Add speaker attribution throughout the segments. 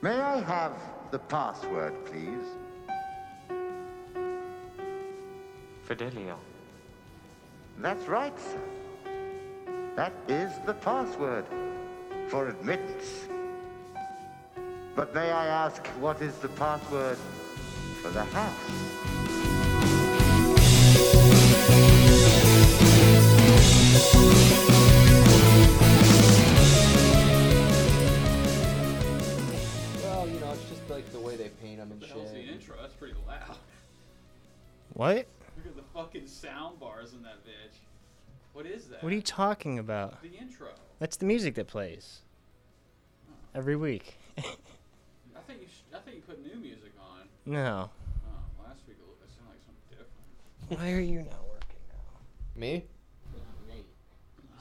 Speaker 1: May I have the password, please?
Speaker 2: Fidelio.
Speaker 1: That's right, sir. That is the password for admittance. But may I ask what is the password for the house?
Speaker 3: Well, you know, it's just like the way they paint them and
Speaker 4: What the hell's the
Speaker 3: shit.
Speaker 4: intro? That's pretty loud.
Speaker 5: What?
Speaker 4: Look at the fucking sound bars in that bitch. What is that?
Speaker 5: What are you talking about?
Speaker 4: The intro.
Speaker 5: That's the music that plays every week.
Speaker 4: I think you. Sh- I think you put new music on.
Speaker 5: No.
Speaker 4: Oh, last week it looked- it sounded like something different.
Speaker 5: Why are you not working now?
Speaker 3: Me?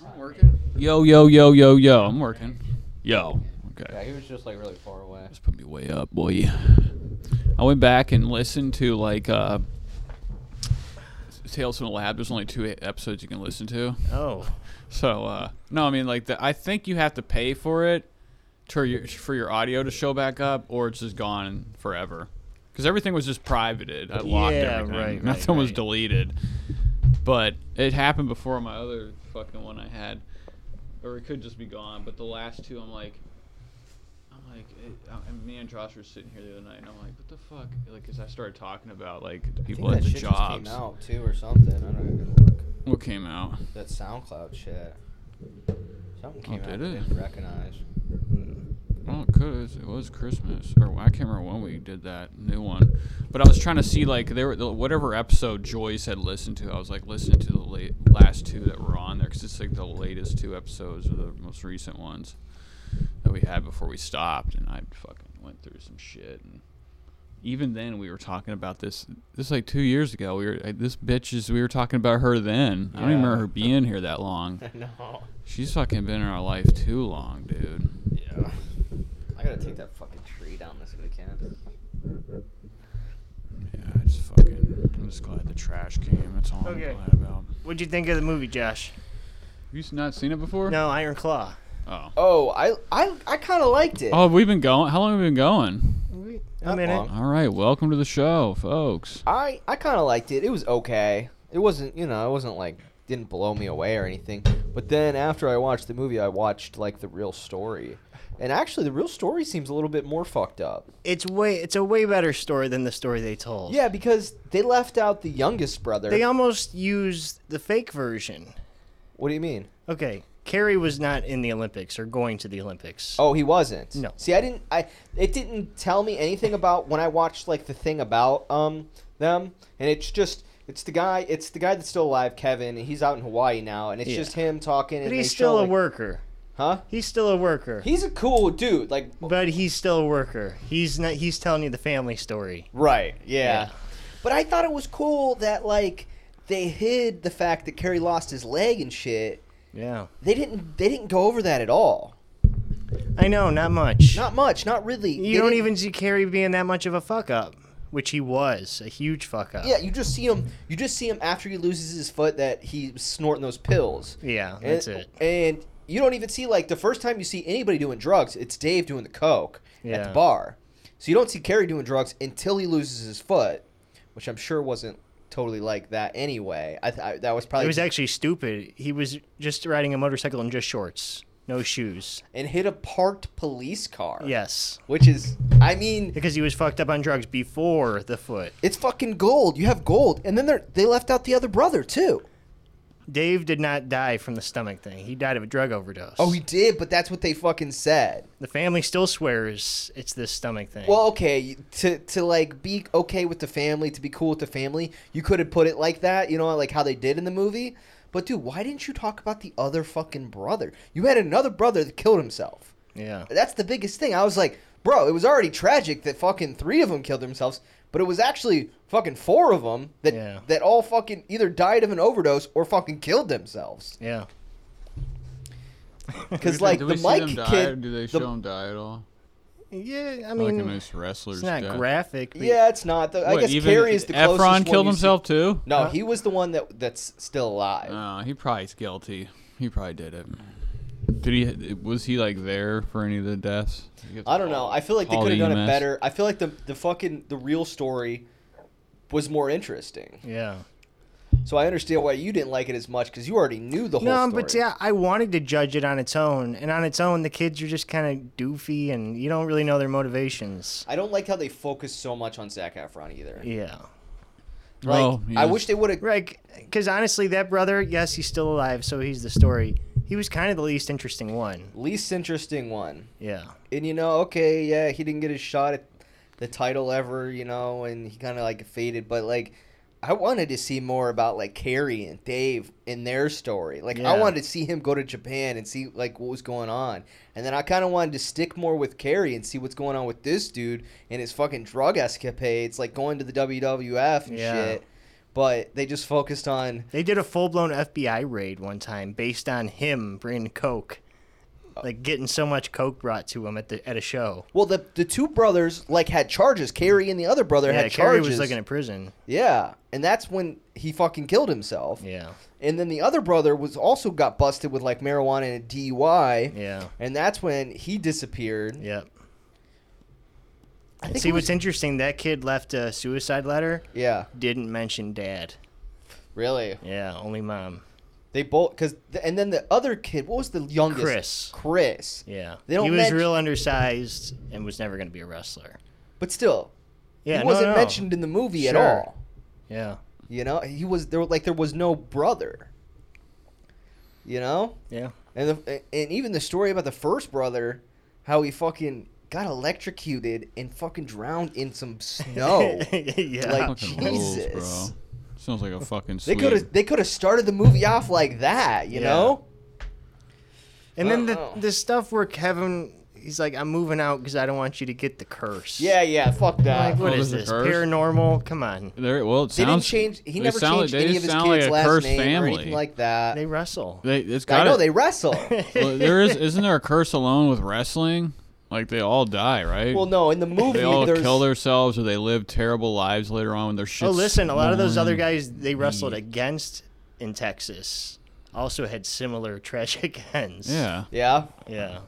Speaker 4: I'm working. Yo, yo, yo, yo, yo. I'm working. Yo.
Speaker 3: Yeah,
Speaker 4: Okay.
Speaker 3: he was just like really far away.
Speaker 4: Just put me way up, boy. I went back and listened to like uh Tales from the Lab. There's only two e-, episodes you can listen to.
Speaker 5: Oh.
Speaker 4: So uh, no, I mean like the, I think you have to pay for it to your, for your audio to show back up, or it's just gone forever. Because everything was just privated. I locked
Speaker 5: Yeah,
Speaker 4: everything.
Speaker 5: right, right,
Speaker 4: Nothing was
Speaker 5: right.
Speaker 4: deleted. But it happened before my other fucking one I had, or it could just be gone. But the last two, I'm like, I'm like, it, I, and me and Josh were sitting here the other night, and I'm like, what the fuck? Like, because I started talking about like the people
Speaker 3: that
Speaker 4: at the
Speaker 3: shit just
Speaker 4: jobs.
Speaker 3: came out too or something. I don't even look.
Speaker 4: What came out?
Speaker 3: That SoundCloud shit. Something
Speaker 4: Oh,
Speaker 3: came out
Speaker 4: did
Speaker 3: that
Speaker 4: it?
Speaker 3: I didn't recognize.
Speaker 4: Well, it could. It was Christmas, or I can't remember when we did that new one. But I was trying to see like there were whatever episode Joyce had listened to. I was like listening to the late, last two that were on there because it's like the latest two episodes or the most recent ones that we had before we stopped. And I fucking went through some shit. And even then, we were talking about this. This is like two years ago. We were like, this bitch is. We were talking about her then. I don't even
Speaker 3: Yeah.
Speaker 4: remember her being here that long.
Speaker 3: no.
Speaker 4: She's fucking been in our life too long, dude.
Speaker 3: Yeah. I gotta take that fucking tree down this weekend.
Speaker 4: Yeah, I just fucking. I'm just glad the trash came. That's all
Speaker 5: Okay.
Speaker 4: I'm glad about.
Speaker 5: What'd you think of the movie, Josh?
Speaker 4: You not seen it before?
Speaker 5: No, Iron Claw.
Speaker 4: Oh.
Speaker 3: Oh, I I I kind of liked it.
Speaker 4: Oh, we've been going. How long have we been going?
Speaker 5: A
Speaker 3: Not
Speaker 5: minute.
Speaker 3: long.
Speaker 4: All right, welcome to the show, folks.
Speaker 3: I I kind of liked it. It was okay. It wasn't, you know, it wasn't like didn't blow me away or anything. But then after I watched the movie, I watched like the real story. And actually the real story seems a little bit more fucked up.
Speaker 5: It's way. It's a way better story than the story they told.
Speaker 3: Yeah, because they left out the youngest brother.
Speaker 5: They almost used the fake version.
Speaker 3: what do you mean?
Speaker 5: Okay, Carrie was not in the Olympics or going to the Olympics.
Speaker 3: Oh, he wasn't.
Speaker 5: No.
Speaker 3: See, I didn't. I it didn't tell me anything about when I watched like the thing about um them, and it's just it's the guy it's the guy that's still alive, Kevin. And he's out in Hawaii now, and it's
Speaker 5: Yeah.
Speaker 3: just him talking. And
Speaker 5: but
Speaker 3: they
Speaker 5: he's
Speaker 3: show,
Speaker 5: still a
Speaker 3: like-
Speaker 5: worker.
Speaker 3: huh?
Speaker 5: He's still a worker.
Speaker 3: He's a cool dude. Like
Speaker 5: but he's still a worker. He's not. He's telling you the family story.
Speaker 3: right, yeah.
Speaker 5: Yeah.
Speaker 3: But I thought it was cool that like they hid the fact that Kerry lost his leg and shit.
Speaker 5: Yeah.
Speaker 3: They didn't. They didn't go over that at all.
Speaker 5: I know. Not much.
Speaker 3: Not much. Not really. They
Speaker 5: You don't
Speaker 3: didn't-
Speaker 5: even see Carrie being that much of a fuck up, which he was a huge fuck up.
Speaker 3: Yeah, you just see him. You just see him after he loses his foot that he's snorting those pills.
Speaker 5: Yeah, that's
Speaker 3: and,
Speaker 5: it.
Speaker 3: And you don't even see like the first time you see anybody doing drugs, it's Dave doing the coke at
Speaker 5: Yeah.
Speaker 3: the bar. So you don't see Kerry doing drugs until he loses his foot, which I'm sure wasn't totally like that anyway. I, th- I that was probably
Speaker 5: It was actually stupid. He was just riding a motorcycle in just shorts, no shoes.
Speaker 3: and hit a parked police car.
Speaker 5: Yes,
Speaker 3: which is I mean
Speaker 5: because he was fucked up on drugs before the foot.
Speaker 3: it's fucking gold. You have gold, and then they they left out the other brother too.
Speaker 5: Dave did not die from the stomach thing. He died of a drug overdose.
Speaker 3: Oh, he did, but that's what they fucking said.
Speaker 5: the family still swears it's this stomach thing.
Speaker 3: Well, okay, to to like be okay with the family, to be cool with the family, you could have put it like that, you know, like how they did in the movie. But dude, why didn't you talk about the other fucking brother? You had another brother that killed himself.
Speaker 5: yeah.
Speaker 3: That's the biggest thing. I was like, bro, it was already tragic that fucking three of them killed themselves, but it was actually fucking four of them that
Speaker 5: Yeah.
Speaker 3: that all fucking either died of an overdose or fucking killed themselves.
Speaker 5: Yeah.
Speaker 3: Because like the Mike kid,
Speaker 4: Do they
Speaker 3: the-
Speaker 4: show him die at all?
Speaker 5: Yeah, I
Speaker 4: like
Speaker 5: mean,
Speaker 4: a nice wrestler's
Speaker 5: it's not
Speaker 4: death.
Speaker 5: graphic. But
Speaker 3: Yeah, it's not. The, I
Speaker 4: What,
Speaker 3: guess
Speaker 4: even
Speaker 3: Carrie is the
Speaker 4: Efron
Speaker 3: closest one
Speaker 4: killed
Speaker 3: you see-
Speaker 4: himself too.
Speaker 3: No, he was the one that that's still alive.
Speaker 4: Uh, he probably's guilty. He probably did it. Did he? Was he like there for any of the deaths?
Speaker 3: I don't know. I feel like they
Speaker 4: Paul
Speaker 3: could have done it
Speaker 4: EMS.
Speaker 3: better. I feel like the the fucking the real story was more interesting.
Speaker 5: Yeah.
Speaker 3: So I understand why you didn't like it as much because you already knew the whole
Speaker 5: No,
Speaker 3: story.
Speaker 5: but yeah, I wanted to judge it on its own, and on its own, the kids are just kind of doofy, and you don't really know their motivations.
Speaker 3: I don't like how they focus so much on Zach Efron either.
Speaker 5: Yeah.
Speaker 3: Like,
Speaker 4: Well, he
Speaker 3: I
Speaker 4: is-
Speaker 3: wish they would have.
Speaker 5: Right, because honestly, that brother, yes, he's still alive, so he's the story. He was kind of the least interesting one.
Speaker 3: Least interesting one.
Speaker 5: Yeah.
Speaker 3: And you know, okay, yeah, he didn't get his shot at the title ever, you know, and he kind of like faded. But like, I wanted to see more about like Carrie and Dave and their story. Like, I
Speaker 5: Yeah.
Speaker 3: wanted to see him go to Japan and see like what was going on. And then I kind of wanted to stick more with Carrie and see what's going on with this dude and his fucking drug escapades, like going to the WWF and
Speaker 5: Yeah.
Speaker 3: shit. But they just focused on
Speaker 5: They did a full blown FBI raid one time based on him bringing coke, like getting so much coke brought to him at the at a show.
Speaker 3: well, the the two brothers like had charges. Carrie and the other brother
Speaker 5: yeah,
Speaker 3: had
Speaker 5: Carrie
Speaker 3: charges.
Speaker 5: was looking at prison.
Speaker 3: Yeah, and that's when he fucking killed himself.
Speaker 5: Yeah,
Speaker 3: And then the other brother was also got busted with like marijuana and a DUI.
Speaker 5: yeah,
Speaker 3: And that's when he disappeared.
Speaker 5: yeah.
Speaker 3: I think
Speaker 5: See,
Speaker 3: it was-
Speaker 5: what's interesting? That kid left a suicide letter.
Speaker 3: yeah,
Speaker 5: Didn't mention dad.
Speaker 3: really.
Speaker 5: Yeah, only mom.
Speaker 3: They both because and then the other kid, what was the youngest?
Speaker 5: Chris.
Speaker 3: Chris.
Speaker 5: Yeah,
Speaker 3: They don't
Speaker 5: he was
Speaker 3: mention-
Speaker 5: real undersized and was never going to be a wrestler.
Speaker 3: But still,
Speaker 5: Yeah,
Speaker 3: he
Speaker 5: no,
Speaker 3: wasn't
Speaker 5: no.
Speaker 3: mentioned in the movie at
Speaker 5: Sure.
Speaker 3: all.
Speaker 5: Yeah,
Speaker 3: You know, he was there like there was no brother. You know,
Speaker 5: yeah.
Speaker 3: And the, and even the story about the first brother, how he fucking got electrocuted and fucking drowned in some snow.
Speaker 5: yeah.
Speaker 3: Like,
Speaker 4: Fucking rules,
Speaker 3: Jesus.
Speaker 4: bro. Sounds like a fucking.
Speaker 3: they
Speaker 4: Sweet.
Speaker 3: could have they could have started the movie off like that, you
Speaker 5: Yeah.
Speaker 3: know?
Speaker 5: And
Speaker 3: I
Speaker 5: then the,
Speaker 3: don't know.
Speaker 5: the stuff where Kevin, he's like, I'm moving out because I don't want you to get the curse.
Speaker 3: Yeah, yeah. Fuck that.
Speaker 5: Like, what
Speaker 4: Oh,
Speaker 5: is
Speaker 4: there's
Speaker 5: this?
Speaker 4: a curse?
Speaker 5: Paranormal? Come on.
Speaker 4: There, well, it
Speaker 3: They
Speaker 4: sounds.
Speaker 3: didn't change. He
Speaker 4: they
Speaker 3: never
Speaker 4: sound like-
Speaker 3: changed
Speaker 4: they
Speaker 3: any of his
Speaker 4: sound like
Speaker 3: kids'
Speaker 4: a
Speaker 3: last
Speaker 4: cursed
Speaker 3: name or
Speaker 4: family.
Speaker 3: anything like that.
Speaker 5: They wrestle.
Speaker 4: They, it's
Speaker 3: I
Speaker 4: got
Speaker 3: know they wrestle.
Speaker 4: Well, there is isn't there a curse alone with wrestling? Like they all die, right?
Speaker 3: well, no, in the movie
Speaker 4: they all
Speaker 3: there's
Speaker 4: kill themselves or they live terrible lives later on when their shit.
Speaker 5: Oh, listen, a lot of those other guys they wrestled against in Texas also had similar tragic ends.
Speaker 4: Yeah.
Speaker 3: yeah.
Speaker 5: Yeah.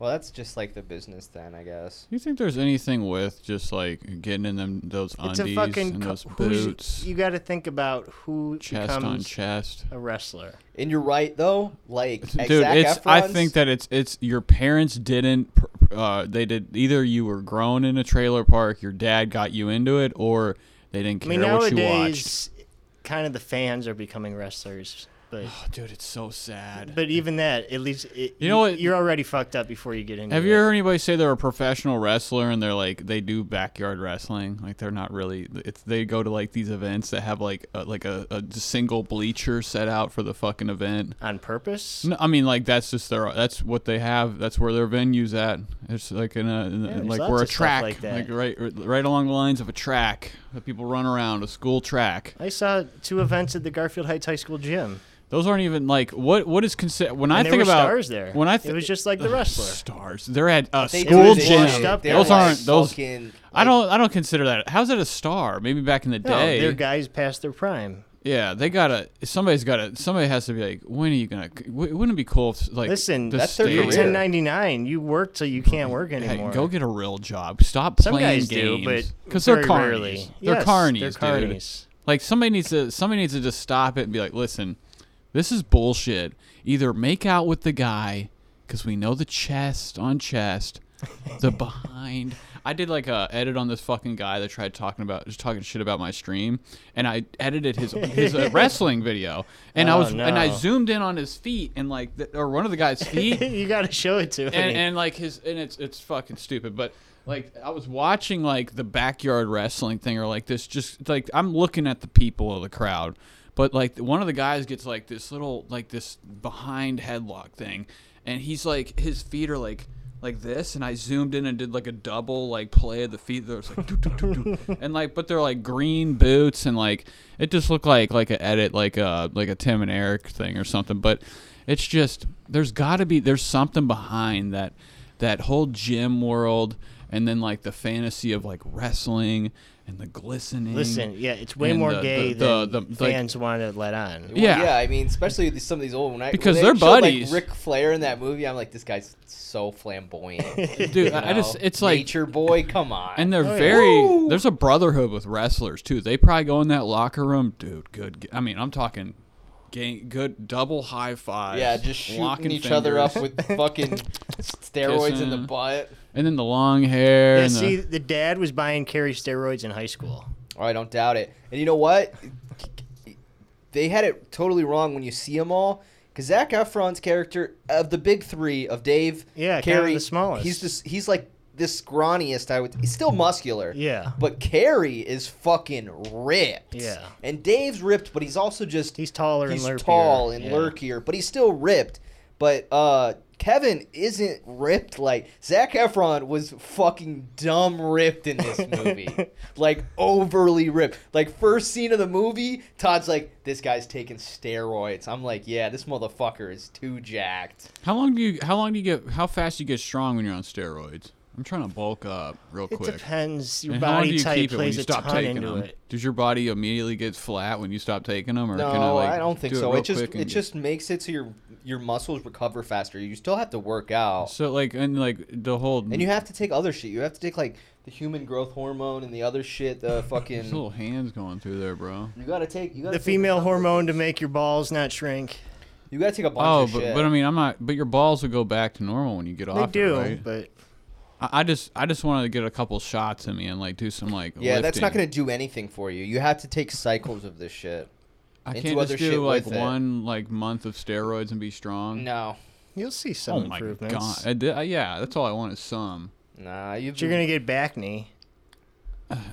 Speaker 3: Well, that's just like the business then, I guess.
Speaker 4: Do you think there's anything with just like getting in them those
Speaker 5: It's
Speaker 4: undies
Speaker 5: a fucking
Speaker 4: and
Speaker 5: co-
Speaker 4: those
Speaker 5: who's-
Speaker 4: boots,
Speaker 5: You got to think about who
Speaker 4: chest on
Speaker 5: becomes
Speaker 4: chest?
Speaker 5: a wrestler.
Speaker 3: And you're right though. Like
Speaker 4: Dude,
Speaker 3: Zac
Speaker 4: it's. I
Speaker 3: Efron's-
Speaker 4: think that it's. It's your parents didn't. pr- Uh, they did. Either you were grown in a trailer park, your dad got you into it, or they didn't
Speaker 5: I
Speaker 4: care
Speaker 5: mean,
Speaker 4: what you watched.
Speaker 5: nowadays, kind of the fans are becoming wrestlers, but
Speaker 4: Oh, dude, it's so sad.
Speaker 5: but even that, at least it,
Speaker 4: You know what-
Speaker 5: You're already fucked up before you get into.
Speaker 4: Have
Speaker 5: it.
Speaker 4: you heard anybody say they're a professional wrestler and they're like they do backyard wrestling? Like they're not really. It's they go to like these events that have like a, like a, a single bleacher set out for the fucking event.
Speaker 5: on purpose?
Speaker 4: No, I mean like that's just their that's what they have. That's where their venues at. It's like in a in a-
Speaker 5: Yeah, there's
Speaker 4: like
Speaker 5: lots
Speaker 4: we're a
Speaker 5: of stuff
Speaker 4: track,
Speaker 5: like that.
Speaker 4: right right along the lines of a track that people run around a school track.
Speaker 5: I saw two events at the Garfield Heights High School gym.
Speaker 4: Those aren't even like what what is considered when I
Speaker 5: And there
Speaker 4: think
Speaker 5: were
Speaker 4: about
Speaker 5: stars there.
Speaker 4: When I
Speaker 5: It
Speaker 4: think
Speaker 5: was just like the wrestler.
Speaker 4: stars. They're at a
Speaker 3: They
Speaker 4: school
Speaker 5: do
Speaker 3: did
Speaker 5: it
Speaker 4: gym.
Speaker 5: washed up
Speaker 3: They're,
Speaker 4: Those
Speaker 3: like,
Speaker 4: aren't those.
Speaker 3: fucking,
Speaker 4: I
Speaker 3: like,
Speaker 4: don't. I don't consider that. How's that a star? Maybe back in the
Speaker 5: No,
Speaker 4: day.
Speaker 5: they're guys past their prime.
Speaker 4: yeah, they gotta. Somebody's gotta. Somebody has to be like, when are you gonna? w- Wouldn't it be cool if like
Speaker 5: Listen,
Speaker 4: the
Speaker 3: That's their
Speaker 4: state-
Speaker 3: career.
Speaker 5: 1099, you work till you can't work
Speaker 4: Hey,
Speaker 5: anymore.
Speaker 4: go get a real job. Stop
Speaker 5: Some
Speaker 4: playing
Speaker 5: guys
Speaker 4: games.
Speaker 5: do, but
Speaker 4: because they're
Speaker 5: very
Speaker 4: carnies.
Speaker 5: rarely.
Speaker 4: They're
Speaker 5: Yes,
Speaker 4: carnies.
Speaker 5: They're
Speaker 4: dude.
Speaker 5: carnies.
Speaker 4: Like somebody needs to. Somebody needs to just stop it and be like, listen, this is bullshit. Either make out with the guy because we know the chest on chest, the behind. I did like a edit on this fucking guy that tried talking about just talking shit about my stream, and I edited his his uh, wrestling video, and I
Speaker 5: Oh,
Speaker 4: was and I
Speaker 5: no.
Speaker 4: zoomed in on his feet and like the, or one of the guy's feet,
Speaker 5: you got to show it to
Speaker 4: and,
Speaker 5: me.
Speaker 4: and like his and it's it's fucking stupid but like i was watching like the backyard wrestling thing or like this just like i'm looking at the people of the crowd but like one of the guys gets like this little like this behind headlock thing and he's like his feet are like like this and i zoomed in and did like a double like play of the feet there was like doo, doo, doo, doo. and like but they're like green boots and like it just looked like like a edit like a like a tim and eric thing or something but it's just there's got to be there's something behind that that whole gym world, and then like the fantasy of like wrestling and the glistening.
Speaker 5: Listen, yeah, it's way
Speaker 4: and
Speaker 5: more
Speaker 4: the-
Speaker 5: gay
Speaker 4: the- the-
Speaker 5: than
Speaker 4: the- like-
Speaker 5: fans want to let on.
Speaker 4: Yeah.
Speaker 3: yeah. I mean, especially these- some of these old when I,
Speaker 4: Because
Speaker 3: when
Speaker 4: they're
Speaker 3: they showed,
Speaker 4: buddies.
Speaker 3: Like Ric Flair in that movie, I'm like, this guy's so flamboyant. you
Speaker 4: dude, I I just
Speaker 3: know?
Speaker 4: it's like
Speaker 3: nature boy. Come on,
Speaker 4: And they're
Speaker 5: Oh, yeah.
Speaker 4: very
Speaker 3: Woo!
Speaker 4: there's a brotherhood with wrestlers too. They probably go in that locker room, dude. Good. g- I mean, I'm talking gang, good double high five.
Speaker 3: yeah, just shooting each other up with fucking steroids in the
Speaker 4: Kissing.
Speaker 3: butt.
Speaker 4: And then the long hair.
Speaker 5: Yeah,
Speaker 4: and
Speaker 5: see,
Speaker 4: the,
Speaker 5: the dad was buying Carrie steroids in high school.
Speaker 3: Oh, I don't doubt it. And you know what? They had it totally wrong when you see them all. Because Zac Efron's character of the big three of Dave,
Speaker 5: Yeah, kind of
Speaker 3: Carrie,
Speaker 5: the smallest.
Speaker 3: He's this. He's like this scrawniest. I would. He's still muscular.
Speaker 5: Yeah.
Speaker 3: But Carrie is fucking ripped.
Speaker 5: Yeah.
Speaker 3: And Dave's ripped, but he's also just
Speaker 5: He's taller
Speaker 3: he's
Speaker 5: and lurkier.
Speaker 3: tall and
Speaker 5: yeah.
Speaker 3: lurkier, but he's still ripped. But uh, Kevin isn't ripped like Zach Efron was fucking dumb ripped in this movie, like overly ripped. Like first scene of the movie, Todd's like, "This guy's taking steroids." I'm like, "Yeah, this motherfucker is too jacked."
Speaker 4: how long do you how long do you get how fast you get strong when you're on steroids? I'm trying to bulk up real
Speaker 5: It
Speaker 4: quick.
Speaker 5: depends. Your
Speaker 4: And how long do
Speaker 5: body
Speaker 4: you
Speaker 5: type
Speaker 4: keep it when
Speaker 5: plays
Speaker 4: you
Speaker 5: a
Speaker 4: stop
Speaker 5: ton
Speaker 4: taking
Speaker 5: into
Speaker 4: them?
Speaker 5: it.
Speaker 4: Does your body immediately get flat when you stop taking them, or
Speaker 3: No,
Speaker 4: can I, like,
Speaker 3: I don't think
Speaker 4: do It,
Speaker 3: so. It,
Speaker 4: real
Speaker 3: just
Speaker 4: quick and
Speaker 3: it just makes it so your your muscles recover faster. You still have to work out.
Speaker 4: so like and like the whole
Speaker 3: And you have to take other shit. You have to take like the human growth hormone and the other shit. The
Speaker 4: there's
Speaker 3: fucking
Speaker 4: little hands going through there, bro.
Speaker 3: you gotta take you gotta
Speaker 5: The
Speaker 3: take-
Speaker 5: female hormone to make your balls not shrink.
Speaker 3: You gotta take a bunch
Speaker 4: Oh,
Speaker 3: of
Speaker 4: but,
Speaker 3: shit.
Speaker 4: but I mean, I'm not. But your balls will go back to normal when you get
Speaker 5: They
Speaker 4: off.
Speaker 5: do,
Speaker 4: it, right?
Speaker 5: but
Speaker 4: I, I just, I just wanted to get a couple shots in me and like do some like.
Speaker 3: yeah, that's not
Speaker 4: lifting.
Speaker 3: gonna do anything for you. You have to take cycles of this shit.
Speaker 4: I
Speaker 3: into
Speaker 4: can't
Speaker 3: other
Speaker 4: just
Speaker 3: shit
Speaker 4: do like
Speaker 3: with it.
Speaker 4: one like month of steroids and be strong.
Speaker 3: No,
Speaker 5: you'll see some
Speaker 4: Oh my
Speaker 5: improvements.
Speaker 4: god! I did, I- yeah, that's all I want is some.
Speaker 3: nah, you've
Speaker 5: But you're gonna get back knee.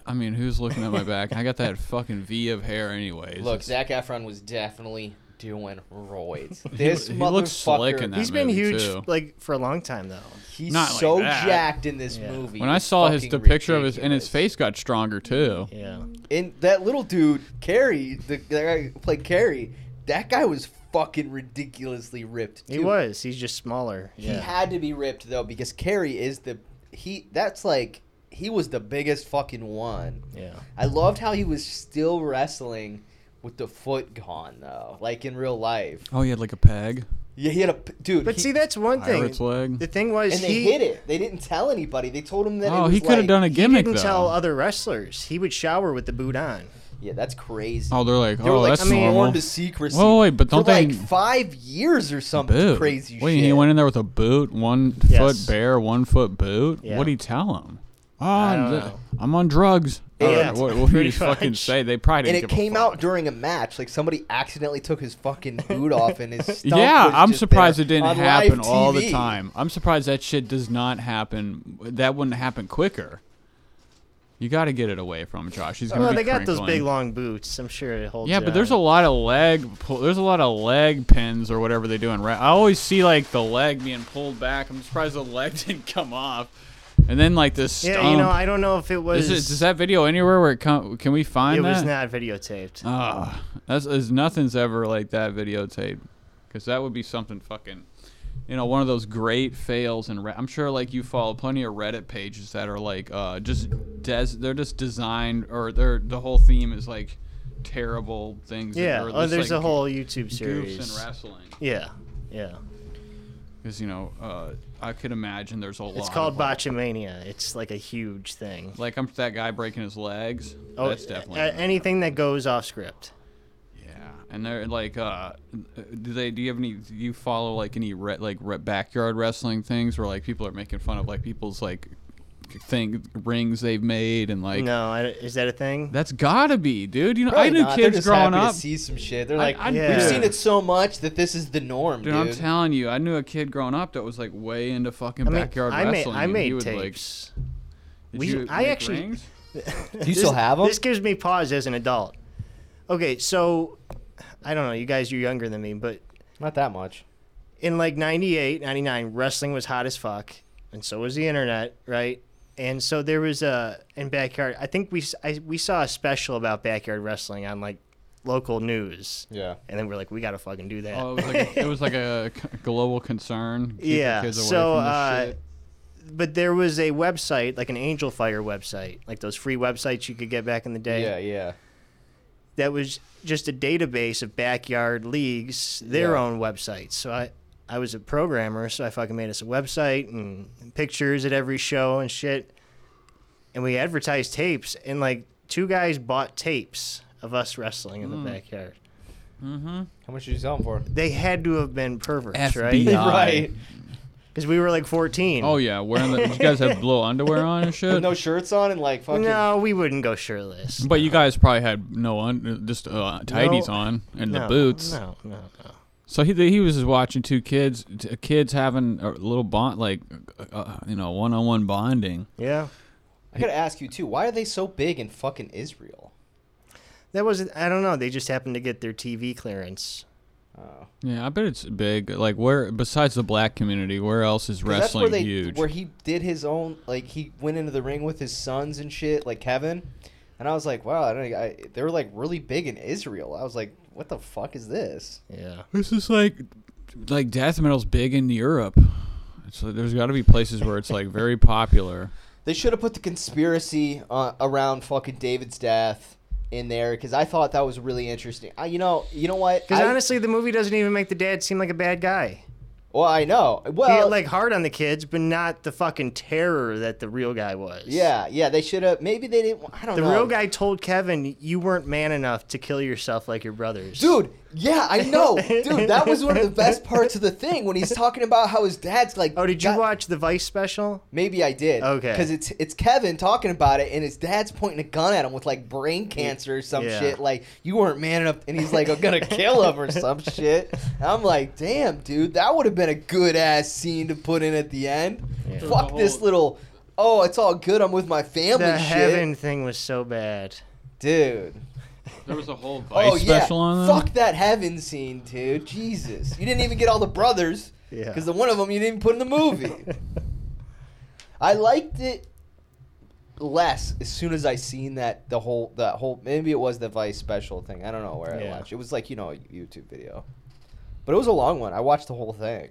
Speaker 4: I mean, who's looking at my back? I got that fucking V of hair, anyways.
Speaker 3: look.
Speaker 4: It's-
Speaker 3: Zach Efron was definitely doing roids. This
Speaker 4: he
Speaker 3: motherfucker,
Speaker 4: looks slick in that
Speaker 5: He's been
Speaker 4: movie,
Speaker 5: huge,
Speaker 4: too.
Speaker 5: like for a long time though.
Speaker 3: he's
Speaker 4: Not like
Speaker 3: so
Speaker 4: that.
Speaker 3: jacked in this
Speaker 5: Yeah.
Speaker 3: movie.
Speaker 4: when I
Speaker 3: It's
Speaker 4: saw his the
Speaker 3: fucking
Speaker 4: picture of his and his
Speaker 3: ridiculous.
Speaker 4: face got stronger too.
Speaker 5: Yeah.
Speaker 3: And that little dude, Carrie, the, the guy who played Carrie, that guy was fucking ridiculously ripped.
Speaker 5: He
Speaker 3: too.
Speaker 5: was. He's just smaller.
Speaker 3: He
Speaker 5: yeah.
Speaker 3: had to be ripped though because Carrie is the he. That's like he was the biggest fucking one.
Speaker 5: yeah.
Speaker 3: I loved how he was still wrestling with the foot gone though, like in real life.
Speaker 4: Oh, he had like a peg,
Speaker 3: Yeah, he had a p- dude.
Speaker 5: But
Speaker 3: he-
Speaker 5: see, that's one thing.
Speaker 4: pirate's leg.
Speaker 5: The thing was,
Speaker 3: and they
Speaker 5: he
Speaker 3: hid it. They didn't tell anybody. They told him that.
Speaker 4: oh,
Speaker 3: it was
Speaker 4: he could have
Speaker 3: like-
Speaker 4: done a
Speaker 5: he
Speaker 4: gimmick
Speaker 5: didn't
Speaker 4: though.
Speaker 5: tell other wrestlers. He would shower with the boot on.
Speaker 3: Yeah, that's crazy.
Speaker 4: oh, they're like,
Speaker 3: they
Speaker 4: oh,
Speaker 3: were like
Speaker 4: that's
Speaker 5: I mean,
Speaker 3: sworn
Speaker 4: normal.
Speaker 3: to secrecy.
Speaker 4: Whoa, wait, but don't
Speaker 3: for
Speaker 4: they-
Speaker 3: like five years or some
Speaker 4: boot.
Speaker 3: crazy
Speaker 4: Wait,
Speaker 3: shit.
Speaker 4: he went in there with a boot, one
Speaker 5: Yes.
Speaker 4: foot bare, one foot boot.
Speaker 5: Yeah.
Speaker 4: What do you tell him? Oh,
Speaker 5: don't
Speaker 4: I'm, th-
Speaker 5: know.
Speaker 4: I'm on drugs. Or
Speaker 5: Yeah,
Speaker 4: what, what do you
Speaker 5: pretty
Speaker 4: fucking
Speaker 5: much.
Speaker 4: say? They probably
Speaker 3: and
Speaker 4: didn't
Speaker 3: it
Speaker 4: give a
Speaker 3: came out
Speaker 4: fuck.
Speaker 3: during a match. Like somebody accidentally took his fucking boot off, and his stump
Speaker 4: yeah,
Speaker 3: was
Speaker 4: I'm
Speaker 3: just
Speaker 4: surprised
Speaker 3: there
Speaker 4: it didn't
Speaker 3: on
Speaker 4: happen
Speaker 3: live
Speaker 4: all the
Speaker 3: TV.
Speaker 4: time. I'm surprised that shit does not happen. That wouldn't happen quicker. You got to get it away from him, Josh. He's gonna
Speaker 5: Well,
Speaker 4: be
Speaker 5: they got those
Speaker 4: crinkling.
Speaker 5: big long boots. I'm sure it holds.
Speaker 4: Yeah,
Speaker 5: it
Speaker 4: but there's a
Speaker 5: on.
Speaker 4: lot of leg. Pull, there's a lot of leg pins or whatever they do in. Ra- I always see like the leg being pulled back. I'm surprised the leg didn't come off. And then like this.
Speaker 5: Yeah, you know, I don't know if it was.
Speaker 4: is, it, is that video anywhere where it come? Can we find
Speaker 5: it
Speaker 4: that?
Speaker 5: was not videotaped.
Speaker 4: Ah, that's is nothing's ever like that videotape, because that would be something fucking, you know, one of those great fails. And I'm sure like you follow plenty of Reddit pages that are like uh, just des- they're just designed or they're the whole theme is like terrible things. that
Speaker 5: yeah.
Speaker 4: are
Speaker 5: Oh,
Speaker 4: just,
Speaker 5: there's
Speaker 4: like,
Speaker 5: a whole YouTube
Speaker 4: goofs
Speaker 5: series.
Speaker 4: and wrestling.
Speaker 5: Yeah. Yeah.
Speaker 4: Because you know, uh, I could imagine there's a lot.
Speaker 5: It's called
Speaker 4: of, like-
Speaker 5: botchamania. It's like a huge thing.
Speaker 4: Like I'm that guy breaking his legs.
Speaker 5: Oh,
Speaker 4: that's definitely.
Speaker 5: a-
Speaker 4: not-
Speaker 5: anything that goes off script.
Speaker 4: Yeah, and they're like, uh, do they? Do you have any? Do you follow like any re- like re- backyard wrestling things where like people are making fun of like people's like thing rings they've made and like
Speaker 5: no, I, is that a thing?
Speaker 4: that's gotta be, dude. You know,
Speaker 3: Probably
Speaker 4: I knew
Speaker 3: not. They're
Speaker 4: kids
Speaker 3: just
Speaker 4: growing
Speaker 3: happy
Speaker 4: up.
Speaker 3: to see some shit. They're
Speaker 4: I-
Speaker 3: like,
Speaker 4: I-
Speaker 5: Yeah.
Speaker 3: we've seen it so much that this is the norm,
Speaker 4: Dude,
Speaker 3: dude.
Speaker 4: I'm telling you, I knew a kid growing up that was like way into fucking
Speaker 5: I mean,
Speaker 4: backyard
Speaker 5: I made
Speaker 4: wrestling.
Speaker 5: I
Speaker 4: and he
Speaker 5: made
Speaker 4: would, like-
Speaker 5: tapes.
Speaker 4: did
Speaker 5: We-
Speaker 4: you
Speaker 5: I
Speaker 4: make
Speaker 5: actually-
Speaker 4: rings?
Speaker 3: Do you still
Speaker 5: This-
Speaker 3: have them?
Speaker 5: This gives me pause as an adult. Okay, so I don't know. You guys, you're younger than me, but
Speaker 3: Not that much.
Speaker 5: in like 98, 99, wrestling was hot as fuck, and so was the internet, right? And so there was a in backyard. I think we s I we saw a special about backyard wrestling on like local news,
Speaker 3: Yeah.
Speaker 5: and then we're like, we gotta fucking do that.
Speaker 4: Oh, it was like a, it was like a c- global concern. Keep the
Speaker 5: yeah.
Speaker 4: kids away
Speaker 5: So
Speaker 4: from this
Speaker 5: uh,
Speaker 4: shit.
Speaker 5: but there was a website, like an Angel Fire website, like those free websites you could get back in the day.
Speaker 3: Yeah, yeah.
Speaker 5: That was just a database of backyard leagues, their
Speaker 3: Yeah.
Speaker 5: own websites. So I, I was a programmer, so I fucking made us a website and pictures at every show and shit. And we advertised tapes, and like two guys bought tapes of us wrestling in
Speaker 4: Hmm.
Speaker 5: the backyard.
Speaker 3: How much did you sell them for?
Speaker 5: They had to have been perverts, right?
Speaker 4: FBI.
Speaker 3: right.
Speaker 5: Because we were like 14.
Speaker 4: Oh yeah, wearing the, you guys have blue underwear on and shit.
Speaker 3: With no shirts on and like fucking.
Speaker 5: No, we wouldn't go shirtless.
Speaker 4: but you guys probably had no un- just uh, tighties
Speaker 5: No.
Speaker 4: on and
Speaker 5: no,
Speaker 4: the boots.
Speaker 5: No, no, no.
Speaker 4: So he he was just watching two kids, t- kids having a little bond, like uh, uh, you know, one on one bonding.
Speaker 5: Yeah.
Speaker 3: I gotta ask you too. Why are they so big in fucking Israel?
Speaker 5: That wasn't. I don't know. They just happened to get their TV clearance.
Speaker 3: Oh.
Speaker 4: Yeah, I bet it's big. Like where besides the black community, where else is
Speaker 3: 'Cause
Speaker 4: wrestling
Speaker 3: that's where they,
Speaker 4: huge?
Speaker 3: Where he did his own, like he went into the ring with his sons and shit, like Kevin. And I was like, wow, I don't, I, they were like really big in Israel. I was like, what the fuck is this?
Speaker 5: Yeah.
Speaker 4: This is like like death metal's big in Europe. So there's got to be places where it's like very popular.
Speaker 3: They should have put the conspiracy uh, around fucking David's death in there because I thought that was really interesting. I, you know, you know what?
Speaker 5: Because
Speaker 3: I-
Speaker 5: honestly, the movie doesn't even make the dad seem like a bad guy.
Speaker 3: well, I know.
Speaker 5: He
Speaker 3: Well,
Speaker 5: had, like hard on the kids, but not the fucking terror that the real guy was.
Speaker 3: yeah, yeah, they should have. Maybe they didn't. I don't
Speaker 5: The
Speaker 3: know.
Speaker 5: real guy told Kevin, "You weren't man enough to kill yourself like your brothers."
Speaker 3: Dude, yeah, I know. Dude, that was one of the best parts of the thing when he's talking about how his dad's like.
Speaker 5: Oh, did you
Speaker 3: got-
Speaker 5: watch the Vice special?
Speaker 3: Maybe I did.
Speaker 5: Okay.
Speaker 3: Because it's it's Kevin talking about it, and his dad's pointing a gun at him with like brain cancer or some
Speaker 5: Yeah.
Speaker 3: shit. Like you weren't man enough, and he's like, "I'm gonna kill him" or some shit. And I'm like, "Damn, dude, that would have been a good ass scene to put in at the end."
Speaker 5: Yeah.
Speaker 3: Fuck this little. Oh, it's all good. I'm with my family.
Speaker 5: The
Speaker 3: shit.
Speaker 5: heaven thing was so bad.
Speaker 3: dude.
Speaker 4: There was a whole
Speaker 3: oh yeah. Fuck that heaven scene, dude. Jesus, you didn't even get all the brothers.
Speaker 5: Yeah.
Speaker 3: Because the one of them you didn't even put in the movie. I liked it less as soon as I seen that the whole that whole maybe it was the Vice special thing. I don't know where
Speaker 5: Yeah.
Speaker 3: I watched. It was like you know a YouTube video, but it was a long one. I watched the whole thing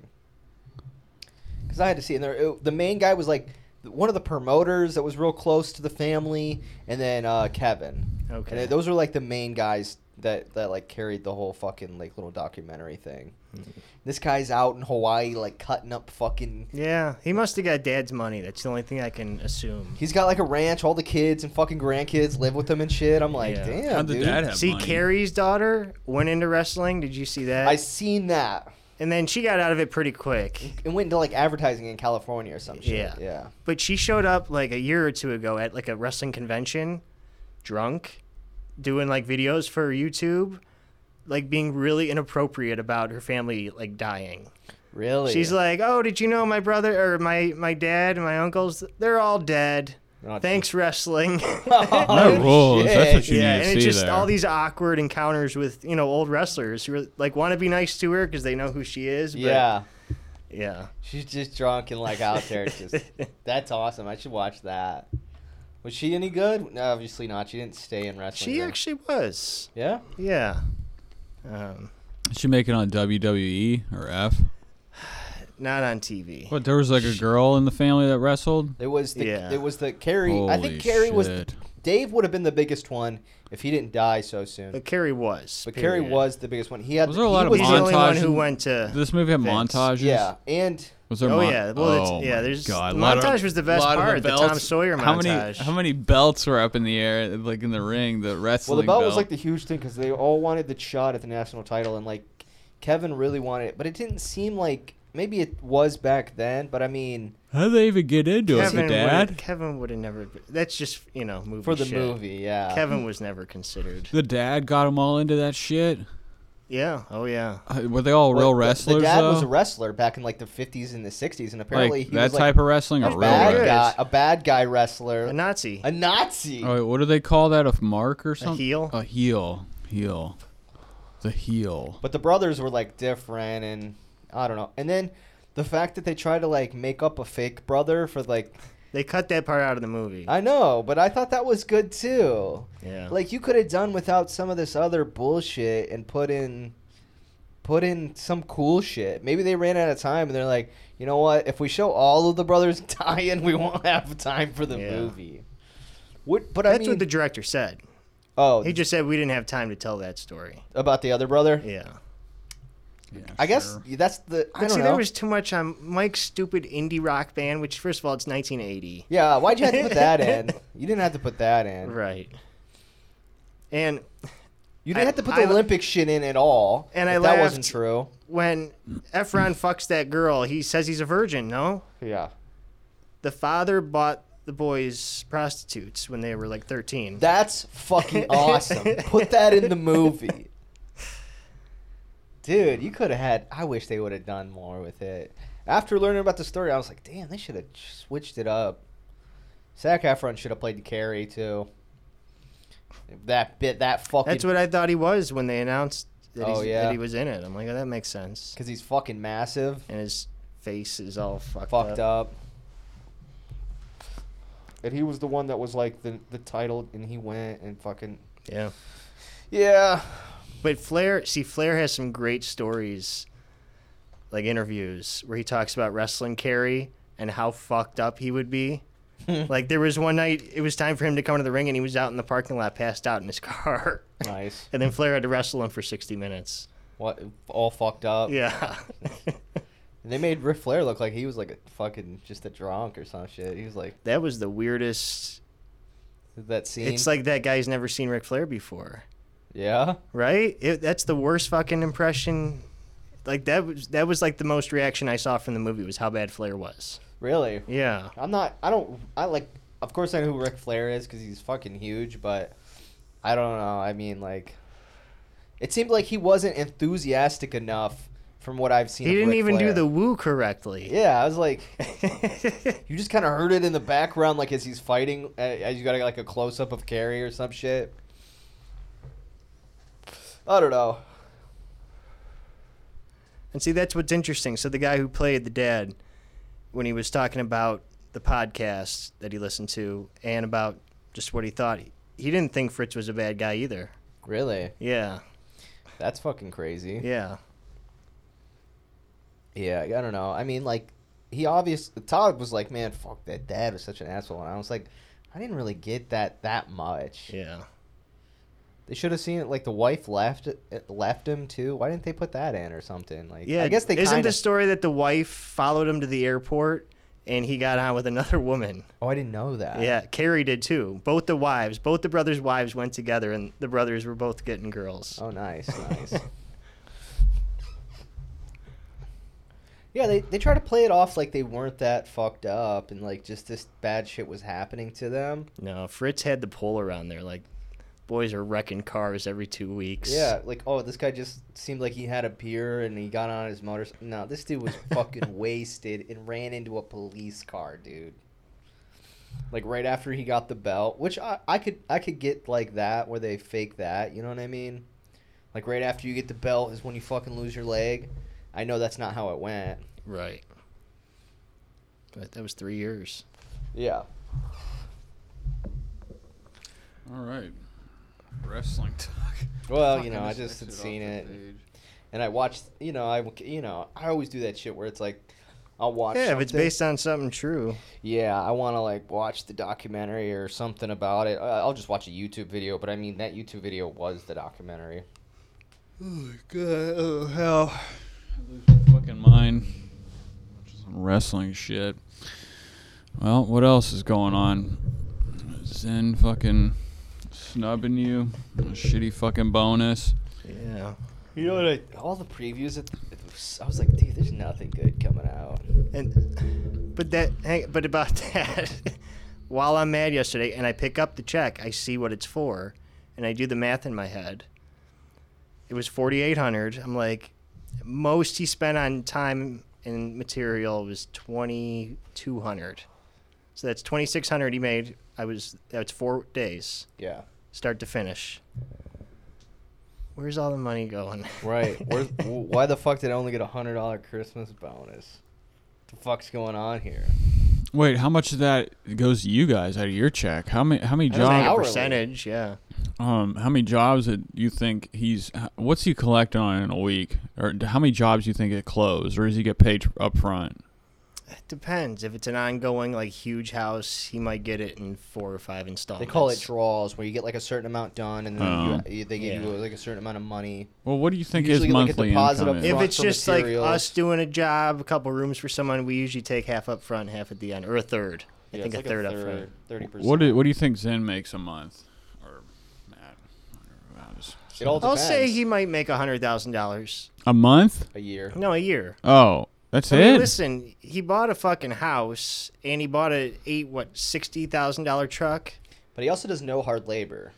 Speaker 3: because I had to see. it. And there, it, the main guy was like one of the promoters that was real close to the family, and then uh, Kevin.
Speaker 5: Okay.
Speaker 3: And those were like the main guys that that like carried the whole fucking like little documentary thing.
Speaker 5: Mm-hmm.
Speaker 3: This guy's out in Hawaii like cutting up fucking
Speaker 5: Yeah, he must have got dad's money. That's the only thing I can assume.
Speaker 3: He's got like a ranch. All the kids and fucking grandkids live with him and shit. I'm like,
Speaker 5: Yeah.
Speaker 3: damn,
Speaker 4: How'd the
Speaker 3: dude.
Speaker 4: dad have
Speaker 5: See,
Speaker 4: money?
Speaker 5: Carrie's daughter went into wrestling. Did you see that?
Speaker 3: I seen that
Speaker 5: and then she got out of it pretty quick.
Speaker 3: and went into like advertising in California or some shit.
Speaker 5: Yeah.
Speaker 3: Yeah, yeah.
Speaker 5: But she showed up like a year or two ago at like a wrestling convention, drunk, doing like videos for YouTube, like being really inappropriate about her family like dying.
Speaker 3: Really?
Speaker 5: She's like, "Oh, did you know my brother or my my dad and my uncles? They're all dead.
Speaker 3: Oh,
Speaker 5: Thanks wrestling."
Speaker 4: That rules. That's what you
Speaker 5: yeah,
Speaker 4: need to
Speaker 5: and it's
Speaker 4: see
Speaker 5: just
Speaker 4: there.
Speaker 5: all these awkward encounters with you know old wrestlers who are, like want to be nice to her because they know who she is. But,
Speaker 3: yeah.
Speaker 5: yeah.
Speaker 3: She's just drunk and like out there. It's just that's awesome. I should watch that. Was she any good? No, obviously not. She didn't stay in wrestling.
Speaker 5: She
Speaker 3: though.
Speaker 5: actually was.
Speaker 3: Yeah.
Speaker 5: Yeah. Um,
Speaker 4: Did she make it on WWE or F?
Speaker 5: not on TV.
Speaker 4: But there was like a girl in the family that wrestled.
Speaker 3: It was the
Speaker 5: Yeah.
Speaker 3: it was the Carrie. I
Speaker 4: Holy
Speaker 3: think Carrie was the,
Speaker 4: shit.
Speaker 3: Dave would have been the biggest one if he didn't die so soon.
Speaker 5: But Kerry was.
Speaker 3: But Carrie
Speaker 5: period.
Speaker 3: was the biggest one. He had
Speaker 4: Was there a
Speaker 3: he
Speaker 4: lot of
Speaker 5: He's the only one
Speaker 4: Montage
Speaker 5: who
Speaker 4: and-
Speaker 5: went to.
Speaker 4: Did this movie have
Speaker 5: Thanks.
Speaker 4: montages?
Speaker 3: Yeah, and
Speaker 4: Was there?
Speaker 5: Oh,
Speaker 4: mon-
Speaker 5: yeah. Well, it's-
Speaker 4: Oh,
Speaker 5: yeah,
Speaker 4: my
Speaker 5: there's-
Speaker 4: God.
Speaker 5: the
Speaker 4: Lot of-
Speaker 5: montage was the best
Speaker 4: lot of
Speaker 5: part, the Tom
Speaker 4: belts.
Speaker 5: Sawyer
Speaker 4: How many?
Speaker 5: montage.
Speaker 4: How many belts were up in the air, like in the ring? The wrestling.
Speaker 3: well, the belt was like the huge thing because they all wanted the shot at the national title, and like Kevin really wanted it, but it didn't seem like maybe it was back then. But I mean,
Speaker 4: How did they even get into
Speaker 5: Kevin
Speaker 4: it,
Speaker 5: Would,
Speaker 4: Dad?
Speaker 5: Kevin would have never. been- That's just you know movie
Speaker 3: for the
Speaker 5: shit.
Speaker 3: movie, yeah.
Speaker 5: Kevin was never considered.
Speaker 4: The dad got them all into that shit.
Speaker 5: Yeah. Oh yeah.
Speaker 4: Uh, Were they all
Speaker 3: Well,
Speaker 4: real
Speaker 3: the-
Speaker 4: wrestlers?
Speaker 3: The, dad
Speaker 4: though?
Speaker 3: was a wrestler back in like the '50s and the '60s, and apparently
Speaker 4: like
Speaker 3: he
Speaker 4: that
Speaker 3: was
Speaker 4: type of wrestling, or
Speaker 5: That's
Speaker 3: like
Speaker 4: real
Speaker 3: bad
Speaker 5: wrestler.
Speaker 4: wrestling?
Speaker 3: guy, a bad guy wrestler,
Speaker 5: A
Speaker 3: a,
Speaker 5: Nazi.
Speaker 3: Nazi.
Speaker 4: Oh, wait, what do they call that? A mark or something?
Speaker 5: heel?
Speaker 4: A heel. Heel. The heel.
Speaker 3: But the brothers were like different, and I don't know. And then the fact that they tried to like make up a fake brother for like
Speaker 5: They cut that part out of the movie.
Speaker 3: I know, but I thought that was good too.
Speaker 5: yeah.
Speaker 3: Like you could have done without some of this other bullshit and put in put in some cool shit. Maybe they ran out of time and they're like, you know what? If we show all of the brothers dying, we won't have time for the
Speaker 5: Yeah.
Speaker 3: movie. What? But I
Speaker 5: That's
Speaker 3: mean,
Speaker 5: what the director said.
Speaker 3: oh,
Speaker 5: He just said we didn't have time to tell that story.
Speaker 3: about the other brother.
Speaker 5: Yeah.
Speaker 4: Yeah,
Speaker 3: I guess
Speaker 4: sure.
Speaker 3: that's the.
Speaker 5: But
Speaker 3: I don't
Speaker 5: see,
Speaker 3: know.
Speaker 5: there was too much on Mike's stupid indie rock band, which, first of all, it's 1980.
Speaker 3: Yeah, why'd you have to put that in? You didn't have to put that in.
Speaker 5: Right. And
Speaker 3: You didn't
Speaker 5: I-
Speaker 3: have to put the
Speaker 5: I-
Speaker 3: Olympic shit in at all.
Speaker 5: And I
Speaker 3: if that wasn't
Speaker 5: laughed.
Speaker 3: true.
Speaker 5: when Efron fucks that girl, he says he's a virgin, no?
Speaker 3: Yeah,
Speaker 5: The father bought the boys prostitutes when they were like 13.
Speaker 3: that's fucking awesome. put that in the movie, dude. You could have had. I wish they would have done more with it. After learning about the story, I was like, damn, they should have switched it up. Zac Efron should have played the carry too. That bit, that fucking.
Speaker 5: That's what I thought he was when they announced that,
Speaker 3: Oh,
Speaker 5: he's,
Speaker 3: yeah.
Speaker 5: that he was in it. I'm like, oh, that makes sense.
Speaker 3: Because he's fucking massive.
Speaker 5: And his face is all fucked,
Speaker 3: fucked up. And he was the one that was like the the title, and he went and fucking
Speaker 5: Yeah.
Speaker 3: yeah.
Speaker 5: But Flair, see, Flair has some great stories, like interviews, where he talks about wrestling Kerry and how fucked up he would be. like, there was one night, it was time for him to come to the ring, and he was out in the parking lot, passed out in his car.
Speaker 3: Nice.
Speaker 5: and then Flair had to wrestle him for 60 minutes.
Speaker 3: What all fucked up.
Speaker 5: Yeah.
Speaker 3: And they made Ric Flair look like he was like a fucking just a drunk or some shit. He was like
Speaker 5: that was the weirdest.
Speaker 3: that scene.
Speaker 5: It's like that guy's never seen Ric Flair before,
Speaker 3: yeah.
Speaker 5: right? It, that's the worst fucking impression. Like that was that was like the most reaction I saw from the movie was how bad Flair was.
Speaker 3: Really.
Speaker 5: Yeah.
Speaker 3: I'm not. I don't. I like. Of course, I know who Ric Flair is because he's fucking huge. But I don't know. I mean, like, it seemed like he wasn't enthusiastic enough from what I've seen.
Speaker 5: He
Speaker 3: of
Speaker 5: didn't
Speaker 3: Ric
Speaker 5: even do
Speaker 3: Flair.
Speaker 5: the woo correctly.
Speaker 3: Yeah, I was like, you just kind of heard it in the background, like as he's fighting, uh, as you got like a close up of Carrie or some shit. I don't know.
Speaker 5: and see, that's what's interesting. So the guy who played the dad, when he was talking about the podcast that he listened to and about just what he thought, he didn't think Fritz was a bad guy either.
Speaker 3: Really,
Speaker 5: Yeah,
Speaker 3: that's fucking crazy.
Speaker 5: yeah.
Speaker 3: Yeah, I don't know. I mean, like, he obviously Todd was like, "Man, fuck that dad was such an asshole," and I was like, I didn't really get that that much.
Speaker 5: Yeah.
Speaker 3: They should have seen it like the wife left eh, left him too. Why didn't they put that in or something? Like,
Speaker 5: Yeah.
Speaker 3: I guess they
Speaker 5: Isn't
Speaker 3: kind
Speaker 5: the
Speaker 3: of.
Speaker 5: story that the wife followed him to the airport and he got on with another woman?
Speaker 3: Oh, I didn't know that.
Speaker 5: yeah, Carrie did too. Both the wives, both the brothers' wives went together and the brothers were both getting girls.
Speaker 3: Oh, nice, nice. yeah, they they try to play it off like they weren't that fucked up and like just this bad shit was happening to them.
Speaker 5: No, Fritz had the polar on there. Like, boys are wrecking cars every two weeks.
Speaker 3: Yeah, like oh, this guy just seemed like he had a beer and he got on his motor. No, this dude was fucking wasted and ran into a police car, dude. Like right after he got the belt, which I, I could I could get like that where they fake that, you know what I mean? Like right after you get the belt is when you fucking lose your leg. I know that's not how it went.
Speaker 5: Right. But that was three years.
Speaker 3: Yeah.
Speaker 4: All right. Wrestling talk.
Speaker 3: Well, you
Speaker 4: Fucking
Speaker 3: know, I
Speaker 4: just
Speaker 3: just
Speaker 4: exit
Speaker 3: had
Speaker 4: off
Speaker 3: seen
Speaker 4: the
Speaker 3: it,
Speaker 4: page.
Speaker 3: and I watched. You know, I you know I always do that shit where it's like, I'll watch.
Speaker 5: Yeah, if it's
Speaker 3: something-
Speaker 5: based on something true.
Speaker 3: Yeah, I want to like watch the documentary or something about it. I- I'll just watch a YouTube video, but I mean that YouTube video was the documentary.
Speaker 4: Oh god, oh hell. I lose my fucking mind. Some wrestling shit. Well, what else is going on? Zen fucking snubbing you. A shitty fucking bonus.
Speaker 5: Yeah.
Speaker 3: You know what? I, all the previews, it, it was, I was like, dude, there's nothing good coming out.
Speaker 5: And but that hang, but about that while I'm mad yesterday and I pick up the check, I see what it's for and I do the math in my head. It was 4800. I'm like most he spent on time and material was 2200. So that's 2600 he made. I was that's 4 days
Speaker 3: Yeah,
Speaker 5: start to finish. Where's all the money going?
Speaker 3: right. Where's, wh- why the fuck did I only get a hundred dollar Christmas bonus? The fuck's going on here?
Speaker 4: Wait, how much of that goes to you guys out of your check? How many how many
Speaker 5: I don't know,
Speaker 4: jobs
Speaker 5: like a
Speaker 3: hourly.
Speaker 5: percentage, yeah.
Speaker 4: Um, how many jobs do you think he's? h- What's he collect on in a week, or d- how many jobs do you think it closed, or does he get paid up front?
Speaker 5: It depends. If it's an ongoing like huge house, he might get it in four or five
Speaker 3: They
Speaker 5: installments.
Speaker 3: call it draws, where you get like a certain amount done, and then
Speaker 5: Uh-huh.
Speaker 4: Oh.
Speaker 3: you, they give
Speaker 5: Yeah.
Speaker 3: you like a certain amount of money.
Speaker 4: Well, what do you think
Speaker 3: You
Speaker 4: his
Speaker 3: usually get, like,
Speaker 4: monthly
Speaker 3: a deposit
Speaker 4: income
Speaker 3: up
Speaker 4: is?
Speaker 5: If
Speaker 3: front
Speaker 5: it's
Speaker 3: for
Speaker 5: just
Speaker 3: materials.
Speaker 5: like us doing a job, a couple rooms for someone, we usually take half up front, half at the end, or a third. I think a third, up front.
Speaker 3: thirty percent.
Speaker 4: What do, what do you think Zen makes a month, or Matt? I don't know, I was-
Speaker 3: It all
Speaker 5: I'll
Speaker 3: depends.
Speaker 5: say he might make a hundred thousand dollars.
Speaker 4: A month?
Speaker 3: a year.
Speaker 5: No, a year.
Speaker 4: Oh, that's
Speaker 5: I mean,
Speaker 4: it.
Speaker 5: listen, he bought a fucking house and he bought a eight what sixty thousand dollar truck.
Speaker 3: But he also does no hard labor.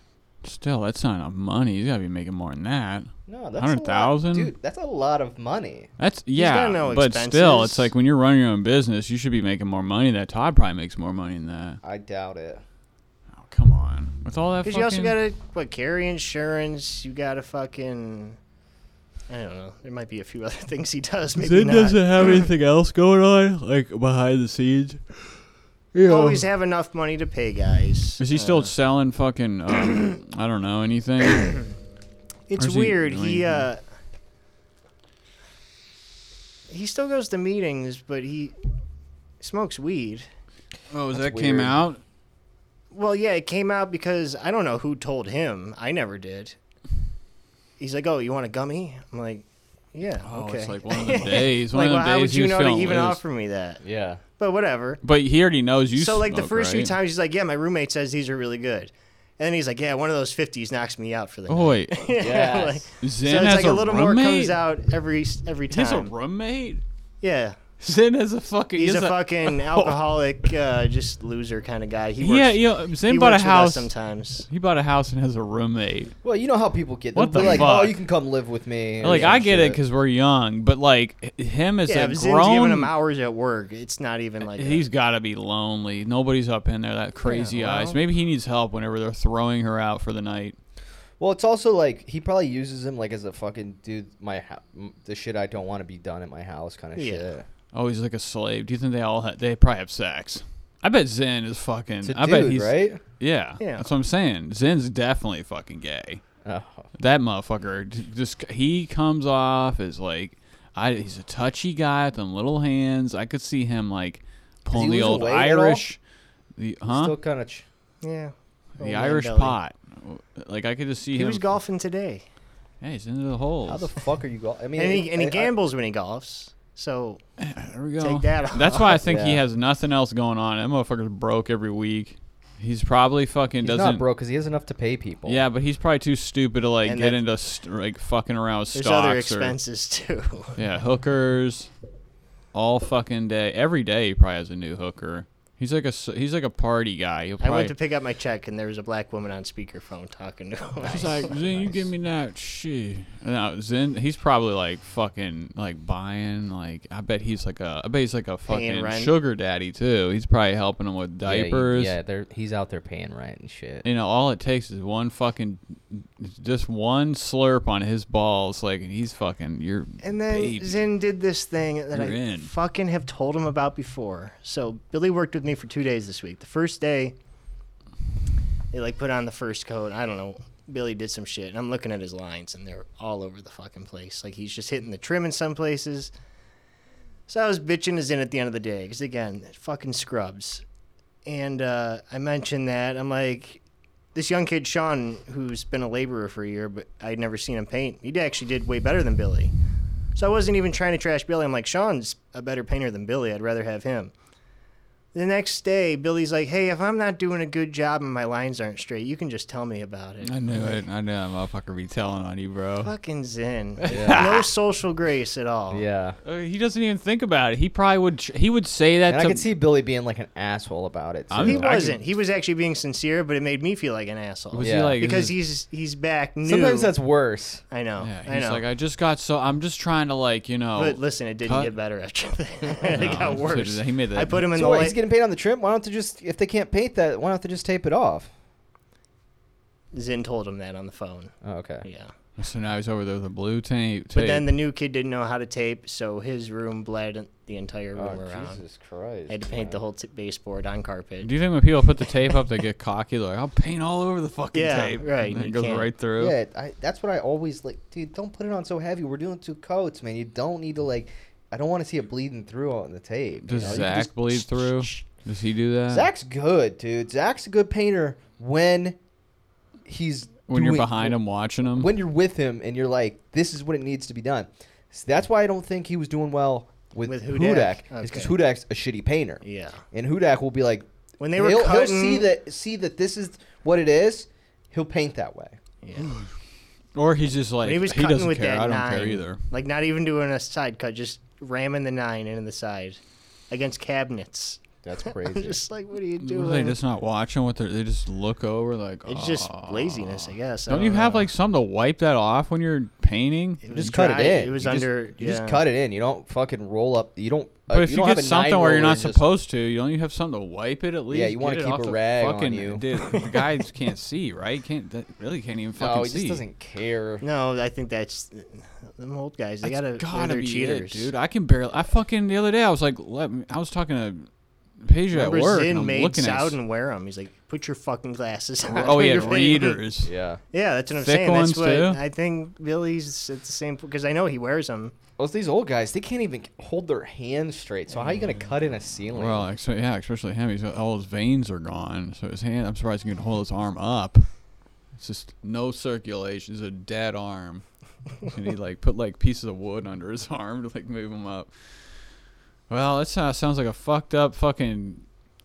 Speaker 4: Still, that's not enough money. He's got to be making more than that.
Speaker 3: No, that's a lot-
Speaker 4: 100,000?
Speaker 3: dude. That's a lot of money.
Speaker 4: That's yeah,
Speaker 5: got no
Speaker 4: but still, it's
Speaker 5: expenses.
Speaker 4: like when you're running your own business, you should be making more money. than That Todd probably makes more money than that.
Speaker 3: I doubt it.
Speaker 4: Oh, come on, with all that.
Speaker 5: Because
Speaker 4: Fucking,
Speaker 5: you also gotta what carry insurance. You gotta fucking. I don't know. There might be a few other things he does. Maybe
Speaker 4: Zen
Speaker 5: not.
Speaker 4: doesn't have anything else going on, like behind the scenes. You know.
Speaker 5: always have enough money to pay guys.
Speaker 4: Is he still selling fucking? Um, I don't know anything.
Speaker 5: It's
Speaker 4: Or is he
Speaker 5: weird. He,
Speaker 4: doing-
Speaker 5: uh he still goes to meetings, but he smokes weed.
Speaker 4: oh, is that
Speaker 3: That's
Speaker 4: came
Speaker 3: weird.
Speaker 4: out?
Speaker 5: Well, yeah, it came out because I don't know who told him. I never did. He's like, "Oh, you want a gummy?" I'm like, "Yeah,
Speaker 4: Oh,
Speaker 5: okay."
Speaker 4: it's like one of the days. One
Speaker 5: Like,
Speaker 4: of
Speaker 5: well,
Speaker 4: the
Speaker 5: how
Speaker 4: days
Speaker 5: would
Speaker 4: he
Speaker 5: you
Speaker 4: was
Speaker 5: know to
Speaker 4: feeling
Speaker 5: even
Speaker 4: loose.
Speaker 5: offer me that?
Speaker 3: Yeah.
Speaker 5: But whatever.
Speaker 4: But he already knows you.
Speaker 5: so like the
Speaker 4: smoke,
Speaker 5: first few
Speaker 4: right?
Speaker 5: times, he's like, "Yeah, my roommate says these are really good," and then he's like, "Yeah, one of those fifties knocks me out for the
Speaker 4: Oh wait,
Speaker 5: night."
Speaker 3: Yes.
Speaker 5: Like,
Speaker 4: Zen
Speaker 5: so it's
Speaker 4: has
Speaker 5: like
Speaker 4: a,
Speaker 5: a, little
Speaker 4: roommate.
Speaker 5: more comes out every every
Speaker 4: He
Speaker 5: time.
Speaker 4: has a roommate.
Speaker 5: yeah,
Speaker 4: Zen has a fucking. he
Speaker 5: he's a
Speaker 4: has
Speaker 5: fucking alcoholic, uh, just loser kind of guy. He works,
Speaker 4: Yeah, yeah.
Speaker 5: he
Speaker 4: Zen bought a
Speaker 5: works with us
Speaker 4: house.
Speaker 5: sometimes.
Speaker 4: He bought a house and has a roommate.
Speaker 3: Well, you know how people get. They'll
Speaker 4: What the
Speaker 3: be like,
Speaker 4: fuck?
Speaker 3: oh, you can come live with me. or
Speaker 4: like
Speaker 3: some
Speaker 4: I get it
Speaker 3: shit.
Speaker 4: because we're young, but like h- him as
Speaker 5: Yeah,
Speaker 4: a
Speaker 5: if Zen's
Speaker 4: grown,
Speaker 5: giving him hours at work. It's not even like a-
Speaker 4: he's got to be lonely. Nobody's up in there. That crazy
Speaker 5: Yeah,
Speaker 4: eyes.
Speaker 5: well-
Speaker 4: Maybe he needs help whenever they're throwing her out for the night.
Speaker 3: Well, it's also like he probably uses him like as a fucking dude. My ho- m- the shit I don't want to be done at my house kind of
Speaker 5: Yeah.
Speaker 3: shit.
Speaker 4: Oh, he's like a slave. Do you think they all ha- they probably have sex? I bet Zen is fucking.
Speaker 3: It's a
Speaker 4: I bet
Speaker 3: dude,
Speaker 4: he's
Speaker 3: right?
Speaker 4: Yeah,
Speaker 5: Yeah.
Speaker 4: that's what I'm saying. Zen's definitely fucking gay.
Speaker 3: Oh,
Speaker 4: That motherfucker j- just he comes off as like I he's a touchy guy with them little hands. I could see him like pulling the
Speaker 3: losing
Speaker 4: old
Speaker 3: weight at all?
Speaker 4: Irish the huh?
Speaker 3: still kind of. Ch-
Speaker 5: yeah.
Speaker 4: the
Speaker 5: Oh,
Speaker 4: Irish
Speaker 5: man, Billy.
Speaker 4: pot. Like I could just see
Speaker 5: He
Speaker 4: him
Speaker 5: was golfing today,
Speaker 4: Hey, he's into the holes.
Speaker 3: how the fuck are you going? I mean,
Speaker 5: and he and
Speaker 3: I-
Speaker 5: he
Speaker 3: I-
Speaker 5: gambles when he golfs. So
Speaker 4: there we go.
Speaker 5: take that off.
Speaker 4: That's why I think he
Speaker 3: Yeah.
Speaker 4: has nothing else going on. That motherfucker's broke every week. He's probably fucking
Speaker 3: he's
Speaker 4: doesn't
Speaker 3: not broke because he has enough to pay people.
Speaker 4: Yeah, but he's probably too stupid to like
Speaker 5: And
Speaker 4: get
Speaker 5: that-
Speaker 4: into st- like fucking around with
Speaker 5: there's
Speaker 4: stocks
Speaker 5: other
Speaker 4: or
Speaker 5: expenses too.
Speaker 4: Yeah, hookers, all fucking day. Every day he probably has a new hooker. He's like a s- he's like a party guy. He'll
Speaker 5: I
Speaker 4: probably.
Speaker 5: went to pick up my check, and there was a black woman on speakerphone talking to him.
Speaker 4: He's like Zen, you give me that shit. No, Zen, he's probably like fucking like buying like I bet he's like a I bet he's like a fucking
Speaker 5: rent.
Speaker 4: sugar daddy too. He's probably helping him with
Speaker 3: Yeah, he-
Speaker 4: diapers.
Speaker 3: Yeah, they're, he's out there paying rent and shit.
Speaker 4: You know, all it takes is one fucking, just one slurp on his balls, like, and he's fucking. You're
Speaker 5: And then
Speaker 4: baby.
Speaker 5: Zinn did this thing that
Speaker 4: You're
Speaker 5: I
Speaker 4: in.
Speaker 5: fucking have told him about before. So Billy worked with me for two days this week. The first day, they like put on the first coat. I don't know. Billy did some shit, and I'm looking at his lines, and they're all over the fucking place. Like he's just hitting the trim in some places. So I was bitching to Zinn at the end of the day because again, fucking scrubs. And uh, I mentioned that I'm like, this young kid Sean, who's been a laborer for a year, but I'd never seen him paint. He actually did way better than Billy. So I wasn't even trying to trash Billy. I'm like, Sean's a better painter than Billy. I'd rather have him. The next day, Billy's like, Hey, if I'm not doing a good job and my lines aren't straight, you can just tell me about it.
Speaker 4: I knew it. I knew that motherfucker be telling on you, bro.
Speaker 5: Fucking Zen.
Speaker 3: Yeah.
Speaker 5: No social grace at all.
Speaker 3: Yeah.
Speaker 4: Uh, he doesn't even think about it. He probably would. tr- He would say that
Speaker 3: And I
Speaker 4: to.
Speaker 3: could see Billy being like an asshole about it.
Speaker 4: I'm-
Speaker 3: too.
Speaker 5: He
Speaker 4: I can-
Speaker 5: wasn't. He was actually being sincere, but it made me feel like an asshole.
Speaker 4: was he
Speaker 3: Yeah.
Speaker 4: like
Speaker 5: Because
Speaker 4: he's.
Speaker 5: he's he's back new.
Speaker 3: Sometimes that's worse.
Speaker 5: I know.
Speaker 4: Yeah,
Speaker 5: I
Speaker 4: he's
Speaker 5: know.
Speaker 4: like I just got so. I'm just trying to like you know.
Speaker 5: But listen, it didn't
Speaker 4: Oh. Cut.
Speaker 5: get better after that. it
Speaker 4: No,
Speaker 5: got worse.
Speaker 4: he made that-
Speaker 5: I put him in
Speaker 3: So
Speaker 5: the
Speaker 3: what,
Speaker 5: light.
Speaker 3: he's getting paid on the trim. Why don't they just if they can't paint that? Why don't they just tape it off?
Speaker 5: Zin told him that on the phone.
Speaker 3: Oh, okay.
Speaker 5: Yeah.
Speaker 4: so now he's over there with a blue tape.
Speaker 5: But then the new kid didn't know how to tape, so his room bled the the entire room
Speaker 6: Oh,
Speaker 5: around.
Speaker 6: Jesus Christ.
Speaker 5: I had to paint the
Speaker 6: man.
Speaker 5: whole t- baseboard on carpet.
Speaker 4: Do you think when people put the tape up, they get cocky? They're like, I'll paint all over the fucking
Speaker 5: Yeah,
Speaker 4: tape.
Speaker 5: right,
Speaker 4: And then
Speaker 5: you
Speaker 4: it goes
Speaker 5: can't.
Speaker 4: right through.
Speaker 3: Yeah, I, that's what I always like. Dude, don't put it on so heavy. We're doing two coats, man. You don't need to like. I don't want to see it bleeding through on the tape. you
Speaker 4: Does
Speaker 3: know? You
Speaker 4: Zach
Speaker 3: just-
Speaker 4: bleed through? Does he do that?
Speaker 3: Zach's good, dude. Zach's a good painter when he's
Speaker 4: when you're
Speaker 3: doing-
Speaker 4: behind him watching him?
Speaker 3: When you're with him and you're like, this is what it needs to be done. So that's why I don't think he was doing well with,
Speaker 5: With
Speaker 3: Hudak.
Speaker 5: Hudak.
Speaker 3: Is because
Speaker 5: Okay.
Speaker 3: Hudak's a shitty painter,
Speaker 5: Yeah.
Speaker 3: and Hudak will be like,
Speaker 5: When they were
Speaker 3: he'll, he'll
Speaker 5: cutting,
Speaker 3: see that see that this is what it is. He'll paint that way.
Speaker 5: Yeah.
Speaker 4: or he's just like,
Speaker 5: When he was cutting
Speaker 4: doesn't
Speaker 5: with
Speaker 4: care.
Speaker 5: that
Speaker 4: I don't
Speaker 5: nine,
Speaker 4: care either.
Speaker 5: like not even doing a side cut, just ramming the nine into the side against cabinets.
Speaker 6: That's
Speaker 5: I'm
Speaker 6: crazy.
Speaker 5: just like, what are you
Speaker 4: Were
Speaker 5: doing?
Speaker 4: they just not watching what they're, they just look over like
Speaker 5: it's just
Speaker 4: "Aw."
Speaker 5: laziness, I guess. I
Speaker 4: Don't you have
Speaker 5: know.
Speaker 4: like something to wipe that off when you're painting?
Speaker 5: It was
Speaker 3: Just cut
Speaker 5: dry.
Speaker 3: it in.
Speaker 5: It was
Speaker 3: You just-
Speaker 5: under.
Speaker 3: you
Speaker 5: yeah.
Speaker 3: just cut it in. You don't fucking roll up. You don't. uh,
Speaker 4: But if
Speaker 3: you,
Speaker 4: you,
Speaker 3: don't have
Speaker 4: get
Speaker 3: a
Speaker 4: something where you're
Speaker 3: nine-roller
Speaker 4: not
Speaker 3: and just-
Speaker 4: supposed to, you don't even have something to wipe it at least.
Speaker 3: Yeah, you wanna
Speaker 4: Get it
Speaker 3: keep
Speaker 4: off
Speaker 3: a
Speaker 4: the
Speaker 3: rag on
Speaker 4: fucking-
Speaker 3: you.
Speaker 4: Dude, the guy just can't see, right? Can't that really can't even fucking
Speaker 3: No, he
Speaker 4: see.
Speaker 3: just doesn't care.
Speaker 5: No, I think that's uh, them old guys. They
Speaker 4: That's
Speaker 5: gotta, they're their
Speaker 4: be
Speaker 5: cheaters,
Speaker 4: it, dude. I can barely. I fucking the other day I was like, let me, I was talking to Paige at
Speaker 5: Remember
Speaker 4: work,
Speaker 5: Zinn
Speaker 4: and I'm
Speaker 5: made
Speaker 4: looking at.
Speaker 5: Loudon wear them. He's like, put your fucking glasses on.
Speaker 4: Oh
Speaker 5: when
Speaker 4: yeah,
Speaker 5: you're painting."
Speaker 4: readers.
Speaker 6: yeah.
Speaker 5: Yeah, that's what I'm
Speaker 4: Thick
Speaker 5: saying.
Speaker 4: ones,
Speaker 5: that's what
Speaker 4: too?
Speaker 5: I think. Billy's at the same because I know he wears them.
Speaker 3: Well, it's these old guys, they can't even hold their hands straight. So how are you gonna cut in a ceiling?
Speaker 4: Well, actually, yeah, especially him. He's all his veins are gone, so his hand. I'm surprised he can hold his arm up. It's just no circulation. It's a dead arm. and he like put like pieces of wood under his arm to like move him up. Well, that sounds, sounds like a fucked up fucking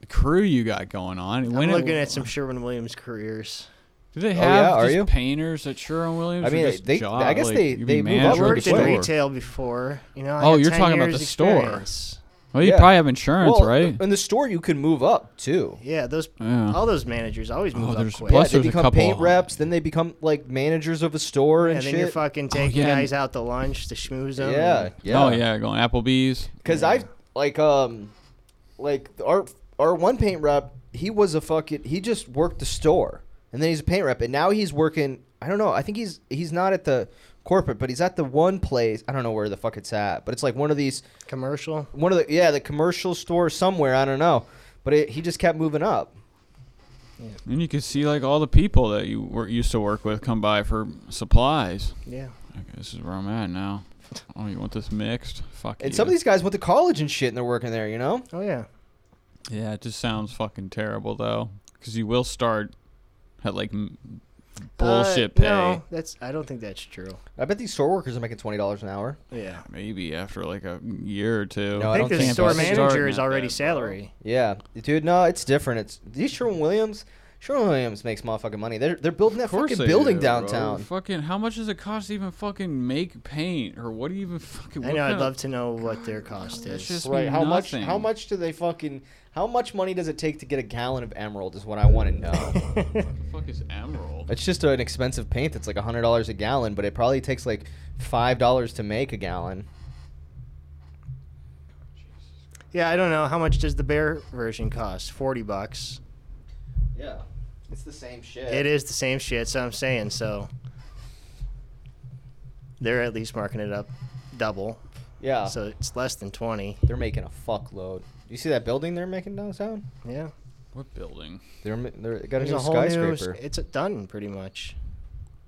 Speaker 4: crew you got going on.
Speaker 5: I'm looking at some Sherwin Williams careers.
Speaker 4: Do they
Speaker 3: Oh, yeah,
Speaker 4: have
Speaker 3: are
Speaker 4: just
Speaker 3: you?
Speaker 4: painters at Sherwin Williams?
Speaker 3: I
Speaker 4: or
Speaker 3: mean,
Speaker 4: just
Speaker 3: they-
Speaker 4: job-
Speaker 3: I guess
Speaker 4: like,
Speaker 3: they-
Speaker 4: you
Speaker 3: they
Speaker 4: be
Speaker 3: move
Speaker 4: manager
Speaker 3: up
Speaker 5: I
Speaker 4: of the
Speaker 3: really
Speaker 5: worked in
Speaker 3: quick.
Speaker 4: store.
Speaker 5: retail before. You know. I
Speaker 4: Oh,
Speaker 5: had
Speaker 4: you're
Speaker 5: 10
Speaker 4: talking about
Speaker 5: years
Speaker 4: the store.
Speaker 5: experience.
Speaker 4: Well, you
Speaker 3: Yeah.
Speaker 4: probably have insurance,
Speaker 3: Well, uh,
Speaker 4: right? Oh,
Speaker 3: In the store, you can move up too.
Speaker 5: Yeah, those
Speaker 4: Yeah. Oh,
Speaker 5: all those managers always move up
Speaker 4: there's
Speaker 5: quick.
Speaker 4: plus-
Speaker 5: Plus,
Speaker 3: yeah,
Speaker 4: there's
Speaker 3: they
Speaker 4: a
Speaker 3: become
Speaker 4: couple
Speaker 3: paint
Speaker 4: on
Speaker 3: reps, then they become like managers of a store and,
Speaker 5: and then
Speaker 3: shit.
Speaker 5: you're fucking taking
Speaker 4: Oh, yeah, and-
Speaker 5: guys out to lunch to schmooze them.
Speaker 3: yeah, yeah.
Speaker 4: Oh yeah, going Applebee's.
Speaker 3: Because I've like um, like our our one paint rep, he was a fucking he just worked the store, and then he's a paint rep, and now he's working. I don't know. I think he's he's not at the corporate, but he's at the one place. I don't know where the fuck it's at, but it's like one of these
Speaker 5: Commercial.
Speaker 3: one of the yeah the commercial store somewhere. I don't know, but it, he just kept moving up.
Speaker 4: And you can see like all the people that you were used to work with come by for supplies.
Speaker 5: Yeah.
Speaker 4: Okay, this is where I'm at now. Oh, you want this mixed? Fuck
Speaker 3: And
Speaker 4: you.
Speaker 3: some of these guys went to college and shit, and they're working there. You know.
Speaker 5: Oh yeah.
Speaker 4: yeah, it just sounds fucking terrible though, because you will start at like m- bullshit
Speaker 5: Uh,
Speaker 4: pay.
Speaker 5: No, that's. I don't think that's true.
Speaker 3: I bet these store workers are making twenty dollars an hour.
Speaker 5: Yeah.
Speaker 4: Maybe after like a year or two.
Speaker 3: No,
Speaker 5: I,
Speaker 3: I
Speaker 5: think
Speaker 3: don't
Speaker 5: the
Speaker 3: think
Speaker 5: store
Speaker 3: it's
Speaker 5: manager
Speaker 4: starting
Speaker 5: is
Speaker 4: at
Speaker 5: already
Speaker 4: that, bro.
Speaker 5: salary.
Speaker 3: Yeah, dude. No, it's different. It's these Sherwin Williams. Sherwin Williams makes motherfucking money. They're they're building that
Speaker 4: Of course
Speaker 3: fucking
Speaker 4: they
Speaker 3: building
Speaker 4: do, bro.
Speaker 3: downtown.
Speaker 4: Fucking, how much does it cost to even fucking make paint, or what do you even fucking?
Speaker 5: I
Speaker 4: what
Speaker 5: know. I'd
Speaker 4: kind
Speaker 5: love
Speaker 4: of-
Speaker 5: to know what their cost
Speaker 4: That's
Speaker 5: is.
Speaker 4: just
Speaker 3: Right?
Speaker 4: mean
Speaker 3: How much?
Speaker 4: nothing.
Speaker 3: How much do they fucking? How much money does it take to get a gallon of emerald? Is what I want to know.
Speaker 4: The fuck is emerald?
Speaker 3: it's just an expensive paint that's like hundred dollars a gallon, but it probably takes like five dollars to make a gallon.
Speaker 5: yeah, I don't know. How much does the bear version cost? Forty bucks.
Speaker 3: Yeah, it's the same shit.
Speaker 5: It is the same shit. So I'm saying so. They're at least marking it up double,
Speaker 3: Yeah,
Speaker 5: so it's less than twenty.
Speaker 3: they're making a fuckload. You see that building they're making downtown?
Speaker 5: Yeah.
Speaker 4: What building?
Speaker 3: They're ma- they're they got
Speaker 5: There's
Speaker 3: a
Speaker 5: a
Speaker 3: new
Speaker 5: whole new. s-
Speaker 3: skyscraper.
Speaker 5: It's done pretty much.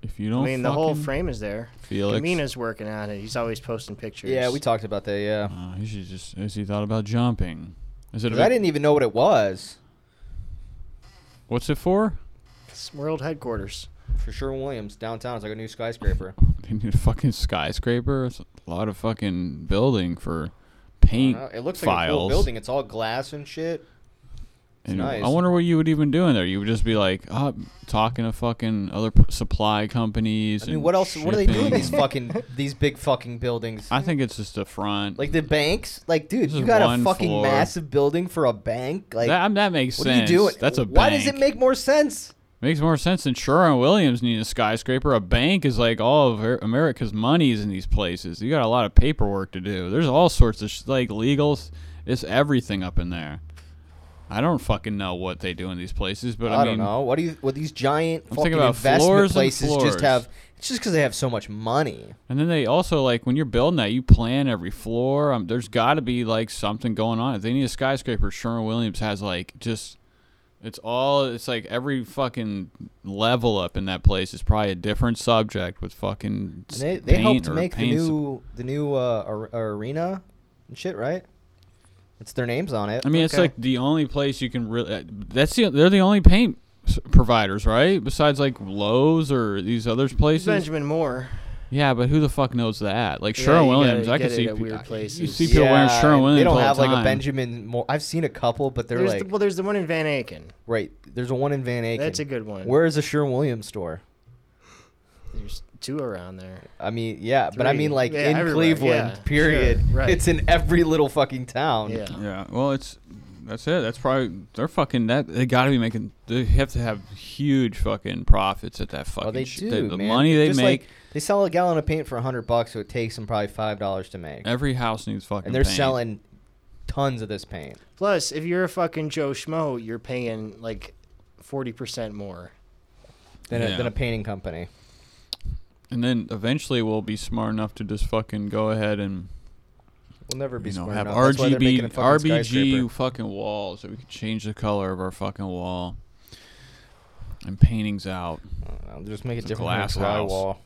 Speaker 4: If you don't,
Speaker 5: I mean, the whole
Speaker 4: fucking-
Speaker 5: frame is there.
Speaker 4: Felix.
Speaker 5: Kamina's working on it. He's always posting pictures.
Speaker 3: yeah, we talked about that. Yeah,
Speaker 4: Uh, he should just. Has he thought about jumping? Is it? a
Speaker 3: 'Cause I
Speaker 4: big-
Speaker 3: didn't even know what it was.
Speaker 4: What's it for?
Speaker 5: It's world headquarters.
Speaker 3: for Sherwin Williams downtown. It's like a new skyscraper.
Speaker 4: They need a fucking skyscraper. It's a lot of fucking building for paint
Speaker 3: Uh, it looks like
Speaker 4: files.
Speaker 3: a cool building. It's all glass and shit.
Speaker 4: And
Speaker 3: nice.
Speaker 4: I wonder what you would even do in there. You would just be like, oh, talking to fucking other p- supply companies.
Speaker 3: I mean,
Speaker 4: and
Speaker 3: what else? What do they do in
Speaker 4: shipping.
Speaker 3: these fucking these big fucking buildings?
Speaker 4: I think it's just a front.
Speaker 3: Like the banks? Like, dude,
Speaker 4: This
Speaker 3: you
Speaker 4: is
Speaker 3: got a
Speaker 4: one
Speaker 3: fucking
Speaker 4: floor.
Speaker 3: massive building for a bank? Like,
Speaker 4: that, I mean, that makes
Speaker 3: what
Speaker 4: sense.
Speaker 3: are you doing?
Speaker 4: That's a
Speaker 3: Why
Speaker 4: bank.
Speaker 3: does it make more sense?
Speaker 4: Makes more sense than Sherwin Williams needing a skyscraper. A bank is like all of Ver- America's money is in these places. You got a lot of paperwork to do. There's all sorts of sh- like legals. It's everything up in there. I don't fucking know what they do in these places, but I,
Speaker 3: I,
Speaker 4: mean,
Speaker 3: don't know. What do you? What these giant
Speaker 4: I'm
Speaker 3: fucking
Speaker 4: thinking about
Speaker 3: investment
Speaker 4: floors and
Speaker 3: places just
Speaker 4: floors.
Speaker 3: have It's just because they have so much money.
Speaker 4: And then they also like when you're building that, you plan every floor. Um, there's got to be like something going on. If they need a skyscraper, Sherman Williams has like just it's all it's like every fucking level up in that place is probably a different subject with fucking s-
Speaker 3: And they they
Speaker 4: paint
Speaker 3: helped
Speaker 4: or
Speaker 3: make the
Speaker 4: paints.
Speaker 3: new the new uh, ar- arena and shit, right? It's their names on it.
Speaker 4: I mean, it's like the only place you can really. That's the they're the only paint s- providers, right? Besides like Lowe's or these other places.
Speaker 5: Benjamin Moore.
Speaker 4: Yeah, but who the fuck knows that? Like
Speaker 5: Yeah,
Speaker 4: Sherwin
Speaker 5: you
Speaker 4: Williams,
Speaker 5: gotta
Speaker 4: I can
Speaker 5: get it
Speaker 4: see
Speaker 5: at
Speaker 4: pe-
Speaker 5: weird
Speaker 4: I- You
Speaker 5: places.
Speaker 4: see people wearing
Speaker 3: Yeah,
Speaker 4: Sherwin Williams.
Speaker 3: They don't
Speaker 4: all
Speaker 3: have
Speaker 4: the
Speaker 3: like a
Speaker 4: time.
Speaker 3: Benjamin. Moore. I've seen a couple, but they're
Speaker 5: There's
Speaker 3: like
Speaker 5: the, well, there's the one in Van Aken.
Speaker 3: right. There's a one in Van Aken.
Speaker 5: That's a good one.
Speaker 3: Where is a Sherwin Williams store?
Speaker 5: There's two around there.
Speaker 3: I mean, yeah, but I mean
Speaker 5: Three.
Speaker 3: like
Speaker 5: Yeah,
Speaker 3: in
Speaker 5: everywhere.
Speaker 3: Cleveland.
Speaker 5: Yeah,
Speaker 3: period.
Speaker 5: sure, right.
Speaker 3: It's in every little fucking town.
Speaker 5: Yeah.
Speaker 4: Yeah, well, it's that's it. That's probably they're fucking that. They got to be making. They have to have huge fucking profits at that fucking.
Speaker 3: Well, Oh, they
Speaker 4: sh-
Speaker 3: do,
Speaker 4: the- the
Speaker 3: man.
Speaker 4: money they
Speaker 3: Just
Speaker 4: make.
Speaker 3: Like, they sell a gallon of paint for hundred bucks, so it takes them probably five dollars to make.
Speaker 4: every house needs fucking.
Speaker 3: and they're
Speaker 4: paint.
Speaker 3: selling tons of this paint.
Speaker 5: Plus, if you're a fucking Joe Schmo, you're paying like forty percent more.
Speaker 3: than, a,
Speaker 4: Yeah.
Speaker 3: than a painting company.
Speaker 4: And then eventually we'll be smart enough to just fucking go ahead and
Speaker 3: We'll never be
Speaker 4: you know
Speaker 3: smart
Speaker 4: have
Speaker 3: enough. That's why they're making a
Speaker 4: RGB
Speaker 3: fucking
Speaker 4: RBG
Speaker 3: skyscraper.
Speaker 4: fucking walls so we can change the color of our fucking wall. And paintings out,
Speaker 3: I don't know, just make it
Speaker 4: It's a
Speaker 3: different glass
Speaker 4: glass house.
Speaker 3: drywall.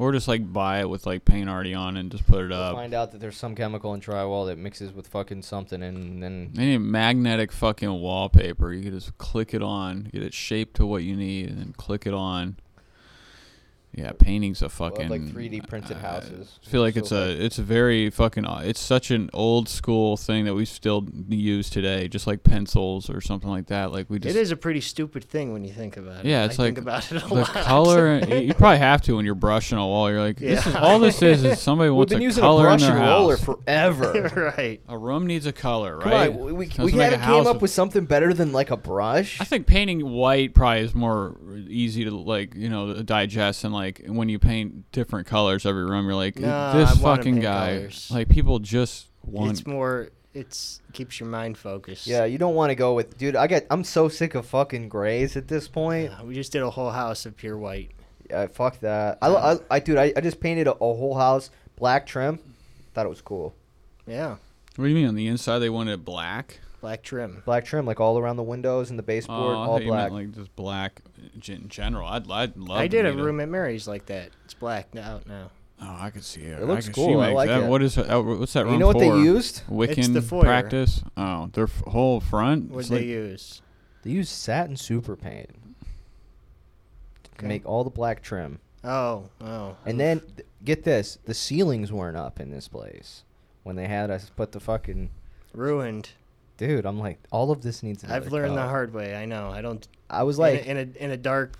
Speaker 4: or just like buy it with like paint already on and just put it
Speaker 3: We'll
Speaker 4: up.
Speaker 3: find out that there's some chemical in drywall that mixes with fucking something, and then uh,
Speaker 4: They need magnetic fucking wallpaper. You could just click it on, get it shaped to what you need, and then click it on. Yeah, paintings a
Speaker 3: we'll
Speaker 4: fucking uh,
Speaker 3: have, like 3D printed houses.
Speaker 4: I feel like it's a it's a very fucking uh, it's such an old school thing that we still use today, just like pencils or something like that. Like we just
Speaker 5: It is a pretty stupid thing when you think about it.
Speaker 4: Yeah, it's
Speaker 5: I
Speaker 4: like
Speaker 5: think about it a
Speaker 4: the
Speaker 5: lot.
Speaker 4: color. y- you probably have to when you're brushing a wall. You're like, this is,
Speaker 5: Yeah.
Speaker 4: all this is is somebody
Speaker 3: We've
Speaker 4: wants
Speaker 3: been
Speaker 4: a
Speaker 3: using a
Speaker 4: color in
Speaker 3: brush
Speaker 4: their
Speaker 3: and roller
Speaker 4: house.
Speaker 3: forever.
Speaker 5: right.
Speaker 4: a room needs a color,
Speaker 3: Come
Speaker 4: right?
Speaker 3: on, we we,
Speaker 4: So
Speaker 3: we
Speaker 4: let's make a
Speaker 3: haven't
Speaker 4: house
Speaker 3: came up
Speaker 4: of-
Speaker 3: with something better than like a brush.
Speaker 4: I think painting white probably is more easy to like, you know, digest and like when you paint different colors every room, you're like,
Speaker 5: Nah,
Speaker 4: this
Speaker 5: I wanna
Speaker 4: fucking
Speaker 5: paint
Speaker 4: guy.
Speaker 5: colors.
Speaker 4: Like people just want.
Speaker 5: It's more. It's keeps your mind focused.
Speaker 3: Yeah, you don't want to go with, dude. I got, I'm so sick of fucking grays at this point.
Speaker 5: Yeah, Uh, We just did a whole house of pure white.
Speaker 3: Yeah, fuck that. I, I, I dude, I, I just painted a, a whole house black trim. Thought it was cool.
Speaker 5: Yeah.
Speaker 4: What do you mean on the inside they wanted black?
Speaker 5: Black trim.
Speaker 3: Black trim, like all around the windows and the
Speaker 4: Oh,
Speaker 3: baseboard,
Speaker 4: I
Speaker 3: all
Speaker 4: thought you
Speaker 3: black.
Speaker 4: meant like just black in general. I'd, I'd love.
Speaker 5: I
Speaker 4: to
Speaker 5: did a
Speaker 4: meet
Speaker 5: room at Mary's like that. It's black n- out now.
Speaker 4: Oh, I could see it.
Speaker 3: It looks
Speaker 4: I could
Speaker 3: cool.
Speaker 4: See
Speaker 3: I
Speaker 4: Mike's-
Speaker 3: like
Speaker 4: that,
Speaker 3: it.
Speaker 4: What is that? uh, what's that
Speaker 3: You
Speaker 4: room
Speaker 3: know what they
Speaker 4: for?
Speaker 3: used?
Speaker 4: Wiccan
Speaker 5: It's the foyer.
Speaker 4: practice. Oh, their f- whole front.
Speaker 5: What'd
Speaker 4: It's
Speaker 5: they
Speaker 4: like-
Speaker 5: use?
Speaker 3: They use satin super paint to
Speaker 5: Okay.
Speaker 3: make all the black trim.
Speaker 5: Oh, oh.
Speaker 3: And then, th- get this: the ceilings weren't up in this place when they had us put the fucking.
Speaker 5: ruined.
Speaker 3: Dude, I'm like, all of this needs.
Speaker 5: I've
Speaker 3: another
Speaker 5: learned the
Speaker 3: color.
Speaker 5: hard way. I know. I don't.
Speaker 3: uh, I was
Speaker 5: Like
Speaker 3: like,
Speaker 5: in a in a, in a dark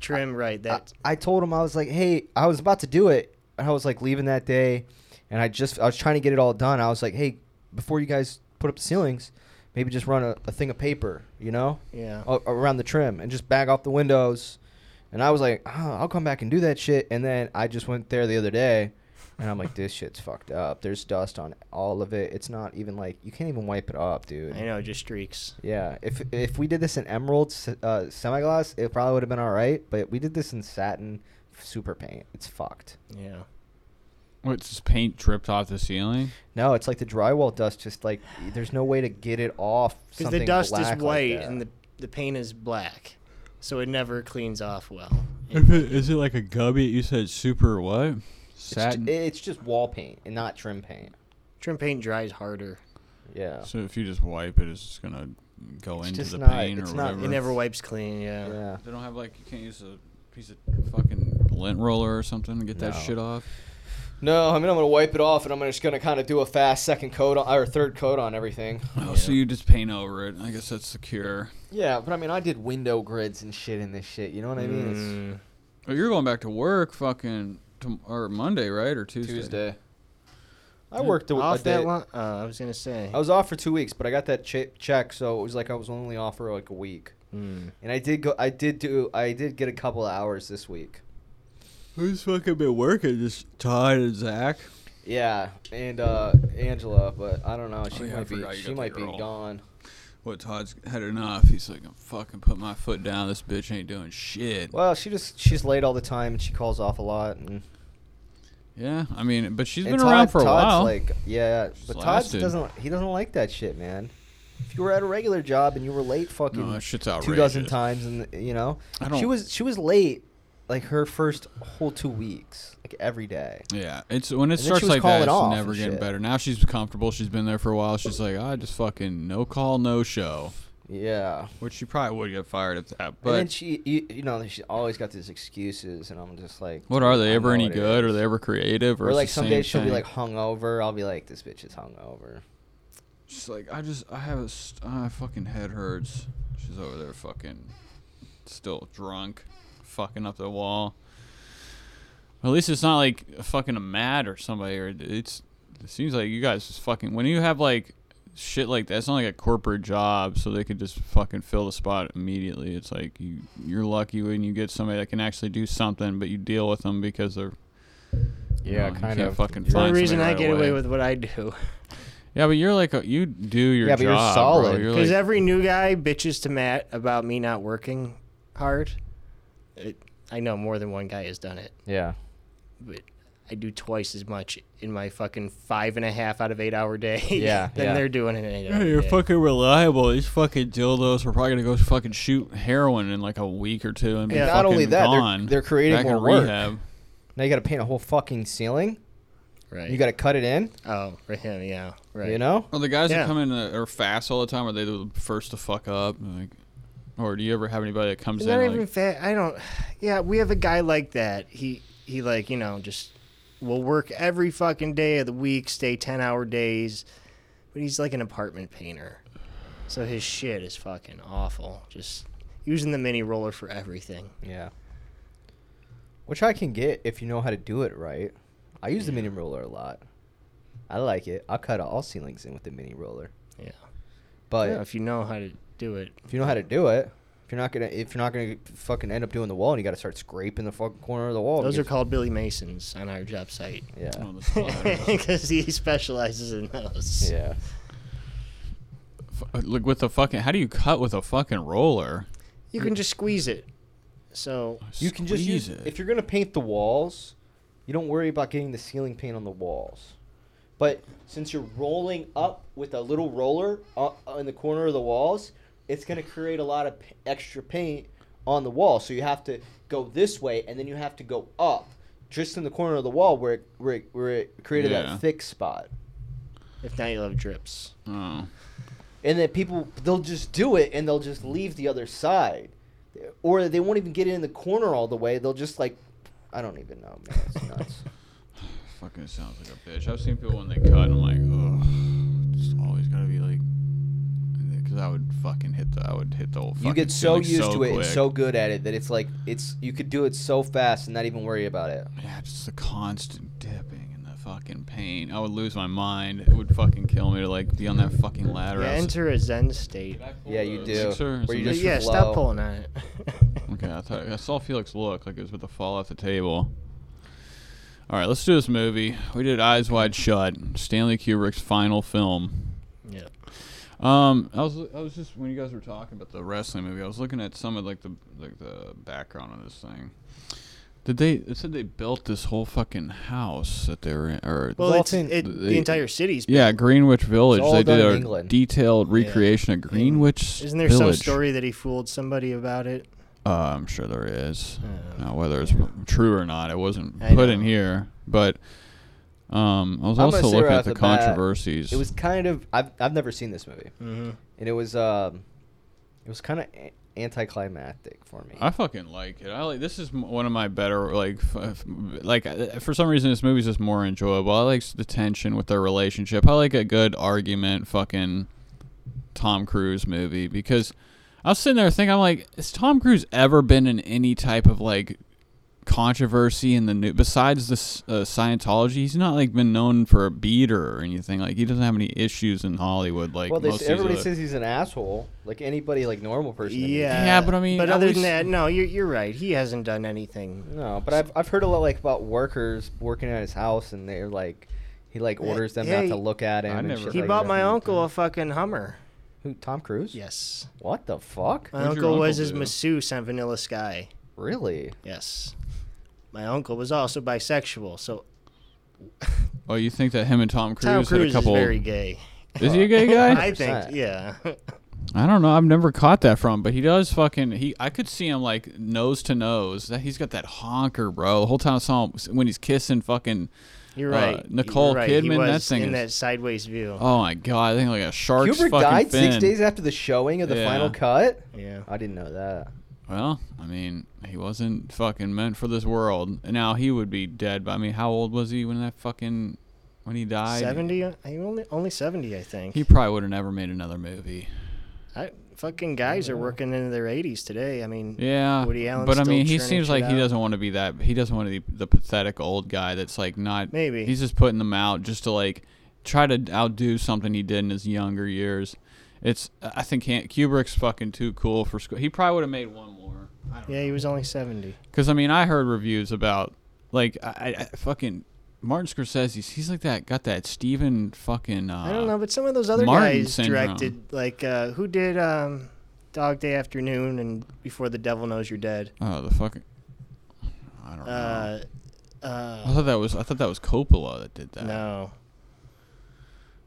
Speaker 5: trim, right?
Speaker 3: I,
Speaker 5: That
Speaker 3: I told him I was like, hey, I was about to do it. And I was like leaving that day, and I just I was trying to get it all done. I was like, hey, before you guys put up the ceilings, maybe just run a, a thing of paper, you know,
Speaker 5: yeah.
Speaker 3: a- around the trim and just bag off the windows. And I was like, oh, I'll come back and do that shit. And then I just went there the other day, and I'm like, this shit's fucked up. There's dust on all of it. It's not even like you can't even wipe it up, dude.
Speaker 5: I know, just streaks.
Speaker 3: Yeah, if if we did this in emerald s- uh, semi-gloss, it probably would have been all right. But we did this in satin super paint. It's fucked.
Speaker 5: Yeah.
Speaker 4: What, just paint dripped off the ceiling?
Speaker 3: No, it's like the drywall dust. Just like there's no way to get it off.
Speaker 5: Because the
Speaker 3: something
Speaker 5: dust is
Speaker 3: black like
Speaker 5: white
Speaker 3: that.
Speaker 5: and the the paint is black, so it never cleans off well.
Speaker 4: If it, is it like a gubby? You said super what?
Speaker 3: it's, ju-
Speaker 4: Satin.
Speaker 3: it's just wall paint and not trim paint.
Speaker 5: Trim paint dries harder.
Speaker 3: Yeah,
Speaker 4: so if you just wipe it, it's just gonna go
Speaker 3: It's
Speaker 4: into
Speaker 3: just
Speaker 4: the
Speaker 3: not-
Speaker 4: paint
Speaker 3: it's
Speaker 4: or
Speaker 3: not- it
Speaker 4: whatever.
Speaker 5: It never wipes clean. Yeah.
Speaker 3: yeah.
Speaker 4: They don't have like you can't use a piece of fucking lint roller or something to get that
Speaker 3: No.
Speaker 4: shit off.
Speaker 3: No, I mean I'm gonna wipe it off and I'm just gonna kind of do a fast second coat on, or third coat on everything.
Speaker 4: Oh, so you just paint over it. I guess that's the cure.
Speaker 3: Yeah, but I mean I did window grids and shit in this shit. You know what I mean? It's
Speaker 5: Mm,
Speaker 4: Oh, you're going back to work, fucking, tom- or Monday, right, or Tuesday?
Speaker 3: Tuesday. I worked a, a
Speaker 5: off
Speaker 3: day.
Speaker 5: that line. Uh, I was gonna say.
Speaker 3: I was off for two weeks, but I got that che- check, so it was like I was only off for like a week.
Speaker 5: Mm.
Speaker 3: And I did go. I did do. I did get a couple of hours this week.
Speaker 4: Who's fucking been working? Just Todd and Zach.
Speaker 3: Yeah, and uh Angela, but I don't know. She
Speaker 4: Oh, yeah, I
Speaker 3: might be.
Speaker 4: forgot you
Speaker 3: She
Speaker 4: got the
Speaker 3: might be
Speaker 4: girl.
Speaker 3: gone.
Speaker 4: What Todd's had enough. He's like, I'm fucking put my foot down. This bitch ain't doing shit.
Speaker 3: Well, she just she's late all the time and she calls off a lot. And,
Speaker 4: Yeah, I mean, but she's
Speaker 3: and
Speaker 4: been around
Speaker 3: Todd-
Speaker 4: for a
Speaker 3: Todd's
Speaker 4: while.
Speaker 3: Like, yeah, but Todd
Speaker 4: lasted.
Speaker 3: doesn't he doesn't like that shit, man. If you were at a regular job and you were late, fucking
Speaker 4: no, that shit's
Speaker 3: two
Speaker 4: outrageous.
Speaker 3: dozen times, and you know
Speaker 4: I don't-
Speaker 3: she was she was late like her first whole two weeks, like every day.
Speaker 4: Yeah, it's when it
Speaker 3: then she
Speaker 4: starts
Speaker 3: was
Speaker 4: like
Speaker 3: calling
Speaker 4: that, it's
Speaker 3: off
Speaker 4: never
Speaker 3: and
Speaker 4: getting
Speaker 3: shit.
Speaker 4: better. Now she's comfortable. She's been there for a while. She's like, I just fucking no call, no show.
Speaker 3: Yeah,
Speaker 4: Which she probably would get fired at that.
Speaker 3: and then
Speaker 4: But
Speaker 3: she you, you know she always got these excuses, and I'm just like,
Speaker 4: what are
Speaker 3: I
Speaker 4: they ever
Speaker 3: know
Speaker 4: any
Speaker 3: what it
Speaker 4: good? Are
Speaker 3: is.
Speaker 4: they ever creative? Or,
Speaker 3: Or
Speaker 4: it's
Speaker 3: like
Speaker 4: the
Speaker 3: some
Speaker 4: same
Speaker 3: days she'll be
Speaker 4: thing?
Speaker 3: like hungover. I'll be like, this bitch is hungover.
Speaker 4: She's like, I just, I have a, st- ah, fucking head hurts. She's over there fucking still drunk, fucking up the wall. At least it's not like a fucking a Matt or somebody, or it's, it seems like you guys just fucking, when you have like shit like that, it's not like a corporate job, so they could just fucking fill the spot immediately. It's like you, you're lucky when you get somebody that can actually do something, but you deal with them because they're, you know, you can't Fucking
Speaker 5: The
Speaker 4: find
Speaker 5: only reason
Speaker 4: somebody
Speaker 5: I
Speaker 4: right
Speaker 5: get away
Speaker 4: away.
Speaker 5: with what I do.
Speaker 4: Yeah, but you're like a, you do your
Speaker 3: Yeah,
Speaker 4: job.
Speaker 3: but you're
Speaker 4: bro.
Speaker 3: solid.
Speaker 4: You're
Speaker 5: Because
Speaker 4: like-
Speaker 5: every new guy bitches to Matt about me not working hard. It, I know more than one guy has done it,
Speaker 3: Yeah.
Speaker 5: but I do twice as much in my fucking five and a half out of eight hour day
Speaker 3: Yeah,
Speaker 5: than
Speaker 3: yeah.
Speaker 5: they're doing in an eight hour
Speaker 4: Yeah, you're
Speaker 5: day.
Speaker 4: fucking reliable. These fucking dildos are probably gonna go fucking shoot heroin in like a week or two and be
Speaker 5: Yeah.
Speaker 4: fucking
Speaker 3: Not only that, they're-
Speaker 4: gone.
Speaker 3: they're creating
Speaker 4: back in
Speaker 3: more work.
Speaker 4: rehab.
Speaker 3: Now you got to paint a whole fucking ceiling.
Speaker 5: right.
Speaker 3: You got to cut it in.
Speaker 5: oh, for him, yeah, right.
Speaker 3: You know.
Speaker 4: Well, the guys
Speaker 5: Yeah.
Speaker 4: that come in uh, are fast all the time. Are they the first to fuck up? Like, or do you ever have anybody that comes
Speaker 5: not
Speaker 4: in
Speaker 5: even
Speaker 4: like,
Speaker 5: fat. I don't. Yeah, we have a guy like that. He he like you know just will work every fucking day of the week, stay ten hour days, but he's like an apartment painter, so his shit is fucking awful. Just using the mini roller for everything.
Speaker 3: Yeah. Which I can get if you know how to do it right. I use the mini roller a lot. I like it. I'll cut all ceilings in with the mini roller.
Speaker 5: Yeah.
Speaker 3: But
Speaker 5: yeah, if you know how to do it,
Speaker 3: if you know how to do it, if you're not gonna, if you're not gonna fucking end up doing the wall, and you got to start scraping the fucking corner of the wall.
Speaker 5: those are
Speaker 3: because-
Speaker 5: called Billy Masons on our job site
Speaker 3: Yeah.
Speaker 4: on the sliders?
Speaker 5: because he specializes in those.
Speaker 3: Yeah.
Speaker 4: F- Like with the fucking, how do you cut with a fucking roller?
Speaker 5: You can just squeeze it. So
Speaker 3: You can just
Speaker 4: Squeeze
Speaker 3: use
Speaker 4: it.
Speaker 3: if you're gonna paint the walls, you don't worry about getting the ceiling paint on the walls. But since you're rolling up with a little roller uh, uh, in the corner of the walls, it's gonna create a lot of p- extra paint on the wall. So you have to go this way, and then you have to go up just in the corner of the wall where it, where it, where it created
Speaker 4: Yeah.
Speaker 3: that thick spot.
Speaker 5: if not, you'll have drips.
Speaker 4: Oh,
Speaker 3: and then people they'll just do it and they'll just leave the other side or they won't even get in the corner all the way they'll just like i don't even know man it's nuts
Speaker 4: fucking sounds like a bitch. I've seen people when they cut, and I'm like, oh, it's always gotta be like, because I would fucking hit the, I would hit the whole.
Speaker 3: you
Speaker 4: fucking
Speaker 3: get so
Speaker 4: ceiling
Speaker 3: used to it and
Speaker 4: quick.
Speaker 3: so good at it that it's like it's you could do it so fast and not even worry about it
Speaker 4: Yeah, just the constant dipping and the fucking pain. I would lose my mind. It would fucking kill me to like be on that fucking ladder.
Speaker 5: Yeah,
Speaker 4: I was-
Speaker 5: enter a Zen state.
Speaker 3: yeah you
Speaker 4: Uh,
Speaker 3: do
Speaker 4: mixer? It's
Speaker 3: where
Speaker 4: a
Speaker 3: you
Speaker 5: But
Speaker 3: just
Speaker 5: yeah,
Speaker 3: flow.
Speaker 5: stop pulling on it.
Speaker 4: Okay, I thought I saw Felix look like it was about to fall off the table. All right, let's do this movie. We did Eyes Wide Shut, Stanley Kubrick's final film.
Speaker 5: yeah.
Speaker 4: Um, I was I was just when you guys were talking about the wrestling movie, I was looking at some of like the like the background on this thing. Did they? It said they built this whole fucking house that they were in, or
Speaker 5: Well,
Speaker 3: Well,
Speaker 5: it's,
Speaker 3: it's-
Speaker 5: it,
Speaker 4: they-
Speaker 5: the entire city's.
Speaker 4: Yeah, Greenwich Village.
Speaker 3: all
Speaker 4: They did
Speaker 3: done in
Speaker 4: a
Speaker 3: England.
Speaker 4: detailed recreation of Greenwich
Speaker 5: Isn't there some
Speaker 4: Village.
Speaker 5: story that he fooled somebody about it?
Speaker 4: Uh, I'm sure there is.
Speaker 5: Uh,
Speaker 4: Now, whether it's true or not, it wasn't
Speaker 5: I
Speaker 4: put in
Speaker 5: know.
Speaker 4: here. But um, I was
Speaker 3: I'm gonna
Speaker 4: also
Speaker 3: say
Speaker 4: looking
Speaker 3: right
Speaker 4: at
Speaker 3: off
Speaker 4: the,
Speaker 3: the bat,
Speaker 4: controversies. Mm-hmm.
Speaker 3: it was kind of I've, I've never seen this movie and it was um it was kind of a- anticlimactic for me
Speaker 4: I fucking like it. I like this is m- one of my better like f- f- like uh, for some reason this movie's just more enjoyable. I like s- the tension with their relationship. I like a good argument fucking Tom Cruise movie because I was sitting there thinking I'm like has Tom Cruise ever been in any type of like controversy in the new besides this uh, Scientology he's not like been known for a beater or anything like he doesn't have any issues in Hollywood like
Speaker 3: well they,
Speaker 4: most of these
Speaker 3: everybody
Speaker 4: other-
Speaker 3: says he's an asshole like anybody like normal person that meets
Speaker 5: Yeah.
Speaker 4: Yeah, but I mean,
Speaker 5: But
Speaker 4: at
Speaker 5: other
Speaker 4: least-
Speaker 5: than that, no, you're, you're right. He hasn't done anything.
Speaker 3: No, but I've I've heard a lot like about workers working at his house, and they're like, he like orders them
Speaker 5: yeah,
Speaker 3: not
Speaker 5: he-
Speaker 3: to look at him.
Speaker 4: I
Speaker 3: and
Speaker 4: never
Speaker 3: shit
Speaker 5: He
Speaker 3: like
Speaker 5: bought
Speaker 3: that.
Speaker 5: my uncle a fucking Hummer.
Speaker 3: Who? Tom Cruise?
Speaker 5: Yes.
Speaker 3: What the fuck?
Speaker 5: My
Speaker 4: What'd your
Speaker 5: uncle, was
Speaker 4: uncle
Speaker 5: his
Speaker 4: do?
Speaker 5: masseuse on Vanilla Sky.
Speaker 3: Really?
Speaker 5: Yes. My uncle was also bisexual, so
Speaker 4: Oh, you think that him and Tom Cruise,
Speaker 5: Tom Cruise
Speaker 4: had a couple?
Speaker 5: is very gay.
Speaker 4: Is he a gay guy?
Speaker 5: I think,
Speaker 3: 100%.
Speaker 5: yeah.
Speaker 4: I don't know. I've never caught that from, but he does fucking. He, I could see him like nose to nose. That he's got that honker, bro. The whole time I saw him when he's kissing fucking.
Speaker 5: You're
Speaker 4: Uh,
Speaker 5: right.
Speaker 4: Nicole
Speaker 5: You're right. he
Speaker 4: Kidman, that
Speaker 5: was
Speaker 4: thing
Speaker 5: in
Speaker 4: is-
Speaker 5: that sideways view.
Speaker 4: Oh my god! I think like a shark's
Speaker 3: Kubrick
Speaker 4: fucking
Speaker 3: died
Speaker 4: fin.
Speaker 3: six days after the showing of the
Speaker 4: Yeah.
Speaker 3: final cut.
Speaker 5: Yeah.
Speaker 3: I didn't know that.
Speaker 4: Well, I mean, he wasn't fucking meant for this world. And now he would be dead. But I mean, how old was he when that fucking when he died?
Speaker 5: 70? I only only 70, I think.
Speaker 4: He probably would have never made another movie.
Speaker 5: I, fucking guys are working into their 80s today. I mean,
Speaker 4: Yeah,
Speaker 5: Woody Allen's
Speaker 4: but I
Speaker 5: still
Speaker 4: mean, he
Speaker 5: churning
Speaker 4: seems
Speaker 5: shit
Speaker 4: like he
Speaker 5: out.
Speaker 4: doesn't want to be that. He doesn't want to be the pathetic old guy that's like not.
Speaker 5: Maybe.
Speaker 4: he's just putting them out just to like try to outdo something he did in his younger years. It's I think Han- Kubrick's fucking too cool for school. He probably would have made one more.
Speaker 5: Yeah, he was only 70.
Speaker 4: Because I mean, I heard reviews about like I, I I fucking Martin Scorsese. He's like that. Got that Steven fucking. Uh,
Speaker 5: I don't know, but some of those other
Speaker 4: Martin
Speaker 5: guys
Speaker 4: syndrome.
Speaker 5: directed, like, uh, who did um, Dog Day Afternoon and Before the Devil Knows You're Dead?
Speaker 4: Oh, the fucking. I don't know.
Speaker 5: Uh,
Speaker 4: I
Speaker 5: uh,
Speaker 4: thought that was I thought that was Coppola that did that. uh,
Speaker 5: no.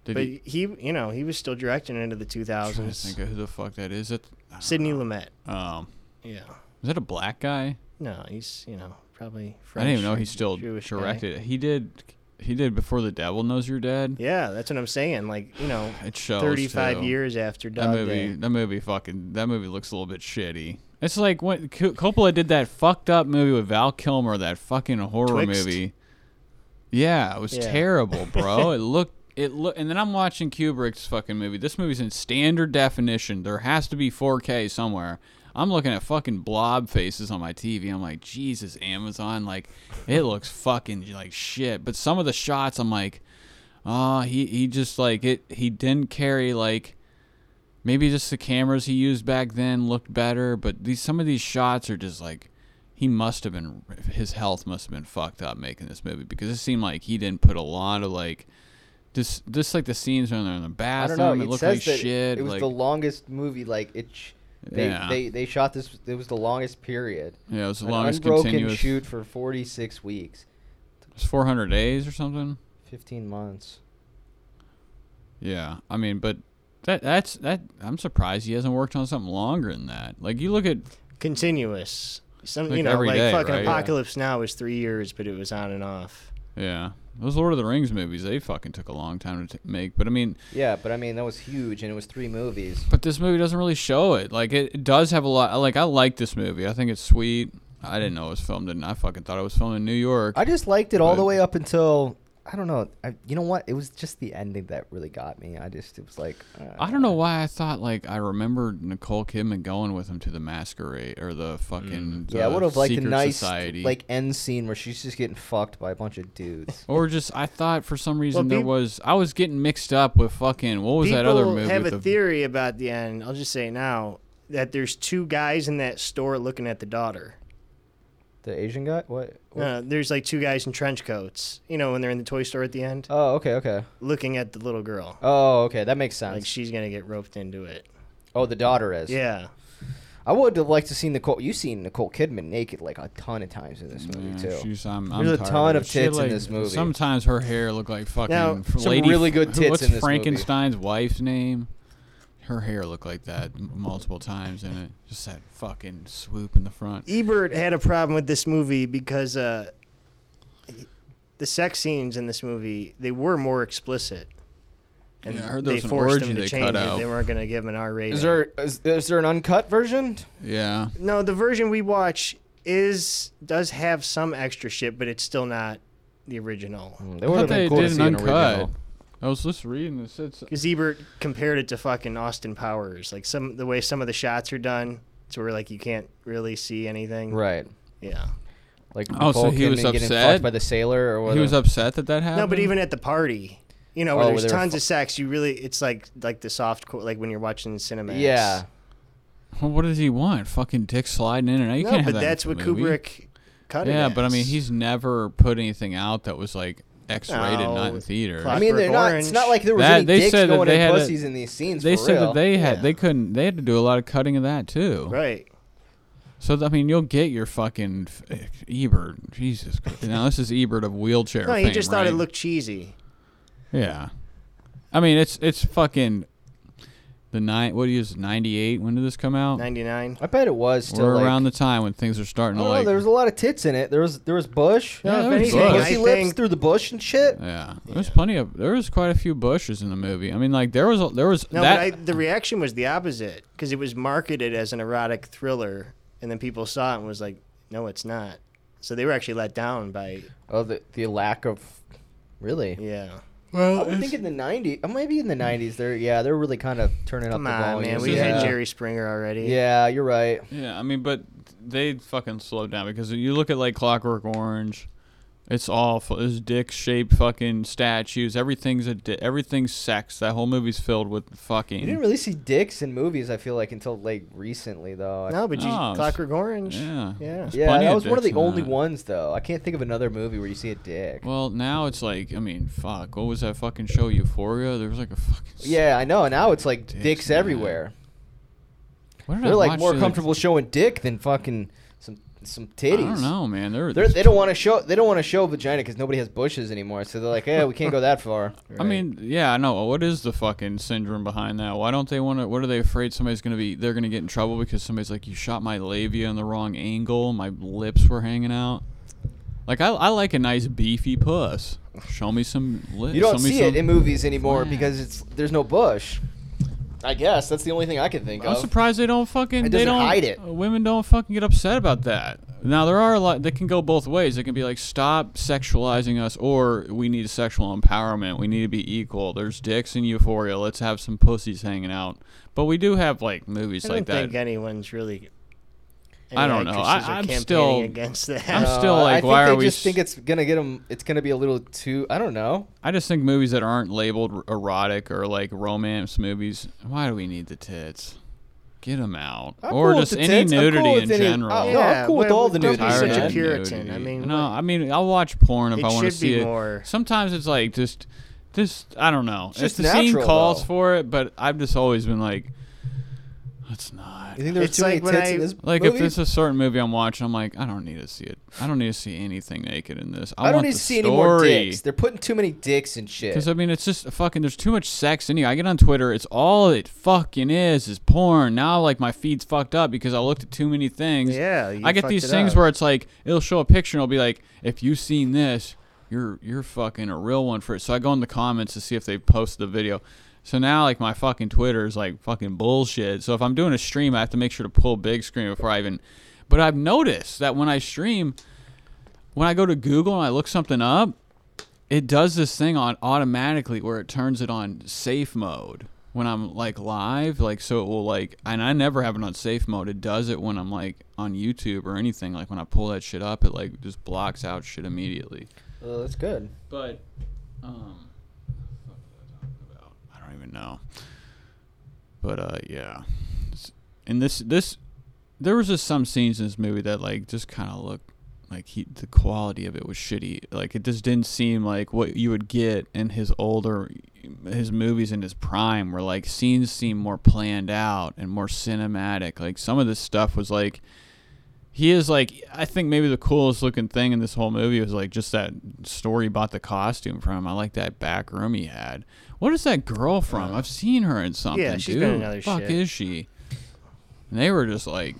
Speaker 4: Did
Speaker 5: but
Speaker 4: he-
Speaker 5: he, you know, he was still directing into the
Speaker 4: trying to think
Speaker 5: 2000s.
Speaker 4: of who the fuck that is. That I don't
Speaker 5: Sidney
Speaker 4: know.
Speaker 5: Lumet.
Speaker 4: Um,
Speaker 5: Yeah.
Speaker 4: is that a black guy?
Speaker 5: No, he's, you know, probably
Speaker 4: I
Speaker 5: French.
Speaker 4: didn't even know
Speaker 5: or
Speaker 4: he still
Speaker 5: Jewish guy.
Speaker 4: directed. it. He did. He did before the devil knows you're dead.
Speaker 5: Yeah, that's what I'm saying. Like, you know,
Speaker 4: It shows
Speaker 5: 35
Speaker 4: too.
Speaker 5: years after
Speaker 4: That
Speaker 5: Dog
Speaker 4: movie.
Speaker 5: Day.
Speaker 4: That movie fucking. That movie looks a little bit shitty. It's like when Co- Coppola did that fucked up movie with Val Kilmer, that fucking horror
Speaker 5: Twixt?
Speaker 4: movie. Yeah, it was
Speaker 5: Yeah.
Speaker 4: terrible, bro. it looked. It look, and then I'm watching Kubrick's fucking movie. This movie's in standard definition. There has to be 4K somewhere. I'm looking at fucking blob faces on my TV. I'm like, Jesus, Amazon, like, it looks fucking like shit. But some of the shots, I'm like, ah, he he just like it. He didn't carry like maybe just the cameras he used back then looked better, but these some of these shots are just like he must have been his health must have been fucked up making this movie because it seemed like he didn't put a lot of like just just like the scenes when they're in the
Speaker 3: I
Speaker 4: bathroom,
Speaker 3: don't know.
Speaker 4: it
Speaker 3: It,
Speaker 4: looked
Speaker 3: says
Speaker 4: like
Speaker 3: that
Speaker 4: shit.
Speaker 3: it was
Speaker 4: like,
Speaker 3: the longest movie. Like it, sh- they,
Speaker 4: Yeah.
Speaker 3: they they shot this. It was the longest period.
Speaker 4: yeah, it was the
Speaker 3: An
Speaker 4: longest
Speaker 3: unbroken
Speaker 4: continuous.
Speaker 3: shoot for 46 weeks,
Speaker 4: It was 400 days or something.
Speaker 3: 15 months.
Speaker 4: Yeah, I mean, but that that's that. I'm surprised he hasn't worked on something longer than that. Like you look at
Speaker 5: Continuous. Some,
Speaker 4: Like
Speaker 5: you know,
Speaker 4: every
Speaker 5: like
Speaker 4: day,
Speaker 5: fucking
Speaker 4: right?
Speaker 5: Apocalypse Now was three years, but it was on and off.
Speaker 4: yeah. Those Lord of the Rings movies, they fucking took a long time to t- make. But I mean,
Speaker 3: Yeah, but I mean that was huge, and it was three movies.
Speaker 4: But this movie doesn't really show it. Like it, it does have a lot. Like I like this movie. I think it's sweet. I didn't know it was filmed in. I fucking thought it was filmed in New York.
Speaker 3: I just liked it all the
Speaker 4: But-
Speaker 3: way up until I don't know. I, you know what? It was just the ending that really got me. I just it was like uh,
Speaker 4: I don't know why I thought like I remembered Nicole Kidman going with him to the masquerade or the fucking
Speaker 3: Yeah, I
Speaker 4: the
Speaker 3: would have liked a
Speaker 4: secret
Speaker 3: nice
Speaker 4: society.
Speaker 3: like end scene where she's just getting fucked by a bunch of dudes.
Speaker 4: Or just I thought for some reason
Speaker 5: Well,
Speaker 4: there
Speaker 5: peop-
Speaker 4: was I was getting mixed up with fucking what was
Speaker 5: People
Speaker 4: that other movie?
Speaker 5: have
Speaker 4: with
Speaker 5: a
Speaker 4: the-
Speaker 5: theory about the end. I'll just say now that there's two guys in that store looking at the daughter.
Speaker 3: the Asian guy? What? what?
Speaker 5: No, there's like two guys in trench coats. You know, when they're in the toy store at the end,
Speaker 3: Oh, okay, okay.
Speaker 5: looking at the little girl,
Speaker 3: Oh, okay. That makes
Speaker 5: like
Speaker 3: sense.
Speaker 5: she's gonna get roped into it.
Speaker 3: Oh, the daughter is.
Speaker 5: Yeah,
Speaker 3: I would have liked to see Nicole. You seen Nicole Kidman naked like a ton of times in this movie
Speaker 4: Yeah,
Speaker 3: too.
Speaker 4: she's- I'm- I'm
Speaker 3: There's a
Speaker 4: tired
Speaker 3: ton
Speaker 4: it.
Speaker 3: of
Speaker 4: She,
Speaker 3: tits in
Speaker 4: like,
Speaker 3: this movie.
Speaker 4: Sometimes her hair looked like fucking
Speaker 5: Now,
Speaker 4: fr-
Speaker 3: some
Speaker 4: lady
Speaker 3: really good
Speaker 4: who-
Speaker 3: tits
Speaker 4: what's
Speaker 3: in this movie.
Speaker 4: Frankenstein's wife's name? Her hair looked like that m- multiple times in it. Just that fucking swoop in the
Speaker 3: E
Speaker 4: front.
Speaker 5: Ebert had a problem with this movie because uh, the sex scenes in this movie they were more explicit. And
Speaker 4: Yeah, I heard there
Speaker 5: they
Speaker 4: was an
Speaker 5: forced
Speaker 4: orgy
Speaker 5: him to
Speaker 4: they
Speaker 5: change
Speaker 4: cut
Speaker 5: it.
Speaker 4: out.
Speaker 5: They weren't going to give him an R rating.
Speaker 3: Is there is, is there an uncut version?
Speaker 4: Yeah.
Speaker 5: No, the version we watch is does have some extra shit, but it's still not the original.
Speaker 4: I
Speaker 3: That would
Speaker 4: thought
Speaker 3: have
Speaker 4: they
Speaker 3: been cool to
Speaker 4: did
Speaker 3: see
Speaker 4: an
Speaker 3: an
Speaker 4: uncut.
Speaker 3: original.
Speaker 4: I was just reading this. It's,
Speaker 5: Because Ebert compared it to fucking Austin Powers, like some the way some of the shots are done, to where like you can't really see anything.
Speaker 3: Right.
Speaker 5: Yeah.
Speaker 3: Like
Speaker 4: Oh, so
Speaker 3: Nicole
Speaker 4: he was
Speaker 3: Kidman getting
Speaker 4: upset?
Speaker 3: fucked by the sailor or
Speaker 4: he
Speaker 3: whatever.
Speaker 4: was upset that that happened.
Speaker 5: No, but even at the party, you know, where
Speaker 3: Oh, where
Speaker 5: there's
Speaker 3: they were
Speaker 5: tons
Speaker 3: fu-
Speaker 5: of sex, you really it's like like the soft core, like when you're watching Cinemax.
Speaker 3: yeah.
Speaker 4: Well, what does he want? Fucking dick sliding in and out. You
Speaker 5: no,
Speaker 4: can't have
Speaker 5: but
Speaker 4: that in
Speaker 5: that's
Speaker 4: a
Speaker 5: what
Speaker 4: movie.
Speaker 5: Kubrick cut it.
Speaker 4: Yeah, but I mean,
Speaker 5: as.
Speaker 4: he's never put anything out that was like X-rated, not
Speaker 5: Oh,
Speaker 4: in theater.
Speaker 5: clock-
Speaker 3: I mean, they're
Speaker 5: Clockwork
Speaker 3: not. It's
Speaker 5: Orange.
Speaker 3: not like there was
Speaker 4: That-
Speaker 3: any
Speaker 4: they
Speaker 3: dicks
Speaker 4: said that
Speaker 3: going
Speaker 4: they
Speaker 3: in
Speaker 4: had a-
Speaker 3: pussies in these scenes.
Speaker 4: They
Speaker 3: for
Speaker 4: said
Speaker 3: real.
Speaker 4: that they had
Speaker 5: Yeah.
Speaker 4: they couldn't they had to do a lot of cutting of that too.
Speaker 5: Right.
Speaker 4: So th- I mean, you'll get your fucking f- Ebert. Jesus Christ! now this is Ebert of wheelchair.
Speaker 5: No, he
Speaker 4: fame,
Speaker 5: just thought it
Speaker 4: right?
Speaker 5: looked cheesy.
Speaker 4: Yeah, I mean it's it's fucking the nine. What do you use? Ninety eight. When did this come out?
Speaker 5: Ninety nine. Oh,
Speaker 3: I bet it was still
Speaker 4: We're
Speaker 3: like,
Speaker 4: around the time when things are starting to
Speaker 3: I don't know.
Speaker 4: like.
Speaker 3: There was a lot of tits in it. There was there was bush.
Speaker 4: Yeah,
Speaker 5: if
Speaker 4: there was
Speaker 5: anything,
Speaker 4: bush.
Speaker 5: I
Speaker 3: pussy lips
Speaker 5: think
Speaker 3: through the bush and shit.
Speaker 4: yeah, there's plenty of there was quite a few bushes in the movie. I mean, like there was a- there was
Speaker 5: No,
Speaker 4: that
Speaker 5: but I, the reaction was the opposite because it was marketed as an erotic thriller, and then people saw it and was like, "No, it's not." So they were actually let down by
Speaker 3: Oh, the the lack of really.
Speaker 5: yeah.
Speaker 3: I would think in the '90s, uh, maybe in the '90s, they're yeah, they're really kind of turning
Speaker 5: Come
Speaker 3: up the
Speaker 5: on,
Speaker 3: volume.
Speaker 5: man, we
Speaker 4: Yeah.
Speaker 5: had Jerry Springer already.
Speaker 3: Yeah, you're right.
Speaker 4: Yeah, I mean, but they fucking slowed down because you look at like Clockwork Orange, it's all fu- it's dick shaped fucking statues. Everything's a di- everything's sex. That whole movie's filled with fucking.
Speaker 3: You didn't really see dicks in movies. I feel like until like recently though.
Speaker 5: No, but you
Speaker 4: No, it's-
Speaker 5: Clockwork Orange.
Speaker 4: yeah.
Speaker 5: Yeah.
Speaker 4: There's
Speaker 3: yeah,
Speaker 4: plenty
Speaker 3: that
Speaker 4: of
Speaker 3: was one of
Speaker 4: dicks
Speaker 3: the
Speaker 4: in
Speaker 3: only
Speaker 4: that.
Speaker 3: ones though. I can't think of another movie where you see a dick.
Speaker 4: Well, now it's like I mean, fuck. What was that fucking show Euphoria? There was like a fucking. s-
Speaker 3: yeah, I know. Now it's like dicks,
Speaker 4: Dicks, man.
Speaker 3: everywhere.
Speaker 4: What did I
Speaker 3: They're like
Speaker 4: watch
Speaker 3: more
Speaker 4: the-
Speaker 3: comfortable showing dick than fucking some some
Speaker 4: I
Speaker 3: titties.
Speaker 4: don't know, man. They're,
Speaker 3: They're, they don't want to show they don't want to show vagina because nobody has bushes anymore. So they're like, yeah, we can't go that far.
Speaker 4: I mean, yeah, I know. What is the fucking syndrome behind that? Why don't they want to? What are they afraid somebody's gonna be? They're gonna get in trouble because somebody's like, "You shot my labia in the wrong angle. My lips were hanging out." Like I, I like a nice beefy puss. Show me some lips.
Speaker 3: You don't
Speaker 4: Show me
Speaker 3: see
Speaker 4: some-
Speaker 3: it in movies anymore
Speaker 4: Yeah.
Speaker 3: because it's there's no bush. I guess that's the only thing I can think
Speaker 4: I'm
Speaker 3: of.
Speaker 4: surprised they don't fucking.
Speaker 3: It
Speaker 4: they
Speaker 3: doesn't
Speaker 4: don't
Speaker 3: hide it.
Speaker 4: uh, Women don't fucking get upset about that. Now there are a lot. They can go both ways. They can be like, stop sexualizing us, or we need sexual empowerment. We need to be equal. There's dicks in Euphoria. Let's have some pussies hanging out. But we do have like movies
Speaker 5: I don't
Speaker 4: like that.
Speaker 5: think anyone's really.
Speaker 4: I
Speaker 5: any
Speaker 4: don't know. I-
Speaker 5: actresses are
Speaker 4: I'm
Speaker 5: campaigning
Speaker 4: still-
Speaker 5: against that.
Speaker 4: I'm
Speaker 3: Uh,
Speaker 4: still
Speaker 3: I
Speaker 4: like,
Speaker 3: think
Speaker 4: why
Speaker 3: they
Speaker 4: are we
Speaker 3: just
Speaker 4: s-
Speaker 3: think it's gonna get them. It's gonna be a little too. I don't know.
Speaker 4: I just think movies that aren't labeled r- erotic or like romance movies. Why do we need the tits? Get them out,
Speaker 3: I'm
Speaker 4: or
Speaker 3: cool with
Speaker 4: just
Speaker 3: the
Speaker 4: any
Speaker 3: tits. I'm cool
Speaker 4: nudity
Speaker 3: with
Speaker 4: in
Speaker 3: any-
Speaker 4: general.
Speaker 3: oh, no, I'm cool with
Speaker 5: well,
Speaker 3: all the
Speaker 5: don't
Speaker 3: nude
Speaker 5: be such
Speaker 3: shit.
Speaker 5: a
Speaker 4: Tired
Speaker 5: Puritan.
Speaker 4: nudity.
Speaker 5: I mean,
Speaker 4: no,
Speaker 5: what-
Speaker 4: I mean, I'll watch porn if
Speaker 5: It
Speaker 4: I want to
Speaker 5: should be
Speaker 4: see it.
Speaker 5: more-
Speaker 4: Sometimes it's like just, just I don't know.
Speaker 3: It's just
Speaker 4: if the scene
Speaker 3: natural,
Speaker 4: calls
Speaker 3: though.
Speaker 4: for it, but I've just always been like, let's not.
Speaker 3: You think there's
Speaker 5: It's
Speaker 3: too
Speaker 5: like
Speaker 3: many
Speaker 5: when
Speaker 3: tits
Speaker 5: I-
Speaker 3: in this
Speaker 4: Like
Speaker 3: movie?
Speaker 4: if there's a certain movie I'm watching, I'm like, I don't need to see it. I don't need to see anything naked in this. I,
Speaker 3: I
Speaker 4: want
Speaker 3: don't need
Speaker 4: the
Speaker 3: to see
Speaker 4: story.
Speaker 3: any more dicks. They're putting too many dicks and shit.
Speaker 4: Because I mean, it's just a fucking. There's too much sex in you. I get on Twitter. It's all it fucking is is porn. Now, like my feed's fucked up because I looked at too many things.
Speaker 5: Yeah, you
Speaker 4: I get
Speaker 5: fucked
Speaker 4: these
Speaker 5: it
Speaker 4: things
Speaker 5: up.
Speaker 4: where it's like it'll show a picture and it'll be like, if you've seen this, you're you're fucking a real one for it. So I go in the comments to see if they post the video. So now, like my fucking Twitter is like fucking bullshit. So if I'm doing a stream, I have to make sure to pull big screen before I even. But I've noticed that when I stream, when I go to Google and I look something up, it does this thing on automatically where it turns it on safe mode when I'm like live, like so it will like, and I never have it on safe mode. It does it when I'm like on YouTube or anything. Like when I pull that shit up, it like just blocks out shit immediately.
Speaker 3: Oh, that's good.
Speaker 4: But, um, I don't even know. But uh, yeah, It's- and this this there was just some scenes in this movie that like just kind of looked like he the quality of it was shitty. Like it just didn't seem like what you would get in his older his movies in his prime, where like scenes seem more planned out and more cinematic. Like some of this stuff was like he is like I think maybe the coolest looking thing in this whole movie was like just that story bought the costume from. I like that back room he had. What is that girl from? I've seen her in something.
Speaker 5: Uh, she's
Speaker 4: dude.
Speaker 5: been in other
Speaker 4: Fuck
Speaker 5: shit.
Speaker 4: is she? And they were just like,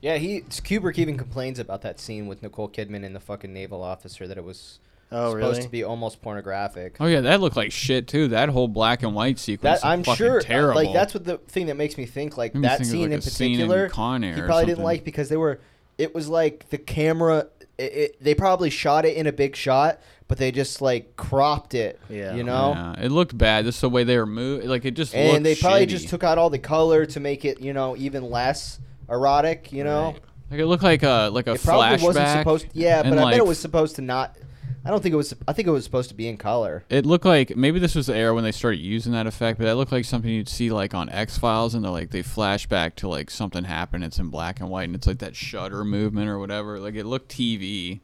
Speaker 3: Yeah, he Kubrick even complains about that scene with Nicole Kidman and the fucking naval officer that it was
Speaker 5: Oh,
Speaker 3: supposed
Speaker 5: really?
Speaker 3: to be almost pornographic.
Speaker 4: oh yeah, that looked like shit too. That whole black and white sequence.
Speaker 3: That
Speaker 4: is
Speaker 3: I'm
Speaker 4: fucking
Speaker 3: sure, uh,
Speaker 4: terrible.
Speaker 3: like that's what the thing that makes me think like
Speaker 4: Made me
Speaker 3: that
Speaker 4: think of,
Speaker 3: scene
Speaker 4: like,
Speaker 3: in
Speaker 4: a scene in
Speaker 3: particular.
Speaker 4: Con Air
Speaker 3: he
Speaker 4: or
Speaker 3: probably didn't
Speaker 4: something.
Speaker 3: like because they were. It was like the camera. It, it, they probably shot it in a big shot, but they just like cropped it.
Speaker 5: Yeah.
Speaker 3: you know.
Speaker 4: Yeah, it looked bad. Just the way they were moving. Like it just looked
Speaker 3: and they probably just
Speaker 4: shitty.
Speaker 3: took out all the color to make it, you know, even less erotic. You know,
Speaker 4: Like it looked like a like a
Speaker 3: it probably
Speaker 4: flashback.
Speaker 3: wasn't supposed. yeah, but
Speaker 4: and,
Speaker 3: I
Speaker 4: like,
Speaker 3: bet it was supposed to not. I don't think it was. I think it was supposed to be in color.
Speaker 4: It looked like maybe this was the era when they started using that effect, but that looked like something you'd see like on X Files, and they're like they flash back to like something happened. It's in black and white, and it's like that shutter movement or whatever. Like it looked TV.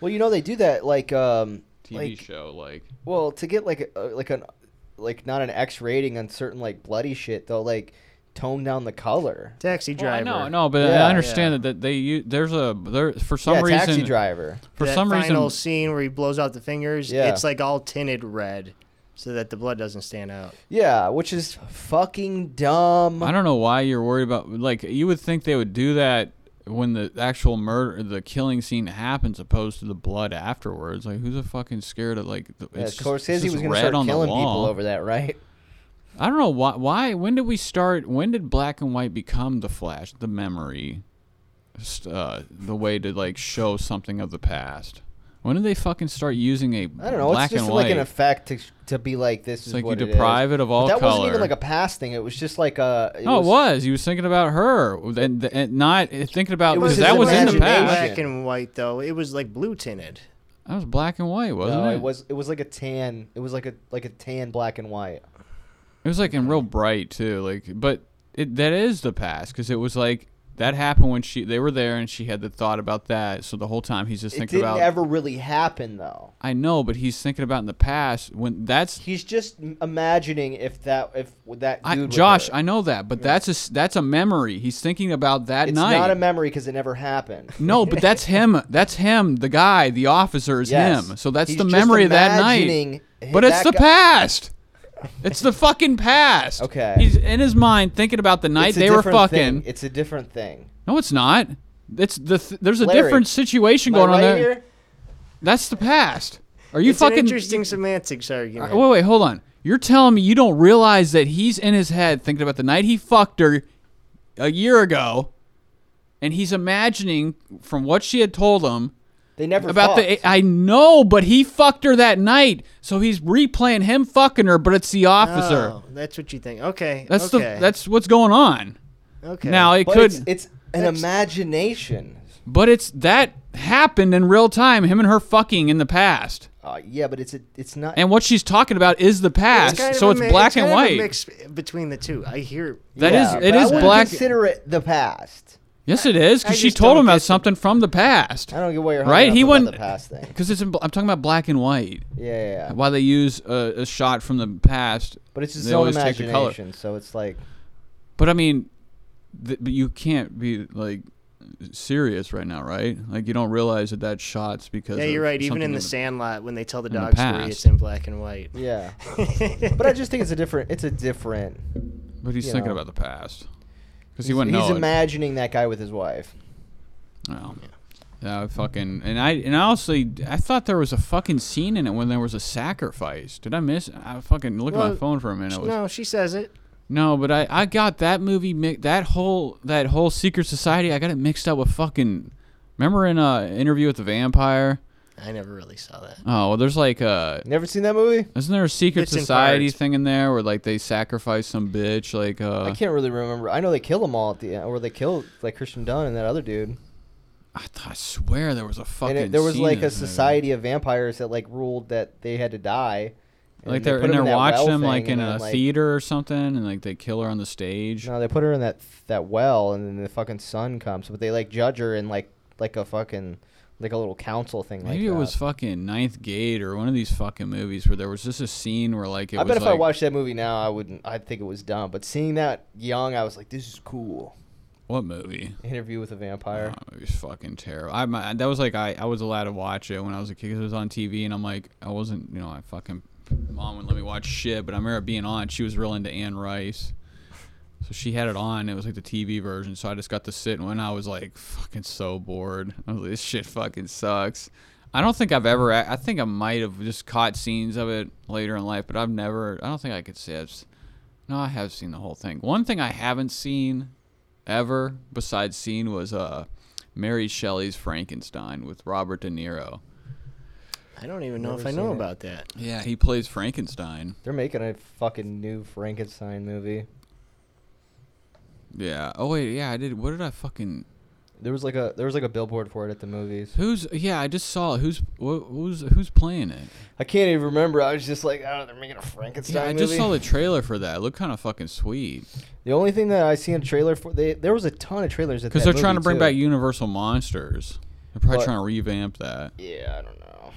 Speaker 3: Well, you know they do that like um,
Speaker 4: TV
Speaker 3: Like-
Speaker 4: show. Like,
Speaker 3: Well, to get like a, like an like not an X rating on certain like bloody shit, they'll like tone down the color.
Speaker 5: Taxi driver.
Speaker 4: no, no, but
Speaker 3: Yeah,
Speaker 4: I understand that that they u- there's a there for some
Speaker 3: yeah,
Speaker 4: reason
Speaker 3: Taxi Driver.
Speaker 4: for
Speaker 5: that
Speaker 4: some
Speaker 5: final
Speaker 4: reason
Speaker 5: scene where he blows out the fingers,
Speaker 3: Yeah.
Speaker 5: it's like all tinted red, so that the blood doesn't stand out.
Speaker 3: Yeah, which is fucking dumb.
Speaker 4: I don't know why you're worried about like you would think they would do that when the actual murder the killing scene happens opposed to the blood afterwards like who's a fucking scared of like the,
Speaker 3: Yeah,
Speaker 4: it's just, it's
Speaker 3: Scorsese
Speaker 4: just
Speaker 3: was gonna
Speaker 4: red
Speaker 3: start
Speaker 4: on the
Speaker 3: killing people
Speaker 4: wall.
Speaker 3: over that, right?
Speaker 4: I don't know why. Why? When did we start? When did black and white become the flash, the memory, st- uh, the way to like show something of the past? When did they fucking start using a
Speaker 3: I don't know.
Speaker 4: black
Speaker 3: it's just
Speaker 4: and
Speaker 3: like
Speaker 4: white?
Speaker 3: an effect to to be like this is
Speaker 4: like you
Speaker 3: what it is.
Speaker 4: deprive it of
Speaker 3: But
Speaker 4: all
Speaker 3: that wasn't even
Speaker 4: color.
Speaker 3: like a past thing. It was just like a. It
Speaker 4: no,
Speaker 3: was,
Speaker 4: it was. He was thinking about her and, and not thinking about
Speaker 3: It was
Speaker 4: because
Speaker 3: his
Speaker 4: that was in the
Speaker 3: imagination.
Speaker 4: past.
Speaker 5: Black and white though, it was like blue tinted.
Speaker 4: That was black and white, wasn't
Speaker 3: No,
Speaker 4: it?
Speaker 3: it was. It was like a tan. It was like a like a tan black and white.
Speaker 4: It was like in real bright too. Like, but it, that is the past because it was like that happened when she they were there and she had the thought about that. So the whole time he's just
Speaker 3: It
Speaker 4: thinking
Speaker 3: didn't
Speaker 4: about
Speaker 3: ever really happen though.
Speaker 4: I know, but he's thinking about in the past when that's
Speaker 3: He's just m- imagining if that if that dude.
Speaker 4: I,
Speaker 3: were
Speaker 4: Josh.
Speaker 3: there.
Speaker 4: I know that, but that's a s- that's a memory. He's thinking about that
Speaker 3: it's
Speaker 4: night.
Speaker 3: not a memory because it never happened.
Speaker 4: no, but that's him. That's him. The guy, the officer, is
Speaker 3: Yes.
Speaker 4: him. So that's
Speaker 3: He's
Speaker 4: the
Speaker 3: just
Speaker 4: memory of that
Speaker 3: imagining
Speaker 4: night.
Speaker 3: hi-
Speaker 4: But it's
Speaker 3: that
Speaker 4: the
Speaker 3: guy-
Speaker 4: past. It's the fucking past.
Speaker 3: Okay.
Speaker 4: He's in his mind thinking about the night
Speaker 3: It's a
Speaker 4: they were
Speaker 3: different
Speaker 4: fucking.
Speaker 3: thing. It's a different thing.
Speaker 4: No, it's not. It's the th- there's a
Speaker 3: Larry,
Speaker 4: different situation
Speaker 3: Am I
Speaker 4: going on
Speaker 3: right
Speaker 4: there.
Speaker 3: here?
Speaker 4: That's the past. Are you
Speaker 5: it's
Speaker 4: fucking
Speaker 5: an interesting semantics
Speaker 4: Uh,
Speaker 5: argument.
Speaker 4: wait, wait, hold on. You're telling me you don't realize that he's in his head thinking about the night he fucked her a year ago, and he's imagining from what she had told him
Speaker 3: They never
Speaker 4: about
Speaker 3: fucked.
Speaker 4: the. I know, but he fucked her that night, so he's replaying him fucking her, but it's the officer.
Speaker 5: Oh, that's what you think. Okay.
Speaker 4: That's
Speaker 5: okay.
Speaker 4: the. That's what's going on.
Speaker 5: okay.
Speaker 4: Now it
Speaker 3: But
Speaker 4: could,
Speaker 3: it's, it's an
Speaker 5: That's-
Speaker 3: imagination.
Speaker 4: but it's that happened in real time. Him and her fucking in the past.
Speaker 3: Uh, yeah, but it's a, it's not.
Speaker 4: and what she's talking about is the past,
Speaker 5: kind of
Speaker 4: so
Speaker 5: a
Speaker 4: it's
Speaker 5: mi-
Speaker 4: black
Speaker 5: kind
Speaker 4: and
Speaker 5: of a
Speaker 4: white.
Speaker 5: mix between the two. I hear.
Speaker 4: That
Speaker 3: yeah,
Speaker 4: is-
Speaker 3: but
Speaker 4: it
Speaker 3: I
Speaker 4: is
Speaker 3: wouldn't
Speaker 4: black-
Speaker 3: Consider it the past.
Speaker 4: yes, it is,
Speaker 5: I
Speaker 4: because she
Speaker 5: just
Speaker 4: told
Speaker 5: don't
Speaker 4: him
Speaker 5: get
Speaker 4: about
Speaker 5: the-
Speaker 4: something from the past.
Speaker 3: I don't get why you're hung
Speaker 4: Right?
Speaker 3: up
Speaker 4: He
Speaker 3: about
Speaker 4: wouldn't-
Speaker 3: the past thing.
Speaker 4: Because it's in, bl- I'm talking about black and white.
Speaker 3: Yeah, yeah, yeah.
Speaker 4: Why they use a, a shot from the past,
Speaker 3: But it's his
Speaker 4: they
Speaker 3: own
Speaker 4: always take the color.
Speaker 3: imagination, so it's like
Speaker 4: But I mean, th- but you can't be like serious right now, right? Like you don't realize that that shot's because
Speaker 5: Yeah,
Speaker 4: of
Speaker 5: you're right. Even
Speaker 4: something
Speaker 5: in the Sandlot, when they tell the
Speaker 4: in the
Speaker 5: dog story,
Speaker 4: past.
Speaker 5: it's in black and white.
Speaker 3: yeah. but I just think it's a different. It's a different.
Speaker 4: But he's
Speaker 3: you
Speaker 4: thinking
Speaker 3: know.
Speaker 4: about the past because he
Speaker 3: He's,
Speaker 4: wouldn't
Speaker 3: he's
Speaker 4: know. it.
Speaker 3: imagining that guy with his wife.
Speaker 4: Oh. Yeah, I fucking and I and I honestly I thought there was a fucking scene in it when there was a sacrifice. Did I miss? I fucking looked at
Speaker 5: Well,
Speaker 4: my phone for a minute. It was-
Speaker 5: No, she says it.
Speaker 4: no, but I I got that movie mi- that whole that whole secret society. I got it mixed up with fucking. Remember in uh interview with the vampire?
Speaker 5: I never really saw that.
Speaker 4: Oh well, there's like a
Speaker 3: Never seen that movie?
Speaker 4: isn't there a secret
Speaker 5: Bits and
Speaker 4: society
Speaker 5: parts.
Speaker 4: thing in there where like they sacrifice some bitch like uh
Speaker 3: I can't really remember. I know they kill them all at the end, or they kill like Christian Dunn and that other dude.
Speaker 4: I, thought- I swear there was a fucking
Speaker 3: And it, there was
Speaker 4: scene
Speaker 3: like
Speaker 4: in
Speaker 3: a
Speaker 4: this movie.
Speaker 3: society of vampires that like ruled that they had to die. And
Speaker 4: like
Speaker 3: they
Speaker 4: they're
Speaker 3: put
Speaker 4: and
Speaker 3: 'em
Speaker 4: they're
Speaker 3: in that well
Speaker 4: watching them
Speaker 3: thing,
Speaker 4: like in
Speaker 3: and
Speaker 4: a
Speaker 3: then, like-
Speaker 4: theater or something, and like they kill her on the stage.
Speaker 3: No, they put her in that that well, and then the fucking sun comes. But they like judge her in like like a fucking like a little council thing.
Speaker 4: Maybe
Speaker 3: like
Speaker 4: it
Speaker 3: that.
Speaker 4: was fucking Ninth Gate or one of these fucking movies where there was just a scene where like it
Speaker 3: I
Speaker 4: was
Speaker 3: bet if I
Speaker 4: like-
Speaker 3: watched that movie now, I wouldn't. I'd think it was dumb. But seeing that young, I was like, this is cool.
Speaker 4: what movie?
Speaker 3: Interview with a vampire.
Speaker 4: Oh, it was fucking terrible. I my, that was like I, I was allowed to watch it when I was a kid 'cause it was on TV and I'm like I wasn't you know I fucking mom wouldn't let me watch shit but I remember it being on. She was real into Anne Rice, so she had it on. It was like the TV version, so I just got to sit and when I was like fucking so bored. I was like this shit fucking sucks. I don't think I've ever. I think I might have just caught scenes of it later in life, but I've never. I don't think I could say. I've, no, I have seen the whole thing. One thing I haven't seen ever besides seeing was uh Mary Shelley's Frankenstein with Robert De Niro.
Speaker 5: I don't even know
Speaker 3: Never
Speaker 5: if I
Speaker 3: seen
Speaker 5: know
Speaker 3: it.
Speaker 5: about that.
Speaker 4: Yeah, he plays Frankenstein.
Speaker 3: They're making a fucking new Frankenstein movie.
Speaker 4: Yeah. Oh wait, yeah, I did. What did I fucking
Speaker 3: There was like a there was like a billboard for it at the movies.
Speaker 4: Who's yeah, I just saw it. who's wh- who's who's playing it.
Speaker 3: I can't even remember. I was just like, oh, they're making a Frankenstein
Speaker 4: Yeah, I
Speaker 3: movie.
Speaker 4: just saw the trailer for that. It looked kind of fucking sweet.
Speaker 3: The only thing that I see in a trailer for they there was a ton of trailers at
Speaker 4: Cuz
Speaker 3: that
Speaker 4: they're trying to
Speaker 3: movie,
Speaker 4: bring
Speaker 3: too.
Speaker 4: back Universal Monsters. They're probably
Speaker 3: But-
Speaker 4: trying to revamp that.
Speaker 3: Yeah, I don't know.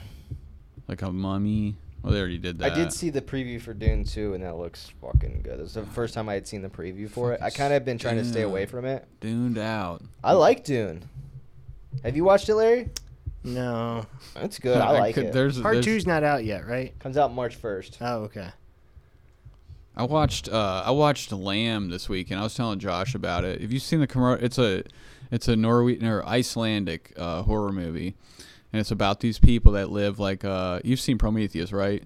Speaker 4: like a mummy. Well, they already did that.
Speaker 3: I did see the preview for Dune 2, and that looks fucking good. It's the first time I had seen the preview for it. I kind of been trying to stay away from it.
Speaker 4: Duned out.
Speaker 3: I like Dune. Have you watched it, Larry?
Speaker 5: No.
Speaker 3: That's good. I like
Speaker 4: could-
Speaker 3: it.
Speaker 4: There's,
Speaker 5: Part
Speaker 4: there's,
Speaker 5: two's not out yet, right?
Speaker 3: Comes out March 1st.
Speaker 5: Oh, okay.
Speaker 4: I watched uh, I watched Lamb this week, and I was telling Josh about it. Have you seen the commercial? It's a it's a Norwegian or Icelandic uh, horror movie, and it's about these people that live like uh, you've seen Prometheus, right?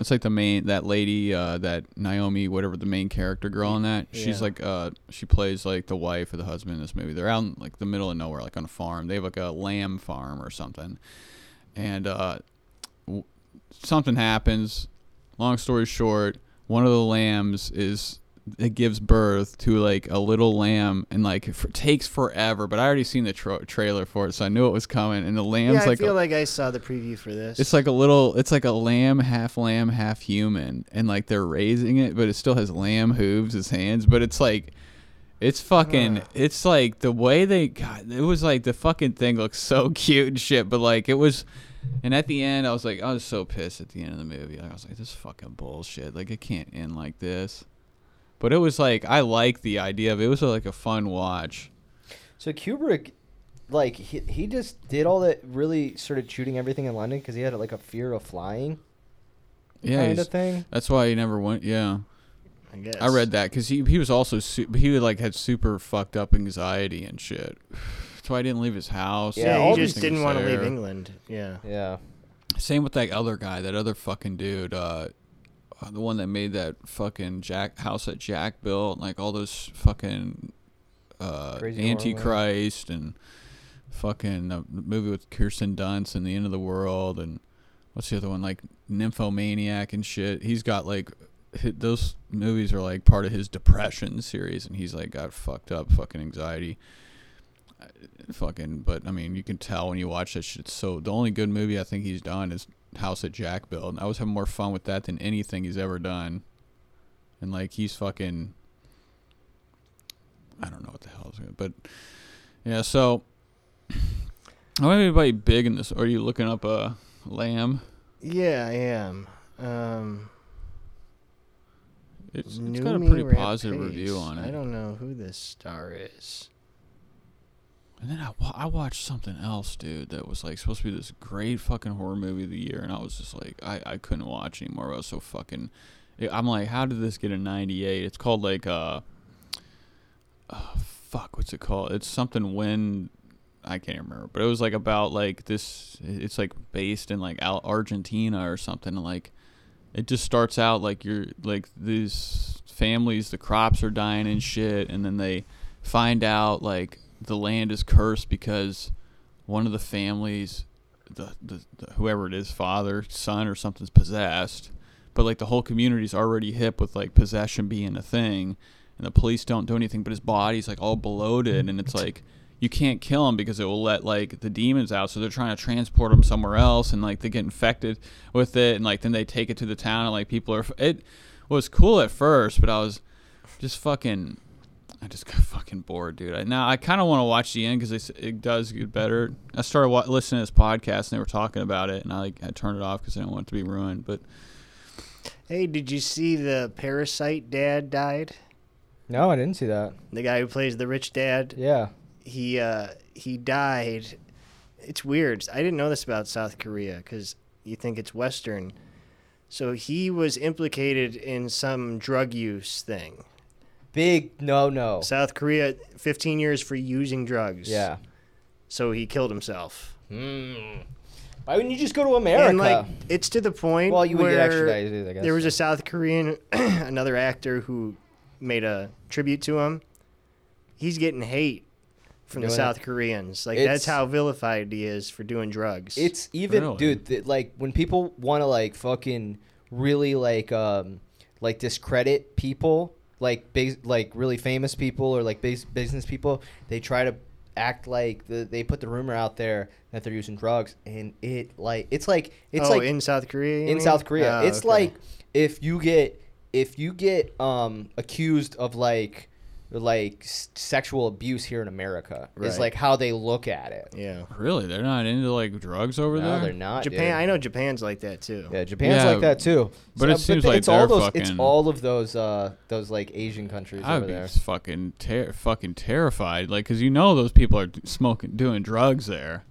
Speaker 4: It's like the main that lady uh, that Naomi, whatever the main character girl in that. She's
Speaker 5: Yeah.
Speaker 4: like uh, she plays like the wife or the husband in this movie. They're out in like the middle of nowhere, like on a farm. They have like a lamb farm or something, and uh, something happens. Long story short, one of the lambs is it gives birth to like a little lamb and like it f- takes forever. But I already seen the tra- trailer for it, so I knew it was coming. And the lamb's
Speaker 5: Yeah, I
Speaker 4: like,
Speaker 5: feel
Speaker 4: a,
Speaker 5: like I saw the preview for this.
Speaker 4: it's like a little, it's like a lamb, half lamb, half human, and like they're raising it, but it still has lamb hooves as hands. But it's like. It's fucking. It's like the way they. God, it was like the fucking thing looks so cute and shit. But like it was, and at the end I was like, I was so pissed at the end of the movie. Like, I was like, this is fucking bullshit. Like it can't end like this. But it was like I like the idea of it. It was like a fun watch.
Speaker 3: So Kubrick, like, he, he just did all that really started shooting everything in London because he had, like, a fear of flying
Speaker 4: Yeah,
Speaker 3: kind
Speaker 4: he's-
Speaker 3: of thing.
Speaker 4: that's why he never went. Yeah,
Speaker 5: I guess.
Speaker 4: I read that because he he was also su- he like had super fucked up anxiety and shit. That's why he didn't leave his house.
Speaker 5: Yeah,
Speaker 3: Yeah,
Speaker 5: he
Speaker 3: all
Speaker 5: just
Speaker 3: these
Speaker 5: didn't want to leave
Speaker 4: England.
Speaker 5: England. Yeah.
Speaker 3: Yeah.
Speaker 4: Same with that other guy, that other fucking dude, uh, the one that made that fucking Jack house that Jack built, like all those fucking uh,
Speaker 3: Crazy horror movie.
Speaker 4: Antichrist and fucking the movie with Kirsten Dunst and the end of the world and what's the other one like Nymphomaniac and shit. He's got like hi- those movies are like part of his depression series and he's like got fucked up fucking anxiety fucking but I mean you can tell when you watch that shit so the only good movie I think he's done is House at Jack Build and I was having more fun with that than anything he's ever done and like he's fucking I don't know what the hell is it but yeah so I want anybody big in this are you looking up a lamb
Speaker 5: Yeah, I am. Um,
Speaker 4: it's, it's got a
Speaker 5: Noomi
Speaker 4: pretty positive
Speaker 5: Rapace.
Speaker 4: review on it
Speaker 5: I don't know who this star is.
Speaker 4: And then I, wa- I watched something else, dude, that was like supposed to be this great fucking horror movie of the year, and I was just like, I, I couldn't watch anymore. I was so fucking. I- I'm like, how did this get a 98? It's called like uh, oh, fuck, what's it called? It's something when I can't remember, but it was like about like this. It's like based in like Al- Argentina or something. and, Like it just starts out like you're like these families, the crops are dying and shit, and then they find out like the land is cursed because one of the families, the, the, the whoever it is, father, son, or something's possessed. But like the whole community's already hip with like possession being a thing, and the police don't do anything. But his body's like all bloated, and it's like you can't kill him because it will let like the demons out. So they're trying to transport him somewhere else, and like they get infected with it, and like then they take it to the town, and like people are. It was cool at first, but I was just fucking I just got fucking bored, dude. I, now I kind of want to watch the end because it does get better. I started wa- listening to this podcast and they were talking about it, and I like I turned it off because I didn't want it to be ruined. But
Speaker 5: Hey, did you see the Parasite dad died?
Speaker 3: No, I didn't see that.
Speaker 5: The guy who plays the rich dad.
Speaker 3: Yeah.
Speaker 5: He uh, he died. It's weird. I didn't know this about South Korea because you think it's Western. So he was implicated in some drug use thing.
Speaker 3: Big no no.
Speaker 5: South Korea, 15 years for using drugs.
Speaker 3: Oh. Yeah. Hmm.
Speaker 5: So he killed himself.
Speaker 3: Why wouldn't you just go to America?
Speaker 5: And like it's to the point
Speaker 3: Well, you would
Speaker 5: where
Speaker 3: get extradited, I guess.
Speaker 5: there was a South Korean, another actor who made a tribute to him. He's getting hate from the
Speaker 3: Doing
Speaker 5: South
Speaker 3: it.
Speaker 5: Koreans. Like
Speaker 3: It's-
Speaker 5: that's how vilified he is for doing drugs.
Speaker 3: It's even,
Speaker 4: Really?
Speaker 3: dude. Th- like when people want to like fucking really like um like discredit people, like bas- like really famous people or like bas- business people, they try to act like the- they put the rumor out there that they're using drugs, and it like it's like it's
Speaker 5: oh,
Speaker 3: like
Speaker 5: in South Korea. you
Speaker 3: in
Speaker 5: mean?
Speaker 3: South Korea.
Speaker 5: Oh,
Speaker 3: it's
Speaker 5: okay.
Speaker 3: like if you get if you get um accused of like like s- sexual abuse here in America. Is
Speaker 5: Right.
Speaker 3: like how they look at it.
Speaker 5: Yeah.
Speaker 4: Really, they're not into like drugs over
Speaker 3: No,
Speaker 4: there.
Speaker 3: they're not.
Speaker 5: Japan.
Speaker 3: dude.
Speaker 5: I know Japan's like that too.
Speaker 3: Yeah, Japan's
Speaker 4: Yeah,
Speaker 3: like that too.
Speaker 4: but it seems
Speaker 3: th-
Speaker 4: like
Speaker 3: it's
Speaker 4: they're
Speaker 3: all those. It's
Speaker 4: fucking-
Speaker 3: all of those. Uh, those like Asian countries
Speaker 4: I
Speaker 3: over
Speaker 4: would be
Speaker 3: there.
Speaker 4: fucking ter- fucking terrified, like, cause you know those people are smoking, doing drugs there.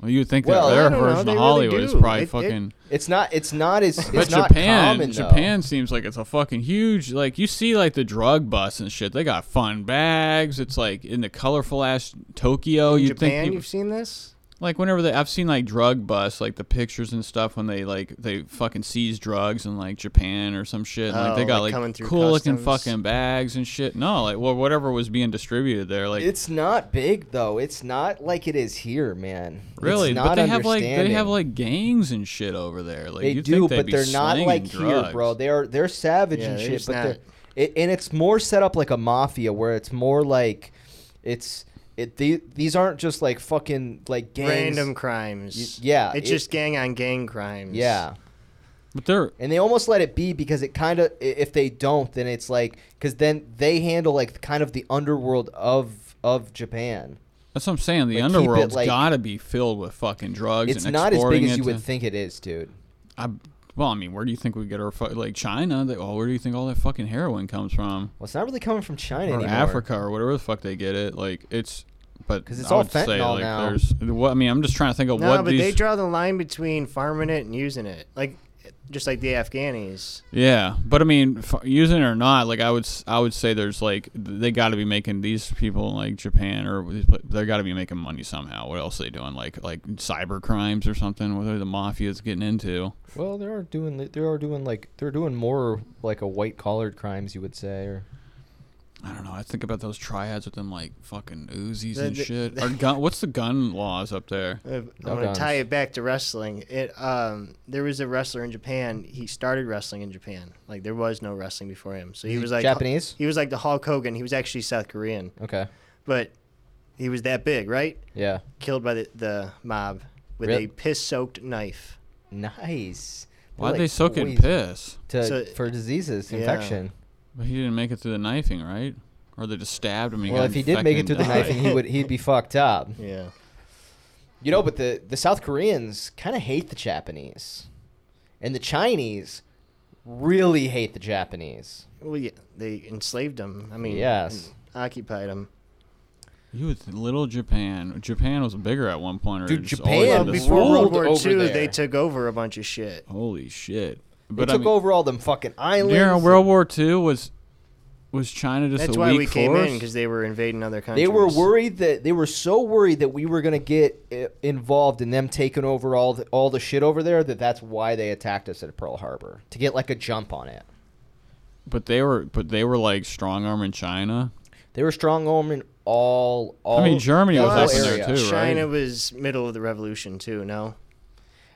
Speaker 4: Well, you would think
Speaker 3: Well,
Speaker 4: that
Speaker 3: I
Speaker 4: their
Speaker 5: don't know,
Speaker 4: version
Speaker 5: they
Speaker 4: of
Speaker 5: really
Speaker 4: Hollywood is
Speaker 5: do.
Speaker 4: probably
Speaker 5: It- it-
Speaker 4: fucking.
Speaker 3: It's not. It's not as. It's
Speaker 4: but
Speaker 3: not
Speaker 4: Japan,
Speaker 3: common though.
Speaker 4: Japan seems like it's a fucking huge. Like you see, like the drug bus and shit. They got fun bags. It's like in the colorful ass Tokyo.
Speaker 5: In
Speaker 4: You'd
Speaker 5: Japan,
Speaker 4: think people,
Speaker 5: you've seen this?
Speaker 4: like whenever they, I've seen like drug bus, like the pictures and stuff when they like they fucking seize drugs in like Japan or some shit. And, like they
Speaker 5: Oh,
Speaker 4: got
Speaker 5: like,
Speaker 4: like,
Speaker 5: coming through
Speaker 4: cool looking
Speaker 5: customs.
Speaker 4: fucking bags and shit. No, like well, whatever was being distributed there, like
Speaker 3: It's not big though. It's not like it is here, man. It's
Speaker 4: really. but
Speaker 3: not
Speaker 4: they have like they have
Speaker 3: understanding.
Speaker 4: like gangs and shit over there. Like
Speaker 3: They
Speaker 4: you
Speaker 3: do,
Speaker 4: think they'd
Speaker 3: but
Speaker 4: be
Speaker 3: they're not
Speaker 4: slinging
Speaker 3: like
Speaker 4: drugs.
Speaker 3: here, bro. They are they're savage
Speaker 5: Yeah,
Speaker 3: and
Speaker 5: they're
Speaker 3: shit,
Speaker 5: just
Speaker 3: but
Speaker 5: not-
Speaker 3: they're it, and it's more set up like a mafia where it's more like it's it the, these aren't just like fucking like gangs.
Speaker 5: Random crimes.
Speaker 3: Y- yeah,
Speaker 5: It's
Speaker 3: it-
Speaker 5: just gang on gang crimes.
Speaker 3: Yeah.
Speaker 4: But they're
Speaker 3: And they almost let it be because it kind of if they don't then it's like cuz then they handle like kind of the underworld of of Japan.
Speaker 4: That's what I'm saying. The
Speaker 3: Like, keep it,
Speaker 4: underworld's
Speaker 3: like-
Speaker 4: gotta be filled with fucking drugs.
Speaker 3: It's
Speaker 4: and
Speaker 3: not as
Speaker 4: exporting
Speaker 3: big as
Speaker 4: it
Speaker 3: you would
Speaker 4: to-
Speaker 3: think it is, dude.
Speaker 4: I, well, I mean, where do you think we get our fu- like China? They, well, where do you think all that fucking heroin comes from?
Speaker 3: Well, it's not really coming from China
Speaker 4: Or
Speaker 3: anymore.
Speaker 4: Africa or whatever the fuck they get it. Like it's, but
Speaker 3: 'Cause it's
Speaker 4: I
Speaker 3: all
Speaker 4: would say,
Speaker 3: fentanyl
Speaker 4: like,
Speaker 3: now.
Speaker 4: There's, what, I mean, I'm just trying to think of
Speaker 5: No,
Speaker 4: what
Speaker 5: but
Speaker 4: these.
Speaker 5: they draw the line between farming it and using it, like just like the Afghanis.
Speaker 4: yeah, but I mean, f- using it or not, like I would, s- I would say there's like they got to be making these people in, like Japan or these pla- they got to be making money somehow. What else are they doing? Like like cyber crimes or something? What are the mafia's getting into?
Speaker 3: Well, they are doing they are doing like they're doing more like a white collared crimes you would say or
Speaker 4: I don't know. I think about those triads with them like fucking Uzis
Speaker 5: The-
Speaker 4: and
Speaker 5: the-
Speaker 4: shit. Or gun, what's the gun laws up there?
Speaker 5: Uh, I'm
Speaker 3: No
Speaker 5: gonna tie
Speaker 3: guns.
Speaker 5: it back to wrestling. It um, there was a wrestler in Japan. He started wrestling in Japan. Like there was no wrestling before him. So he
Speaker 3: Is he
Speaker 5: was like
Speaker 3: Japanese?
Speaker 5: He was like the Hulk Hogan. He was actually South Korean,
Speaker 3: Okay.
Speaker 5: but he was that big, right?
Speaker 3: Yeah.
Speaker 5: Killed by the, the mob with
Speaker 3: Really?
Speaker 5: a piss-soaked knife.
Speaker 3: Nice. They're,
Speaker 4: Why'd
Speaker 3: like,
Speaker 4: they soak it in
Speaker 3: poison-
Speaker 4: piss?
Speaker 3: to,
Speaker 5: So-
Speaker 3: for diseases,
Speaker 5: Yeah.
Speaker 3: infection.
Speaker 4: But he didn't make it through the knifing, right? Or they just stabbed him. And
Speaker 3: Well,
Speaker 4: got
Speaker 3: if he did make it through
Speaker 4: infected
Speaker 3: the
Speaker 4: and
Speaker 3: knifing,
Speaker 4: died.
Speaker 3: he would he'd be fucked up.
Speaker 5: Yeah.
Speaker 3: You know, but the the South Koreans kind of hate the Japanese, and the Chinese really hate the Japanese.
Speaker 5: Well, yeah, they enslaved him. I mean,
Speaker 3: Yes.
Speaker 5: and occupied him.
Speaker 4: You would think little Japan. Japan was bigger at one point. Or
Speaker 3: Dude,
Speaker 4: just
Speaker 3: Japan
Speaker 4: always
Speaker 3: Yeah,
Speaker 5: Well,
Speaker 4: had this-
Speaker 5: before World
Speaker 3: ruled
Speaker 5: War
Speaker 3: over
Speaker 5: II,
Speaker 3: there.
Speaker 5: they took over a bunch of shit.
Speaker 4: Holy shit!
Speaker 3: They
Speaker 4: But I
Speaker 3: took
Speaker 4: mean,
Speaker 3: over all them fucking islands.
Speaker 4: during World War II was was China just
Speaker 5: That's
Speaker 4: a
Speaker 5: why
Speaker 4: weak
Speaker 5: we came in
Speaker 4: force?
Speaker 5: because they were invading other countries.
Speaker 3: They were worried that they were so worried that we were going to get uh, involved in them taking over all the, all the shit over there that that's why they attacked us at Pearl Harbor to get like a jump on it.
Speaker 4: but they were but they were like strong arm in China.
Speaker 3: They were strong arming all all.
Speaker 4: I mean, Germany was
Speaker 3: all
Speaker 4: up in
Speaker 3: area.
Speaker 4: there too,
Speaker 5: China
Speaker 4: right?
Speaker 5: was middle of the revolution too. No,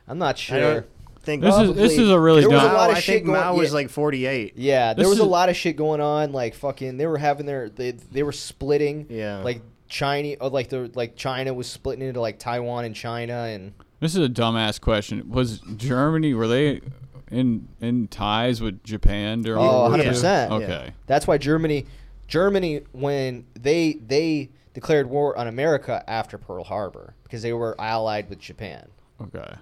Speaker 3: I'm not sure.
Speaker 5: I don't think
Speaker 4: This is this
Speaker 3: Probably-
Speaker 4: is a really
Speaker 3: there was
Speaker 4: dumb.
Speaker 3: a lot
Speaker 5: Mao,
Speaker 3: of
Speaker 5: I
Speaker 3: shit
Speaker 5: think
Speaker 3: going-
Speaker 5: Mao was
Speaker 3: yeah.
Speaker 5: like 48.
Speaker 3: Yeah, there
Speaker 4: This
Speaker 3: was a
Speaker 4: is-
Speaker 3: lot of shit going on. Like fucking, they were having their they they were splitting.
Speaker 5: Yeah.
Speaker 3: Like Chinese, or like the like China was splitting into like Taiwan and China, and
Speaker 4: This is a dumbass question. Was Germany were they in in ties with Japan during
Speaker 3: Oh,
Speaker 4: World War
Speaker 3: 100%,
Speaker 4: II?
Speaker 5: yeah.
Speaker 4: Okay.
Speaker 3: that's why Germany, Germany when they they declared war on America after Pearl Harbor because they were allied with Japan.
Speaker 4: Okay.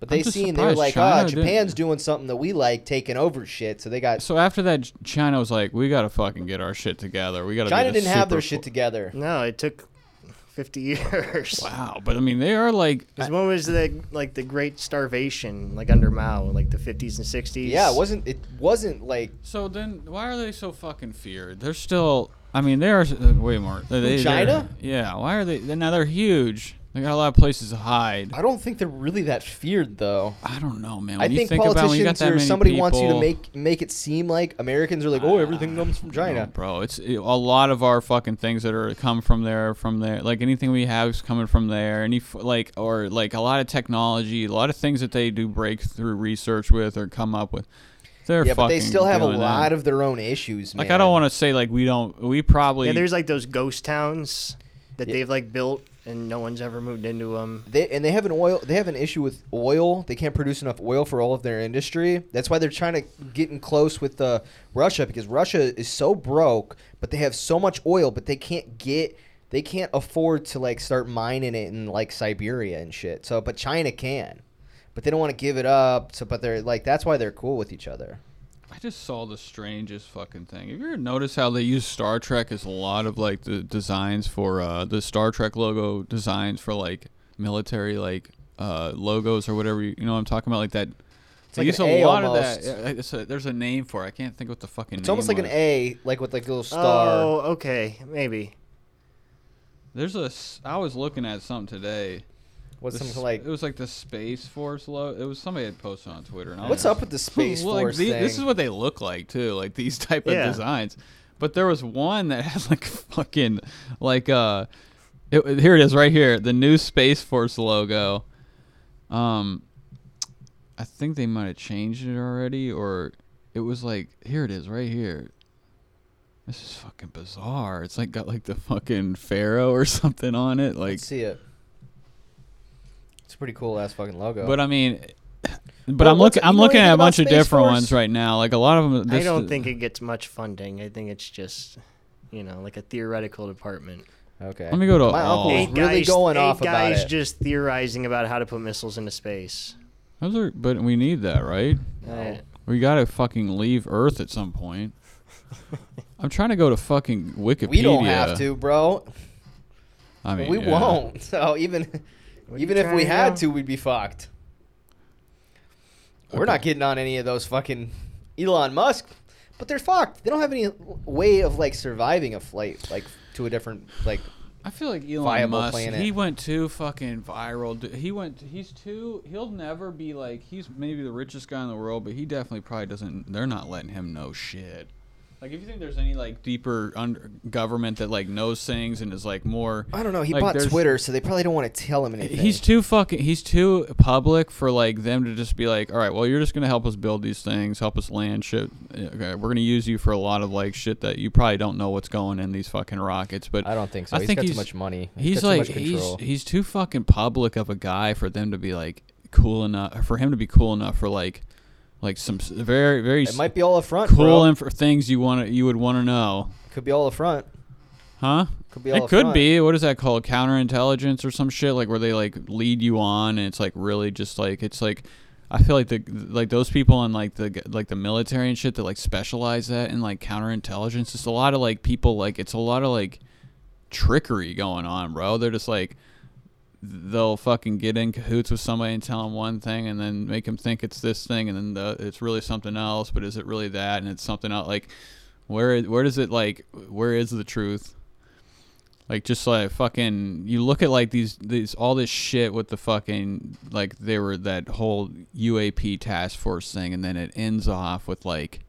Speaker 3: But they
Speaker 4: just
Speaker 3: seen they're
Speaker 4: surprised
Speaker 3: like, ah,
Speaker 4: China didn't-
Speaker 3: Japan's doing something that we like, taking over shit. So they got
Speaker 4: So after that, J- China was like, "We gotta fucking get our shit together. We gotta." be
Speaker 3: China
Speaker 4: the
Speaker 3: didn't have their
Speaker 4: super
Speaker 3: shit
Speaker 4: fo-
Speaker 3: together.
Speaker 5: No, it took 50 years.
Speaker 4: Wow, but I mean, they are like.
Speaker 5: Because when was the like the Great Starvation like under Mao, like the 50s and 60s?
Speaker 3: Yeah, it wasn't it wasn't like
Speaker 4: So then, why are they so fucking feared? They're still. I mean, they are s- uh, way more. They, they're-
Speaker 3: China?
Speaker 4: Yeah. Why are they? they're- Now they're huge. They got a lot of places to hide.
Speaker 3: I don't think they're really that feared though.
Speaker 4: I don't know, man.
Speaker 3: I
Speaker 4: When you
Speaker 3: think,
Speaker 4: think about when you got
Speaker 3: politicians
Speaker 4: that
Speaker 3: or
Speaker 4: many
Speaker 3: somebody wants you
Speaker 4: people-
Speaker 3: to make make it seem like Americans are like, oh, everything comes from
Speaker 4: No,
Speaker 3: China.
Speaker 4: bro. It's it, a lot of our fucking things that are come from there, from there. Like anything we have is coming from there. Any f- like or like a lot of technology, a lot of things that they do breakthrough research with or come up with. They're
Speaker 3: yeah, but they
Speaker 4: fucking
Speaker 3: still have a
Speaker 4: doing
Speaker 3: lot
Speaker 4: that.
Speaker 3: of their own issues, man.
Speaker 4: Like I don't want to say like we don't. We probably.
Speaker 5: Yeah, there's like those ghost towns that they've like built and no one's ever moved into them.
Speaker 3: They, and they have an oil. They have an issue with oil. They can't produce enough oil for all of their industry. That's why they're trying to get in close with uh, Russia because Russia is so broke, but they have so much oil, but they can't get. They can't afford to like start mining it in like Siberia and shit. So, but China can, but they don't want to give it up. So, but they're like that's why they're cool with each other.
Speaker 4: I just saw the strangest fucking thing. Have you ever noticed how they use Star Trek as a lot of like the designs for uh, the Star Trek logo designs for like military like uh, logos or whatever you, you know what I'm talking about like that. they
Speaker 3: like
Speaker 4: use
Speaker 3: an
Speaker 4: a
Speaker 3: A
Speaker 4: lot of
Speaker 3: almost.
Speaker 4: that. Yeah, It's a, there's a name for. it. I can't think what the fucking.
Speaker 3: It's almost like
Speaker 4: name
Speaker 3: an
Speaker 4: was.
Speaker 3: A, like with like a little star.
Speaker 5: Oh, okay, maybe.
Speaker 4: There's a. s- I was looking at something today.
Speaker 3: What's
Speaker 4: The
Speaker 3: something
Speaker 4: s-
Speaker 3: like?
Speaker 4: it was like the Space Force logo. It was somebody had posted on Twitter. And I
Speaker 3: What's
Speaker 4: was-
Speaker 3: up with the Space
Speaker 4: Well, like,
Speaker 3: Force
Speaker 4: the- This
Speaker 3: thing?
Speaker 4: is what they look like too, like these type of
Speaker 5: Yeah.
Speaker 4: designs. But there was one that had like fucking like uh, it, here it is right here, the new Space Force logo. Um, I think they might have changed it already, or it was like here it is right here. This is fucking bizarre. It's like got like the fucking pharaoh or something on it, like.
Speaker 3: Let's see it. It's a pretty cool ass fucking logo.
Speaker 4: But I mean, but
Speaker 3: Well,
Speaker 4: I'm
Speaker 3: what's-
Speaker 4: looking. I'm
Speaker 3: you know
Speaker 4: looking
Speaker 3: anything
Speaker 4: at a
Speaker 3: about
Speaker 4: bunch of
Speaker 3: Space
Speaker 4: different
Speaker 3: Force?
Speaker 4: ones right now. Like a lot of them.
Speaker 5: I
Speaker 4: this-
Speaker 5: don't think it gets much funding. I think it's just, you know, like a theoretical department.
Speaker 3: okay.
Speaker 4: Let me go to
Speaker 3: My
Speaker 4: all.
Speaker 3: uncle was
Speaker 4: Eight
Speaker 3: Oh, really going
Speaker 5: eight
Speaker 3: off about
Speaker 5: guys
Speaker 3: it.
Speaker 5: just theorizing about how to put missiles into space.
Speaker 4: Those are, but we need that, right?
Speaker 5: Uh,
Speaker 4: We gotta fucking leave Earth at some point. I'm trying to go to fucking Wikipedia.
Speaker 3: we don't have to, bro.
Speaker 4: I mean,
Speaker 3: we
Speaker 4: yeah.
Speaker 3: won't. So even
Speaker 5: What are
Speaker 3: even
Speaker 5: you
Speaker 3: if we
Speaker 5: trying to
Speaker 3: had
Speaker 5: do?
Speaker 3: to, we'd be fucked. We're not
Speaker 4: Okay.
Speaker 3: getting on any of those fucking Elon Musk, but they're fucked. They don't have any way of like surviving a flight like to a different like.
Speaker 4: I feel like Elon
Speaker 3: viable
Speaker 4: Musk.
Speaker 3: planet.
Speaker 4: He went too fucking viral. dude. He went. He's too. He'll never be like. He's maybe the richest guy in the world, but he definitely probably doesn't. They're not letting him know shit. Like, if you think there's any like deeper under government that like knows things and is like more.
Speaker 3: I don't know. He
Speaker 4: like,
Speaker 3: bought
Speaker 4: there's-
Speaker 3: Twitter, so they probably don't want to tell him anything.
Speaker 4: He's too fucking. He's too public for like them to just be like, all right, well, you're just gonna help us build these things, help us land shit. Okay, we're gonna use you for a lot of like shit that you probably don't know what's going in these fucking rockets. But
Speaker 3: I don't think so.
Speaker 4: I
Speaker 3: He's
Speaker 4: think
Speaker 3: got too
Speaker 4: he's
Speaker 3: much money. He's
Speaker 4: He's,
Speaker 3: got too
Speaker 4: like
Speaker 3: much control.
Speaker 4: he's he's too fucking public of a guy for them to be like cool enough for him to be cool enough for like like some s- very very
Speaker 3: it might be all a front,
Speaker 4: cool
Speaker 3: bro.
Speaker 4: and for things you want to you would want to know.
Speaker 3: Could be all a front.
Speaker 4: Huh?
Speaker 3: Could be all
Speaker 4: it
Speaker 3: up
Speaker 4: could
Speaker 3: front.
Speaker 4: be. What is that called? Counterintelligence or some shit? Like where they like lead you on, and it's like really just like it's like. I feel like the like those people in like the like the military and shit that like specialize that in like counterintelligence. It's a lot of like people like it's a lot of like trickery going on, bro. They're just like they'll fucking get in cahoots with somebody and tell them one thing and then make them think it's this thing and then the, it's really something else but is it really that and it's something else like where where does it like where is the truth like just like fucking you look at like these these all this shit with the fucking like they were that whole UAP task force thing and then it ends off with like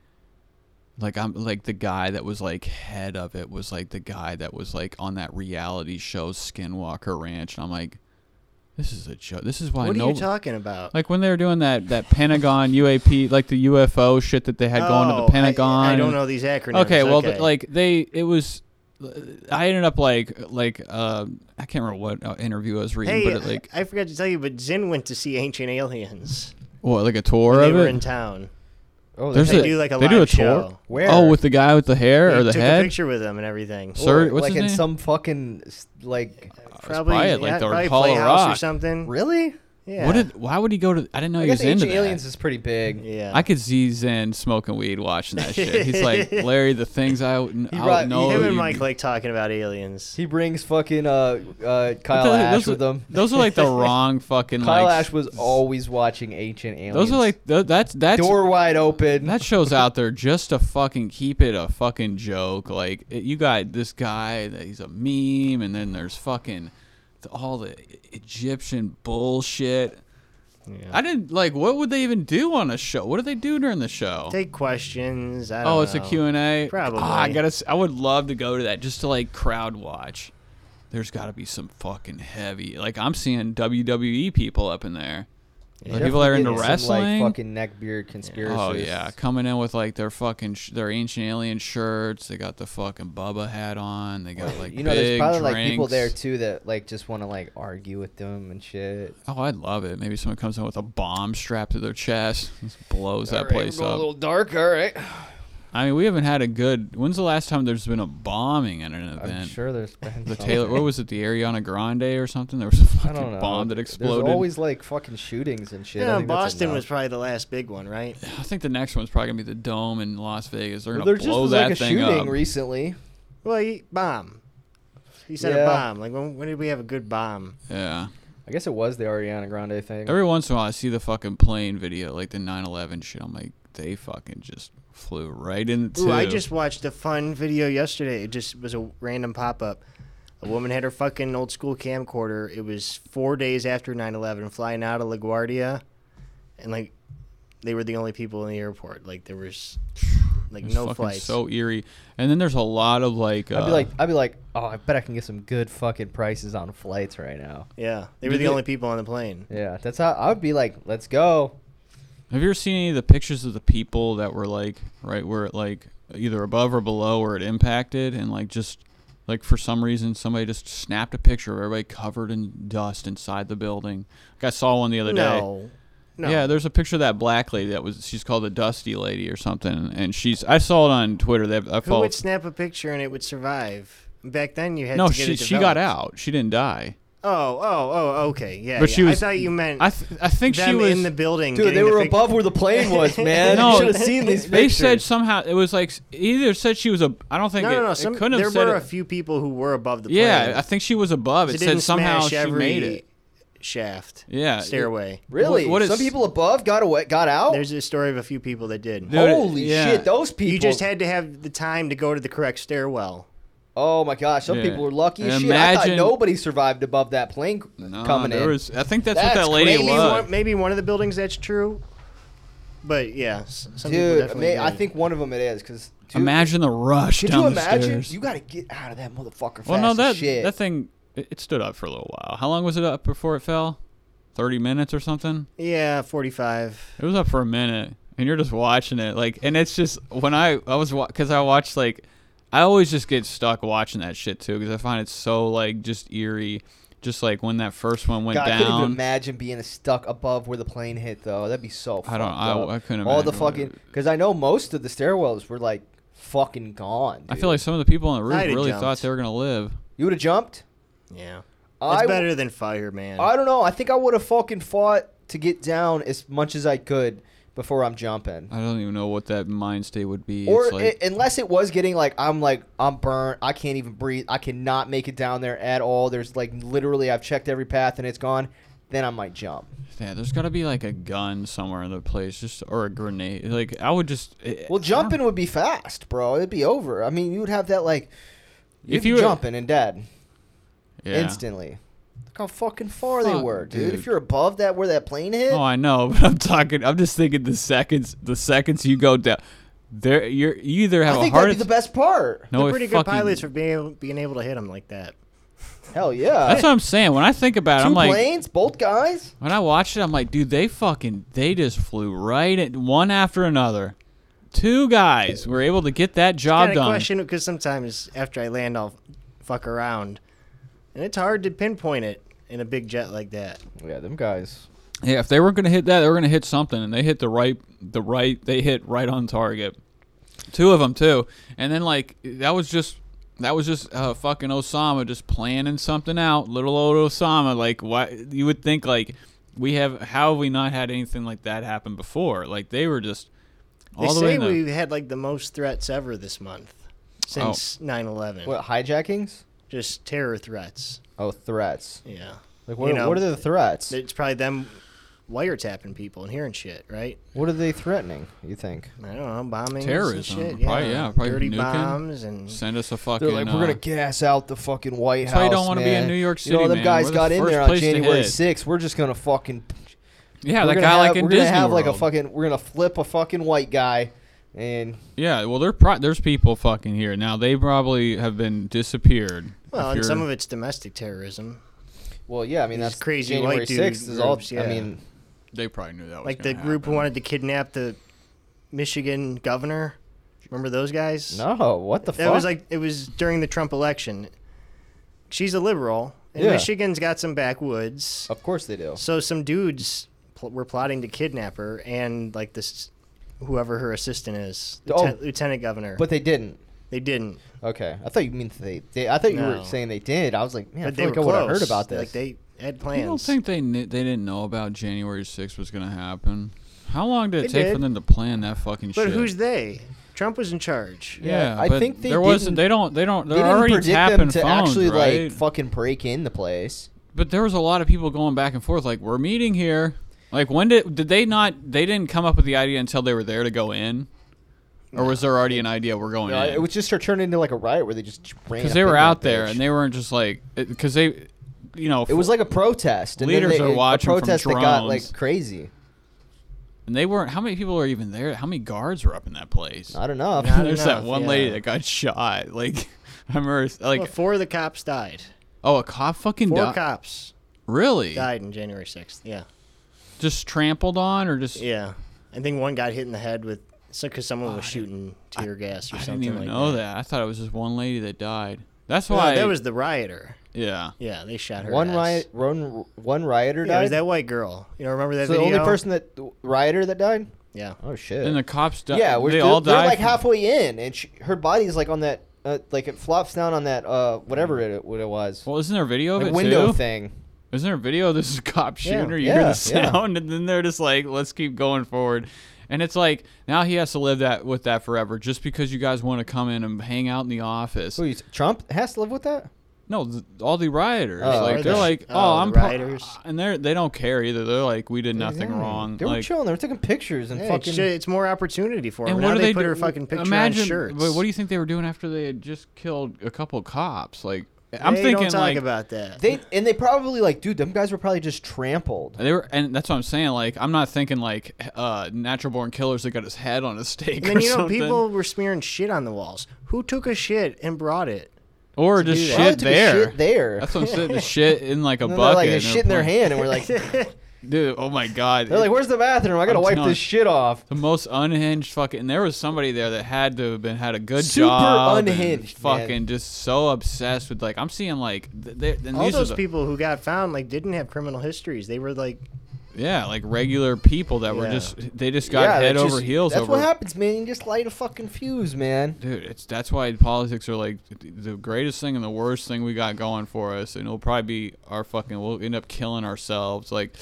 Speaker 4: like I'm like the guy that was like head of it was like the guy that was like on that reality show Skinwalker Ranch and I'm like this is a joke this is why
Speaker 5: what are
Speaker 4: no
Speaker 5: you talking about?
Speaker 4: like when they were doing that that Pentagon UAP like the UFO shit that they had going to
Speaker 5: Oh,
Speaker 4: the
Speaker 5: I-
Speaker 4: Pentagon
Speaker 5: I, don't
Speaker 4: and-
Speaker 5: know these acronyms.
Speaker 4: Okay, well, th- like they, it was. uh, I ended up like like uh, I can't remember what uh, interview I was reading,
Speaker 5: hey,
Speaker 4: but it, like
Speaker 5: I forgot to tell you, but Zin went to see Ancient Aliens.
Speaker 4: what like a tour
Speaker 5: They
Speaker 4: of
Speaker 5: were
Speaker 4: it.
Speaker 5: in town.
Speaker 3: Oh,
Speaker 4: There's
Speaker 3: that's
Speaker 5: They
Speaker 4: a-
Speaker 5: do like a
Speaker 4: they
Speaker 5: live
Speaker 4: do a
Speaker 5: show.
Speaker 4: tour?
Speaker 3: Where?
Speaker 4: Oh, with the guy with the hair or
Speaker 5: They
Speaker 4: the
Speaker 5: took a
Speaker 4: head.
Speaker 5: picture with them and everything.
Speaker 4: Sir, what's
Speaker 3: like
Speaker 4: his
Speaker 3: in
Speaker 4: name?
Speaker 3: some fucking s- like
Speaker 5: Probably,
Speaker 4: probably at, like,
Speaker 5: yeah,
Speaker 4: the
Speaker 5: probably
Speaker 4: Hall of
Speaker 5: Playhouse or
Speaker 4: Rock.
Speaker 5: something.
Speaker 3: really.
Speaker 5: Yeah.
Speaker 4: What did? Why would he go to? I didn't know
Speaker 3: I
Speaker 4: he
Speaker 3: guess
Speaker 4: was into
Speaker 3: Ancient
Speaker 4: that.
Speaker 5: uh,
Speaker 3: Aliens is pretty big.
Speaker 5: Yeah.
Speaker 4: I could see Zen smoking weed, watching that shit. He's like Larry. The things I, would- I
Speaker 3: brought-
Speaker 4: would know.
Speaker 5: Him and
Speaker 4: you-
Speaker 5: Mike like talking about aliens.
Speaker 3: He brings fucking uh, uh,
Speaker 4: But
Speaker 3: Kyle
Speaker 4: those-
Speaker 3: Ash
Speaker 4: those are-
Speaker 3: with him.
Speaker 4: Those are like the wrong fucking.
Speaker 3: Kyle
Speaker 4: like,
Speaker 3: Ash was always watching Ancient Aliens.
Speaker 4: Those are like th- that's that's
Speaker 3: door wide open.
Speaker 4: That show's out there just to fucking keep it a fucking joke. Like it- you got this guy that he's a meme, and then there's fucking th- all the E- Egyptian bullshit. I didn't like. What would they even do on a show? What do they do during the show?
Speaker 5: Take questions. I don't
Speaker 4: oh, it's a
Speaker 5: know.
Speaker 4: Q and A.
Speaker 5: Probably.
Speaker 4: Ah, I gotta. s- I would love to go to that just to like crowd watch. There's got to be some fucking heavy. Like I'm seeing WWE people E up in there. The people that are into
Speaker 3: Definitely getting some,
Speaker 4: wrestling.
Speaker 3: like fucking neckbeard conspiracy.
Speaker 4: Oh yeah, coming in with like their fucking sh- their ancient alien shirts. They got the fucking Bubba hat on. They got like
Speaker 3: you know, there's
Speaker 4: big
Speaker 3: probably
Speaker 4: drinks.
Speaker 3: like people there too that like just want to like argue with them and shit.
Speaker 4: Oh, I'd love it. Maybe someone comes in with a bomb strapped to their chest, just blows that place up.
Speaker 3: dark, all right.
Speaker 4: I mean, we haven't had a good. When's the last time there's been a bombing at an
Speaker 3: I'm
Speaker 4: event?
Speaker 3: sure there's been
Speaker 4: The
Speaker 3: some.
Speaker 4: Taylor, what was it? The Ariana Grande or something? There was a
Speaker 3: I don't
Speaker 4: fucking
Speaker 3: know.
Speaker 4: bomb that exploded.
Speaker 3: There's always like fucking shootings and shit. I
Speaker 5: Yeah,
Speaker 3: think that's
Speaker 5: Boston
Speaker 3: enough.
Speaker 5: was probably the last big one, right?
Speaker 4: I think the next one's probably gonna be the dome in Las Vegas. They're gonna
Speaker 3: there just
Speaker 4: blow
Speaker 3: was
Speaker 4: that
Speaker 3: like a
Speaker 4: thing
Speaker 3: shooting
Speaker 4: up.
Speaker 3: recently.
Speaker 5: Well, he, bomb. He said
Speaker 3: Yeah.
Speaker 5: a bomb. Like when, when did we have a good bomb?
Speaker 4: yeah.
Speaker 3: I guess it was the Ariana Grande thing.
Speaker 4: Every once in a while, I see the fucking plane video, like the 9/11 shit. I'm like, they fucking just flew right into.
Speaker 5: Ooh, I just watched a fun video yesterday. It just was a random pop up. A woman had her fucking old school camcorder. It was four days after 9 11, flying out of LaGuardia. And, like, they were the only people in the airport. Like, there was, like,
Speaker 4: It's
Speaker 5: no
Speaker 4: fucking
Speaker 5: flights.
Speaker 4: So eerie. And then there's a lot of like. Uh,
Speaker 3: I'd be like, I'd be like, oh, I bet I can get some good fucking prices on flights right now.
Speaker 5: yeah. They were
Speaker 4: Did
Speaker 5: the
Speaker 4: they-
Speaker 5: only people on the plane.
Speaker 3: Yeah, that's how I would be like, let's go.
Speaker 4: Have you ever seen any of the pictures of the people that were like right where it like either above or below where it impacted and like just like for some reason somebody just snapped a picture of everybody covered in dust inside the building. Like I saw one the other day.
Speaker 5: No. No.
Speaker 4: Yeah, there's a picture of that black lady that was she's called the Dusty Lady or something and she's I saw it on Twitter that I
Speaker 5: Who
Speaker 4: followed
Speaker 5: would snap a picture and it would survive? Back then, you had
Speaker 4: No,
Speaker 5: to get
Speaker 4: she
Speaker 5: it
Speaker 4: she got
Speaker 5: developed.
Speaker 4: out. She didn't die.
Speaker 5: Oh, oh, oh, okay, yeah.
Speaker 4: But
Speaker 5: yeah.
Speaker 4: she was-
Speaker 5: I thought you meant
Speaker 4: I th- I think
Speaker 5: them
Speaker 4: she was
Speaker 5: in the building.
Speaker 3: Dude,
Speaker 5: getting
Speaker 3: they
Speaker 5: the
Speaker 3: were
Speaker 5: pic-
Speaker 3: above where the plane was, man.
Speaker 4: No,
Speaker 3: you should have seen these
Speaker 4: They
Speaker 3: pictures.
Speaker 4: said somehow it was like either said she was a I don't think
Speaker 5: No,
Speaker 4: it,
Speaker 5: no, no.
Speaker 4: it
Speaker 5: Some,
Speaker 4: couldn't
Speaker 5: there
Speaker 4: have said
Speaker 5: were
Speaker 4: it-
Speaker 5: a few people who were above the plane.
Speaker 4: Yeah, I think she was above.
Speaker 5: It
Speaker 4: It,
Speaker 5: didn't
Speaker 4: said somehow
Speaker 5: smash
Speaker 4: she
Speaker 5: every
Speaker 4: made it.
Speaker 5: shaft.
Speaker 4: Yeah, it-
Speaker 5: stairway.
Speaker 3: really?
Speaker 4: What- what
Speaker 3: Some
Speaker 4: is-
Speaker 3: people above got away, got out.
Speaker 5: There's a story of a few people that did.
Speaker 4: Dude,
Speaker 3: Holy
Speaker 4: yeah.
Speaker 3: shit, those people!
Speaker 5: you just had to have the time to go to the correct stairwell.
Speaker 3: Oh my gosh, some
Speaker 4: Yeah.
Speaker 3: people were lucky. as
Speaker 4: And
Speaker 3: Shit, I thought
Speaker 4: imagine-
Speaker 3: nobody survived above that plane c-
Speaker 4: No,
Speaker 3: coming
Speaker 4: there
Speaker 3: in.
Speaker 4: was- I think that's, what
Speaker 3: That's
Speaker 4: that lady
Speaker 3: crazy.
Speaker 5: Maybe
Speaker 4: was.
Speaker 5: one, maybe one of the buildings that's true, but yeah, s- some people
Speaker 3: Dude,
Speaker 5: definitely
Speaker 3: may, I
Speaker 5: did.
Speaker 3: think one of them it is because
Speaker 4: imagine the rush
Speaker 3: Could
Speaker 4: down
Speaker 3: you
Speaker 4: the
Speaker 3: imagine?
Speaker 4: stairs.
Speaker 3: You got to get out of that motherfucker fast
Speaker 4: well, no,
Speaker 3: as
Speaker 4: that
Speaker 3: shit.
Speaker 4: that thing it, it stood up for a little while. How long was it up before it fell? Thirty minutes or something.
Speaker 5: yeah, forty-five.
Speaker 4: It was up for a minute, and you're just watching it like, and it's just when I I was because I watched like, I always just get stuck watching that shit too because I find it so like just eerie. Just like when that first one went
Speaker 3: God, I couldn't even
Speaker 4: down,
Speaker 3: imagine being stuck above where the plane hit, though. That'd be so.
Speaker 4: I don't-
Speaker 3: fucked
Speaker 4: I-
Speaker 3: up.
Speaker 4: I couldn't
Speaker 3: All the
Speaker 4: imagine what
Speaker 3: fucking
Speaker 4: it-
Speaker 3: because I know most of the stairwells were like fucking gone.
Speaker 4: I
Speaker 3: dude.
Speaker 4: feel like some of the people on the roof
Speaker 5: I'd have
Speaker 4: really
Speaker 5: jumped.
Speaker 4: thought they were gonna live.
Speaker 3: you would have jumped.
Speaker 5: Yeah,
Speaker 3: I
Speaker 5: it's
Speaker 3: w-
Speaker 5: better than fire, man.
Speaker 3: I don't know. I think I would have fucking fought to get down as much as I could before I'm jumping.
Speaker 4: I don't even know what that mind state would be.
Speaker 3: Or
Speaker 4: it's like,
Speaker 3: i- unless it was getting like I'm like I'm burnt. I can't even breathe. I cannot make it down there at all. There's like literally I've checked every path and it's gone. Then I might jump.
Speaker 4: yeah, there's got to be like a gun somewhere in the place, just or a grenade. Like I would just. eh, I-
Speaker 3: Well,
Speaker 4: I don't-
Speaker 3: jumping would be fast, bro. It'd be over. I mean, you would have that like you'd
Speaker 4: If
Speaker 3: be
Speaker 4: you were-
Speaker 3: jumping and dead
Speaker 4: yeah.
Speaker 3: instantly. Look how fucking far they
Speaker 4: Fuck,
Speaker 3: were, dude. If
Speaker 4: dude.
Speaker 3: you're above that where that plane hit,
Speaker 4: Oh, I know, but I'm talking. I'm just thinking the seconds. The seconds you go down, there you're you either
Speaker 3: I
Speaker 4: have a
Speaker 3: think
Speaker 4: heart.
Speaker 3: that'd be the
Speaker 4: attack-
Speaker 3: best part.
Speaker 4: no,
Speaker 5: They're
Speaker 4: it
Speaker 5: pretty good
Speaker 4: fucking-
Speaker 5: pilots for being able, being able to hit them like that.
Speaker 3: Hell yeah.
Speaker 4: That's what I'm saying. When I think about it,
Speaker 3: 2
Speaker 4: I'm like,
Speaker 3: planes, both guys.
Speaker 4: when I watch it, I'm like, dude, they fucking, they just flew right at one after another. Two guys were able to get that job
Speaker 5: kind of
Speaker 4: done.
Speaker 5: question because sometimes after I land, I'll fuck around, and it's hard to pinpoint it in a big jet like that.
Speaker 3: Oh, Yeah, them guys.
Speaker 4: Yeah, if they weren't going to hit that, they were going to hit something, and they hit the right, the right, they hit right on target. Two of them too, and then like that was just that was just uh, fucking Osama just planning something out. Little old Osama, like why you would think like we have how have we not had anything like that happen before? Like they were just
Speaker 5: They
Speaker 4: all the way.
Speaker 5: say
Speaker 4: in the-
Speaker 5: we've had like the most threats ever this month since
Speaker 4: Oh.
Speaker 5: 9/11.
Speaker 3: What hijackings?
Speaker 5: Just terror threats.
Speaker 3: Oh, threats.
Speaker 5: Yeah,
Speaker 3: Like what,
Speaker 5: You know,
Speaker 3: what are the threats?
Speaker 5: it's probably them wiretapping people and hearing shit, right?
Speaker 3: what are they threatening, you think?
Speaker 5: I don't know, bombings,
Speaker 4: Terrorism,
Speaker 5: and shit.
Speaker 4: probably, yeah, probably
Speaker 5: dirty
Speaker 4: nuking.
Speaker 5: bombs and
Speaker 4: send us a fucking.
Speaker 3: They're like, we're
Speaker 4: uh,
Speaker 3: gonna gas out the fucking White
Speaker 4: That's
Speaker 3: House.
Speaker 4: why you don't wanna be in
Speaker 3: man.
Speaker 4: New York
Speaker 3: You know,
Speaker 4: City,
Speaker 3: them
Speaker 4: man.
Speaker 3: guys
Speaker 4: We're the
Speaker 3: got in there
Speaker 4: first
Speaker 3: on
Speaker 4: place to
Speaker 3: January
Speaker 4: hit.
Speaker 3: 6th. We're just gonna fucking.
Speaker 4: yeah,
Speaker 3: we're
Speaker 4: that
Speaker 3: gonna
Speaker 4: guy
Speaker 3: have,
Speaker 4: like in
Speaker 3: we're gonna
Speaker 4: Disney
Speaker 3: have like a
Speaker 4: World.
Speaker 3: fucking. We're gonna flip a fucking white guy, and
Speaker 4: Yeah, well, there pro- there's people fucking here now. They probably have been disappeared.
Speaker 5: well,
Speaker 4: If
Speaker 5: and
Speaker 4: you're-
Speaker 5: some of it's domestic terrorism.
Speaker 3: well, yeah, I mean
Speaker 5: These
Speaker 3: that's
Speaker 5: crazy
Speaker 3: January
Speaker 5: white dude
Speaker 3: 6th is all.
Speaker 5: groups, yeah.
Speaker 3: I mean,
Speaker 4: They probably knew that was
Speaker 5: Like the
Speaker 4: gonna
Speaker 5: group who
Speaker 4: happen.
Speaker 5: wanted to kidnap the Michigan governor. Remember those guys?
Speaker 3: No, what the
Speaker 5: That
Speaker 3: fuck?
Speaker 5: was like it was during the Trump election. She's a liberal, and
Speaker 3: Yeah. Uh,
Speaker 5: Michigan's got some backwoods.
Speaker 3: of course they do.
Speaker 5: So some dudes pl- were plotting to kidnap her, and like this, whoever her assistant is,
Speaker 3: Oh.
Speaker 5: Lieutenant, Lieutenant Governor.
Speaker 3: But they didn't.
Speaker 5: they didn't.
Speaker 3: Okay, I thought you meant they. they I thought you were
Speaker 5: No.
Speaker 3: saying they did. I was like, man,
Speaker 5: but
Speaker 3: I
Speaker 5: they were
Speaker 3: feel like I would have
Speaker 5: close.
Speaker 3: heard about this.
Speaker 5: Like they had plans.
Speaker 4: You don't think they kn- they didn't know about January 6th was gonna happen? How long did it
Speaker 5: They
Speaker 4: take for
Speaker 5: did.
Speaker 4: them to plan that fucking
Speaker 5: but
Speaker 4: shit?
Speaker 5: who's they? Trump was in charge.
Speaker 4: Yeah,
Speaker 3: I
Speaker 4: but
Speaker 3: think they
Speaker 4: there wasn't.
Speaker 3: didn't-
Speaker 4: They don't. They don't. They're
Speaker 3: They didn't
Speaker 4: already
Speaker 3: predict
Speaker 4: tapping
Speaker 3: them to
Speaker 4: phones,
Speaker 3: actually
Speaker 4: right?
Speaker 3: like fucking break in the place.
Speaker 4: but there was a lot of people going back and forth. Like we're meeting here. Like when did did they not? They didn't come up with the idea until they were there to go in, or was there already an idea we're going
Speaker 3: Uh,
Speaker 4: in?
Speaker 3: it would just start turning into like a riot where they just ran.
Speaker 4: because
Speaker 3: up
Speaker 4: they
Speaker 3: in
Speaker 4: were
Speaker 3: that
Speaker 4: out there
Speaker 3: bitch.
Speaker 4: and they weren't just like because they, you know,
Speaker 3: It was like a protest. And
Speaker 4: Leaders
Speaker 3: then
Speaker 4: are
Speaker 3: they,
Speaker 4: watching
Speaker 3: a
Speaker 4: from
Speaker 3: protest that got
Speaker 4: drones.
Speaker 3: like crazy.
Speaker 4: and they weren't. How many people were even there? How many guards were up in that place?
Speaker 3: Not enough.
Speaker 5: Not
Speaker 4: There's that
Speaker 5: enough,
Speaker 4: one lady
Speaker 5: yeah.
Speaker 4: that got shot. Like I remember, like
Speaker 5: Well, four of the cops died.
Speaker 4: oh, a cop fucking
Speaker 5: Four
Speaker 4: died.
Speaker 5: cops
Speaker 4: Really?
Speaker 5: died in January sixth. Yeah,
Speaker 4: Just trampled on, or just
Speaker 5: yeah. I think one got hit in the head with so because someone was shooting tear gas or
Speaker 4: I
Speaker 5: something
Speaker 4: didn't even
Speaker 5: like
Speaker 4: know
Speaker 5: that.
Speaker 4: that. I thought it was just one lady that died. That's
Speaker 5: No,
Speaker 4: why.
Speaker 5: that was the rioter.
Speaker 4: yeah.
Speaker 5: Yeah, they shot her.
Speaker 3: one
Speaker 5: ass.
Speaker 3: riot, one one rioter
Speaker 5: Yeah, it
Speaker 3: died.
Speaker 5: was that white girl. You know, remember that
Speaker 3: so the
Speaker 5: video?
Speaker 3: only person that the rioter that died.
Speaker 5: Yeah.
Speaker 3: Oh shit.
Speaker 4: And the cops died.
Speaker 3: yeah, we're
Speaker 4: they
Speaker 3: they're,
Speaker 4: all
Speaker 3: they're
Speaker 4: died.
Speaker 3: like
Speaker 4: from-
Speaker 3: halfway in, and she, her body's like on that, uh, like it flops down on that, uh, whatever it what it was,
Speaker 4: Well, isn't there a video of
Speaker 3: like
Speaker 4: it
Speaker 3: window
Speaker 4: too?
Speaker 3: thing.
Speaker 4: Isn't there a video? of This is a cop shooting
Speaker 5: Yeah.
Speaker 4: her. You
Speaker 3: Yeah,
Speaker 4: hear
Speaker 3: yeah.
Speaker 4: the sound, and then they're just like, "Let's keep going forward." And it's like now he has to live that with that forever, just because you guys want to come in and hang out in the office.
Speaker 3: Who you, Trump has to live with that.
Speaker 4: No, th- all the rioters.
Speaker 3: Oh,
Speaker 4: like
Speaker 3: are
Speaker 4: they're
Speaker 5: they?
Speaker 4: like,
Speaker 5: Oh,
Speaker 4: oh,
Speaker 5: the
Speaker 4: I'm pro-"
Speaker 5: rioters.
Speaker 4: and they're they don't care either. They're like, we did nothing
Speaker 3: Yeah.
Speaker 4: wrong.
Speaker 3: They were
Speaker 4: like,
Speaker 3: chilling. They were taking pictures and
Speaker 5: Yeah,
Speaker 3: fucking.
Speaker 5: it's, ju- it's more opportunity for her.
Speaker 4: and
Speaker 5: now
Speaker 4: what do
Speaker 5: they,
Speaker 4: they
Speaker 5: put
Speaker 4: do?
Speaker 5: her fucking picture
Speaker 4: Imagine,
Speaker 5: on shirts.
Speaker 4: But what do you think they were doing after they had just killed a couple cops? Like, I'm
Speaker 5: they
Speaker 4: thinking
Speaker 5: don't talk
Speaker 4: like
Speaker 5: about that.
Speaker 3: They and they probably like, dude, them guys were probably just trampled.
Speaker 4: they were, and that's what I'm saying. Like, I'm not thinking like uh, natural born killers that got his head on a stake
Speaker 5: and then
Speaker 4: or
Speaker 5: you know
Speaker 4: something,
Speaker 5: people were smearing shit on the walls. Who took a shit and brought it?
Speaker 4: or
Speaker 5: do
Speaker 4: just
Speaker 5: that.
Speaker 3: Probably
Speaker 4: shit
Speaker 3: took a
Speaker 4: there.
Speaker 3: shit there.
Speaker 4: That's what I'm saying. The shit in like a
Speaker 3: And they're
Speaker 4: bucket.
Speaker 3: like
Speaker 4: and
Speaker 3: they
Speaker 4: they're
Speaker 3: shit in their
Speaker 4: playing-
Speaker 3: hand, and we're like,
Speaker 4: dude. Oh my god.
Speaker 3: they're like, where's the bathroom? I gotta
Speaker 4: I'm
Speaker 3: wipe
Speaker 4: telling-
Speaker 3: this shit off.
Speaker 4: The most unhinged fucking. And there was somebody there that had to have been had a good
Speaker 3: Super
Speaker 4: job. and
Speaker 3: unhinged,
Speaker 4: Fucking
Speaker 3: man.
Speaker 4: just so obsessed with like I'm seeing like th- they- and
Speaker 5: All
Speaker 4: these
Speaker 5: those
Speaker 4: are the-
Speaker 5: people who got found like didn't have criminal histories. They were like,
Speaker 4: yeah like regular people that were
Speaker 5: Yeah.
Speaker 4: just they just got
Speaker 3: yeah,
Speaker 4: head
Speaker 3: that's
Speaker 4: over
Speaker 3: just-
Speaker 4: heels
Speaker 3: That's
Speaker 4: over.
Speaker 3: what happens, man. You just light a fucking fuse, man.
Speaker 4: Dude, it's that's why politics are like th- the greatest thing and the worst thing we got going for us, and it'll probably be our fucking. We'll end up killing ourselves. Like,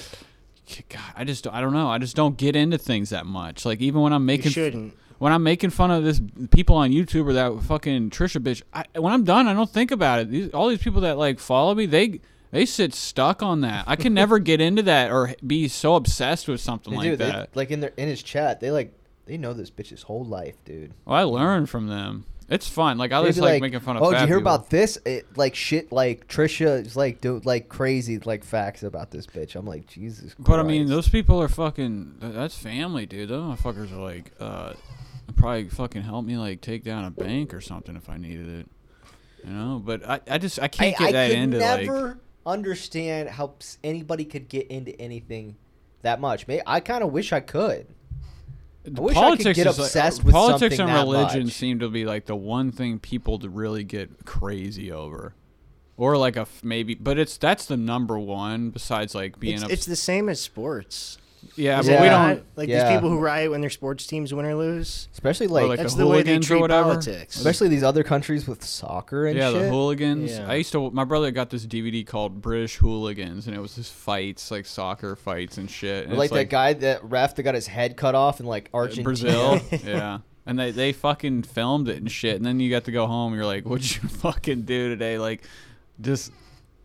Speaker 4: God, I just I don't know. I just don't get into things that much. Like even when I'm making
Speaker 5: shouldn't.
Speaker 4: when I'm making fun of this people on YouTube or that fucking Trisha bitch. I, when I'm done, I don't think about it. These, all these people that like follow me, they they sit stuck on that. I can never get into that or be so obsessed with something
Speaker 3: They
Speaker 4: like
Speaker 3: do. They-
Speaker 4: that.
Speaker 3: like in their in his chat, they like they know this bitch's whole life, dude.
Speaker 4: Well, I learn from them. It's fun. Like I
Speaker 3: They'd
Speaker 4: just
Speaker 3: be
Speaker 4: like, making fun of.
Speaker 3: Oh, did
Speaker 4: fat
Speaker 3: you hear
Speaker 4: people.
Speaker 3: about this? It, like shit, like Trisha is like do like crazy like facts about this bitch. I'm like Jesus. Christ.
Speaker 4: But I mean, those people are fucking. th- That's family, dude. Those motherfuckers are like, uh, probably fucking help me like take down a bank or something if I needed it. You know, but I, I just I
Speaker 3: I,
Speaker 4: can't get
Speaker 3: I
Speaker 4: that
Speaker 3: could
Speaker 4: into
Speaker 3: never
Speaker 4: like.
Speaker 3: understand how s- anybody could get into anything that much. May I kind of wish I could. I wish I could
Speaker 4: Politics
Speaker 3: get
Speaker 4: is, like,
Speaker 3: obsessed with
Speaker 4: politics
Speaker 3: something
Speaker 4: and
Speaker 3: that
Speaker 4: religion
Speaker 3: much.
Speaker 4: seem to be like the one thing people to really get crazy over, or like a f- maybe. But it's that's the number one besides like being
Speaker 5: it's,
Speaker 4: obs-
Speaker 5: it's the same as sports.
Speaker 4: yeah,
Speaker 5: Is
Speaker 4: but
Speaker 5: it
Speaker 4: we
Speaker 5: not?
Speaker 4: don't.
Speaker 5: like
Speaker 3: yeah.
Speaker 5: these people who riot when their sports teams win or lose.
Speaker 3: Especially
Speaker 4: Or
Speaker 3: like,
Speaker 4: like
Speaker 5: That's
Speaker 4: the,
Speaker 5: the way they
Speaker 4: hooligans or
Speaker 5: treat
Speaker 4: whatever.
Speaker 5: politics.
Speaker 3: especially these other countries with soccer and
Speaker 4: yeah,
Speaker 3: shit.
Speaker 4: the hooligans.
Speaker 5: Yeah.
Speaker 4: I used to. My brother got this DVD called British Hooligans, and it was just fights, like soccer fights and shit. And
Speaker 3: Or,
Speaker 4: it's
Speaker 3: like, that guy that ref that got his head cut off in like Argentina.
Speaker 4: Brazil. yeah, and they they fucking filmed it and shit. And then you got to go home. You're like, what'd you fucking do today? Like, just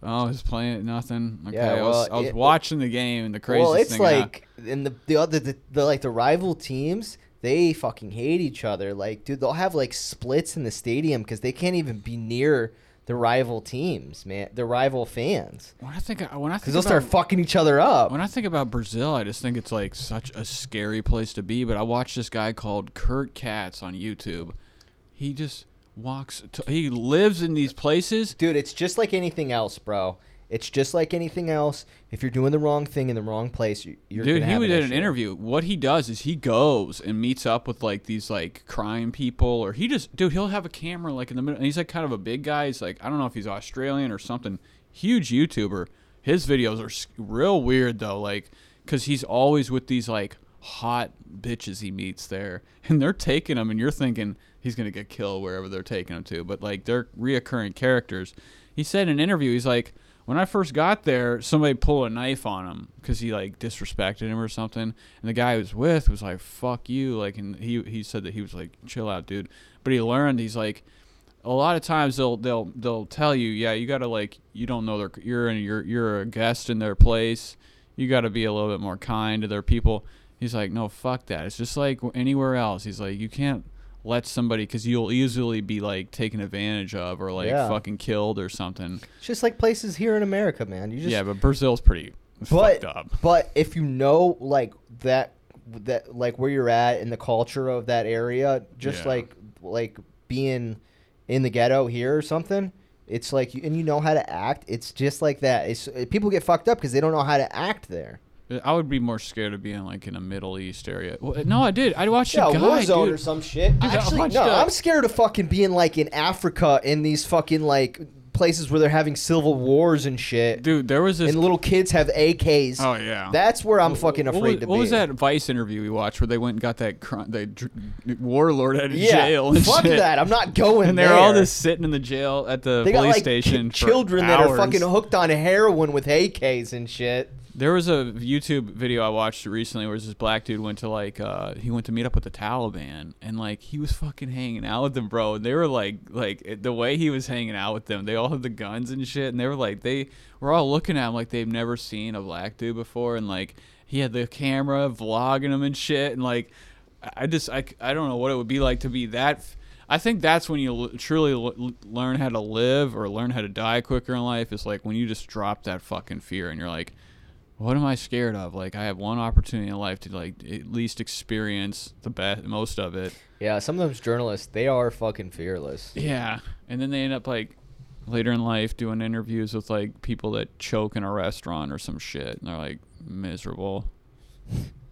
Speaker 4: oh, I was playing nothing. Okay,
Speaker 3: Yeah,
Speaker 4: I was,
Speaker 3: well,
Speaker 4: I was
Speaker 3: it-
Speaker 4: watching the game and the craziest
Speaker 3: well, it's
Speaker 4: thing. I-
Speaker 3: like and the the other the, the like the rival teams they fucking hate each other. Like, dude, they'll have like splits in the stadium because they can't even be near the rival teams, man. The rival fans
Speaker 4: when I think I- when I
Speaker 3: because
Speaker 4: think
Speaker 3: they'll start
Speaker 4: about-
Speaker 3: fucking each other up.
Speaker 4: When I think about Brazil, I just think it's like such a scary place to be. But I watched this guy called Kurt Katz on YouTube. He just walks. To, he lives in these places.
Speaker 3: Dude, it's just like anything else, bro. It's just like anything else. If you're doing the wrong thing in the wrong place, you- you're
Speaker 4: Dude,
Speaker 3: gonna
Speaker 4: he
Speaker 3: have an
Speaker 4: did an
Speaker 3: issue.
Speaker 4: interview. What he does is he goes and meets up with like these like crime people, or he just dude, he'll have a camera like in the middle, and he's like kind of a big guy. He's like I don't know if he's Australian or something. Huge YouTuber. His videos are s- real weird though, like because he's always with these like hot bitches he meets there, and they're taking him, and you're thinking he's gonna get killed wherever they're taking him to, but like they're reoccurring characters. He said in an interview, he's like. When I first got there, somebody pulled a knife on him because he like disrespected him or something, and the guy he was with was like, "Fuck you!" Like, and he he said that he was like, "Chill out, dude." But he learned he's like, a lot of times they'll they'll they'll tell you, "Yeah, you gotta like, you don't know their you're in you're you're a guest in their place. You gotta be a little bit more kind to their people." He's like, "No, fuck that. It's just like anywhere else." He's like, "You can't." Let somebody, because you'll easily be like taken advantage of, or like
Speaker 3: Yeah.
Speaker 4: fucking killed, or something.
Speaker 3: It's just like places here in America, man. You just
Speaker 4: Yeah, but Brazil's pretty
Speaker 3: but
Speaker 4: fucked up.
Speaker 3: but if you know like that that like where you're at and the culture of that area, just
Speaker 4: Yeah.
Speaker 3: like like being in the ghetto here or something, it's like you, and you know how to act. It's just like that. It's uh, people get fucked up because they don't know how to act there.
Speaker 4: I would be more scared of being like in a Middle East area. Well, no, I did. I watched
Speaker 3: Yeah,
Speaker 4: a guy,
Speaker 3: Warzone
Speaker 4: dude.
Speaker 3: or some shit.
Speaker 4: I
Speaker 3: Actually,
Speaker 4: watched,
Speaker 3: no,
Speaker 4: uh,
Speaker 3: I'm scared of fucking being like in Africa in these fucking like places where they're having civil wars and shit,
Speaker 4: Dude, there was this.
Speaker 3: and little kids have AKs.
Speaker 4: oh yeah.
Speaker 3: That's where I'm fucking
Speaker 4: What
Speaker 3: afraid
Speaker 4: was,
Speaker 3: to be.
Speaker 4: what was that Vice interview we watched where they went and got that cr- that dr- warlord out of
Speaker 3: Yeah,
Speaker 4: jail and
Speaker 3: fuck
Speaker 4: shit?
Speaker 3: that. I'm not going
Speaker 4: And
Speaker 3: there.
Speaker 4: they're all just sitting in the jail at the
Speaker 3: They got
Speaker 4: police
Speaker 3: like
Speaker 4: station.
Speaker 3: ki-
Speaker 4: for
Speaker 3: children that are
Speaker 4: hours.
Speaker 3: fucking hooked on heroin with AKs and shit.
Speaker 4: There was a YouTube video I watched recently where this black dude went to like uh he went to meet up with the Taliban and like he was fucking hanging out with them, bro. And they were like like it- the way he was hanging out with them, they all had the guns and shit, and they were like they were all looking at him like they've never seen a black dude before, and like he had the camera vlogging him and shit, and like I- I just I c- I don't know what it would be like to be that. f- I think that's when you l- truly l- l- learn how to live or learn how to die quicker in life. Is like when you just drop that fucking fear and you're like, what am I scared of? Like I have one opportunity in life to like at least experience the best most of it.
Speaker 3: Yeah, some of those journalists, they are fucking fearless.
Speaker 4: Yeah. And then they end up like later in life doing interviews with like people that choke in a restaurant or some shit and they're like miserable.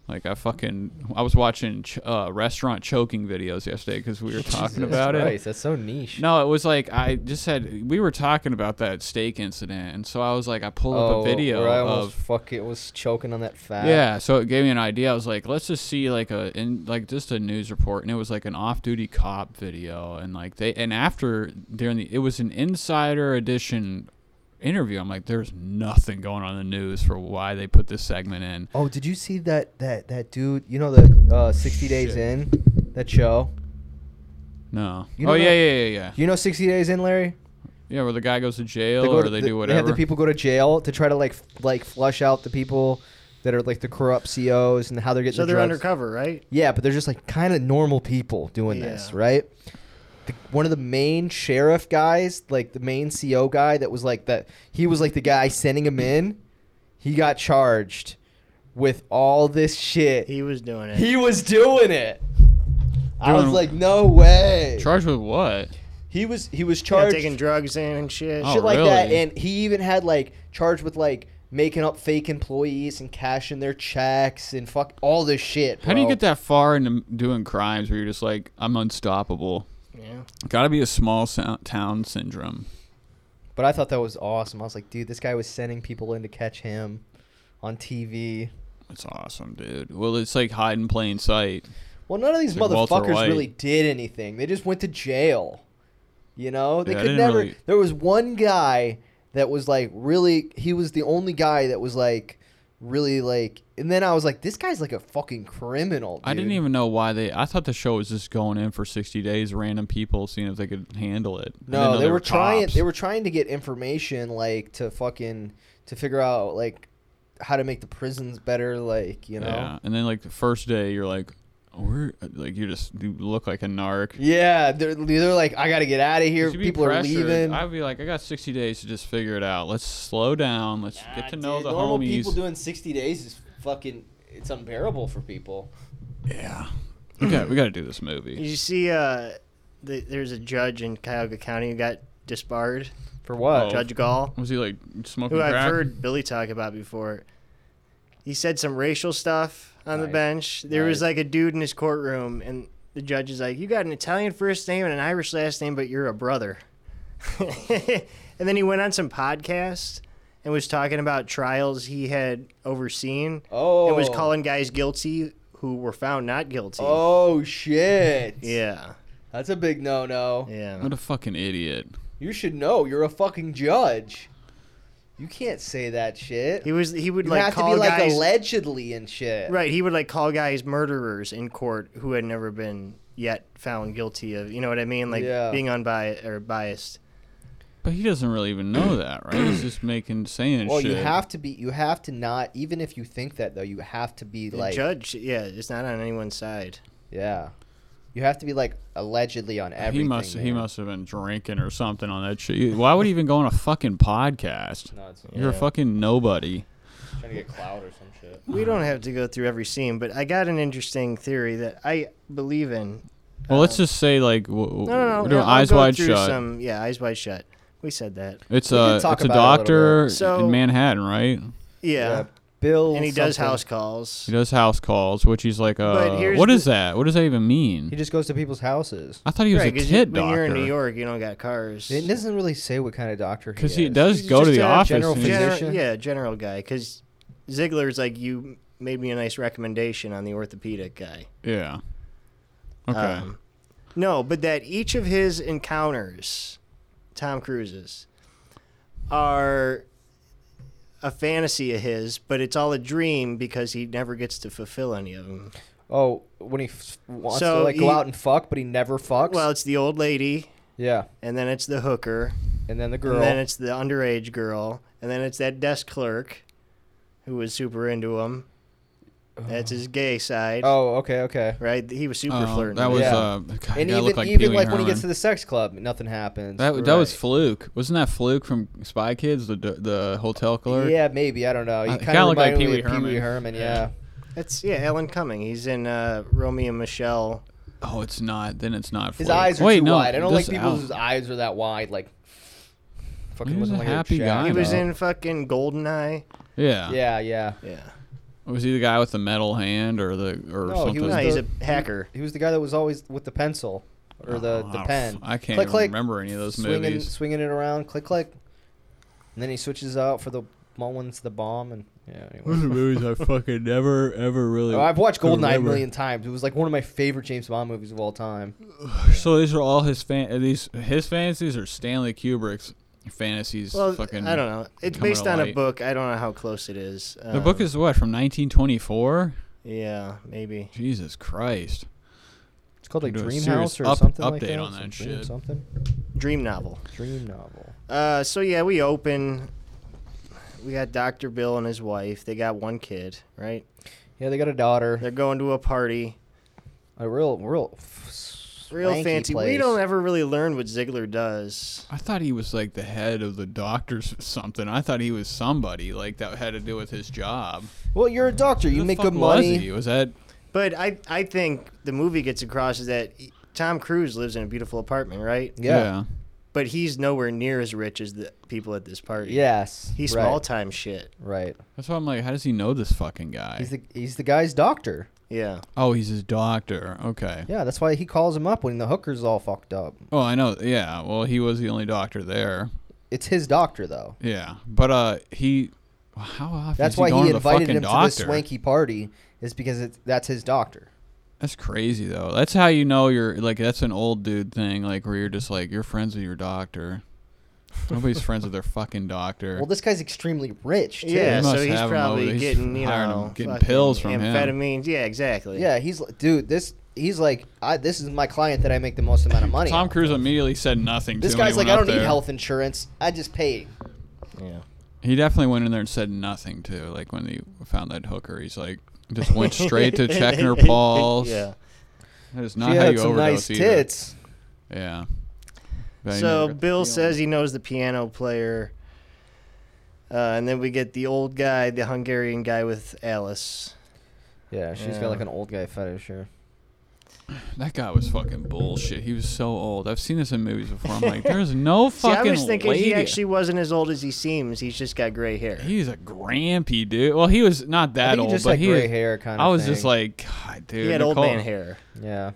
Speaker 4: Like I fucking I was watching ch- uh, restaurant choking videos yesterday cuz we were talking about it.
Speaker 3: That's so niche.
Speaker 4: No, it was like I just said we were talking about that steak incident and so I was like I pulled up a video
Speaker 3: Oh, where I
Speaker 4: of
Speaker 3: almost fuck it was choking on that fat.
Speaker 4: yeah, so it gave me an idea. I was like, let's just see like a in like just a news report, and it was like an off-duty cop video, and like they and after during the it was an insider edition interview. I'm like, there's nothing going on in the news for why they put this segment in.
Speaker 3: Oh, did you see that that that dude? You know the uh, 60 Days
Speaker 4: Shit.
Speaker 3: In that show.
Speaker 4: No.
Speaker 3: You
Speaker 4: oh
Speaker 3: know
Speaker 4: yeah,
Speaker 3: that-
Speaker 4: yeah, yeah, yeah.
Speaker 3: You know 60 Days In, Larry?
Speaker 4: Yeah, where the guy goes to jail
Speaker 3: go
Speaker 4: or
Speaker 3: to
Speaker 4: they
Speaker 3: the-
Speaker 4: do
Speaker 3: They have
Speaker 4: whatever.
Speaker 3: the people go to jail to try to like f- like flush out the people that are like the corrupt COs and how they're getting.
Speaker 5: So
Speaker 3: the
Speaker 5: they're
Speaker 3: drugs.
Speaker 5: undercover, right?
Speaker 3: Yeah, but they're just like kind of normal people doing this,
Speaker 5: Yeah.
Speaker 3: right? The, one of the main sheriff guys, like the main CO guy that was like that, he was like the guy sending him in. He got charged with all this shit. He,
Speaker 5: He was doing it.
Speaker 3: was doing it. I
Speaker 4: Doing-
Speaker 3: was like, no way.
Speaker 4: Charged with what?
Speaker 3: he was he was
Speaker 5: Yeah,
Speaker 3: charged
Speaker 5: taking drugs in and shit.
Speaker 4: Oh.
Speaker 3: shit like that,
Speaker 4: really?
Speaker 3: and he even had like charged with like making up fake employees and cashing their checks and fuck all this shit.
Speaker 4: How do you
Speaker 3: bro.
Speaker 4: get that far into doing crimes where you're just like, I'm unstoppable?
Speaker 5: Yeah.
Speaker 4: Got to be a small sou- town syndrome.
Speaker 3: But I thought that was awesome. I was like, dude, this guy was sending people in to catch him on TV.
Speaker 4: That's awesome, dude. Well, it's like hide in plain sight.
Speaker 3: Well, none of these
Speaker 4: It's like Walter
Speaker 3: motherfuckers
Speaker 4: White.
Speaker 3: really did anything. They just went to jail. You know, they
Speaker 4: Yeah, I
Speaker 3: could
Speaker 4: didn't
Speaker 3: never.
Speaker 4: really-
Speaker 3: There was one guy that was like really. He was the only guy that was like really like. And then I was like, this guy's like a fucking criminal.
Speaker 4: I didn't
Speaker 3: dude.
Speaker 4: even know why they. I thought the show was just going in for sixty days, random people, seeing if they could handle it. I didn't
Speaker 3: No,
Speaker 4: know
Speaker 3: they, were, trying.
Speaker 4: cops.
Speaker 3: They were trying to get information, like to fucking to figure out like how to make the prisons better. Like you know.
Speaker 4: Yeah, and then like the first day, you're like, we're like you just you look like a narc.
Speaker 3: Yeah, they're, they're like, I gotta get out of here.
Speaker 4: You should be
Speaker 3: People are
Speaker 4: pressured.
Speaker 3: leaving.
Speaker 4: I'd be like, I got sixty days to just figure it out. Let's slow down. Let's get to know the
Speaker 3: normal
Speaker 4: homies.
Speaker 3: people doing 60 days is fucking. It's unbearable for people.
Speaker 4: yeah, we got we got to do this movie.
Speaker 5: Did you see uh, the, there's a judge in Cuyahoga County who got disbarred.
Speaker 6: For what?
Speaker 4: Oh.
Speaker 5: Judge Gall,
Speaker 4: Was he like smoking
Speaker 5: who I've
Speaker 4: crack?
Speaker 5: heard Billy talk about before. He said some racial stuff on the
Speaker 6: Nice.
Speaker 5: bench. There was
Speaker 6: Nice.
Speaker 5: like a dude in his courtroom, and the judge is like, "You got an Italian first name and an Irish last name, but you're a brother." and then he went on some podcast and was talking about trials he had overseen.
Speaker 3: Oh.
Speaker 5: and was calling guys guilty who were found not guilty.
Speaker 3: Oh shit.
Speaker 5: Yeah,
Speaker 3: That's a big no-no.
Speaker 5: yeah.
Speaker 4: What a fucking idiot.
Speaker 3: You should know. You're a fucking judge. You can't say that shit.
Speaker 5: He was. He would
Speaker 3: you
Speaker 5: like
Speaker 3: have to
Speaker 5: call
Speaker 3: be like
Speaker 5: guys.
Speaker 3: allegedly and shit.
Speaker 5: Right, he would like call guys murderers in court who had never been yet found guilty of, you know what I mean, like
Speaker 3: Yeah.
Speaker 5: being unbiased or biased.
Speaker 4: But he doesn't really even know that, right? He's just making saying
Speaker 3: Well,
Speaker 4: shit.
Speaker 3: you have to be. You have to not. Even if you think that though, you have to be
Speaker 5: The
Speaker 3: like.
Speaker 5: judge, yeah, it's not on anyone's side.
Speaker 3: Yeah. You have to be like allegedly on everything.
Speaker 4: he must he
Speaker 3: man.
Speaker 4: must have been drinking or something on that shit. Why would he even go on a fucking podcast?
Speaker 6: No, it's
Speaker 4: You're a fucking nobody.
Speaker 6: trying to get cloud or some shit.
Speaker 5: We don't have to go through every scene, but I got an interesting theory that I believe in.
Speaker 4: Well, let's just say like w- w-
Speaker 5: No, no, no.
Speaker 4: we're doing
Speaker 5: I'll
Speaker 4: eyes
Speaker 5: go
Speaker 4: wide
Speaker 5: through
Speaker 4: shut.
Speaker 5: Some, yeah, eyes wide shut. We said that.
Speaker 4: It's
Speaker 3: We did
Speaker 4: a
Speaker 3: talk
Speaker 4: it's a
Speaker 3: about it a little
Speaker 4: doctor
Speaker 5: bit. So-
Speaker 4: in Manhattan, right?
Speaker 5: Yeah,
Speaker 3: Bill.
Speaker 5: and he does
Speaker 3: something.
Speaker 5: house calls.
Speaker 4: He does house calls, which he's like, uh,
Speaker 5: here's
Speaker 4: what
Speaker 5: the-
Speaker 4: is that? What does that even mean?
Speaker 6: He just goes to people's houses.
Speaker 4: I thought he was
Speaker 5: Right,
Speaker 4: a
Speaker 5: 'cause
Speaker 4: tit
Speaker 5: you,
Speaker 4: doctor.
Speaker 5: when you're in New York, you don't got cars.
Speaker 3: It doesn't really say what kind of doctor.
Speaker 4: Because
Speaker 3: he
Speaker 4: he
Speaker 3: is.
Speaker 4: does
Speaker 5: He's
Speaker 4: go to
Speaker 5: just
Speaker 4: the
Speaker 5: a
Speaker 4: office.
Speaker 6: general
Speaker 4: and he's-
Speaker 5: General,
Speaker 6: physician?
Speaker 5: yeah, general guy. Because Ziegler's like, you made me a nice recommendation on the orthopedic guy.
Speaker 4: yeah. Okay.
Speaker 5: Um, no, but that each of his encounters, Tom Cruise's, are a fantasy of his, but it's all a dream because he never gets to fulfill any of them.
Speaker 3: Oh, when he f- wants
Speaker 5: So
Speaker 3: to like go
Speaker 5: he-
Speaker 3: out and fuck, but he never fucks.
Speaker 5: Well, it's the old lady,
Speaker 3: yeah,
Speaker 5: and then it's the hooker,
Speaker 3: and then the girl.
Speaker 5: and then it's the underage girl, and then it's that desk clerk who was super into him. That's his gay side.
Speaker 3: oh, okay, okay.
Speaker 5: right? He was super
Speaker 4: Oh,
Speaker 5: flirting.
Speaker 4: that was
Speaker 3: Yeah.
Speaker 4: uh, God, that
Speaker 3: And even
Speaker 4: looked like
Speaker 3: even
Speaker 4: Pee Wee
Speaker 3: like when he
Speaker 4: Herman.
Speaker 3: gets to the sex club, nothing happens.
Speaker 4: that that was
Speaker 3: Right.
Speaker 4: fluke, wasn't that fluke from Spy Kids, the the hotel clerk?
Speaker 3: Yeah, maybe I don't know. You
Speaker 4: Uh,
Speaker 3: kind
Speaker 4: kinda
Speaker 3: of
Speaker 4: looked like
Speaker 3: reminded me
Speaker 4: Pee
Speaker 3: of
Speaker 4: Wee
Speaker 3: Pee Wee
Speaker 4: Herman.
Speaker 3: Herman. Yeah.
Speaker 5: That's yeah, Alan Cumming. He's in uh, Romeo and Michelle.
Speaker 4: Oh, it's not. Then it's not.
Speaker 3: his
Speaker 4: fluke.
Speaker 3: eyes are
Speaker 4: Wait,
Speaker 3: too
Speaker 4: no,
Speaker 3: wide. I don't like
Speaker 4: this
Speaker 3: people
Speaker 4: Al-
Speaker 3: whose eyes are that wide. Like, fucking
Speaker 4: He was
Speaker 3: looking
Speaker 4: a
Speaker 3: like
Speaker 4: happy
Speaker 3: a
Speaker 4: guy,
Speaker 5: He
Speaker 3: shack.
Speaker 4: I
Speaker 5: was
Speaker 4: know.
Speaker 5: in fucking Goldeneye.
Speaker 4: Yeah.
Speaker 3: Yeah, yeah.
Speaker 5: Yeah,
Speaker 4: Was he the guy with the metal hand or the or
Speaker 3: No, he
Speaker 4: something?
Speaker 3: was
Speaker 5: no,
Speaker 3: the-
Speaker 5: he's a hacker.
Speaker 3: He was the guy that was always with the pencil or the,
Speaker 4: Oh,
Speaker 3: the
Speaker 4: I
Speaker 3: pen.
Speaker 4: f- I can't
Speaker 3: Click,
Speaker 4: even
Speaker 3: click.
Speaker 4: remember any of those
Speaker 3: swinging,
Speaker 4: movies.
Speaker 3: swinging it around, click, click. And then he switches out for the Mullins, the bomb, and yeah. Anyway.
Speaker 4: Those are movies I fucking never ever really.
Speaker 3: Oh, I've watched
Speaker 4: could
Speaker 3: Goldeneye a
Speaker 4: remember.
Speaker 3: million times. It was like one of my favorite James Bond movies of all time.
Speaker 4: So these are all his fan. are These his fantasies or Stanley Kubrick's fantasies.
Speaker 5: Well,
Speaker 4: fucking.
Speaker 5: I don't know. It's
Speaker 4: coming
Speaker 5: based
Speaker 4: to
Speaker 5: on a
Speaker 4: light.
Speaker 5: book. I don't know how close it is.
Speaker 4: The
Speaker 3: uh,
Speaker 4: book
Speaker 5: Um,
Speaker 4: is what from 1924.
Speaker 5: yeah, maybe.
Speaker 4: Jesus Christ.
Speaker 3: It's called like
Speaker 4: Do a
Speaker 3: Dream
Speaker 4: serious
Speaker 3: House or
Speaker 4: up-
Speaker 3: something like
Speaker 4: update
Speaker 3: that.
Speaker 4: on
Speaker 3: Some
Speaker 4: that
Speaker 3: dream
Speaker 4: shit.
Speaker 3: Something.
Speaker 5: Dream novel.
Speaker 3: Dream novel.
Speaker 5: Uh, so yeah, we open. We got Doctor Bill and his wife. They got one kid, right?
Speaker 3: Yeah, they got a daughter.
Speaker 5: They're going to a party.
Speaker 3: A real, real, f-
Speaker 5: Real
Speaker 3: swanky
Speaker 5: fancy. We
Speaker 3: place.
Speaker 5: don't ever really learn what Ziegler does.
Speaker 4: I thought he was like the head of the doctors or something. I thought he was somebody like that had to do with his job.
Speaker 3: Well, you're a doctor.
Speaker 4: Who
Speaker 3: You
Speaker 4: the
Speaker 3: make
Speaker 4: fuck
Speaker 3: good money.
Speaker 4: Was, he? was that
Speaker 5: But I, I think the movie gets across is that Tom Cruise lives in a beautiful apartment, right?
Speaker 3: Yeah.
Speaker 5: But he's nowhere near as rich as the people at this party.
Speaker 3: Yes.
Speaker 5: He's
Speaker 3: right,
Speaker 5: small time shit.
Speaker 3: Right.
Speaker 4: That's why I'm like, how does he know this fucking guy?
Speaker 3: He's the he's the guy's doctor.
Speaker 5: Yeah.
Speaker 4: oh, he's his doctor. Okay.
Speaker 3: Yeah, that's why he calls him up when the hooker's all fucked up.
Speaker 4: Oh, I know. Yeah. Well, he was the only doctor there.
Speaker 3: It's his doctor though.
Speaker 4: Yeah. But uh, he. How often
Speaker 3: That's
Speaker 4: is
Speaker 3: why
Speaker 4: going
Speaker 3: he
Speaker 4: to the
Speaker 3: invited
Speaker 4: fucking
Speaker 3: him to
Speaker 4: doctor?
Speaker 3: this swanky party is because it's, that's his doctor.
Speaker 4: That's crazy though. That's how you know you're like that's an old dude thing, like where you're just like you're friends with your doctor. Nobody's friends with their fucking doctor.
Speaker 3: Well, this guy's extremely rich too.
Speaker 5: Yeah,
Speaker 4: He
Speaker 5: so
Speaker 4: must
Speaker 5: he's
Speaker 4: have 'em over.
Speaker 5: probably
Speaker 4: He's
Speaker 5: getting, you
Speaker 4: hiring 'em,
Speaker 5: know,
Speaker 4: getting
Speaker 5: fucking
Speaker 4: pills from him.
Speaker 5: amphetamines. Yeah, exactly.
Speaker 3: Yeah, he's li- dude. This he's like, I this is my client that I make the most amount of money.
Speaker 4: Tom
Speaker 3: on.
Speaker 4: Cruise immediately said nothing
Speaker 3: This
Speaker 4: to
Speaker 3: guy's
Speaker 4: anyone
Speaker 3: like, I
Speaker 4: up
Speaker 3: don't need
Speaker 4: there.
Speaker 3: health insurance. I just pay.
Speaker 5: Yeah.
Speaker 4: He definitely went in there and said nothing to like when he found that hooker. He's like just went straight to checking her balls.
Speaker 5: yeah.
Speaker 4: That is not
Speaker 3: she
Speaker 4: how
Speaker 3: had
Speaker 4: you
Speaker 3: some
Speaker 4: overdose
Speaker 3: nice
Speaker 4: either.
Speaker 3: tits.
Speaker 4: Yeah. But he
Speaker 5: So
Speaker 4: never got the
Speaker 5: Bill
Speaker 4: feeling.
Speaker 5: says he knows the piano player. Uh, and then we get the old guy, the Hungarian guy with Alice.
Speaker 3: Yeah, she's
Speaker 5: Yeah.
Speaker 3: got like an old guy fetish here.
Speaker 4: That guy was fucking bullshit. He was so old. I've seen this in movies before. I'm like, there's no
Speaker 5: See, I
Speaker 4: fucking
Speaker 5: was thinking
Speaker 4: way
Speaker 5: he
Speaker 4: to-
Speaker 5: actually wasn't as old as he seems. He's just got gray hair.
Speaker 4: He's a grampy dude. Well, he was not that
Speaker 3: think he
Speaker 4: old,
Speaker 3: just
Speaker 4: but
Speaker 3: had
Speaker 4: he.
Speaker 3: gray hair kinda
Speaker 4: I was just
Speaker 3: thing.
Speaker 4: like, God, dude.
Speaker 5: He had old
Speaker 4: Nicole-
Speaker 5: man hair.
Speaker 3: Yeah.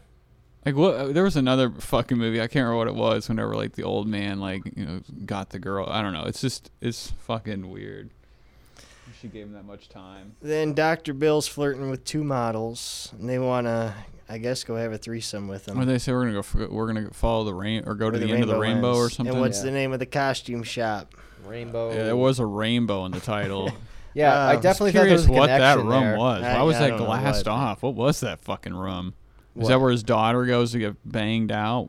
Speaker 4: Like what? uh, There was another fucking movie. I can't remember what it was. Whenever like the old man like you know got the girl. I don't know. It's just it's fucking weird. She gave him that much time.
Speaker 5: Then Dr. Bill's flirting with two models, and they want to, I guess, go have a threesome with him.
Speaker 4: What they say? We're gonna go. f- We're gonna follow the rain or go to
Speaker 5: Where
Speaker 4: the, end of the rainbow or
Speaker 5: ends.
Speaker 4: something.
Speaker 5: And what's
Speaker 3: Yeah.
Speaker 5: the name of the costume shop?
Speaker 3: Rainbow.
Speaker 4: yeah, there was a rainbow in the title.
Speaker 3: Yeah,
Speaker 5: Uh, I
Speaker 3: I
Speaker 5: was
Speaker 3: definitely thought there
Speaker 4: curious
Speaker 3: was a
Speaker 4: what that
Speaker 3: connection
Speaker 4: room
Speaker 3: there.
Speaker 4: was.
Speaker 5: I-
Speaker 4: Why was
Speaker 5: I
Speaker 4: that
Speaker 5: don't know
Speaker 4: glassed
Speaker 5: what.
Speaker 4: off? What was that fucking room? Is
Speaker 3: What?
Speaker 4: that where his daughter goes to get banged out?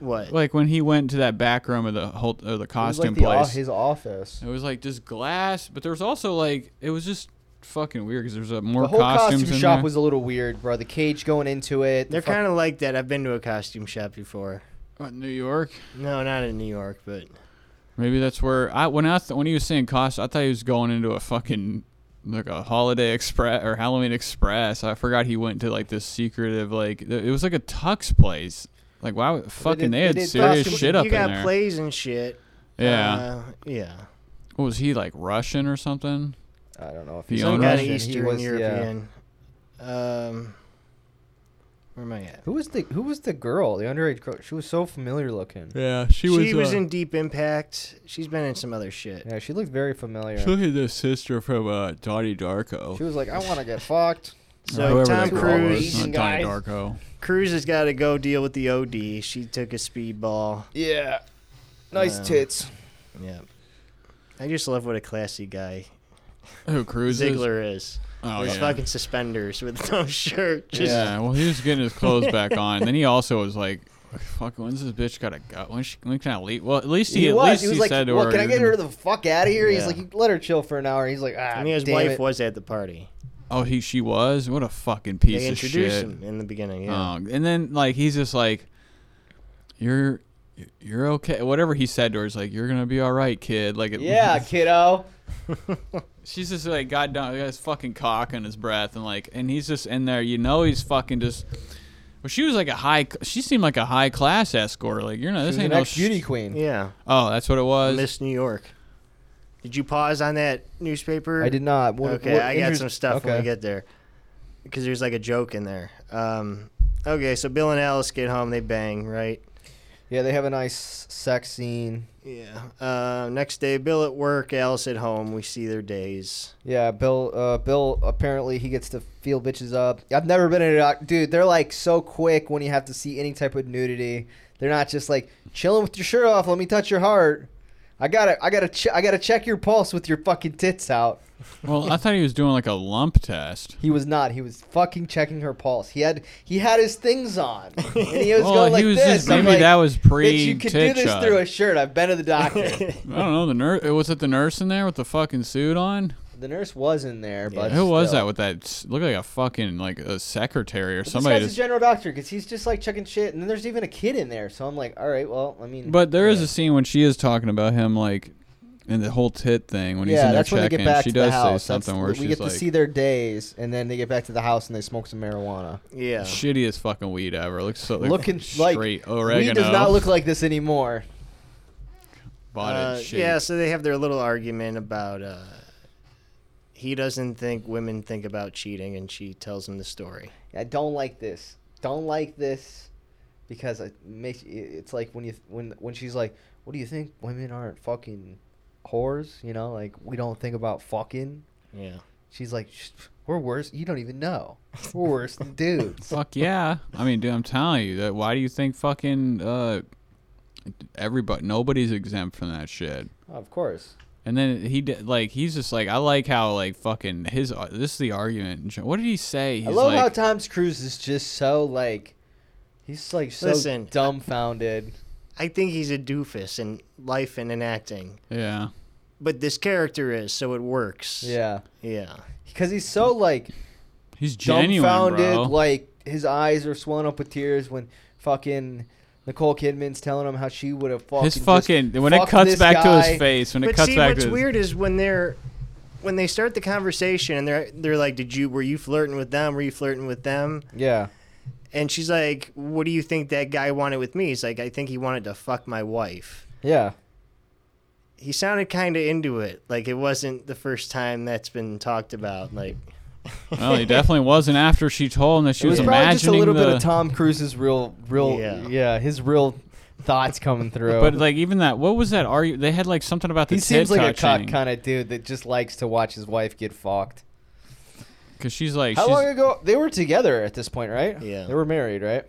Speaker 5: What?
Speaker 4: Like when he went to that back room of the whole of the
Speaker 3: It was
Speaker 4: costume
Speaker 3: like the o-
Speaker 4: place.
Speaker 3: his office.
Speaker 4: It was like just glass, but there was also like it was just fucking weird because there's a more
Speaker 3: The whole
Speaker 4: costumes
Speaker 3: costume
Speaker 4: in
Speaker 3: shop
Speaker 4: there.
Speaker 3: was a little weird, bro. The cage going into it.
Speaker 5: They're kind of like that. I've been to a costume shop before.
Speaker 4: Uh, New York.
Speaker 5: No, not in New York, but
Speaker 4: Maybe that's where I when I th- when he was saying cost, I thought he was going into a fucking like a Holiday Express or Halloween Express. I forgot he went to like this secretive like th- it was like a tux place. Like wow, fucking
Speaker 3: did-
Speaker 4: they,
Speaker 3: they
Speaker 4: had
Speaker 3: did
Speaker 4: serious
Speaker 3: costumes.
Speaker 4: shit up
Speaker 5: you
Speaker 4: in
Speaker 5: got
Speaker 4: there.
Speaker 5: plays and shit.
Speaker 4: yeah.
Speaker 5: Uh, yeah.
Speaker 4: what was he like Russian or something?
Speaker 3: I don't know if
Speaker 4: The
Speaker 3: he's
Speaker 4: owner?
Speaker 5: Some kind of
Speaker 3: Russian. He
Speaker 5: Eastern
Speaker 3: was- yeah.
Speaker 5: European. Um, where am I at?
Speaker 3: Who was the Who was the girl? The underage girl. She was so familiar looking.
Speaker 4: Yeah, uh,
Speaker 5: She, was, in Deep Impact. She's been in some other shit.
Speaker 3: Yeah, she looked very familiar.
Speaker 4: She was the sister from uh, Donnie Darko.
Speaker 3: She was like, I want to get fucked.
Speaker 4: Or
Speaker 5: So
Speaker 4: whoever
Speaker 5: Tom
Speaker 4: that girl was,
Speaker 5: Cruise,
Speaker 4: not Donnie Darko.
Speaker 5: Cruise has got to go deal with the OD. She took a speedball.
Speaker 3: Yeah. Nice
Speaker 5: Yeah.
Speaker 3: tits.
Speaker 5: Yeah. I just love what a classy guy
Speaker 4: Who cruises?
Speaker 5: Ziggler is.
Speaker 4: Oh
Speaker 5: His
Speaker 4: yeah.
Speaker 5: fucking suspenders with no shirt. Just
Speaker 4: yeah. Well, he was getting his clothes back on. Then he also was like, "Fuck, when's this bitch gotta go? When she when can I leave?" Well, at least he,
Speaker 3: He
Speaker 4: at
Speaker 3: was.
Speaker 4: least
Speaker 3: He
Speaker 4: he,
Speaker 3: was like,
Speaker 4: said to
Speaker 3: well,
Speaker 4: her,
Speaker 3: can I get her the fuck out of here?
Speaker 5: Yeah.
Speaker 3: He's like, "You let her chill for an hour. He's like, ah,
Speaker 5: I mean, his
Speaker 3: damn
Speaker 5: wife
Speaker 3: it.
Speaker 5: was at the party.
Speaker 4: "Oh, he she was. What a fucking piece
Speaker 5: They
Speaker 4: of
Speaker 5: introduced
Speaker 4: shit."
Speaker 5: him in the beginning. Yeah.
Speaker 4: Um, and then like he's just like, "You're." You're okay. Whatever he said to her is like, "You're gonna be all right, kid." Like, it,
Speaker 3: Yeah, kiddo.
Speaker 4: she's just like, "God damn, he got his fucking cock in his breath," and like, and he's just in there. You know, he's fucking just. Well, she was like a high. She seemed like a high class escort. Like, you're not. This
Speaker 3: She was
Speaker 4: ain't
Speaker 3: an
Speaker 4: no
Speaker 3: ex beauty
Speaker 4: sh-
Speaker 3: queen.
Speaker 5: yeah.
Speaker 4: Oh, that's what it was.
Speaker 5: Miss New York. Did you pause on that newspaper?
Speaker 3: I did not. What,
Speaker 5: Okay,
Speaker 3: what
Speaker 5: I got
Speaker 3: interest-
Speaker 5: some stuff when we
Speaker 3: okay.
Speaker 5: get there. Because there's like a joke in there. Um, okay, so Bill and Alice get home. They bang, right?
Speaker 3: Yeah, they have a nice sex scene.
Speaker 5: Yeah. Uh, next day, Bill at work, Alice at home. We see their days.
Speaker 3: Yeah, Bill. Uh, Bill apparently he gets to feel bitches up. I've never been in a doc- dude. They're like so quick when you have to see any type of nudity. They're not just like chilling with your shirt off. Let me touch your heart. I gotta, I gotta, ch- I gotta check your pulse with your fucking tits out.
Speaker 4: Well, I thought he was doing like a lump test.
Speaker 3: He was not. He was fucking checking her pulse. He had, he had his things on, and he was
Speaker 4: well,
Speaker 3: going
Speaker 4: Oh, he
Speaker 3: like
Speaker 4: was
Speaker 3: this.
Speaker 4: just
Speaker 3: I'm
Speaker 4: maybe
Speaker 3: like,
Speaker 4: that was
Speaker 3: "Bitch,
Speaker 4: pre
Speaker 3: you could do
Speaker 4: tit
Speaker 3: this
Speaker 4: shot.
Speaker 3: through a shirt. I've been to the doctor.
Speaker 4: I don't know. The nurse was it the nurse in there with the fucking suit on?
Speaker 3: the nurse was in there, but
Speaker 4: Who was
Speaker 3: still.
Speaker 4: that with that? s- Looked like a fucking like a secretary or
Speaker 3: But
Speaker 4: somebody.
Speaker 3: This guy's
Speaker 4: just-
Speaker 3: a general doctor because he's just like checking shit, and then there's even a kid in there. So I'm like, all right, well, I mean,
Speaker 4: but there is a scene when she is talking about him like, and the whole tit thing when he's in
Speaker 3: yeah,
Speaker 4: there
Speaker 3: that's when they
Speaker 4: checking.
Speaker 3: get back
Speaker 4: she
Speaker 3: to
Speaker 4: does
Speaker 3: the house.
Speaker 4: say something
Speaker 3: that's,
Speaker 4: where
Speaker 3: we
Speaker 4: she's
Speaker 3: get
Speaker 4: like,
Speaker 3: to see their days, and then they get back to the house and they smoke some marijuana.
Speaker 5: Yeah.
Speaker 4: shittiest fucking weed ever. Looks so like,
Speaker 3: Looking like
Speaker 4: straight oregano.
Speaker 3: Weed does not look like this anymore.
Speaker 4: Bought it
Speaker 5: Uh,
Speaker 4: shitty.
Speaker 5: yeah, so they have their little argument about uh, he doesn't think women think about cheating, and she tells him the story.
Speaker 3: I don't like this. Don't like this because it makes it's like when you when when she's like, "What do you think? Women aren't fucking whores, you know? Like we don't think about fucking."
Speaker 5: Yeah.
Speaker 3: She's like, "Sh- "We're worse. You don't even know. We're worse than dudes."
Speaker 4: Fuck yeah. I mean, dude, I'm telling you that. Why do you think fucking uh, everybody, nobody's exempt from that shit?
Speaker 3: of course.
Speaker 4: And then he did like he's just like I like how like fucking his uh, this is the argument. What did he say? He's
Speaker 3: I love
Speaker 4: like,
Speaker 3: how Tom Cruise is just so like he's like so
Speaker 5: Listen.
Speaker 3: dumbfounded.
Speaker 5: I think he's a doofus in life and in acting,
Speaker 4: yeah.
Speaker 5: but this character is, so it works.
Speaker 3: Yeah.
Speaker 5: Yeah.
Speaker 3: Cuz he's so like
Speaker 4: He's genuine,
Speaker 3: dumbfounded
Speaker 4: bro.
Speaker 3: like his eyes are swelling up with tears when fucking Nicole Kidman's telling him how she would have fucking
Speaker 4: his
Speaker 3: just
Speaker 4: fucking when it
Speaker 3: fucked
Speaker 4: cuts
Speaker 3: this
Speaker 4: back to
Speaker 3: guy.
Speaker 4: his face, when it
Speaker 5: But
Speaker 4: cuts
Speaker 5: see,
Speaker 4: back
Speaker 5: what's
Speaker 4: to his,
Speaker 5: weird is when they're when they start the conversation and they're they're like, "Did you were you flirting with them? Were you flirting with them?"
Speaker 3: Yeah.
Speaker 5: And she's like, "What do you think that guy wanted with me?" He's like, "I think he wanted to fuck my wife."
Speaker 3: Yeah.
Speaker 5: He sounded kind of into it. Like it wasn't the first time that's been talked about. Like
Speaker 4: Well, Oh, he definitely wasn't after she told him that she
Speaker 3: It
Speaker 4: was,
Speaker 3: was probably just a
Speaker 4: imagining
Speaker 3: little
Speaker 4: the.
Speaker 3: bit of Tom Cruise's real, real,
Speaker 5: Yeah.
Speaker 3: yeah, his real thoughts coming through.
Speaker 4: But like even that, what was that? Are you? They had like something about the
Speaker 3: he seems like a
Speaker 4: cut
Speaker 3: cock kind of dude that just likes to watch his wife get fucked.
Speaker 4: because she's like,
Speaker 3: How
Speaker 4: she's,
Speaker 3: long ago they were together at this point, right?
Speaker 5: Yeah.
Speaker 3: they were married, right?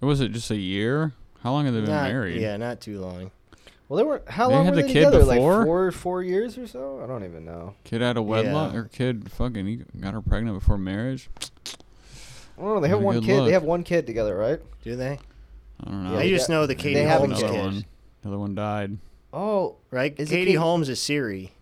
Speaker 4: was it just a year? How long have they been
Speaker 5: not,
Speaker 4: married?
Speaker 5: yeah, not too long.
Speaker 3: Well, they were. How
Speaker 4: They
Speaker 3: long
Speaker 4: had
Speaker 3: were
Speaker 4: the
Speaker 3: they
Speaker 4: kid
Speaker 3: together?
Speaker 4: before?
Speaker 3: Like four, four years or so. I don't even know.
Speaker 4: Kid out of wedlock
Speaker 5: Yeah.
Speaker 4: or kid fucking he got her pregnant before marriage.
Speaker 3: I don't know. They have
Speaker 4: Not a
Speaker 3: one
Speaker 4: good
Speaker 3: kid.
Speaker 4: look.
Speaker 3: They have one kid together, right?
Speaker 5: Do they?
Speaker 4: I don't know.
Speaker 3: Yeah,
Speaker 5: I
Speaker 3: they
Speaker 5: just
Speaker 3: got-
Speaker 5: know the Katie
Speaker 3: they have
Speaker 5: Holmes
Speaker 4: another
Speaker 5: kid,
Speaker 4: one. The other one died.
Speaker 3: Oh,
Speaker 5: right?
Speaker 3: Is it
Speaker 5: Katie
Speaker 3: Katie-
Speaker 5: Holmes is Siri.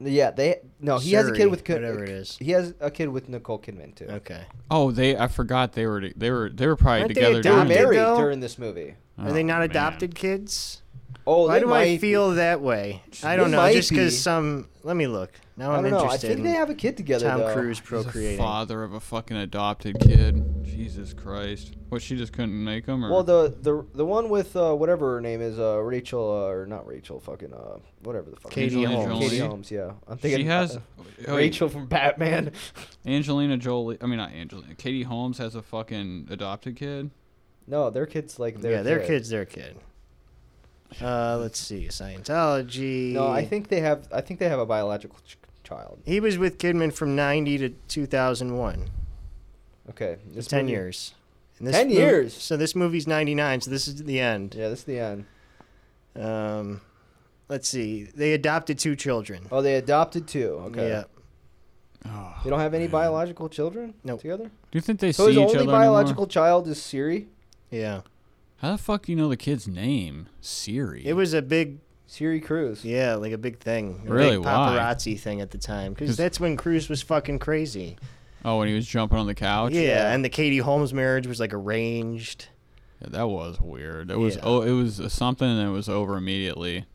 Speaker 3: yeah. They no. He has a
Speaker 5: Suri,
Speaker 3: kid with Ki-
Speaker 5: whatever it is.
Speaker 3: He has a kid with Nicole Kidman too.
Speaker 5: Okay.
Speaker 4: Oh, they. I forgot they were. They were. They were probably
Speaker 5: Aren't they
Speaker 4: together.
Speaker 3: They were
Speaker 4: during-
Speaker 5: adopted?
Speaker 3: married
Speaker 5: though?
Speaker 3: during this movie.
Speaker 5: Are they
Speaker 4: Oh,
Speaker 5: not
Speaker 4: man.
Speaker 5: adopted kids?
Speaker 3: Oh,
Speaker 5: Why
Speaker 3: they
Speaker 5: do
Speaker 3: might
Speaker 5: I
Speaker 3: be.
Speaker 5: feel that way? I don't
Speaker 3: They
Speaker 5: know.
Speaker 3: might
Speaker 5: Just
Speaker 3: be.
Speaker 5: because some. Let me look. Now
Speaker 3: I
Speaker 5: I'm
Speaker 3: don't know. I
Speaker 5: interested.
Speaker 3: think they have a kid together.
Speaker 5: Tom
Speaker 3: though.
Speaker 5: Cruise
Speaker 4: He's a
Speaker 5: procreating.
Speaker 4: father of a fucking adopted kid. Jesus Christ. What? She just couldn't make him. Or?
Speaker 3: Well, the the the one with uh, whatever her name is, uh, Rachel uh, or not Rachel, fucking uh, whatever the fuck.
Speaker 5: Katie
Speaker 4: Angelina
Speaker 5: Holmes.
Speaker 4: Jolie.
Speaker 3: Katie Holmes. Yeah, I'm thinking.
Speaker 4: She has.
Speaker 3: uh,
Speaker 4: oh,
Speaker 3: Rachel from Batman.
Speaker 4: Angelina Jolie. I mean, not Angelina. Katie Holmes has a fucking adopted kid.
Speaker 3: No, their kids like their
Speaker 5: yeah, their
Speaker 3: kid.
Speaker 5: kid's their kid. Uh, let's see. Scientology.
Speaker 3: No, I think they have. I think they have a biological ch- child.
Speaker 5: he was with Kidman from '90 to 2001.
Speaker 3: Okay,
Speaker 5: It's
Speaker 3: this
Speaker 5: ten
Speaker 3: movie-
Speaker 5: years. And this
Speaker 3: 10
Speaker 5: movie-
Speaker 3: years?
Speaker 5: So this movie's '99. So this is the end.
Speaker 3: Yeah, this is the end.
Speaker 5: Um, let's see. They adopted two children.
Speaker 3: Oh, they adopted two. Okay.
Speaker 5: Yeah.
Speaker 4: Oh,
Speaker 3: They don't have any
Speaker 4: man.
Speaker 3: biological children
Speaker 5: Nope.
Speaker 3: together.
Speaker 4: Do you think they
Speaker 3: So
Speaker 4: see
Speaker 3: his
Speaker 4: each
Speaker 3: only
Speaker 4: other
Speaker 3: biological
Speaker 4: anymore?
Speaker 3: child is Siri.
Speaker 5: Yeah.
Speaker 4: How the fuck do you know the kid's name? Siri.
Speaker 5: It was a big
Speaker 3: Siri Cruz.
Speaker 5: Yeah, like a big thing. A
Speaker 4: Really?
Speaker 5: Big
Speaker 4: Why?
Speaker 5: paparazzi thing at the time.
Speaker 4: 'Cause-
Speaker 5: Because that's when Cruz was fucking crazy.
Speaker 4: oh, when he was jumping on the couch.
Speaker 5: yeah, and the Katie Holmes marriage was like arranged.
Speaker 4: Yeah, that was weird. It was
Speaker 5: Yeah.
Speaker 4: oh, it was uh, something and it was over immediately.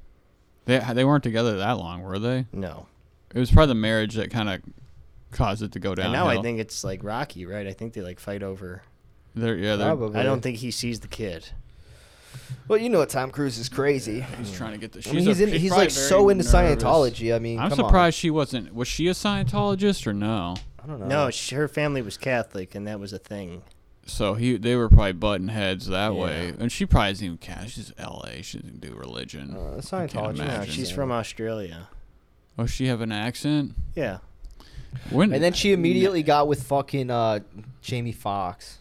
Speaker 4: They they weren't together that long, were they?
Speaker 5: No.
Speaker 4: It was probably the marriage that kind of caused it to go down.
Speaker 5: and now I think it's like Rocky, right? I think they like fight over.
Speaker 4: they're Oh, yeah they're
Speaker 3: Probably.
Speaker 5: I don't think he sees the kid.
Speaker 3: Well, you know, Tom Cruise is crazy.
Speaker 4: he's trying to get the. She's
Speaker 3: I mean, he's
Speaker 4: a-
Speaker 3: in,
Speaker 4: she's
Speaker 3: he's
Speaker 4: probably
Speaker 3: like
Speaker 4: very
Speaker 3: so into
Speaker 4: nervous.
Speaker 3: Scientology. I mean,
Speaker 4: I'm
Speaker 3: come on.
Speaker 4: surprised she wasn't. Was she a Scientologist or no?
Speaker 3: I don't know.
Speaker 5: No, sh her family was Catholic, and that was a thing.
Speaker 4: So he they were probably butting heads that
Speaker 5: Yeah.
Speaker 4: way, and she probably isn't even Catholic. She's L.A. She doesn't do religion.
Speaker 3: Uh,
Speaker 4: I can't
Speaker 3: Scientology.
Speaker 5: No,
Speaker 4: imagine.
Speaker 5: she's from Australia.
Speaker 4: oh, she have an accent.
Speaker 5: Yeah.
Speaker 4: When
Speaker 3: And then she immediately got with fucking uh, Jamie Foxx.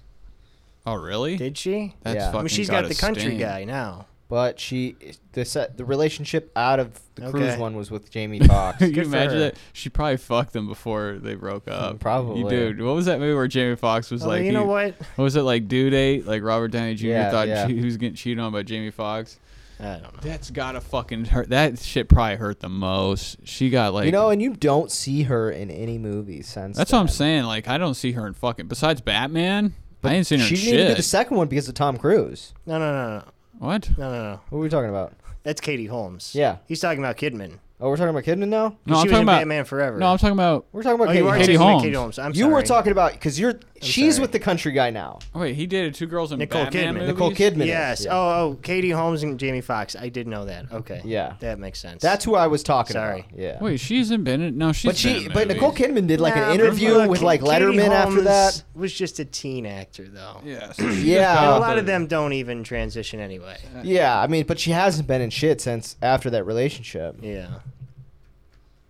Speaker 4: Oh, really?
Speaker 5: Did she?
Speaker 4: That's
Speaker 3: Yeah. I mean,
Speaker 5: I
Speaker 4: fucking
Speaker 5: mean, she's
Speaker 4: gotta
Speaker 5: got the country
Speaker 4: sting.
Speaker 5: guy now.
Speaker 3: But she, the set, the relationship out of the Cruise
Speaker 5: Okay.
Speaker 3: one was with Jamie Foxx.
Speaker 4: Can you
Speaker 5: for
Speaker 4: imagine
Speaker 5: her.
Speaker 4: that? She probably fucked them before they broke up.
Speaker 3: Probably.
Speaker 4: You, dude, what was that movie where Jamie Foxx was
Speaker 5: Although,
Speaker 4: like,
Speaker 5: Oh, you know
Speaker 4: he-
Speaker 5: what?
Speaker 4: what was it like, due date? Like Robert Downey Jr.
Speaker 3: Yeah,
Speaker 4: thought
Speaker 3: yeah.
Speaker 4: She, he was getting cheated on by Jamie Foxx.
Speaker 5: I don't know.
Speaker 4: That's gotta fucking hurt. That shit probably hurt the most. She got like,
Speaker 3: you know, and you don't see her in any movies since.
Speaker 4: that's what I'm
Speaker 3: then.
Speaker 4: saying. Like, I don't see her in fucking besides Batman. I ain't seen her
Speaker 3: She
Speaker 4: in
Speaker 3: didn't even
Speaker 4: shit.
Speaker 3: get the second one because of Tom Cruise.
Speaker 5: No, no, no, no,
Speaker 4: what?
Speaker 5: no, no, no.
Speaker 3: What were we talking about?
Speaker 5: That's Katie Holmes.
Speaker 3: Yeah.
Speaker 5: He's talking about Kidman.
Speaker 3: Oh, we're talking about Kidman now.
Speaker 4: No, I'm
Speaker 5: she was
Speaker 4: talking
Speaker 5: in
Speaker 4: about
Speaker 5: Batman Forever.
Speaker 4: No, I'm talking about.
Speaker 3: We're talking about
Speaker 5: oh,
Speaker 3: Katie.
Speaker 5: you are
Speaker 3: Holmes.
Speaker 4: Katie
Speaker 5: talking about
Speaker 4: Holmes.
Speaker 5: Katie Holmes. I'm
Speaker 3: You were
Speaker 5: sorry.
Speaker 3: talking about because you're. she's
Speaker 5: sorry.
Speaker 3: with the country guy now.
Speaker 4: Oh, wait, he dated two girls in
Speaker 5: Nicole
Speaker 4: Batman
Speaker 5: Kidman.
Speaker 4: movies?
Speaker 3: Nicole Kidman. is,
Speaker 5: Yes.
Speaker 3: yeah.
Speaker 5: Oh, oh, Katie Holmes and Jamie Foxx. I did know that. Okay.
Speaker 3: Yeah.
Speaker 5: That makes sense.
Speaker 3: That's who I was talking
Speaker 5: Sorry.
Speaker 3: about. Yeah.
Speaker 4: Wait, she's in Bennett. No, she's.
Speaker 3: but she, but Nicole Kidman did like
Speaker 5: Nah,
Speaker 3: an
Speaker 5: but
Speaker 3: interview
Speaker 5: look,
Speaker 3: with like
Speaker 5: Katie
Speaker 3: Letterman after
Speaker 5: uh, Holmes
Speaker 3: that.
Speaker 5: Was just a teen actor though.
Speaker 4: Yes.
Speaker 3: Yeah.
Speaker 4: Uh,
Speaker 5: And a lot of them don't even transition anyway.
Speaker 3: Yeah, I mean, but she hasn't been in shit since after that relationship.
Speaker 5: Yeah.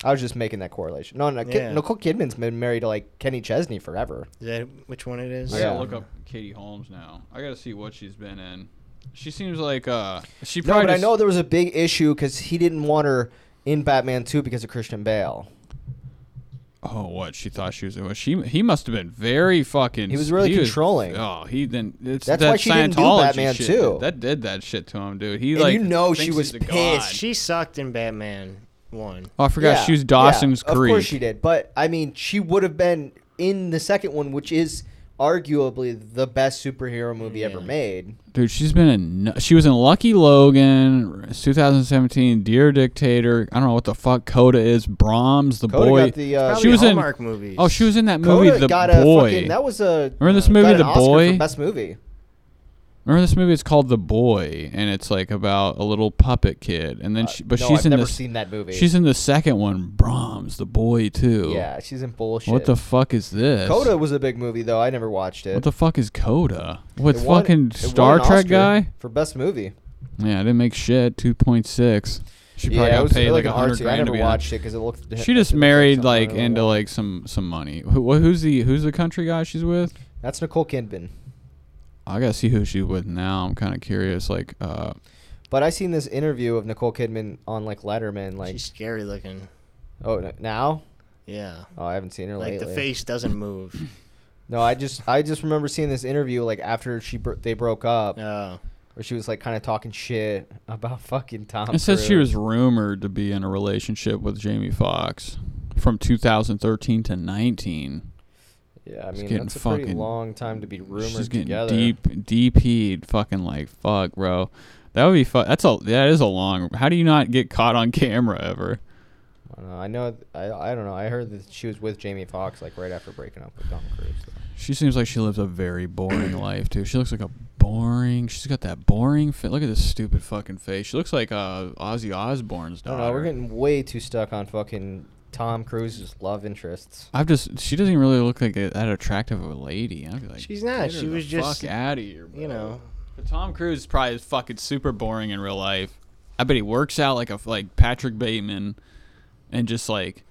Speaker 3: I was just making that correlation. No, no, Kid-
Speaker 5: Yeah.
Speaker 3: Nicole Kidman's been married to like Kenny Chesney forever.
Speaker 5: Is that which one it is?
Speaker 4: I
Speaker 3: Yeah.
Speaker 4: gotta look up Katie Holmes now. I gotta see what she's been in. She seems like uh, she
Speaker 3: No,
Speaker 4: probably.
Speaker 3: but I
Speaker 4: just-
Speaker 3: know there was a big issue because he didn't want her in Batman 2 because of Christian Bale.
Speaker 4: Oh, what she thought she was. Well, she he must have been very fucking.
Speaker 3: He was really controlling.
Speaker 4: oh, he then. It's,
Speaker 3: That's
Speaker 4: that
Speaker 3: why she didn't do
Speaker 4: Scientology
Speaker 3: Batman,
Speaker 4: shit,
Speaker 3: too.
Speaker 4: That did that shit to him, dude. He
Speaker 3: And
Speaker 4: like.
Speaker 3: you know
Speaker 4: thinks
Speaker 3: she was
Speaker 4: he's a god.
Speaker 3: pissed.
Speaker 5: She sucked in Batman one.
Speaker 4: Oh, I forgot she was Dawson's
Speaker 3: yeah,
Speaker 4: Creek.
Speaker 3: Of course she did, but I mean, she would have been in the second one, which is arguably the best superhero movie ever
Speaker 5: Yeah.
Speaker 3: made.
Speaker 4: Dude, she's been in. nu- She was in Lucky Logan, 2017, Dear Dictator. I don't know what the fuck Coda is. Brahms, the
Speaker 3: Coda
Speaker 4: boy.
Speaker 3: got the uh,
Speaker 4: She
Speaker 5: she
Speaker 4: was
Speaker 5: was
Speaker 4: in-
Speaker 5: Hallmark movies.
Speaker 4: oh, she was in that
Speaker 3: Coda
Speaker 4: movie, The
Speaker 3: got a
Speaker 4: Boy.
Speaker 3: fucking that was a uh,
Speaker 4: Remember this
Speaker 3: got
Speaker 4: movie,
Speaker 3: an
Speaker 4: The
Speaker 3: Oscar
Speaker 4: Boy?
Speaker 3: for best movie.
Speaker 4: Remember this movie? It's called The Boy, and it's like about a little puppet kid. And then she, but
Speaker 3: Uh, no,
Speaker 4: she's
Speaker 3: I've
Speaker 4: in
Speaker 3: never
Speaker 4: this.
Speaker 3: seen that movie.
Speaker 4: She's in the second one, Brahms, The Boy too.
Speaker 3: yeah, she's in bullshit.
Speaker 4: What the fuck is this?
Speaker 3: Coda was a big movie though. I never watched it.
Speaker 4: What the fuck is Coda? What
Speaker 3: It won-
Speaker 4: fucking
Speaker 3: it won
Speaker 4: Star
Speaker 3: an
Speaker 4: Trek
Speaker 3: Oscar
Speaker 4: guy?
Speaker 3: for best movie?
Speaker 4: Yeah, I didn't make shit. Two point six. She probably
Speaker 3: yeah, it
Speaker 4: got
Speaker 3: was
Speaker 4: paid
Speaker 3: like
Speaker 4: like a
Speaker 3: an
Speaker 4: hundred
Speaker 3: artsy. I
Speaker 4: grand to
Speaker 3: never
Speaker 4: be on it.
Speaker 3: watched it because it looked.
Speaker 4: She
Speaker 3: it
Speaker 4: just
Speaker 3: looked
Speaker 4: married
Speaker 3: something I
Speaker 4: like
Speaker 3: don't
Speaker 4: into
Speaker 3: know.
Speaker 4: like some some money. Who, who's the who's the country guy she's with?
Speaker 3: That's Nicole Kidman.
Speaker 4: I gotta see who she's with now. I'm kind of curious. Like, uh,
Speaker 3: But I seen this interview of Nicole Kidman on like Letterman. Like,
Speaker 5: She's scary looking.
Speaker 3: oh n- now,
Speaker 5: Yeah.
Speaker 3: oh I haven't seen her
Speaker 5: Like
Speaker 3: lately.
Speaker 5: the face doesn't move.
Speaker 3: No, I just I just remember seeing this interview like after she bro- they broke up,
Speaker 5: Oh.
Speaker 3: where she was like kind of talking shit about fucking Tom.
Speaker 4: it says she
Speaker 3: Cruise.
Speaker 4: was rumored to be in a relationship with Jamie Foxx from 2013 to 19.
Speaker 3: Yeah, I
Speaker 4: She's
Speaker 3: mean
Speaker 4: getting
Speaker 3: that's a pretty
Speaker 4: fucking-
Speaker 3: long time to be rumored
Speaker 4: she's getting
Speaker 3: together.
Speaker 4: deep DP'd. Fucking like fuck, bro. That would be fu- That's a that is a long. How do you not get caught on camera ever?
Speaker 3: I don't know, uh, I know. I, I don't know. I heard that she was with Jamie Foxx like right after breaking up with Tom Cruise. though.
Speaker 4: She seems like she lives a very boring life too. She looks like a boring. She's got that boring. Fa- Look at this stupid fucking face. She looks like uh, Ozzy Osbourne's
Speaker 3: I don't
Speaker 4: daughter.
Speaker 3: know. We're getting way too stuck on fucking Tom Cruise's love interests.
Speaker 4: I've just. She doesn't even really look like a, that attractive of a lady. I'd be like,
Speaker 5: She's not.
Speaker 4: "Get her
Speaker 5: She
Speaker 4: the
Speaker 5: was just,
Speaker 4: fuck out of here, bro.
Speaker 5: You know.
Speaker 4: But Tom Cruise is probably fucking super boring in real life. I bet he works out like a like Patrick Bateman, and just like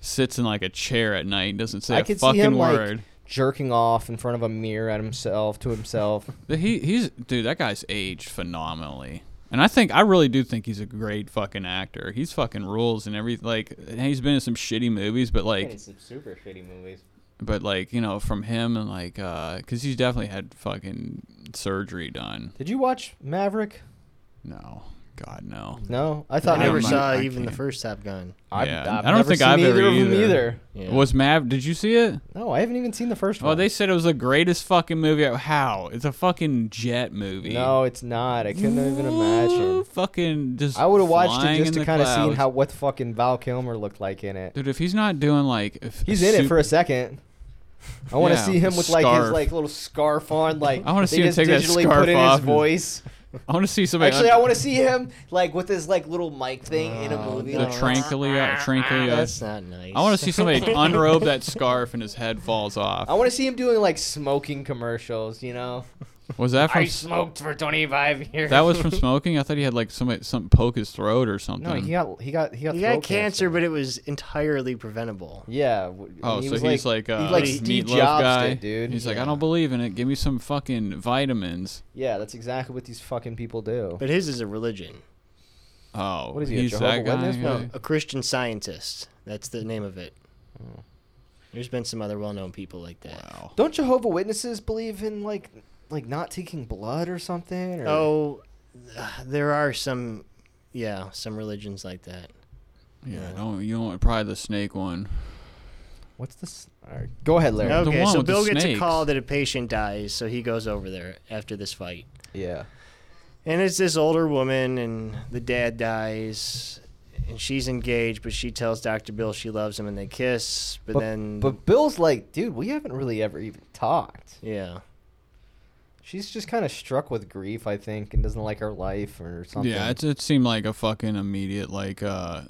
Speaker 4: sits in like a chair at night and doesn't say a
Speaker 3: I could see
Speaker 4: fucking
Speaker 3: him
Speaker 4: word.
Speaker 3: like jerking off in front of a mirror at himself to himself.
Speaker 4: Th- He he's dude. That guy's aged phenomenally, and I think I really do think he's a great fucking actor. He's fucking rules and everything. Like and he's been in some shitty movies, but like,
Speaker 3: some super shitty movies.
Speaker 4: but like you know from him and like, uh, cause he's definitely had fucking surgery done.
Speaker 3: Did you watch Maverick?
Speaker 4: No, God no.
Speaker 3: No, I
Speaker 5: I
Speaker 3: thought
Speaker 5: never
Speaker 4: I'm not-
Speaker 5: saw
Speaker 4: I
Speaker 5: even the
Speaker 4: can't.
Speaker 5: first Top Gun.
Speaker 3: I've,
Speaker 4: Yeah,
Speaker 3: I've
Speaker 4: I don't
Speaker 3: never
Speaker 4: think
Speaker 3: seen
Speaker 4: I've
Speaker 3: either
Speaker 4: ever
Speaker 3: of them
Speaker 4: either.
Speaker 3: either.
Speaker 5: Yeah.
Speaker 4: Was Mav? Did you see it?
Speaker 3: No, I haven't even seen the first one.
Speaker 4: Oh, they said it was the greatest fucking movie. I- How? It's a fucking jet movie.
Speaker 3: No, it's not. I couldn't even imagine.
Speaker 4: Fucking just.
Speaker 3: I would have watched it
Speaker 4: flying
Speaker 3: just
Speaker 4: in
Speaker 3: to
Speaker 4: the
Speaker 3: kind of see
Speaker 4: clouds.
Speaker 3: how what fucking Val Kilmer looked like in it.
Speaker 4: Dude, if he's not doing like, if
Speaker 3: He's in it
Speaker 4: sup-
Speaker 3: for a second. I want to
Speaker 4: Yeah,
Speaker 3: see him with like his
Speaker 4: scarf.
Speaker 3: like little scarf on. Like
Speaker 4: I wanna
Speaker 3: they
Speaker 4: see him
Speaker 3: just
Speaker 4: take that
Speaker 3: digitally
Speaker 4: scarf
Speaker 3: put in
Speaker 4: off
Speaker 3: his
Speaker 4: and-
Speaker 3: voice.
Speaker 4: I want to see somebody.
Speaker 3: Actually, I want to see him like with his like little mic thing in a movie.
Speaker 4: Oh, the tranquilly, uh, tranquilly. uh,
Speaker 5: Ah, That's not nice.
Speaker 4: I want to see somebody unrobe that scarf and his head falls off.
Speaker 3: I want to see him doing like smoking commercials. You know,
Speaker 4: Was that from?
Speaker 7: I
Speaker 4: s-
Speaker 7: smoked for 25 years.
Speaker 4: That was from smoking. I thought he had like somebody some poke his throat or something.
Speaker 3: no, he got he got he got
Speaker 5: He
Speaker 3: throat
Speaker 5: got cancer, but it was entirely preventable.
Speaker 3: Yeah. w- when
Speaker 4: Oh,
Speaker 3: he
Speaker 4: so
Speaker 3: was
Speaker 4: he's like, uh,
Speaker 3: he like
Speaker 5: Meat
Speaker 3: Steve
Speaker 4: meatloaf
Speaker 3: Jobs
Speaker 4: guy.
Speaker 3: did, dude.
Speaker 4: He's like,
Speaker 5: Yeah.
Speaker 4: I don't believe in it. Give me some fucking vitamins.
Speaker 3: yeah, that's exactly what these fucking people do.
Speaker 5: But his is a religion.
Speaker 4: Oh,
Speaker 3: What is he, a
Speaker 4: he's that
Speaker 3: Jehovah
Speaker 4: guy.
Speaker 3: Witness? No.
Speaker 4: yeah.
Speaker 5: A Christian scientist. That's the name of it. There's been some other well known people like that.
Speaker 4: Wow.
Speaker 3: Don't Jehovah Witnesses believe in like like not taking blood or something? Or,
Speaker 5: Oh, there are some, yeah, some religions like that.
Speaker 4: Yeah, don't you don't want probably the snake one.
Speaker 3: what's this? All right, go ahead, Larry.
Speaker 4: The
Speaker 5: Okay,
Speaker 4: one
Speaker 5: so
Speaker 4: with the
Speaker 5: Bill gets a
Speaker 4: snakes.
Speaker 5: call that a patient dies, so he goes over there after this fight.
Speaker 3: Yeah.
Speaker 5: And it's this older woman, and the dad dies, and she's engaged, but she tells Dr. Bill she loves him, and they kiss, but,
Speaker 3: But,
Speaker 5: then.
Speaker 3: but Bill's like, dude, we haven't really ever even talked.
Speaker 5: yeah.
Speaker 3: She's just kind of struck with grief, I think, and doesn't like her life or something.
Speaker 4: Yeah, it's, it seemed like a fucking immediate like uh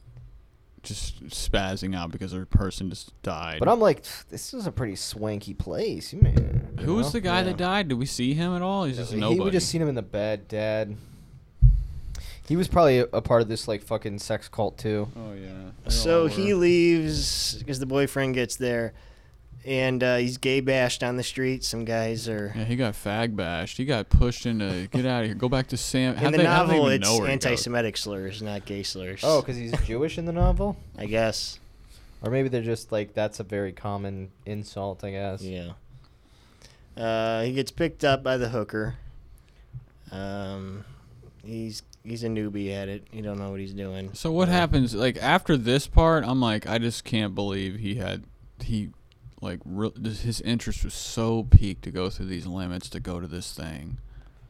Speaker 4: just spazzing out because her person just died.
Speaker 3: but I'm like, this is a pretty swanky place, you man.
Speaker 4: Who was the guy that died? Did we see him at all? He's just nobody.
Speaker 3: He, we just seen him in the bed, Dad. He was probably a, a part of this like fucking sex cult too.
Speaker 4: oh yeah.
Speaker 5: So he leaves because the boyfriend gets there, and uh, he's gay bashed on the street. Some guys are.
Speaker 4: Yeah, he got fag bashed. He got pushed into get out of here. Go back to Sam. How
Speaker 5: In the
Speaker 4: they, how'd they
Speaker 5: novel,
Speaker 4: even
Speaker 5: it's
Speaker 4: know where he goes?
Speaker 5: anti-Semitic slurs, not gay slurs.
Speaker 3: Oh, because he's Jewish in the novel,
Speaker 5: I guess.
Speaker 3: or maybe they're just like that's a very common insult, I guess.
Speaker 5: Yeah. Uh, he gets picked up by the hooker. Um, he's he's a newbie at it. He don't know what he's doing.
Speaker 4: So what happens like after this part? I'm like, I just can't believe he had he Like real, this- his interest was so peaked to go through these limits to go to this thing,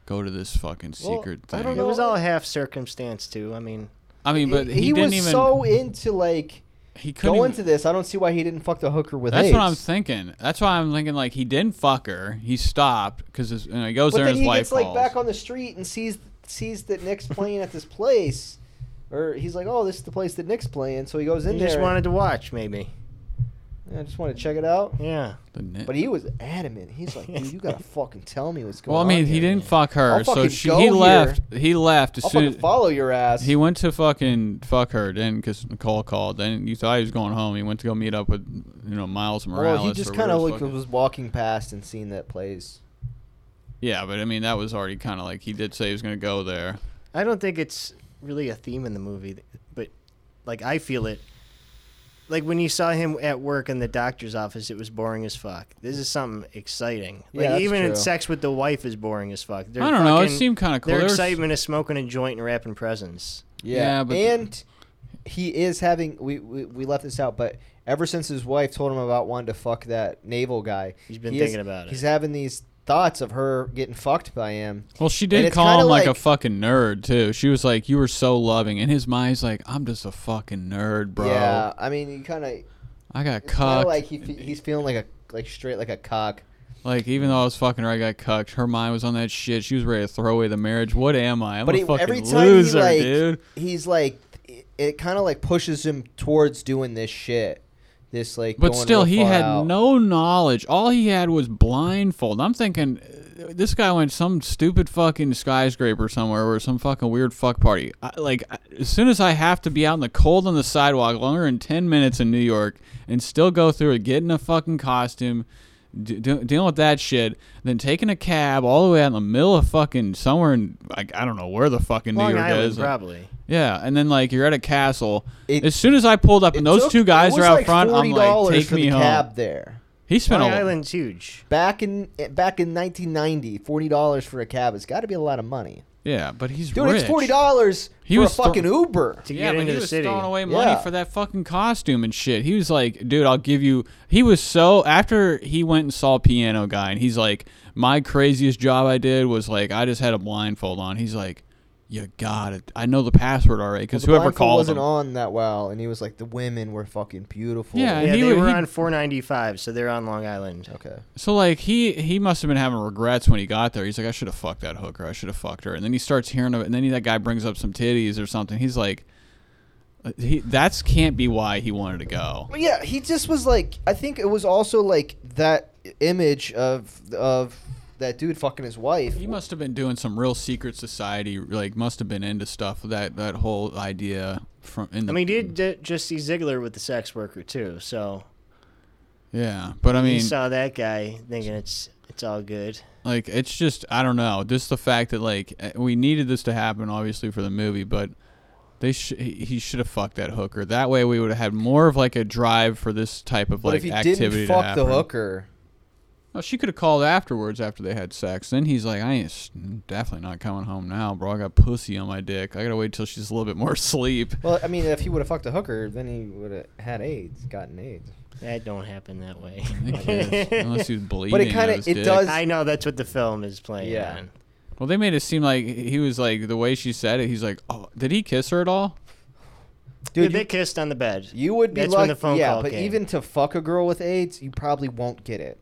Speaker 4: go to this fucking
Speaker 3: Well,
Speaker 4: secret
Speaker 3: I
Speaker 4: thing.
Speaker 3: don't
Speaker 5: It
Speaker 3: know.
Speaker 5: was all half circumstance too. I mean,
Speaker 4: I mean, but he, didn't
Speaker 3: was
Speaker 4: even.
Speaker 3: so into like
Speaker 4: he couldn't.
Speaker 3: go
Speaker 4: even-
Speaker 3: into this. I don't see why he didn't fuck the hooker with.
Speaker 4: that's what I'm
Speaker 3: AIDS.
Speaker 4: thinking. That's why I'm thinking like he didn't fuck her. He stopped because you know, he goes
Speaker 3: But
Speaker 4: there
Speaker 3: then
Speaker 4: and his
Speaker 3: he
Speaker 4: wife
Speaker 3: gets like
Speaker 4: falls.
Speaker 3: back on the street and sees sees that Nick's playing at this place, or he's like, "Oh, this is the place that Nick's playing." So he goes in
Speaker 5: he
Speaker 3: there.
Speaker 5: just wanted to watch, maybe.
Speaker 3: and, "Yeah, I just want to check it out.
Speaker 5: Yeah.
Speaker 4: The nit-
Speaker 3: But he was adamant. He's like, "Dude, you gotta fucking tell me what's going
Speaker 4: well, I
Speaker 3: on."
Speaker 4: mean, he
Speaker 3: here,
Speaker 4: didn't
Speaker 3: man.
Speaker 4: fuck her,
Speaker 3: I'll
Speaker 4: so
Speaker 3: fucking
Speaker 4: she,
Speaker 3: go
Speaker 4: he
Speaker 3: here.
Speaker 4: left. He left as
Speaker 3: I'll
Speaker 4: soon
Speaker 3: fucking follow your ass.
Speaker 4: He went to fucking fuck her, then because Nicole called. Then you thought he was going home. He went to go meet up with you know Miles Morales.
Speaker 3: well, he just
Speaker 4: kind of
Speaker 3: like was walking past and seeing that place.
Speaker 4: Yeah, but I mean that was already kind of like he did say he was gonna go there.
Speaker 5: I don't think it's really a theme in the movie, but like I feel it. Like when you saw him at work in the doctor's office, it was boring as fuck. This is something exciting.
Speaker 3: Yeah,
Speaker 5: Like
Speaker 3: that's
Speaker 5: even in
Speaker 3: true.
Speaker 5: sex with the wife is boring as fuck. Their
Speaker 4: I don't know. It
Speaker 5: fucking-
Speaker 4: seemed kind of cool.
Speaker 5: Their
Speaker 4: There was-
Speaker 5: excitement is smoking a joint and wrapping presents.
Speaker 3: Yeah,
Speaker 4: Yeah, but-
Speaker 3: and he is having. We, we we left this out, but ever since his wife told him about wanting to fuck that naval guy,
Speaker 5: He's been
Speaker 3: he
Speaker 5: thinking about it.
Speaker 3: He's having these thoughts of her getting fucked by him.
Speaker 4: Well, she
Speaker 3: And
Speaker 4: did
Speaker 3: it's
Speaker 4: call
Speaker 3: kinda
Speaker 4: him like, a
Speaker 3: like-
Speaker 4: fucking nerd too. She was like, "You were so loving," and his mind's like, "I'm just a fucking nerd, bro.
Speaker 3: Yeah, I mean, he kind of
Speaker 4: I got cucked.
Speaker 3: like he, fe- he's feeling like a like straight like a cock.
Speaker 4: Like, even though I was fucking her, I got cucked. Her mind was on that shit. She was ready to throw away the marriage. What am I? I'm
Speaker 3: but
Speaker 4: a
Speaker 3: he,
Speaker 4: fucking
Speaker 3: every time
Speaker 4: loser,
Speaker 3: he like
Speaker 4: dude.
Speaker 3: he's like it, kind of like pushes him towards doing this shit. This like,
Speaker 4: But
Speaker 3: going
Speaker 4: still,
Speaker 3: real
Speaker 4: he
Speaker 3: far
Speaker 4: had
Speaker 3: out.
Speaker 4: no knowledge. All he had was blindfold. I'm thinking uh, this guy went some stupid fucking skyscraper somewhere or some fucking weird fuck party. I, like I- as soon as I have to be out in the cold on the sidewalk longer than ten minutes in New York and still go through it, getting a fucking costume, d- d- dealing with that shit, then taking a cab all the way out in the middle of fucking somewhere in like I don't know where the fucking
Speaker 5: Long
Speaker 4: New York
Speaker 5: Island,
Speaker 4: is.
Speaker 5: probably.
Speaker 4: Yeah, and then like you're at a castle.
Speaker 3: It-
Speaker 4: as soon as I pulled up and
Speaker 3: It
Speaker 4: those
Speaker 3: took-
Speaker 4: two guys
Speaker 3: it
Speaker 4: are
Speaker 3: was
Speaker 4: out
Speaker 3: like
Speaker 4: front, I'm
Speaker 3: $40
Speaker 4: like, take
Speaker 3: for
Speaker 4: me
Speaker 3: the
Speaker 4: home.
Speaker 3: cab there.
Speaker 4: He spent
Speaker 5: Long
Speaker 4: a
Speaker 5: Island's huge.
Speaker 3: Back in back in 1990, forty dollars for a cab has got to be a lot of money,
Speaker 4: yeah, but he's
Speaker 3: dude.
Speaker 4: rich.
Speaker 3: It's forty dollars
Speaker 4: He
Speaker 3: for
Speaker 4: was
Speaker 3: a fucking
Speaker 4: thro-
Speaker 3: Uber.
Speaker 5: To
Speaker 4: Yeah,
Speaker 5: get
Speaker 4: but
Speaker 5: into
Speaker 4: he
Speaker 5: the
Speaker 4: was
Speaker 5: city.
Speaker 4: throwing away money
Speaker 3: Yeah.
Speaker 4: for that fucking costume and shit. He was like, "Dude, I'll give you." He was so after he went and saw Piano Guy, and he's like, "My craziest job I did was like I just had a blindfold on." He's like, "You got it. I know the password already because
Speaker 3: The
Speaker 4: whoever
Speaker 3: blindfold
Speaker 4: called
Speaker 3: wasn't
Speaker 4: him."
Speaker 3: on that well, and he was like, the women were fucking beautiful.
Speaker 4: Yeah,
Speaker 5: yeah,
Speaker 4: he
Speaker 5: they
Speaker 4: would-
Speaker 5: were
Speaker 4: he-
Speaker 5: on 495, so they're on Long Island.
Speaker 3: Okay.
Speaker 4: So like he he must have been having regrets when he got there. He's like, I should have fucked that hooker. I should have fucked her. And then he starts hearing of it. And then he, that guy brings up some titties or something. He's like, uh, he that's can't be why he wanted to go.
Speaker 3: But yeah, he just was like, I think it was also like that image of of that dude fucking his wife.
Speaker 4: He must have been doing some real secret society. Like must have been into stuff that that whole idea from in the.
Speaker 5: I mean, he did d- just see Ziggler with the sex worker too, so
Speaker 4: yeah, but I
Speaker 5: he
Speaker 4: mean,
Speaker 5: saw that guy thinking it's it's all good.
Speaker 4: like it's just I don't know. Just the fact that like eh, we needed this to happen, obviously for the movie, but they sh- he he should have fucked that hooker. That way we would have had more of like a drive for this type of
Speaker 3: but
Speaker 4: like
Speaker 3: if he
Speaker 4: activity
Speaker 3: didn't fuck
Speaker 4: to happen.
Speaker 3: the hooker,
Speaker 4: Oh, she could have called afterwards after they had sex. Then he's like, I ain't s- definitely not coming home now, bro. I got pussy on my dick. I gotta wait till she's a little bit more asleep.
Speaker 3: well, I mean, if he would have fucked the hooker, then he would have had AIDS, gotten AIDS.
Speaker 5: That don't happen that way.
Speaker 4: I guess, Unless he was bleeding.
Speaker 3: But it kind
Speaker 4: out
Speaker 3: of
Speaker 4: his
Speaker 3: it
Speaker 4: dick.
Speaker 3: does.
Speaker 5: I know that's what the film is playing
Speaker 3: Yeah.
Speaker 5: on.
Speaker 4: Well, they made it seem like he was like the way she said it. He's like, oh, did he kiss her at all?
Speaker 5: Dude,
Speaker 3: Dude,
Speaker 5: they kissed on the bed.
Speaker 3: You would be
Speaker 5: That's
Speaker 3: lucky.
Speaker 5: when the phone
Speaker 3: yeah,
Speaker 5: call
Speaker 3: but
Speaker 5: came.
Speaker 3: even to fuck a girl with AIDS, you probably won't get it.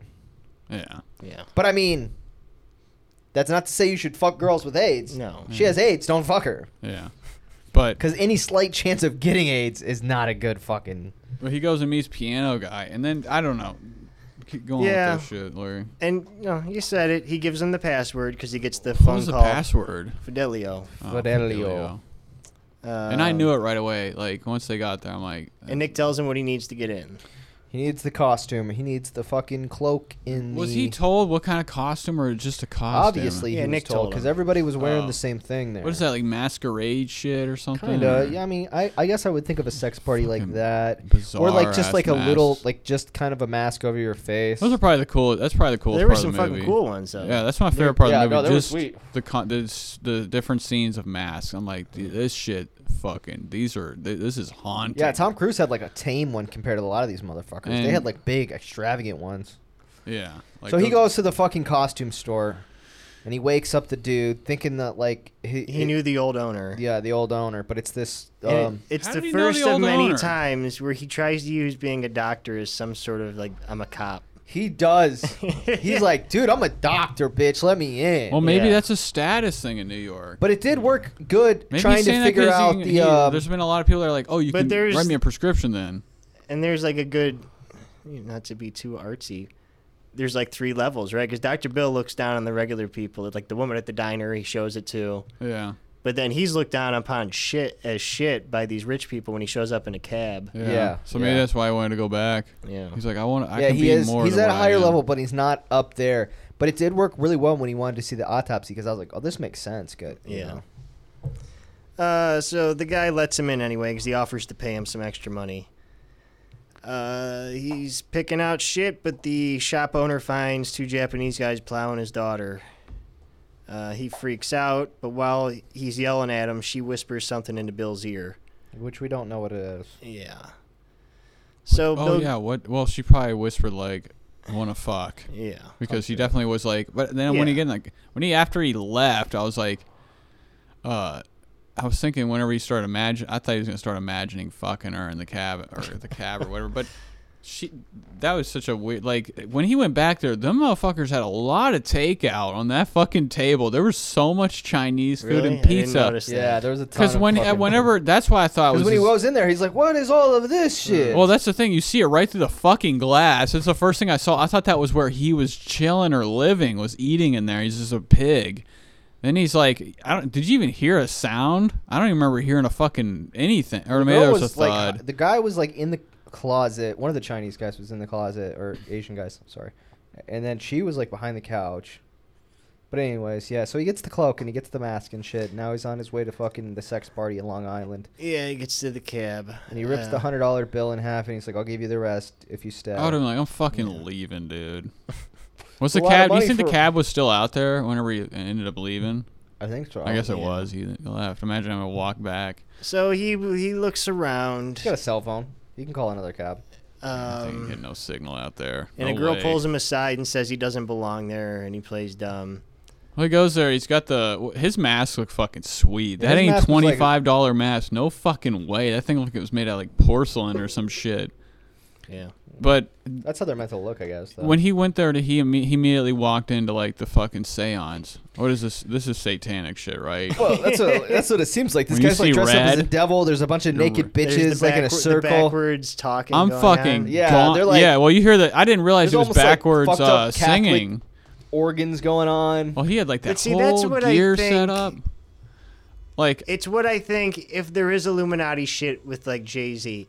Speaker 4: Yeah.
Speaker 5: yeah,
Speaker 3: But I mean, that's not to say you should fuck girls with AIDS.
Speaker 5: no,
Speaker 3: She has AIDS, don't fuck her.
Speaker 4: Yeah. But
Speaker 3: Because any slight chance of getting AIDS is not a good fucking.
Speaker 4: Well, he goes and meets piano guy, and then I don't know. Keep going
Speaker 5: Yeah.
Speaker 4: with that shit, Larry.
Speaker 5: and no, you said it. He gives him the password because he gets the
Speaker 4: What
Speaker 5: phone
Speaker 4: was the
Speaker 5: call.
Speaker 4: password?
Speaker 5: Fidelio.
Speaker 4: Oh,
Speaker 3: Fidelio.
Speaker 5: Uh,
Speaker 4: And I knew it right away. Like once they got there, I'm like,
Speaker 5: And Nick tells him what he needs to get in.
Speaker 3: He needs the costume. He needs the fucking cloak in
Speaker 4: was
Speaker 3: the.
Speaker 4: he told what kind of costume or just a costume?
Speaker 3: Obviously,
Speaker 5: Yeah,
Speaker 3: he was
Speaker 5: Nick
Speaker 3: told
Speaker 5: told him.
Speaker 3: because everybody was wearing
Speaker 4: Oh.
Speaker 3: the same thing there.
Speaker 4: What is that like masquerade shit or something?
Speaker 3: Kinda.
Speaker 4: Or-
Speaker 3: Yeah, I mean, I, I guess I would think of a sex party like
Speaker 4: Fucking
Speaker 3: that,
Speaker 4: bizarre
Speaker 3: or like just
Speaker 4: ass
Speaker 3: like a little,
Speaker 4: masks.
Speaker 3: like just kind of a mask over your face.
Speaker 4: Those are probably the cool. That's probably the coolest
Speaker 5: there were
Speaker 4: part
Speaker 5: some
Speaker 4: of the movie.
Speaker 5: fucking cool ones though.
Speaker 4: Yeah, that's my favorite part
Speaker 3: yeah,
Speaker 4: of the
Speaker 3: no,
Speaker 4: movie.
Speaker 3: they were
Speaker 4: just
Speaker 3: sweet.
Speaker 4: the con- the s- the different scenes of masks. I'm like, dude, this shit, fucking, these are th- this is haunting.
Speaker 3: Yeah, Tom Cruise had like a tame one compared to a lot of these motherfuckers. motherfuckers. they had
Speaker 4: And-
Speaker 3: like big, extravagant ones.
Speaker 4: Yeah. Like
Speaker 3: so he
Speaker 4: those-
Speaker 3: goes to the fucking costume store, and he wakes up the dude thinking that like he,
Speaker 5: He
Speaker 3: it-
Speaker 5: knew the old owner.
Speaker 3: yeah, the old owner, but it's this.
Speaker 5: And it-
Speaker 3: Um,
Speaker 5: it's
Speaker 4: How
Speaker 5: the
Speaker 4: did he know
Speaker 5: first
Speaker 4: the
Speaker 5: of
Speaker 4: old
Speaker 5: many
Speaker 4: owner?
Speaker 5: times where he tries to use being a doctor as some sort of like I'm a cop.
Speaker 3: he does. He's like, dude, I'm a doctor, bitch. Let me in.
Speaker 4: Well, maybe
Speaker 5: Yeah.
Speaker 4: that's a status thing in New York.
Speaker 3: but it did work good
Speaker 4: Maybe
Speaker 3: trying
Speaker 4: he's saying
Speaker 3: to
Speaker 4: that
Speaker 3: figure
Speaker 4: 'cause he
Speaker 3: out
Speaker 4: can-
Speaker 3: the.
Speaker 4: he-
Speaker 3: um,
Speaker 4: there's been a lot of people that are like, "Oh, you
Speaker 5: But
Speaker 4: can
Speaker 5: there's-
Speaker 4: write me a prescription then."
Speaker 5: And there's like a good, not to be too artsy. There's like three levels, right? Because Dr. Bill looks down on the regular people, like the woman at the diner. He shows it to,
Speaker 4: Yeah.
Speaker 5: but then he's looked down upon shit as shit by these rich people when he shows up in a cab.
Speaker 4: Yeah.
Speaker 3: Yeah,
Speaker 4: So maybe
Speaker 3: yeah.
Speaker 4: that's why I wanted to go back.
Speaker 5: Yeah.
Speaker 4: He's like, I want. I
Speaker 3: yeah,
Speaker 4: can
Speaker 3: he
Speaker 4: be
Speaker 3: is.
Speaker 4: more.
Speaker 3: He's
Speaker 4: than
Speaker 3: at a
Speaker 4: what I
Speaker 3: higher
Speaker 4: am.
Speaker 3: level, but he's not up there. But it did work really well when he wanted to see the autopsy because I was like, oh, this makes sense. Good. you
Speaker 5: Yeah.
Speaker 3: know.
Speaker 5: Uh, so the guy lets him in anyway because he offers to pay him some extra money. Uh, he's picking out shit, but the shop owner finds two Japanese guys plowing his daughter. Uh, he freaks out, but while he's yelling at him, she whispers something into Bill's ear.
Speaker 3: Which we don't know what it is.
Speaker 5: Yeah. So
Speaker 4: Oh
Speaker 5: Bill,
Speaker 4: yeah. What? Well, she probably whispered like, "I want to fuck,"
Speaker 5: yeah.
Speaker 4: because he definitely was like. But then when he
Speaker 5: Yeah.
Speaker 4: again like when he after he left, I was like, uh. I was thinking whenever he started imagine, I thought he was gonna start imagining fucking her in the cab or the cab or whatever. But she, that was such a weird. Like when he went back there, them motherfuckers had a lot of takeout on that fucking table. There was so much Chinese food
Speaker 5: Really? I
Speaker 4: and
Speaker 5: didn't
Speaker 4: pizza.
Speaker 5: notice
Speaker 3: Yeah,
Speaker 5: that.
Speaker 3: there was a ton
Speaker 4: Because
Speaker 3: of
Speaker 4: when uh,
Speaker 3: fucking-
Speaker 4: whenever that's why I thought it
Speaker 3: 'Cause
Speaker 4: was
Speaker 3: when he
Speaker 4: his-
Speaker 3: goes in there, he's like, "What is all of this shit?"
Speaker 4: Well, that's the thing. You see it right through the fucking glass. It's the first thing I saw. I thought that was where he was chilling or living, was eating in there. He's just a pig. Then he's like, I don't. Did you even hear a sound? I don't even remember hearing a fucking anything. Or maybe
Speaker 3: Girl
Speaker 4: there was, a thud.
Speaker 3: like the guy was like in the closet. One of the Chinese guys was in the closet, or Asian guys. I'm sorry. And then she was like behind the couch. But anyways, yeah. So he gets the cloak and he gets the mask and shit. Now he's on his way to fucking the sex party in Long Island,
Speaker 5: Yeah, he gets to the cab.
Speaker 3: and he rips
Speaker 5: Uh,
Speaker 3: the hundred dollar bill in half, and he's like, "I'll give you the rest if you stay."
Speaker 4: I would have been like, I'm fucking leaving, dude. Was
Speaker 3: a
Speaker 4: the
Speaker 3: lot of
Speaker 4: cab? Do you
Speaker 3: money
Speaker 4: think
Speaker 3: for-
Speaker 4: the cab was still out there whenever he ended up leaving?
Speaker 3: I think so.
Speaker 4: I guess it
Speaker 5: yeah.
Speaker 4: was. He left. Imagine I'm gonna walk back.
Speaker 5: So he he looks around.
Speaker 3: He's got a cell phone. You can call another cab.
Speaker 4: I think
Speaker 5: Um,
Speaker 4: he had no signal out there.
Speaker 5: And
Speaker 4: No
Speaker 5: a girl
Speaker 4: way.
Speaker 5: pulls him aside and says he doesn't belong there, and he plays dumb.
Speaker 4: Well, he goes there. He's got the his mask look fucking sweet.
Speaker 3: Yeah,
Speaker 4: That
Speaker 3: his
Speaker 4: ain't
Speaker 3: mask was like-
Speaker 4: twenty five dollar mask. No fucking way. That thing looked like it was made out of like porcelain or some shit.
Speaker 5: Yeah.
Speaker 4: But
Speaker 3: That's how they're meant to look, I guess. Though.
Speaker 4: when he went there, to he imme- he immediately walked into like the fucking seance. What is this? This is satanic shit, right?
Speaker 3: well, that's what, that's what it seems like. This
Speaker 4: When you
Speaker 3: guy's like
Speaker 4: see
Speaker 3: dressed up as a
Speaker 4: red-
Speaker 3: devil. There's a bunch of naked
Speaker 5: There's the
Speaker 3: bitches like in a
Speaker 5: backward- the
Speaker 3: circle.
Speaker 5: backwards talking.
Speaker 4: I'm
Speaker 5: going
Speaker 4: fucking
Speaker 5: on.
Speaker 3: Yeah,
Speaker 4: gone-
Speaker 3: they're like-
Speaker 4: yeah. Well, you hear that? I didn't realize
Speaker 3: There's
Speaker 4: it was
Speaker 3: almost, like,
Speaker 4: backwards
Speaker 3: fucked
Speaker 4: uh,
Speaker 3: up Catholic-
Speaker 4: singing.
Speaker 3: organs going on.
Speaker 4: Well, he had like that
Speaker 5: But see,
Speaker 4: whole
Speaker 5: that's what I
Speaker 4: gear
Speaker 5: think-
Speaker 4: set up. Like
Speaker 5: It's what I think. If there is Illuminati shit with like Jay Z,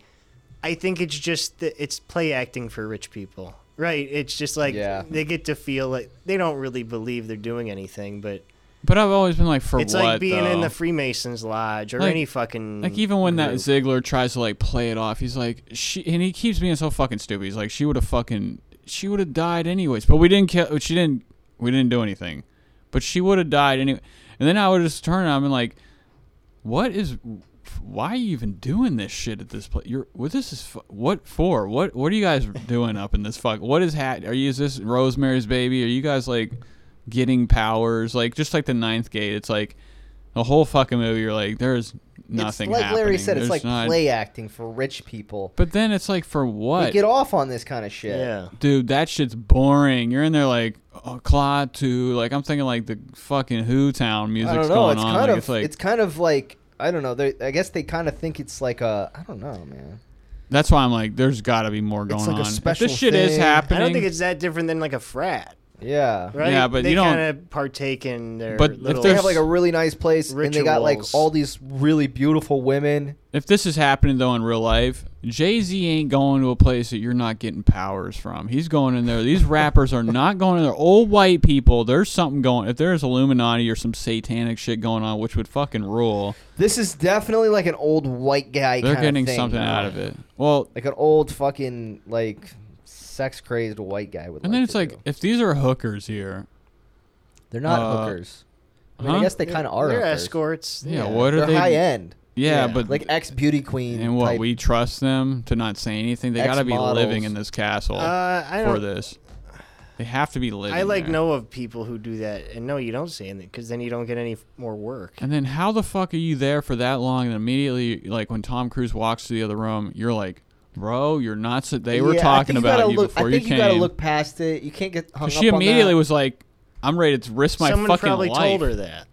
Speaker 5: I think it's just that it's play acting for rich people, right? It's just like
Speaker 3: Yeah.
Speaker 5: they get to feel like they don't really believe they're doing anything, but
Speaker 4: But I've always been like, for
Speaker 5: it's
Speaker 4: what?
Speaker 5: like being in
Speaker 4: though?
Speaker 5: the Freemasons lodge or
Speaker 4: Like-
Speaker 5: any fucking
Speaker 4: Like even when that
Speaker 5: group.
Speaker 4: Ziggler tries to like play it off, he's like she, and he keeps being so fucking stupid. He's like she would have fucking, she would have died anyways. But we didn't kill. She didn't. We didn't do anything. But she would have died anyway. And then I would just turn and I'm like, what is? Why are you even doing this shit at this place? You're what this is? fu- What for? What what are you guys doing up in this fuck? What is hat? Are you is this Rosemary's Baby? Are you guys like getting powers? Like just like the Ninth Gate, it's like the whole fucking movie. You're like, there's nothing.
Speaker 3: It's like Larry
Speaker 4: happening.
Speaker 3: said, it's
Speaker 4: There's
Speaker 3: like
Speaker 4: not-
Speaker 3: play acting for rich people.
Speaker 4: But then it's like for
Speaker 3: They
Speaker 4: what?
Speaker 3: get off on this kind of shit.
Speaker 5: yeah.
Speaker 4: dude, that shit's boring. You're in there like oh, Claw to like I'm thinking like the fucking Who Town
Speaker 3: I
Speaker 4: music's
Speaker 3: don't know.
Speaker 4: going
Speaker 3: It's
Speaker 4: on.
Speaker 3: kind
Speaker 4: like,
Speaker 3: of
Speaker 4: it's like
Speaker 3: kind of like I don't know. they- I guess they kind of think it's like a I don't know, man.
Speaker 4: that's why I'm like, there's got to be more going
Speaker 3: like
Speaker 4: on.
Speaker 3: a
Speaker 4: If
Speaker 3: special
Speaker 4: this shit is
Speaker 3: thing.
Speaker 4: happening.
Speaker 5: I don't think it's that different than like a frat,
Speaker 3: Yeah.
Speaker 5: right?
Speaker 4: Yeah, but
Speaker 5: they
Speaker 4: you don't-
Speaker 5: kind of partake in their.
Speaker 4: But if
Speaker 5: little,
Speaker 3: They
Speaker 4: there's-
Speaker 3: have like a really nice place, and they got like
Speaker 5: Rituals.
Speaker 3: all these really beautiful women.
Speaker 4: if this is happening though in real life, Jay Z ain't going to a place that you're not getting powers from. He's going in there. These rappers are not going in there. Old white people. There's something going. If there's Illuminati or some satanic shit going on, which would fucking rule,
Speaker 3: This is definitely like an old white guy.
Speaker 4: they're
Speaker 3: kinda
Speaker 4: getting
Speaker 3: thing,
Speaker 4: something
Speaker 3: you know?
Speaker 4: out of it. Well,
Speaker 3: Like an old fucking like sex crazed white guy would.
Speaker 4: and then it's
Speaker 3: to
Speaker 4: like
Speaker 3: do.
Speaker 4: if these are hookers here,
Speaker 3: they're not
Speaker 4: uh,
Speaker 3: hookers. I mean, I
Speaker 4: huh?
Speaker 3: guess they kind of are.
Speaker 5: They're
Speaker 3: hookers.
Speaker 5: escorts.
Speaker 4: Yeah, what are
Speaker 3: they're
Speaker 4: they?
Speaker 3: high end.
Speaker 4: Yeah,
Speaker 3: Yeah,
Speaker 4: but
Speaker 3: like ex beauty queen.
Speaker 4: and what
Speaker 3: type-
Speaker 4: we trust them to not say anything. They got to be living
Speaker 3: Ex-models.
Speaker 4: in this castle
Speaker 5: Uh, I
Speaker 4: for
Speaker 5: don't-
Speaker 4: this. They have to be living.
Speaker 5: I like
Speaker 4: there.
Speaker 5: know of people who do that, and no, you don't say anything because then you don't get any more work.
Speaker 4: And then how the fuck are you there for that long? And immediately, like when Tom Cruise walks to the other room, you're like, "Bro, you're not." So they were
Speaker 3: Yeah, I
Speaker 4: talking
Speaker 3: think
Speaker 4: about
Speaker 3: gotta
Speaker 4: you
Speaker 3: look,
Speaker 4: before
Speaker 3: I think
Speaker 4: you came.
Speaker 3: gotta look past it. You can't get hung
Speaker 4: 'Cause
Speaker 3: up
Speaker 4: she
Speaker 3: on
Speaker 4: immediately
Speaker 3: that.
Speaker 4: was like, "I'm ready to risk my
Speaker 5: Someone
Speaker 4: fucking
Speaker 5: probably
Speaker 4: life."
Speaker 5: told her that,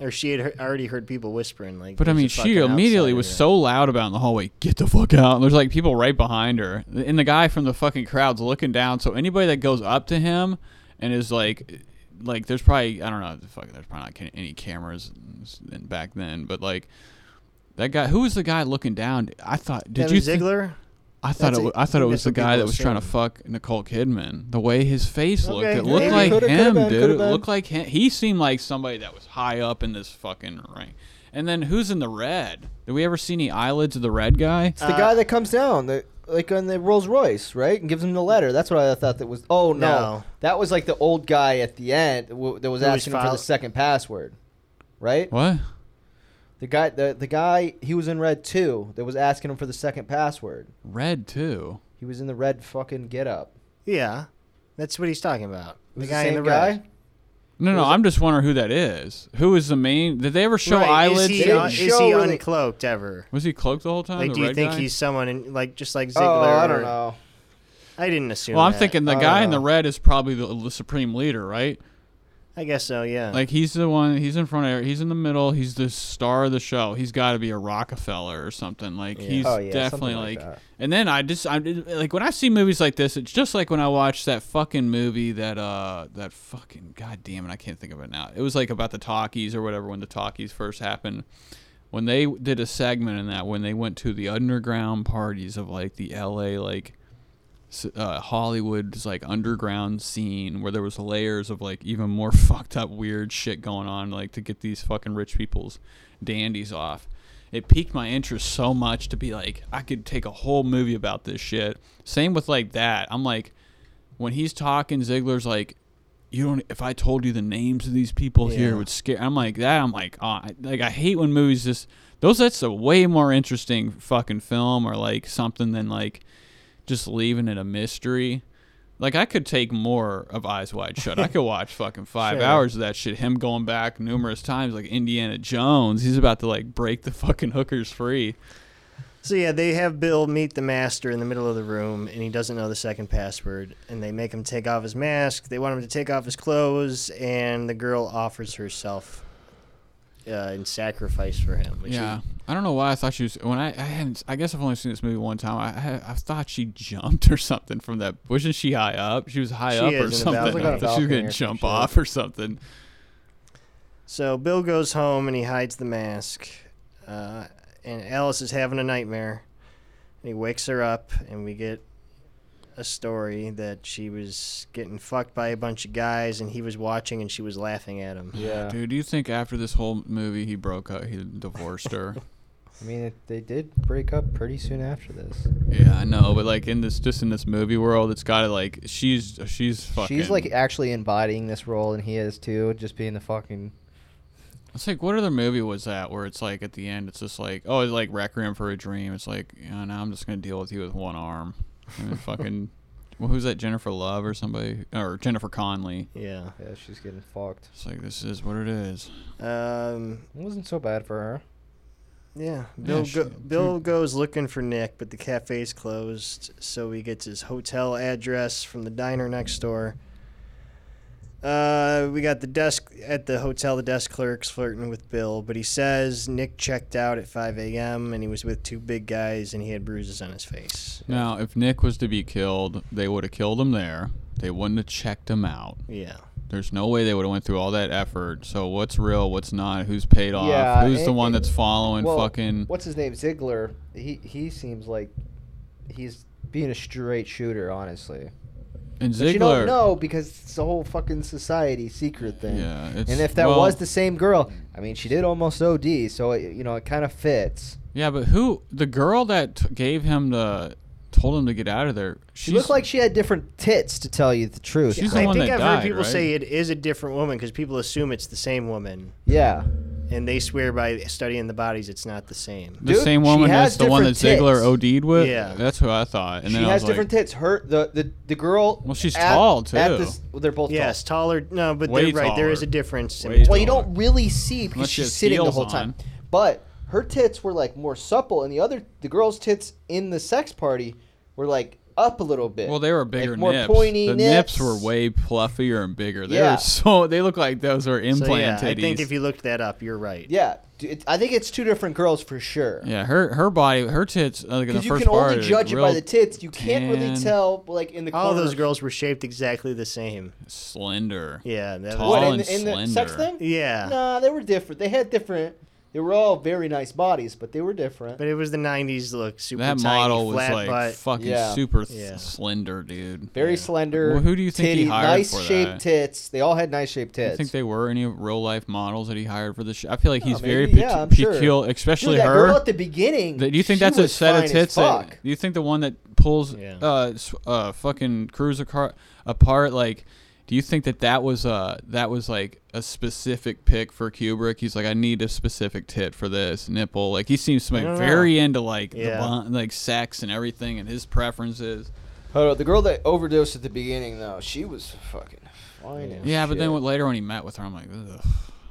Speaker 5: or she had he- already heard people whispering like.
Speaker 4: But I
Speaker 5: there's a
Speaker 4: mean, she
Speaker 5: fucking
Speaker 4: immediately
Speaker 5: outsider
Speaker 4: was
Speaker 5: there.
Speaker 4: so loud about in the hallway, get the fuck out. And there's like people right behind her. And the guy from the fucking crowd's looking down. So anybody that goes up to him and is like, like, there's probably, I don't know, fuck, there's probably not ca- any cameras in- back then. But like, that guy, who was the guy looking down? I thought, did
Speaker 5: Adam
Speaker 4: you? thi-
Speaker 5: Ziegler?
Speaker 4: I thought
Speaker 5: That's
Speaker 4: it. wa-
Speaker 5: it.
Speaker 4: I thought it
Speaker 5: That's
Speaker 4: was the
Speaker 5: what
Speaker 4: guy
Speaker 5: people
Speaker 4: that
Speaker 5: are
Speaker 4: was trying to
Speaker 5: saying.
Speaker 4: fuck Nicole Kidman. The way his face looked,
Speaker 5: Okay,
Speaker 4: it looked
Speaker 5: maybe.
Speaker 4: like
Speaker 3: Coulda, coulda
Speaker 4: him,
Speaker 3: been,
Speaker 4: dude.
Speaker 3: coulda
Speaker 4: It
Speaker 3: been.
Speaker 4: looked like him. He seemed like somebody that was high up in this fucking ring. And then who's in the red? Did we ever see any eyelids of the red guy?
Speaker 3: It's the guy that comes down, the, like on the Rolls Royce, right, and gives him the letter. That's what I thought that was. Oh no,
Speaker 5: No.
Speaker 3: that was like the old guy at the end w- that
Speaker 5: Who was
Speaker 3: was asking him for
Speaker 5: follow-
Speaker 3: the second password, right?
Speaker 4: What?
Speaker 3: The guy, the, the guy, he was in red too. That was asking him for the second password.
Speaker 4: Red too.
Speaker 3: He was in the red fucking get up.
Speaker 5: Yeah, that's what he's talking about. The
Speaker 3: Was
Speaker 5: guy in
Speaker 3: same
Speaker 5: the red.
Speaker 4: No, no. I'm just wondering who that is. Who is the main? Did they ever show
Speaker 5: Right,
Speaker 4: eyelids?
Speaker 5: Is
Speaker 3: They
Speaker 5: he,
Speaker 3: didn't
Speaker 5: un- is he
Speaker 3: show really-
Speaker 5: uncloaked ever?
Speaker 4: was he cloaked the whole time?
Speaker 5: Like,
Speaker 4: the
Speaker 5: do you
Speaker 4: red
Speaker 5: think
Speaker 4: guy?
Speaker 5: he's someone in like just like Ziggler?
Speaker 3: Oh, I
Speaker 5: or-
Speaker 3: don't know.
Speaker 5: I didn't assume.
Speaker 4: Well, I'm
Speaker 5: that.
Speaker 4: thinking the
Speaker 3: I
Speaker 4: guy
Speaker 3: don't
Speaker 4: in the
Speaker 3: know.
Speaker 4: red is probably the, the supreme leader, right?
Speaker 5: I guess so. Yeah.
Speaker 4: Like he's the one. He's in front of. He's in the middle. He's the star of the show. He's got to be a Rockefeller or something. Like he's
Speaker 3: Oh, yeah,
Speaker 4: definitely
Speaker 3: something like
Speaker 4: like.
Speaker 3: that.
Speaker 4: and then I just I did- like when I see movies like this. It's just like when I watched that fucking movie that uh that fucking goddamn it I can't think of it now. It was like about the talkies or whatever when the talkies first happened. When they did a segment in that when they went to the underground parties of like the L.A. like s- uh, Hollywood's like underground scene where there was layers of like even more fucked up weird shit going on like to get these fucking rich people's dandies off. It piqued my interest so much to be like I could take a whole movie about this shit. Same with like that. I'm like when he's talking Ziggler's like you don't if I told you the names of these people here it
Speaker 5: Yeah.
Speaker 4: would scare I'm like that I'm like oh, I- like I hate when movies just those that's a way more interesting fucking film or like something than like just leaving it a mystery. Like I could take more of Eyes Wide Shut. I could watch fucking five
Speaker 5: Sure.
Speaker 4: hours of that shit. Him going back numerous times, like Indiana Jones. He's about to like break the fucking hookers free.
Speaker 5: So yeah, they have Bill meet the master in the middle of the room, and he doesn't know the second password. And they make him take off his mask. They want him to take off his clothes, and the girl offers herself uh, in sacrifice for him. Which
Speaker 4: yeah, I don't know why I thought she was. When I I hadn't. I guess I've only seen this movie one time. I I, I thought she jumped or something from that. Wasn't she high up? She was high
Speaker 5: She
Speaker 4: up
Speaker 5: is in
Speaker 4: or
Speaker 5: the
Speaker 4: something. I
Speaker 5: balcony. Like on a
Speaker 4: thought she was
Speaker 3: balcony
Speaker 4: gonna
Speaker 3: or some
Speaker 4: jump
Speaker 3: shit.
Speaker 4: off or something.
Speaker 5: So Bill goes home and he hides the mask. Uh, and Alice is having a nightmare. And he wakes her up, and we get a story that she was getting fucked by a bunch of guys, and he was watching, and she was laughing at him.
Speaker 3: Yeah,
Speaker 4: Dude, do you think after this whole movie he broke up? He divorced her.
Speaker 3: I mean it, they did break up pretty soon after this.
Speaker 4: Yeah, I know, but like in this, just in this movie world, it's got to like she's she's fucking.
Speaker 3: She's like actually embodying this role, and he is too, just being the fucking.
Speaker 4: it's like what other movie was that where it's like at the end, it's just like oh, it's like Requiem for a Dream. It's like yeah, now I'm just gonna deal with you with one arm, and then fucking. Well, who's that? Jennifer Love or somebody, or Jennifer Conley?
Speaker 5: Yeah.
Speaker 3: Yeah, she's getting fucked.
Speaker 4: It's like this is what it is.
Speaker 5: Um,
Speaker 3: It wasn't so bad for her.
Speaker 5: yeah. Bill,
Speaker 4: she-
Speaker 5: go- Bill
Speaker 4: dude.
Speaker 5: goes looking for Nick, but the cafe's closed, so he gets his hotel address from the diner next door. Uh, we got the desk at the hotel. The desk clerk's flirting with Bill, but he says Nick checked out at 5 a.m. and he was with two big guys and he had bruises on his face.
Speaker 4: Now, if Nick was to be killed, they would have killed him there. They wouldn't have checked him out.
Speaker 5: Yeah,
Speaker 4: There's no way they would have went through all that effort. So what's real? What's not? Who's paid off?
Speaker 3: Yeah,
Speaker 4: who's the
Speaker 3: and-
Speaker 4: one
Speaker 3: and-
Speaker 4: that's following
Speaker 3: well,
Speaker 4: fucking?
Speaker 3: What's his name? Ziggler. He he seems like he's being a straight shooter, honestly.
Speaker 4: And
Speaker 3: But
Speaker 4: Ziggler.
Speaker 3: you don't know because it's the whole fucking society secret thing.
Speaker 4: Yeah, it's,
Speaker 3: And if that
Speaker 4: well,
Speaker 3: was the same girl, I mean, she did almost OD, so it, you know it kind of fits.
Speaker 4: yeah, but who the girl that t- gave him the told him to get out of there?
Speaker 3: She looked like she had different tits, to tell you the truth.
Speaker 4: She's the
Speaker 5: I
Speaker 4: one
Speaker 5: think
Speaker 4: that
Speaker 5: I've
Speaker 4: died,
Speaker 5: heard people
Speaker 4: right?
Speaker 5: say it is a different woman because people assume it's the same woman,
Speaker 3: yeah,
Speaker 5: and they swear by studying the bodies, it's not the same.
Speaker 4: The
Speaker 3: Dude,
Speaker 4: same
Speaker 3: she
Speaker 4: woman
Speaker 3: has
Speaker 4: that's the one that
Speaker 3: different
Speaker 4: Ziggler
Speaker 3: tits.
Speaker 4: OD'd with?
Speaker 5: Yeah.
Speaker 4: That's who I thought. And
Speaker 3: she
Speaker 4: then I
Speaker 3: has
Speaker 4: was
Speaker 3: different
Speaker 4: like,
Speaker 3: tits. Her the the, the girl.
Speaker 4: Well, she's
Speaker 3: at-
Speaker 4: tall, too.
Speaker 3: At this, well, they're both
Speaker 5: Yes, taller. No, but
Speaker 4: Way
Speaker 5: they're right. There is a
Speaker 4: taller.
Speaker 5: difference. in
Speaker 4: Way
Speaker 3: tall. Well,
Speaker 5: between-
Speaker 3: you don't really see because
Speaker 4: Unless she
Speaker 3: she's
Speaker 4: has
Speaker 3: sitting the
Speaker 4: heels
Speaker 3: whole time.
Speaker 4: on.
Speaker 3: But her tits were like more supple, and the other the girl's tits in the sex party were like up a little bit.
Speaker 4: well, they were
Speaker 3: Like,
Speaker 4: bigger
Speaker 3: more
Speaker 4: nips.
Speaker 3: pointy
Speaker 4: the nips.
Speaker 3: nips.
Speaker 4: were way fluffier and bigger. They
Speaker 3: Yeah.
Speaker 4: were so they look like those were
Speaker 5: So, yeah,
Speaker 4: implant
Speaker 5: I think
Speaker 4: titties.
Speaker 5: if you looked that up, you're right.
Speaker 3: Yeah, d- it, I think it's two different girls for sure.
Speaker 4: yeah, her her body, her tits. uh, Like in the
Speaker 3: Because you
Speaker 4: first
Speaker 3: can only
Speaker 4: part, are
Speaker 3: judge it by
Speaker 4: real
Speaker 3: the tits. You can't really
Speaker 4: tan.
Speaker 3: tell, like in the
Speaker 5: All
Speaker 3: corner.
Speaker 5: those girls were shaped exactly the same.
Speaker 4: slender.
Speaker 5: Yeah, that
Speaker 4: Tall.
Speaker 5: was,
Speaker 3: What
Speaker 4: all
Speaker 3: in, the- in
Speaker 4: and
Speaker 3: the sex
Speaker 4: slender.
Speaker 3: thing?
Speaker 5: yeah.
Speaker 3: Nah, they were different. They had different. They were all very nice bodies, but they were different.
Speaker 5: But it was the '90s look, super
Speaker 4: That
Speaker 5: tiny,
Speaker 4: model was
Speaker 5: flat
Speaker 4: like
Speaker 5: butt.
Speaker 4: fucking
Speaker 3: Yeah.
Speaker 4: super th-
Speaker 5: Yeah.
Speaker 4: slender, dude.
Speaker 3: very
Speaker 4: Yeah.
Speaker 3: slender.
Speaker 4: Well, who do you think he
Speaker 3: titty-
Speaker 4: hired
Speaker 3: Nice
Speaker 4: for
Speaker 3: shaped
Speaker 4: that?
Speaker 3: tits. They all had nice shaped
Speaker 4: Do
Speaker 3: tits.
Speaker 4: you think they were any real life models that he hired for the show? I feel like
Speaker 3: Yeah,
Speaker 4: he's very
Speaker 3: Oh, maybe.
Speaker 4: pe-
Speaker 3: Yeah, I'm sure.
Speaker 4: peculiar, especially
Speaker 3: Dude, that
Speaker 4: her.
Speaker 3: girl at the beginning.
Speaker 4: Th- Do you think
Speaker 3: she
Speaker 4: that's a
Speaker 3: was
Speaker 4: set
Speaker 3: fine
Speaker 4: of
Speaker 3: as
Speaker 4: tits?
Speaker 3: Fuck.
Speaker 4: That, do you think the one that pulls
Speaker 5: Yeah.
Speaker 4: uh, s- uh fucking cruise acar- apart like? Do you think that that was uh that was like a specific pick for Kubrick? He's like, I need a specific tit for this nipple. Like he seems to be
Speaker 5: don't
Speaker 4: very into like
Speaker 5: Yeah.
Speaker 4: the bond, like sex and everything and his preferences.
Speaker 3: Hold on, the girl that overdosed at the beginning though, she was fucking fine. as
Speaker 4: Yeah, but
Speaker 3: shit.
Speaker 4: then what, later when he met with her, I'm like, Ugh,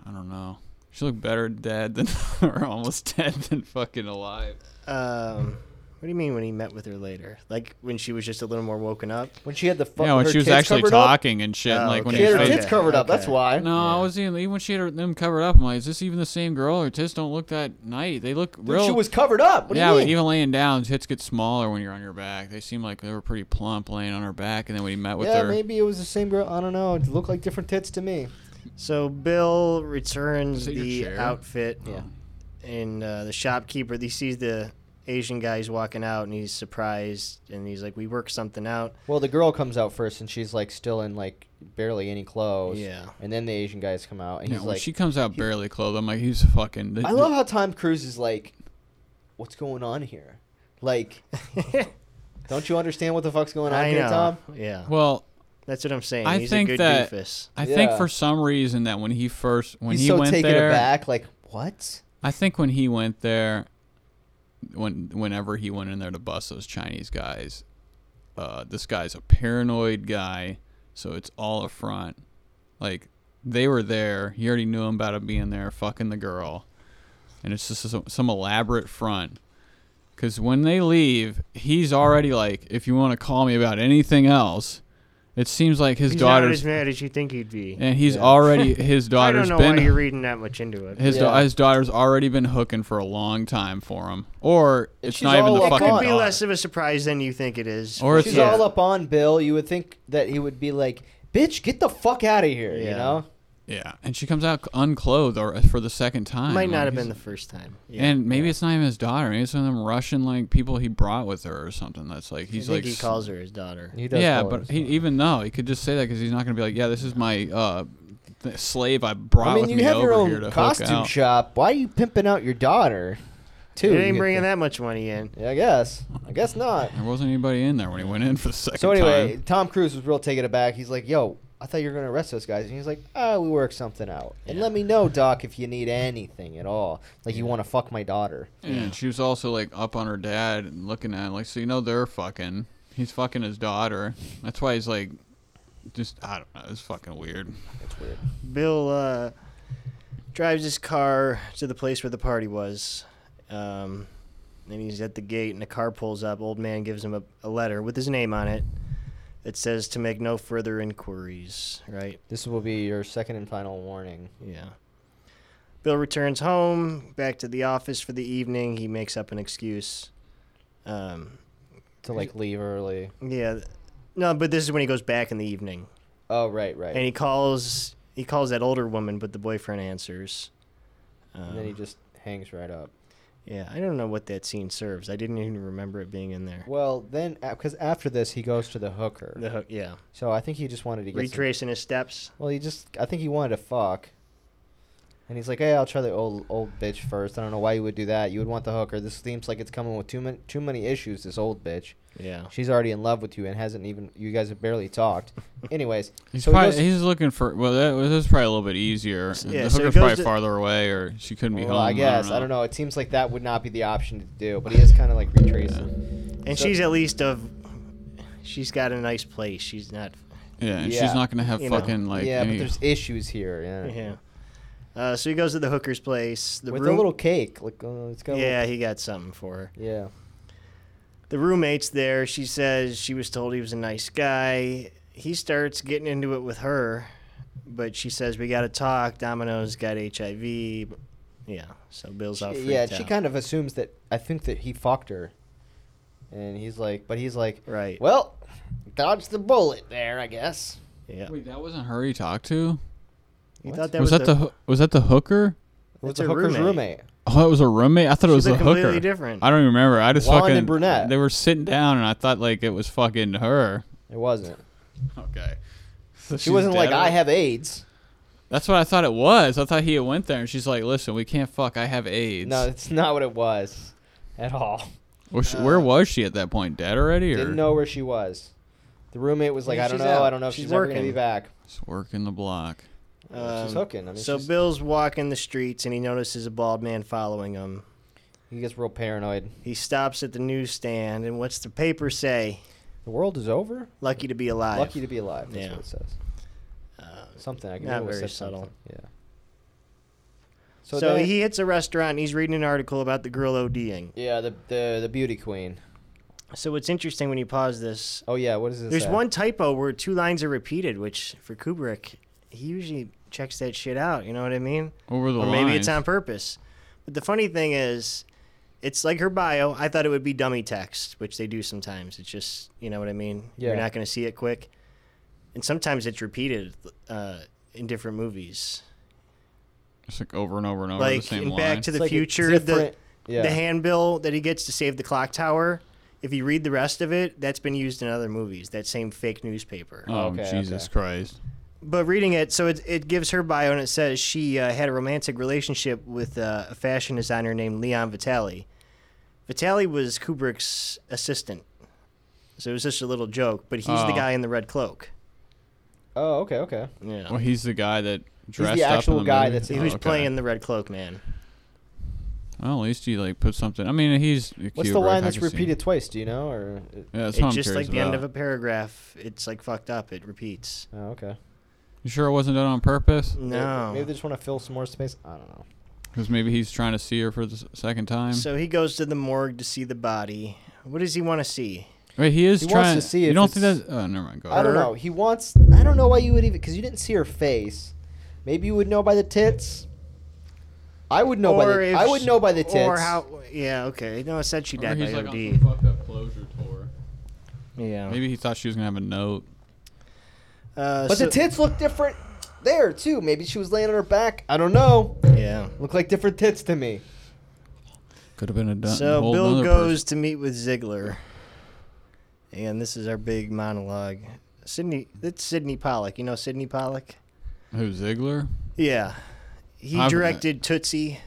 Speaker 4: I don't know. She looked better dead than or almost dead than fucking alive.
Speaker 5: Um, what do you mean when he met with her later? Like when she was just a little more woken up?
Speaker 3: when she had the fuck,
Speaker 4: yeah, when
Speaker 3: her
Speaker 4: she was
Speaker 3: tits
Speaker 4: actually
Speaker 3: covered up,
Speaker 4: talking and shit, and,
Speaker 5: Oh,
Speaker 4: like when
Speaker 5: okay.
Speaker 4: he
Speaker 3: she had her
Speaker 4: was
Speaker 5: Okay.
Speaker 3: tits covered up. That's
Speaker 5: Okay.
Speaker 3: why.
Speaker 4: No, I was even even when she had her, them covered up. I'm like, is this even the same girl? Her tits don't look that nice. They look
Speaker 3: Dude,
Speaker 4: real.
Speaker 3: she was covered up. What do
Speaker 4: yeah,
Speaker 3: you
Speaker 4: but
Speaker 3: mean?
Speaker 4: even laying down, tits get smaller when you're on your back. They seem like they were pretty plump laying on her back, and then when he met with
Speaker 3: yeah,
Speaker 4: her,
Speaker 3: maybe it was the same girl. I don't know. It looked like different tits to me.
Speaker 5: So Bill returns
Speaker 4: Is it your
Speaker 5: the
Speaker 4: chair? Oh.
Speaker 5: outfit,
Speaker 3: Yeah.
Speaker 5: and uh, the shopkeeper he sees the Asian guys walking out, and he's surprised, and he's like, "We worked something out."
Speaker 3: Well, the girl comes out first, and she's like still in like barely any clothes.
Speaker 5: Yeah.
Speaker 3: And then the Asian guys come out, and
Speaker 4: yeah,
Speaker 3: he's
Speaker 4: when
Speaker 3: like,
Speaker 4: she comes out barely clothed, I'm like, he's fucking.
Speaker 3: I love how Tom Cruise is like, "What's going on here? Like, don't you understand what the fuck's going on
Speaker 5: I
Speaker 3: here,
Speaker 5: know.
Speaker 3: Tom?"
Speaker 5: Yeah,
Speaker 4: Well,
Speaker 5: that's what I'm saying.
Speaker 4: I
Speaker 5: he's
Speaker 4: think
Speaker 5: a good
Speaker 4: that-
Speaker 5: doofus.
Speaker 4: I think
Speaker 3: Yeah.
Speaker 4: for some reason that when he first when
Speaker 3: he's
Speaker 4: he
Speaker 3: so
Speaker 4: went
Speaker 3: taken
Speaker 4: there,
Speaker 3: aback, like, "What?"
Speaker 4: I think when he went there, when whenever he went in there to bust those Chinese guys, uh, this guy's a paranoid guy, so it's all a front. Like they were there, he already knew him about it being there, fucking the girl, and it's just some, some elaborate front. Because when they leave, he's already like, if you want to call me about anything else, it seems like his
Speaker 5: He's not
Speaker 4: daughter's
Speaker 5: as mad as you think he'd be.
Speaker 4: and he's
Speaker 3: Yeah.
Speaker 4: already his
Speaker 5: I
Speaker 4: daughter's
Speaker 5: don't know
Speaker 4: been
Speaker 5: why you're reading that much into it.
Speaker 4: his,
Speaker 3: Yeah.
Speaker 4: da- his daughter's already been hooking for a long time for him, or it's
Speaker 3: she's
Speaker 4: not even
Speaker 3: all
Speaker 4: the
Speaker 3: up
Speaker 4: fucking
Speaker 5: Could
Speaker 3: on- It
Speaker 5: be
Speaker 4: daughter.
Speaker 5: less of a surprise than you think it is.
Speaker 4: Or it's
Speaker 3: She's
Speaker 4: Yeah.
Speaker 3: all up on Bill. You would think that he would be like, "Bitch, get the fuck out of here," you
Speaker 5: Yeah.
Speaker 3: know?
Speaker 4: yeah, and she comes out unclothed or uh, for the second time.
Speaker 5: might not
Speaker 4: Like,
Speaker 5: have been the
Speaker 4: he's-
Speaker 5: first time.
Speaker 4: and maybe it's not even his daughter. Maybe it's one of them Russian like people he brought with her or something. That's like he's
Speaker 5: I think
Speaker 4: like
Speaker 5: he calls her his daughter.
Speaker 3: He does
Speaker 4: yeah,
Speaker 3: call
Speaker 4: but
Speaker 3: her
Speaker 4: he,
Speaker 3: so.
Speaker 4: even though he could just say that because he's not gonna be like, yeah, this is my uh, th- slave I brought
Speaker 3: I mean,
Speaker 4: with
Speaker 3: you
Speaker 4: me
Speaker 3: have
Speaker 4: over
Speaker 3: your
Speaker 4: here to
Speaker 3: own
Speaker 4: hook
Speaker 3: costume
Speaker 4: out.
Speaker 3: shop. Why are you pimping out your daughter? Too.
Speaker 5: It
Speaker 3: you
Speaker 5: ain't bringing
Speaker 3: think?
Speaker 5: that much money in.
Speaker 3: Yeah, I guess. I guess not.
Speaker 4: There wasn't anybody in there when he went in for the second
Speaker 3: So anyway,
Speaker 4: time.
Speaker 3: Tom Cruise was real taken aback. He's like, "Yo, I thought you were gonna arrest those guys," and he's like, "Ah, we work something out." And let me know, Doc, if you need anything at all. Like, you want to fuck my daughter?
Speaker 4: And she was also like up on her dad and looking at him, like, so you know they're fucking. He's fucking his daughter. That's why he's like, just I don't know. It's fucking weird.
Speaker 3: That's weird.
Speaker 5: Bill uh, drives his car to the place where the party was. Um, and he's at the gate, and the car pulls up. Old man gives him a, a letter with his name on it that says to make no further inquiries, right?
Speaker 3: This will be your second and final warning.
Speaker 5: Yeah. Bill returns home, back to the office for the evening. He makes up an excuse. Um,
Speaker 3: To like leave early.
Speaker 5: yeah. No, but this is when he goes back in the evening.
Speaker 3: Oh right, right.
Speaker 5: and he calls he calls that older woman, but the boyfriend answers.
Speaker 3: and then he
Speaker 5: Um,
Speaker 3: just hangs right up.
Speaker 5: yeah, I don't know what that scene serves. I didn't even remember it being in there.
Speaker 3: Well, then because after this he goes to the hooker.
Speaker 5: The hook, yeah,
Speaker 3: So I think he just wanted to get. some-
Speaker 5: retracing his steps.
Speaker 3: well, he just I think he wanted to fuck. And he's like, "Hey, I'll try the old old bitch first. I don't know why you would do that. You would want the hooker. This seems like it's coming with too many too many issues. This old bitch.
Speaker 5: Yeah.
Speaker 3: She's already in love with you and hasn't even. You guys have barely talked. Anyways,
Speaker 4: He's
Speaker 3: so he
Speaker 4: probably
Speaker 3: goes-
Speaker 4: he's looking for well that was, that's probably a little bit easier.
Speaker 5: yeah,
Speaker 4: the
Speaker 5: so he
Speaker 4: hooker's
Speaker 5: goes
Speaker 4: probably
Speaker 5: to-
Speaker 4: farther away or she couldn't be
Speaker 3: well,
Speaker 4: home.
Speaker 3: I guess I don't know. It seems like that would not be the option to do, but he is kind of like retracing.
Speaker 5: And
Speaker 3: So-
Speaker 5: she's at least of. She's got a nice place. She's not.
Speaker 4: Yeah, and
Speaker 3: Yeah.
Speaker 4: she's not gonna have
Speaker 5: You know.
Speaker 4: fucking like
Speaker 3: yeah,
Speaker 4: any,
Speaker 3: but there's issues here. Yeah,
Speaker 5: Yeah. Uh, so he goes to the hooker's place. The
Speaker 3: with
Speaker 5: room,
Speaker 3: a little cake. Like uh, it's got. a
Speaker 5: Yeah, he got something for her.
Speaker 3: little- yeah.
Speaker 5: The roommate's there. She says she was told he was a nice guy. He starts getting into it with her, but she says we got to talk. Domino's got HIV. Yeah, so Bill's out.
Speaker 3: yeah, she kind of assumes that I think that he fucked her, and he's like, but he's like,
Speaker 5: Right.
Speaker 3: Well, dodge the bullet there, I guess.
Speaker 5: Yeah.
Speaker 4: Wait, that wasn't her he talked to?
Speaker 5: You
Speaker 3: What?
Speaker 5: thought
Speaker 4: was that the, hoo- was that the hooker?
Speaker 3: It was
Speaker 5: That's
Speaker 3: the
Speaker 5: her
Speaker 3: hooker's
Speaker 5: roommate.
Speaker 3: roommate.
Speaker 4: Oh, it was a roommate. I thought it
Speaker 5: She
Speaker 4: was the
Speaker 5: looked completely
Speaker 4: hooker.
Speaker 5: different.
Speaker 4: I don't even remember. I just
Speaker 3: Blonde and
Speaker 4: fucking
Speaker 3: brunette.
Speaker 4: They were sitting down, and I thought like it was fucking her.
Speaker 3: It wasn't.
Speaker 4: Okay. So
Speaker 3: She wasn't like I have AIDS.
Speaker 4: That's what I thought it was. I thought he had went there, and she's like, "Listen, we can't fuck. I have AIDS."
Speaker 3: No, it's not what it was, at all.
Speaker 4: Was she- where was she at that point? Dead already, or
Speaker 3: Didn't know where she was. The roommate was like,
Speaker 5: Yeah,
Speaker 3: I don't
Speaker 5: she's
Speaker 3: know.
Speaker 5: out.
Speaker 3: I don't know if she's,
Speaker 5: She's
Speaker 3: ever gonna be
Speaker 5: working.
Speaker 3: back.
Speaker 4: just working the block?
Speaker 3: she's
Speaker 5: Um,
Speaker 3: hooking. I mean,
Speaker 5: so
Speaker 3: she's-
Speaker 5: Bill's walking the streets and he notices a bald man following him.
Speaker 3: He gets real paranoid.
Speaker 5: He stops at the newsstand and what's the paper say?
Speaker 3: The world is over.
Speaker 5: Lucky to be alive.
Speaker 3: Lucky to be alive. That's
Speaker 5: Yeah.
Speaker 3: what it says.
Speaker 5: Uh,
Speaker 3: Something I can
Speaker 5: Not
Speaker 3: always
Speaker 5: very
Speaker 3: say
Speaker 5: subtle.
Speaker 3: something. Yeah.
Speaker 5: so
Speaker 3: then-
Speaker 5: he hits a restaurant. And he's reading an article about the girl ODing.
Speaker 3: Yeah, the the the beauty queen.
Speaker 5: So it's interesting when you pause this.
Speaker 3: Oh yeah, what is this?
Speaker 5: There's
Speaker 3: at?
Speaker 5: one typo where two lines are repeated, which for Kubrick, he usually checks that shit out. You know what I mean?
Speaker 4: Over the
Speaker 5: or maybe it's on
Speaker 4: lines.
Speaker 5: purpose. But the funny thing is, it's like her bio. I thought it would be dummy text, which they do sometimes. It's just, you know what I mean? You're
Speaker 3: Yeah.
Speaker 5: not going to see it quick. And sometimes it's repeated uh, in different movies.
Speaker 4: It's like over and over and over the
Speaker 5: like
Speaker 4: same
Speaker 5: in
Speaker 4: line.
Speaker 5: Back to the
Speaker 3: It's like a
Speaker 5: Future, the,
Speaker 3: different- yeah.
Speaker 5: the handbill that he gets to save the clock tower. If you read the rest of it, that's been used in other movies, that same fake newspaper.
Speaker 4: oh
Speaker 3: Okay,
Speaker 4: Jesus
Speaker 3: okay.
Speaker 4: Christ!
Speaker 5: But reading it, so it, it gives her bio and it says she uh, had a romantic relationship with uh, a fashion designer named Leon Vitali. Vitali was Kubrick's assistant. So it was just a little joke, but he's the
Speaker 4: Oh.
Speaker 5: guy in the red cloak.
Speaker 3: Oh, okay, okay.
Speaker 5: Yeah.
Speaker 4: Well, he's the guy that dressed
Speaker 3: actual
Speaker 4: up in the
Speaker 3: guy
Speaker 4: movie?
Speaker 3: that's-
Speaker 5: he
Speaker 3: he
Speaker 4: Oh,
Speaker 5: was
Speaker 4: okay.
Speaker 5: playing the red cloak man.
Speaker 4: Well, at least he like put something. I mean, he's
Speaker 3: What's the line that's repeated twice? Do you know? Or uh,
Speaker 4: Yeah, that's what
Speaker 5: It's
Speaker 4: I'm
Speaker 5: just
Speaker 4: curious
Speaker 5: like the end
Speaker 4: about.
Speaker 5: of a paragraph. It's like fucked up. It repeats.
Speaker 3: oh, okay.
Speaker 4: You sure it wasn't done on purpose?
Speaker 5: No.
Speaker 3: Maybe, maybe they just want to fill some more space. I don't know.
Speaker 4: Because maybe he's trying to see her for the s- second time.
Speaker 5: So he goes to the morgue to see the body. What does he want to see?
Speaker 4: Wait, he is
Speaker 3: He wants
Speaker 4: trying.
Speaker 3: to see
Speaker 4: you
Speaker 3: if
Speaker 4: don't think
Speaker 3: it's-
Speaker 4: that's? Oh, never mind. Go
Speaker 3: I
Speaker 4: ahead.
Speaker 3: don't
Speaker 5: Her?
Speaker 3: know. He wants. I don't know why you would even because you didn't see her face. Maybe you would know by the tits. I would know by the.
Speaker 5: if
Speaker 3: I would
Speaker 5: sh-
Speaker 3: know by the tits.
Speaker 5: Or how? Yeah. Okay. No, it said she
Speaker 4: Or
Speaker 5: died
Speaker 4: he's
Speaker 5: by
Speaker 4: like on
Speaker 5: OD.
Speaker 4: some fucked up closure tour.
Speaker 5: Yeah.
Speaker 4: Maybe he thought she was gonna have a note.
Speaker 5: Uh,
Speaker 3: But
Speaker 5: so-
Speaker 3: the tits look different there too. Maybe she was laying on her back. I don't know.
Speaker 5: Yeah.
Speaker 3: Look like different tits to me.
Speaker 4: Could have been a done.
Speaker 5: So
Speaker 4: whole
Speaker 5: Bill
Speaker 4: nother
Speaker 5: goes to meet with Ziegler, and this is our big monologue. Sydney, that's Sidney Pollock. You know Sidney Pollock?
Speaker 4: person. Who Ziegler?
Speaker 5: Yeah, he
Speaker 4: I've-
Speaker 5: directed Tootsie,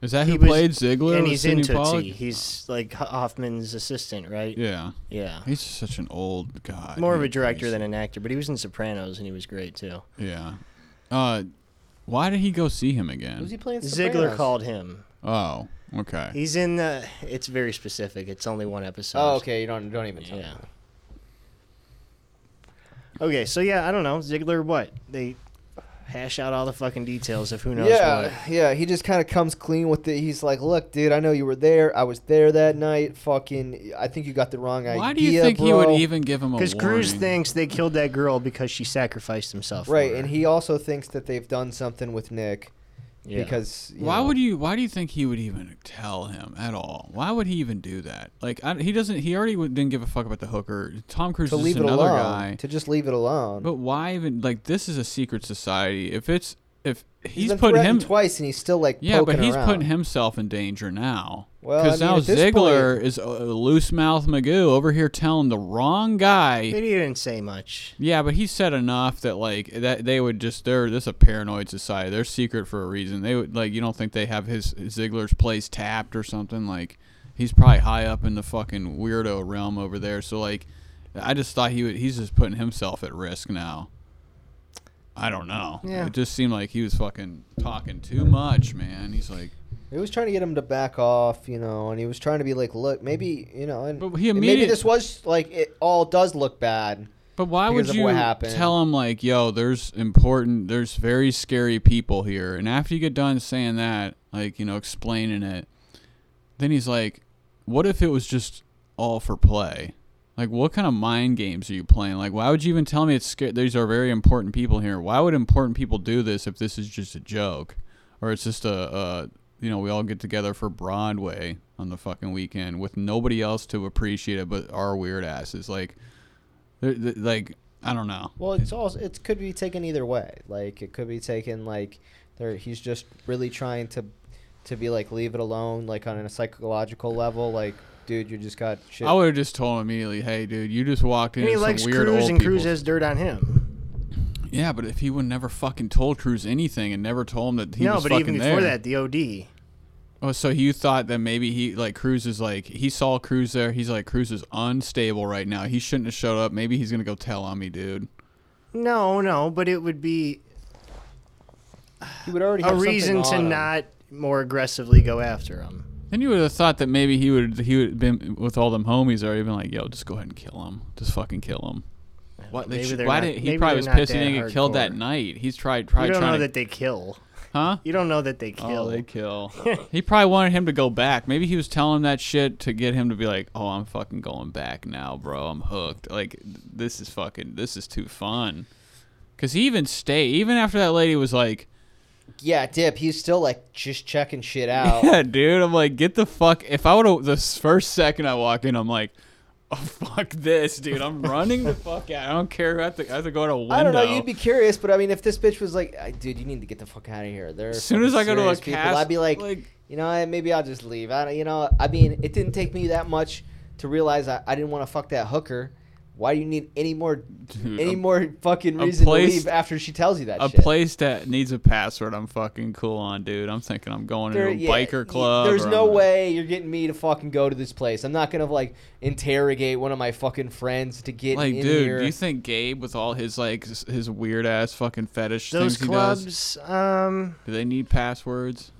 Speaker 4: Is that
Speaker 5: He
Speaker 4: who
Speaker 5: was-
Speaker 4: played Ziegler?
Speaker 5: and
Speaker 4: with
Speaker 5: he's in
Speaker 4: Sidney
Speaker 5: Tootsie.
Speaker 4: Pollack?
Speaker 5: He's like Ho- Hoffman's assistant, right?
Speaker 4: Yeah,
Speaker 5: Yeah.
Speaker 4: he's such an old guy.
Speaker 5: More of
Speaker 4: He-
Speaker 5: a director
Speaker 4: he's-
Speaker 5: than an actor, but he was in Sopranos and he was great too.
Speaker 4: Yeah. Uh, why did he go see him again?
Speaker 3: Who's he playing?
Speaker 5: Ziegler
Speaker 3: Sopranos?
Speaker 5: called him.
Speaker 4: oh, okay.
Speaker 5: He's in the. It's very specific. It's only one episode.
Speaker 3: Oh, okay. You don't don't even. Tell me.
Speaker 5: Yeah. Okay, so yeah, I don't know. Ziggler, what? They hash out all the fucking details of who knows
Speaker 3: yeah,
Speaker 5: what.
Speaker 3: yeah. He just kind of comes clean with it. He's like, "Look, dude, I know you were there. I was there that night. Fucking, I think you got the wrong idea."
Speaker 4: why do you think he
Speaker 3: bro."
Speaker 4: would even give him a?
Speaker 5: Because Cruz
Speaker 4: warning?
Speaker 5: thinks they killed that girl because she sacrificed himself. for
Speaker 3: Right,
Speaker 5: her.
Speaker 3: and he also thinks that they've done something with Nick
Speaker 5: Yeah.
Speaker 3: because. You
Speaker 4: Why
Speaker 3: know,
Speaker 4: would you? Why do you think he would even tell him at all? Why would he even do that? Like I, he doesn't. He already would- didn't give a fuck about the hooker. Tom Cruise
Speaker 3: to
Speaker 4: is
Speaker 3: leave
Speaker 4: just
Speaker 3: it
Speaker 4: another
Speaker 3: alone?
Speaker 4: guy.
Speaker 3: To just leave it alone.
Speaker 4: But why even? Like this is a secret society. If it's if he's,
Speaker 3: been
Speaker 4: putting
Speaker 3: threatened
Speaker 4: him
Speaker 3: twice, and he's still like.
Speaker 4: yeah, but
Speaker 3: poking
Speaker 4: he's
Speaker 3: around.
Speaker 4: putting himself in danger now.
Speaker 3: Well,
Speaker 4: Because
Speaker 3: I mean,
Speaker 4: now
Speaker 3: at this point-
Speaker 4: Ziggler is a loose mouth Magoo over here telling the wrong guy.
Speaker 5: But he didn't say much.
Speaker 4: Yeah, but he said enough that like that they would just they're this is a paranoid society. They're secret for a reason. They would like you don't think they have his Ziggler's place tapped or something like he's probably high up in the fucking weirdo realm over there. So like I just thought he would he's just putting himself at risk now. I don't know.
Speaker 5: Yeah.
Speaker 4: It just seemed like he was fucking talking too much, man. He's like
Speaker 3: He was trying to get him to back off, you know, and he was trying to be like, look, maybe, you know, and,
Speaker 4: But he
Speaker 3: and maybe
Speaker 4: immediate-
Speaker 3: this was like it all does look bad.
Speaker 4: But why
Speaker 3: because
Speaker 4: would
Speaker 3: of
Speaker 4: you
Speaker 3: what happened.
Speaker 4: tell him like, "Yo, there's important, there's very scary people here," and after you get done saying that, like you know, explaining it, then he's like, "What if it was just all for play? Like, what kind of mind games are you playing? Like, why would you even tell me it's sca- these are very important people here? Why would important people do this if this is just a joke, or it's just a, a you know, we all get together for Broadway on the fucking weekend with nobody else to appreciate it but our weird asses, like." They're, th like I don't know.
Speaker 3: Well, it's all it could be taken either way. Like it could be taken like there he's just really trying to to be like leave it alone like on a psychological level like dude, you just got shit.
Speaker 4: I would have just told him immediately, "Hey, dude, you just walked
Speaker 5: And
Speaker 4: into
Speaker 5: he
Speaker 4: some
Speaker 5: likes
Speaker 4: weird
Speaker 5: Cruz,
Speaker 4: old
Speaker 5: and
Speaker 4: people."
Speaker 5: Cruz has dirt on him.
Speaker 4: yeah, but if he would never fucking told Cruz anything and never told him that he
Speaker 5: no,
Speaker 4: was
Speaker 5: but
Speaker 4: fucking
Speaker 5: even before
Speaker 4: there.
Speaker 5: that, the OD.
Speaker 4: oh, so you thought that maybe he like Cruz is like he saw Cruz there. He's like Cruz is unstable right now. He shouldn't have showed up. Maybe he's gonna go tell on me, dude.
Speaker 5: No, no, but it would be
Speaker 3: he would already
Speaker 5: a
Speaker 3: have something
Speaker 5: reason to
Speaker 3: on him.
Speaker 5: not more aggressively go after him.
Speaker 4: Then you would have thought that maybe he would he would have been with all them homies or even like, "Yo, just go ahead and kill him. Just fucking kill him." What, they
Speaker 5: Maybe
Speaker 4: should,
Speaker 5: they're
Speaker 4: why
Speaker 5: not-
Speaker 4: did,
Speaker 5: maybe
Speaker 4: he probably
Speaker 5: they're
Speaker 4: was
Speaker 5: not
Speaker 4: pissed he
Speaker 5: that
Speaker 4: didn't get killed that
Speaker 5: hardcore.
Speaker 4: night. He's tried
Speaker 5: You
Speaker 4: probably
Speaker 5: don't
Speaker 4: trying
Speaker 5: know
Speaker 4: to
Speaker 5: that they kill.
Speaker 4: huh?
Speaker 5: You don't know that they kill.
Speaker 4: Oh, they kill. he probably wanted him to go back. Maybe he was telling him that shit to get him to be like, "Oh, I'm fucking going back now, bro. I'm hooked. Like th- this is fucking this is too fun." Cuz he even stayed even after that lady was like,
Speaker 3: Yeah, dip, he's still like just checking shit out.
Speaker 4: "Yeah, dude, I'm like, get the fuck if I would have the s- first second I walked in, I'm like, "Oh, fuck this, dude. I'm running the fuck out. I don't care. I have to, I have to go to a window."
Speaker 3: I don't know. You'd be curious, but I mean, if this bitch was like, "I- "Dude, you need to get the fuck out of here," there.
Speaker 4: as soon as I go to a
Speaker 3: people,
Speaker 4: cast,
Speaker 3: I'd be like,
Speaker 4: like
Speaker 3: you know, what, maybe I'll just leave. I, don't- you know, I mean, it didn't take me that much to realize I, I didn't want to fuck that hooker. Why do you need any more,
Speaker 4: Dude,
Speaker 3: any
Speaker 4: a-
Speaker 3: more fucking
Speaker 4: a
Speaker 3: reason
Speaker 4: place-
Speaker 3: to leave after she tells you that?
Speaker 4: a
Speaker 3: shit?
Speaker 4: place that needs a password I'm fucking cool on, dude. I'm thinking I'm going
Speaker 3: There-
Speaker 4: to a
Speaker 3: yeah, y-
Speaker 4: biker club.
Speaker 3: There's
Speaker 4: or
Speaker 3: no
Speaker 4: I'm-
Speaker 3: way you're getting me to fucking go to this place. I'm not gonna like interrogate one of my fucking friends to get
Speaker 4: Like,
Speaker 3: in
Speaker 4: dude,
Speaker 3: here.
Speaker 4: do you think Gabe with all his like s- his weird ass fucking fetish
Speaker 5: Those
Speaker 4: things he does?
Speaker 5: clubs, um,
Speaker 4: Do they need passwords?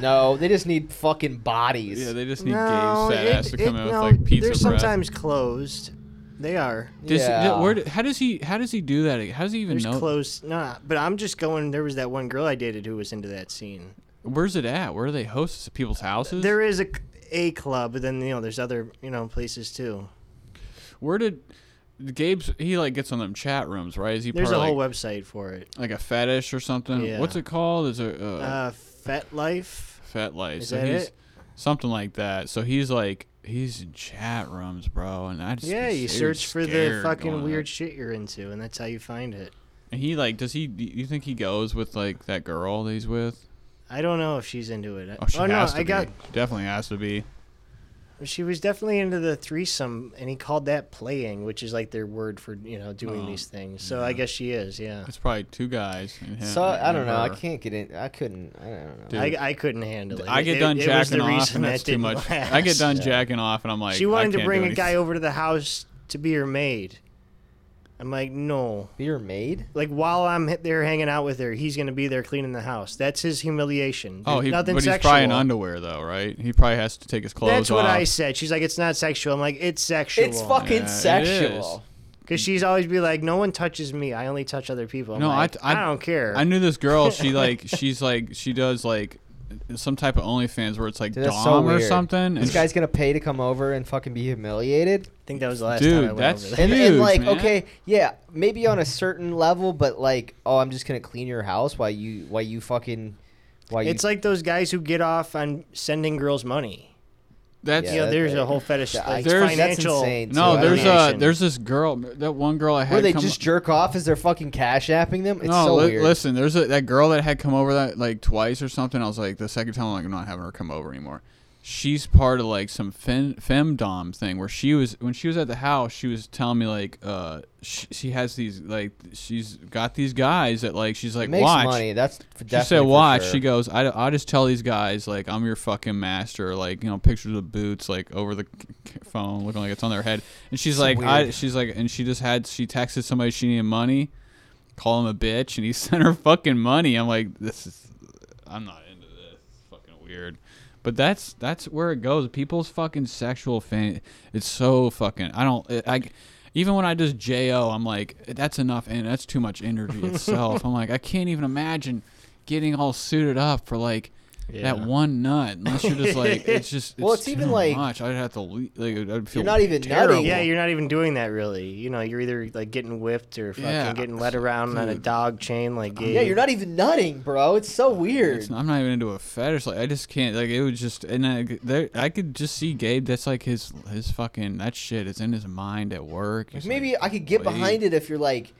Speaker 3: no, they just need fucking bodies.
Speaker 4: Yeah, they just need
Speaker 5: no,
Speaker 4: Gabe's fat
Speaker 5: it-
Speaker 4: ass to
Speaker 5: it-
Speaker 4: come out
Speaker 5: no,
Speaker 4: with like pizza
Speaker 5: they're
Speaker 4: breath.
Speaker 5: sometimes closed. They are.
Speaker 4: Does-
Speaker 3: Yeah.
Speaker 4: where do- how does he? How does he do that? How does he even
Speaker 5: There's
Speaker 4: know?
Speaker 5: closed. Nah, but I'm just going. There was that one girl I dated who was into that scene.
Speaker 4: Where's it at? Where are they hosts? People's houses?
Speaker 5: There is a a club, but then you know there's other you know places too.
Speaker 4: Where did Gabe's? He like gets on them chat rooms, right? Is he
Speaker 5: There's
Speaker 4: part
Speaker 5: a
Speaker 4: of,
Speaker 5: whole
Speaker 4: like,
Speaker 5: website for it.
Speaker 4: like a fetish or something?
Speaker 5: Yeah.
Speaker 4: What's it called? Is it uh,
Speaker 5: Uh, Fet Life.
Speaker 4: Fat Life.
Speaker 5: Is
Speaker 4: so
Speaker 5: that
Speaker 4: he's
Speaker 5: it?
Speaker 4: something like that. So he's like he's in chat rooms, bro, and I just
Speaker 5: Yeah,
Speaker 4: be
Speaker 5: you
Speaker 4: so
Speaker 5: search for the
Speaker 4: scared going
Speaker 5: fucking
Speaker 4: up.
Speaker 5: weird shit you're into, and that's how you find it.
Speaker 4: And he like does he? Do you think he goes with like that girl that he's with?
Speaker 5: I don't know if she's into it.
Speaker 4: Oh, she
Speaker 5: no,
Speaker 4: has to
Speaker 5: I
Speaker 4: be.
Speaker 5: got.
Speaker 4: She definitely has to be.
Speaker 5: She was definitely into the threesome, and he called that playing, which is like their word for you know doing
Speaker 4: Oh,
Speaker 5: these things. So I guess she is. Yeah.
Speaker 4: It's probably two guys. And him,
Speaker 3: So I
Speaker 4: and
Speaker 3: don't know. I
Speaker 4: her.
Speaker 3: can't get in. I couldn't. I don't know.
Speaker 4: Dude,
Speaker 5: I, I couldn't handle it.
Speaker 4: I get
Speaker 5: It-
Speaker 4: done
Speaker 5: it was
Speaker 4: jacking
Speaker 5: the
Speaker 4: off,
Speaker 5: reason
Speaker 4: and
Speaker 5: that
Speaker 4: that's too
Speaker 5: didn't
Speaker 4: much. I get
Speaker 5: last.
Speaker 4: done
Speaker 5: Yeah.
Speaker 4: jacking off, and I'm like,
Speaker 5: She
Speaker 4: I
Speaker 5: wanted to
Speaker 4: can't
Speaker 5: bring
Speaker 4: do
Speaker 5: a guy
Speaker 4: anything.
Speaker 5: over to the house to be her maid. I'm like, no.
Speaker 3: Be your maid.
Speaker 5: Like while I'm h- there hanging out with her, he's gonna be there cleaning the house. That's his humiliation.
Speaker 4: Oh,
Speaker 5: There's
Speaker 4: he, but
Speaker 5: nothing
Speaker 4: he's
Speaker 5: sexual.
Speaker 4: probably in underwear though, right? He probably has to take his clothes
Speaker 5: That's what
Speaker 4: off.
Speaker 5: I said. She's like, it's not sexual. I'm like, it's sexual.
Speaker 3: It's fucking
Speaker 4: Yeah, it
Speaker 3: sexual.
Speaker 4: is.
Speaker 5: Because she's always be like, no one touches me. I only touch other people. I'm
Speaker 4: No, I-
Speaker 5: like, I,
Speaker 4: I-
Speaker 5: don't care.
Speaker 4: I knew this girl. She like she's like she does like some type of OnlyFans where it's like
Speaker 3: Dude, that's so
Speaker 4: dom or
Speaker 3: weird.
Speaker 4: something.
Speaker 3: This
Speaker 4: and
Speaker 3: guy's gonna pay to come over and fucking be humiliated.
Speaker 5: think that was the last
Speaker 4: Dude,
Speaker 5: time I went
Speaker 4: that's-
Speaker 5: over there.
Speaker 3: And, and
Speaker 4: Huge,
Speaker 3: like,
Speaker 4: man.
Speaker 3: okay, yeah, maybe on a certain level, but like, oh, I'm just gonna clean your house while you while you fucking while
Speaker 5: It's
Speaker 3: you.
Speaker 5: like those guys who get off on sending girls money.
Speaker 4: That's
Speaker 5: you know,
Speaker 3: that-
Speaker 5: there's
Speaker 3: that-
Speaker 5: a whole fetish.
Speaker 3: that-
Speaker 5: like,
Speaker 4: there's- that's
Speaker 5: financial.
Speaker 3: insane, too.
Speaker 4: no.
Speaker 3: I
Speaker 4: There's a
Speaker 5: domination.
Speaker 4: there's this girl. That one girl I had.
Speaker 3: Where they
Speaker 4: come
Speaker 3: just jerk off as they're fucking cash apping them? It's
Speaker 4: no,
Speaker 3: so
Speaker 4: li-
Speaker 3: weird.
Speaker 4: listen. There's a, that girl that had come over that like twice or something. I was like, the second time, I'm like, I'm not having her come over anymore. She's part of like some fem- femdom thing where she was when she was at the house. She was telling me like, uh, she, she has these like she's got these guys that like she's like
Speaker 3: Makes
Speaker 4: watch.
Speaker 3: money. That's
Speaker 4: She said, "Watch." She goes, I, "I just tell these guys like I'm your fucking master, like you know, pictures of the boots like over the c- c- phone, looking like it's on their head." And she's like, "I," she's like, and she just had she texted somebody she needed money, call him a bitch, and he sent her fucking money. I'm like, this is, I'm not into this. It's fucking weird. But that's that's where it goes. People's fucking sexual fan. It's so fucking. I don't. I, I- even when I just jo, I'm like, that's enough, and that's too much energy itself. I'm like, I can't even imagine getting all suited up for like that
Speaker 5: Yeah.
Speaker 4: one nut. Unless you're just like, it's just. It's
Speaker 3: Well, it's even
Speaker 4: too
Speaker 3: like-
Speaker 4: much. I'd have to. le- Like, I'd feel
Speaker 3: not even
Speaker 4: terrible.
Speaker 3: nutting.
Speaker 5: Yeah, you're not even doing that really. You know, you're either like getting whipped or fucking
Speaker 4: Yeah.
Speaker 5: getting led around on a
Speaker 4: Dude.
Speaker 5: dog chain. Like,
Speaker 3: Yeah, you're not even nutting, bro. It's so weird.
Speaker 4: It's- I'm not even into a fetish. Like I just can't. Like it was just, and I, there, I could just see Gabe. That's like his, his fucking that shit is in his mind at work.
Speaker 3: Like, maybe I could get behind it if you're like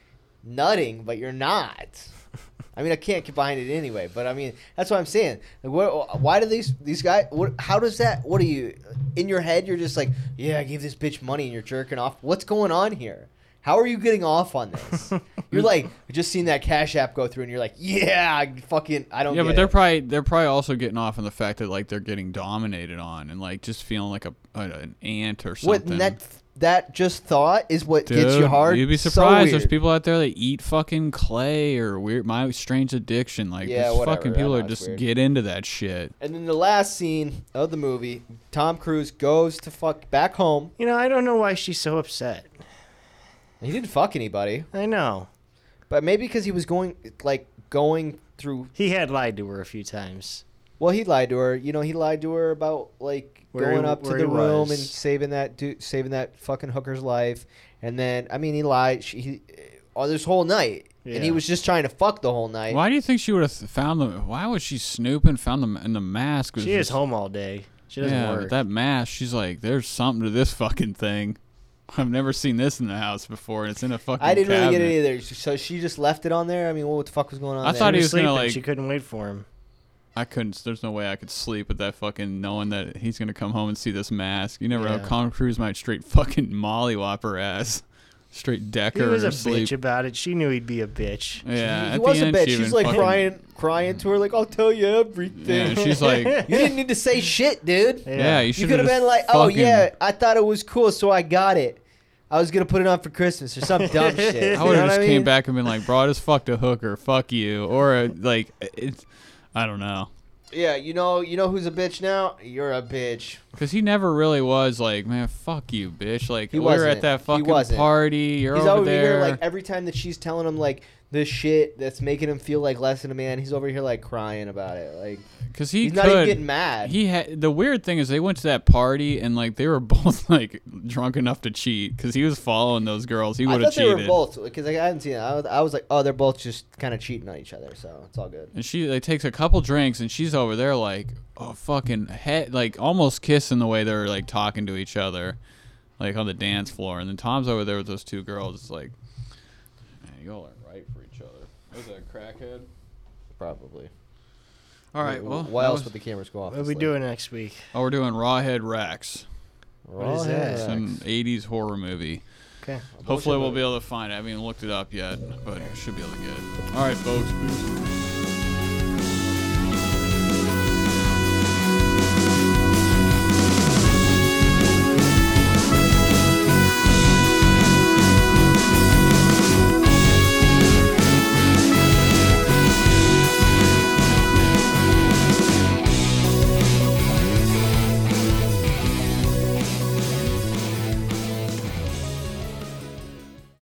Speaker 3: nutting, but you're not. I mean, I can't get behind it anyway. But I mean, that's what I'm saying. Like, what, why do these these guys? What? How does that? What are you in your head? You're just like, yeah, I gave this bitch money, and you're jerking off. What's going on here? How are you getting off on this? you're like, I just seen that Cash App go through, and you're like, yeah, I fucking, I don't.
Speaker 4: Yeah,
Speaker 3: get
Speaker 4: but they're
Speaker 3: it.
Speaker 4: probably they're probably also getting off on the fact that like they're getting dominated on and like just feeling like a, a an ant or
Speaker 3: what
Speaker 4: something.
Speaker 3: and that that just thought is what
Speaker 4: Dude,
Speaker 3: gets you hard.
Speaker 4: You'd be
Speaker 3: So
Speaker 4: surprised. There's
Speaker 3: weird.
Speaker 4: people out there that eat fucking clay or weird my strange addiction. Like
Speaker 3: Yeah,
Speaker 4: there's
Speaker 3: whatever.
Speaker 4: fucking
Speaker 3: I know
Speaker 4: people that
Speaker 3: it's
Speaker 4: just
Speaker 3: weird.
Speaker 4: get into that shit.
Speaker 3: And then the last scene of the movie, Tom Cruise goes to fuck back home.
Speaker 5: You know, I don't know why she's so upset.
Speaker 3: He didn't fuck anybody,
Speaker 5: I know
Speaker 3: but maybe because he was going like going through.
Speaker 5: he had lied to her a few times.
Speaker 3: Well, he lied to her. You know, he lied to her about like
Speaker 5: Where
Speaker 3: going
Speaker 5: he-
Speaker 3: up to
Speaker 5: where
Speaker 3: the
Speaker 5: he
Speaker 3: room
Speaker 5: was.
Speaker 3: and saving that dude, saving that fucking hooker's life. And then, I mean, he lied. She, he, all this whole night, and he
Speaker 5: Yeah.
Speaker 3: was just trying to fuck the whole night.
Speaker 4: Why do you think she would have found them? Why was she snooping? Found them in the mask. Was
Speaker 5: She is
Speaker 4: just-
Speaker 5: home all day. She doesn't
Speaker 4: Yeah,
Speaker 5: work.
Speaker 4: but that mask. She's like, there's something to this fucking thing. I've never seen this in the house before. and It's in a fucking.
Speaker 3: I didn't really get
Speaker 4: cabinet."
Speaker 3: it either. So she just left it on there. I mean, what the fuck was going on?
Speaker 4: I
Speaker 3: there?
Speaker 4: thought
Speaker 5: she
Speaker 4: he
Speaker 5: was
Speaker 4: was gonna,
Speaker 5: sleeping.
Speaker 4: like-
Speaker 5: she couldn't wait for him.
Speaker 4: I couldn't. There's no way I could sleep with that fucking knowing that he's gonna come home and see this mask. You never know.
Speaker 5: Yeah.
Speaker 4: Tom Cruise might straight fucking mollywop her ass, straight deck
Speaker 5: He
Speaker 4: her.
Speaker 5: was
Speaker 4: in
Speaker 5: a
Speaker 4: her sleep.
Speaker 5: bitch about it. She knew he'd be a bitch.
Speaker 4: Yeah,
Speaker 3: he
Speaker 4: at
Speaker 3: was
Speaker 4: the
Speaker 3: a
Speaker 4: end,
Speaker 3: bitch.
Speaker 4: she
Speaker 3: She's
Speaker 4: even
Speaker 3: like
Speaker 4: fucking-
Speaker 3: crying, crying to her, like, "I'll tell you everything."
Speaker 4: Yeah, she's like, yeah,
Speaker 3: You didn't need to say shit, dude.
Speaker 4: you
Speaker 3: You
Speaker 4: should
Speaker 3: could
Speaker 4: have
Speaker 3: have been like, "Oh yeah, I thought it was cool, so I got it. I was gonna put it on for Christmas or some dumb shit."
Speaker 4: I
Speaker 3: You
Speaker 4: would
Speaker 3: know
Speaker 4: have
Speaker 3: what
Speaker 4: just
Speaker 3: I
Speaker 4: came
Speaker 3: mean?
Speaker 4: back and been like, bro, I just fucked a hooker. Fuck you, or uh, like, it's, I don't know.
Speaker 3: Yeah, you know, you know who's a bitch now? You're a bitch.
Speaker 4: Cause he never really was like, man, fuck you, bitch. Like
Speaker 3: He
Speaker 4: we were
Speaker 3: wasn't.
Speaker 4: at that
Speaker 3: He
Speaker 4: fucking
Speaker 3: wasn't.
Speaker 4: party. You're
Speaker 3: he's
Speaker 4: over
Speaker 3: over
Speaker 4: there.
Speaker 3: here like every time that she's telling him like this shit that's making him feel like less than a man. He's over here like crying about it. Like
Speaker 4: Cause he
Speaker 3: he's
Speaker 4: could.
Speaker 3: not even getting mad.
Speaker 4: He had the weird thing is they went to that party and like they were both like drunk enough to cheat because he was following those girls. He
Speaker 3: I
Speaker 4: would have
Speaker 3: thought they
Speaker 4: cheated.
Speaker 3: were both because I hadn't seen it. I was, I was like, oh, they're both just kind of cheating on each other, so it's all good.
Speaker 4: And she like takes a couple drinks and she's over there like oh fucking head like almost kissing the way they're like talking to each other, like on the dance floor. And then Tom's over there with those two girls. It's like, man, you all aren't right for each other. Was that crackhead?
Speaker 3: Probably.
Speaker 4: All right. Well,
Speaker 3: why
Speaker 4: that
Speaker 3: else
Speaker 4: was-
Speaker 3: would the cameras go off?
Speaker 5: What are we doing next week?
Speaker 4: Oh, we're doing Rawhead Rex,
Speaker 3: What
Speaker 5: is that?
Speaker 4: some '80s horror movie.
Speaker 5: Okay.
Speaker 4: Hopefully, we'll be able to find it. I haven't even looked it up yet, but should be able to get it. All right, folks. Peace.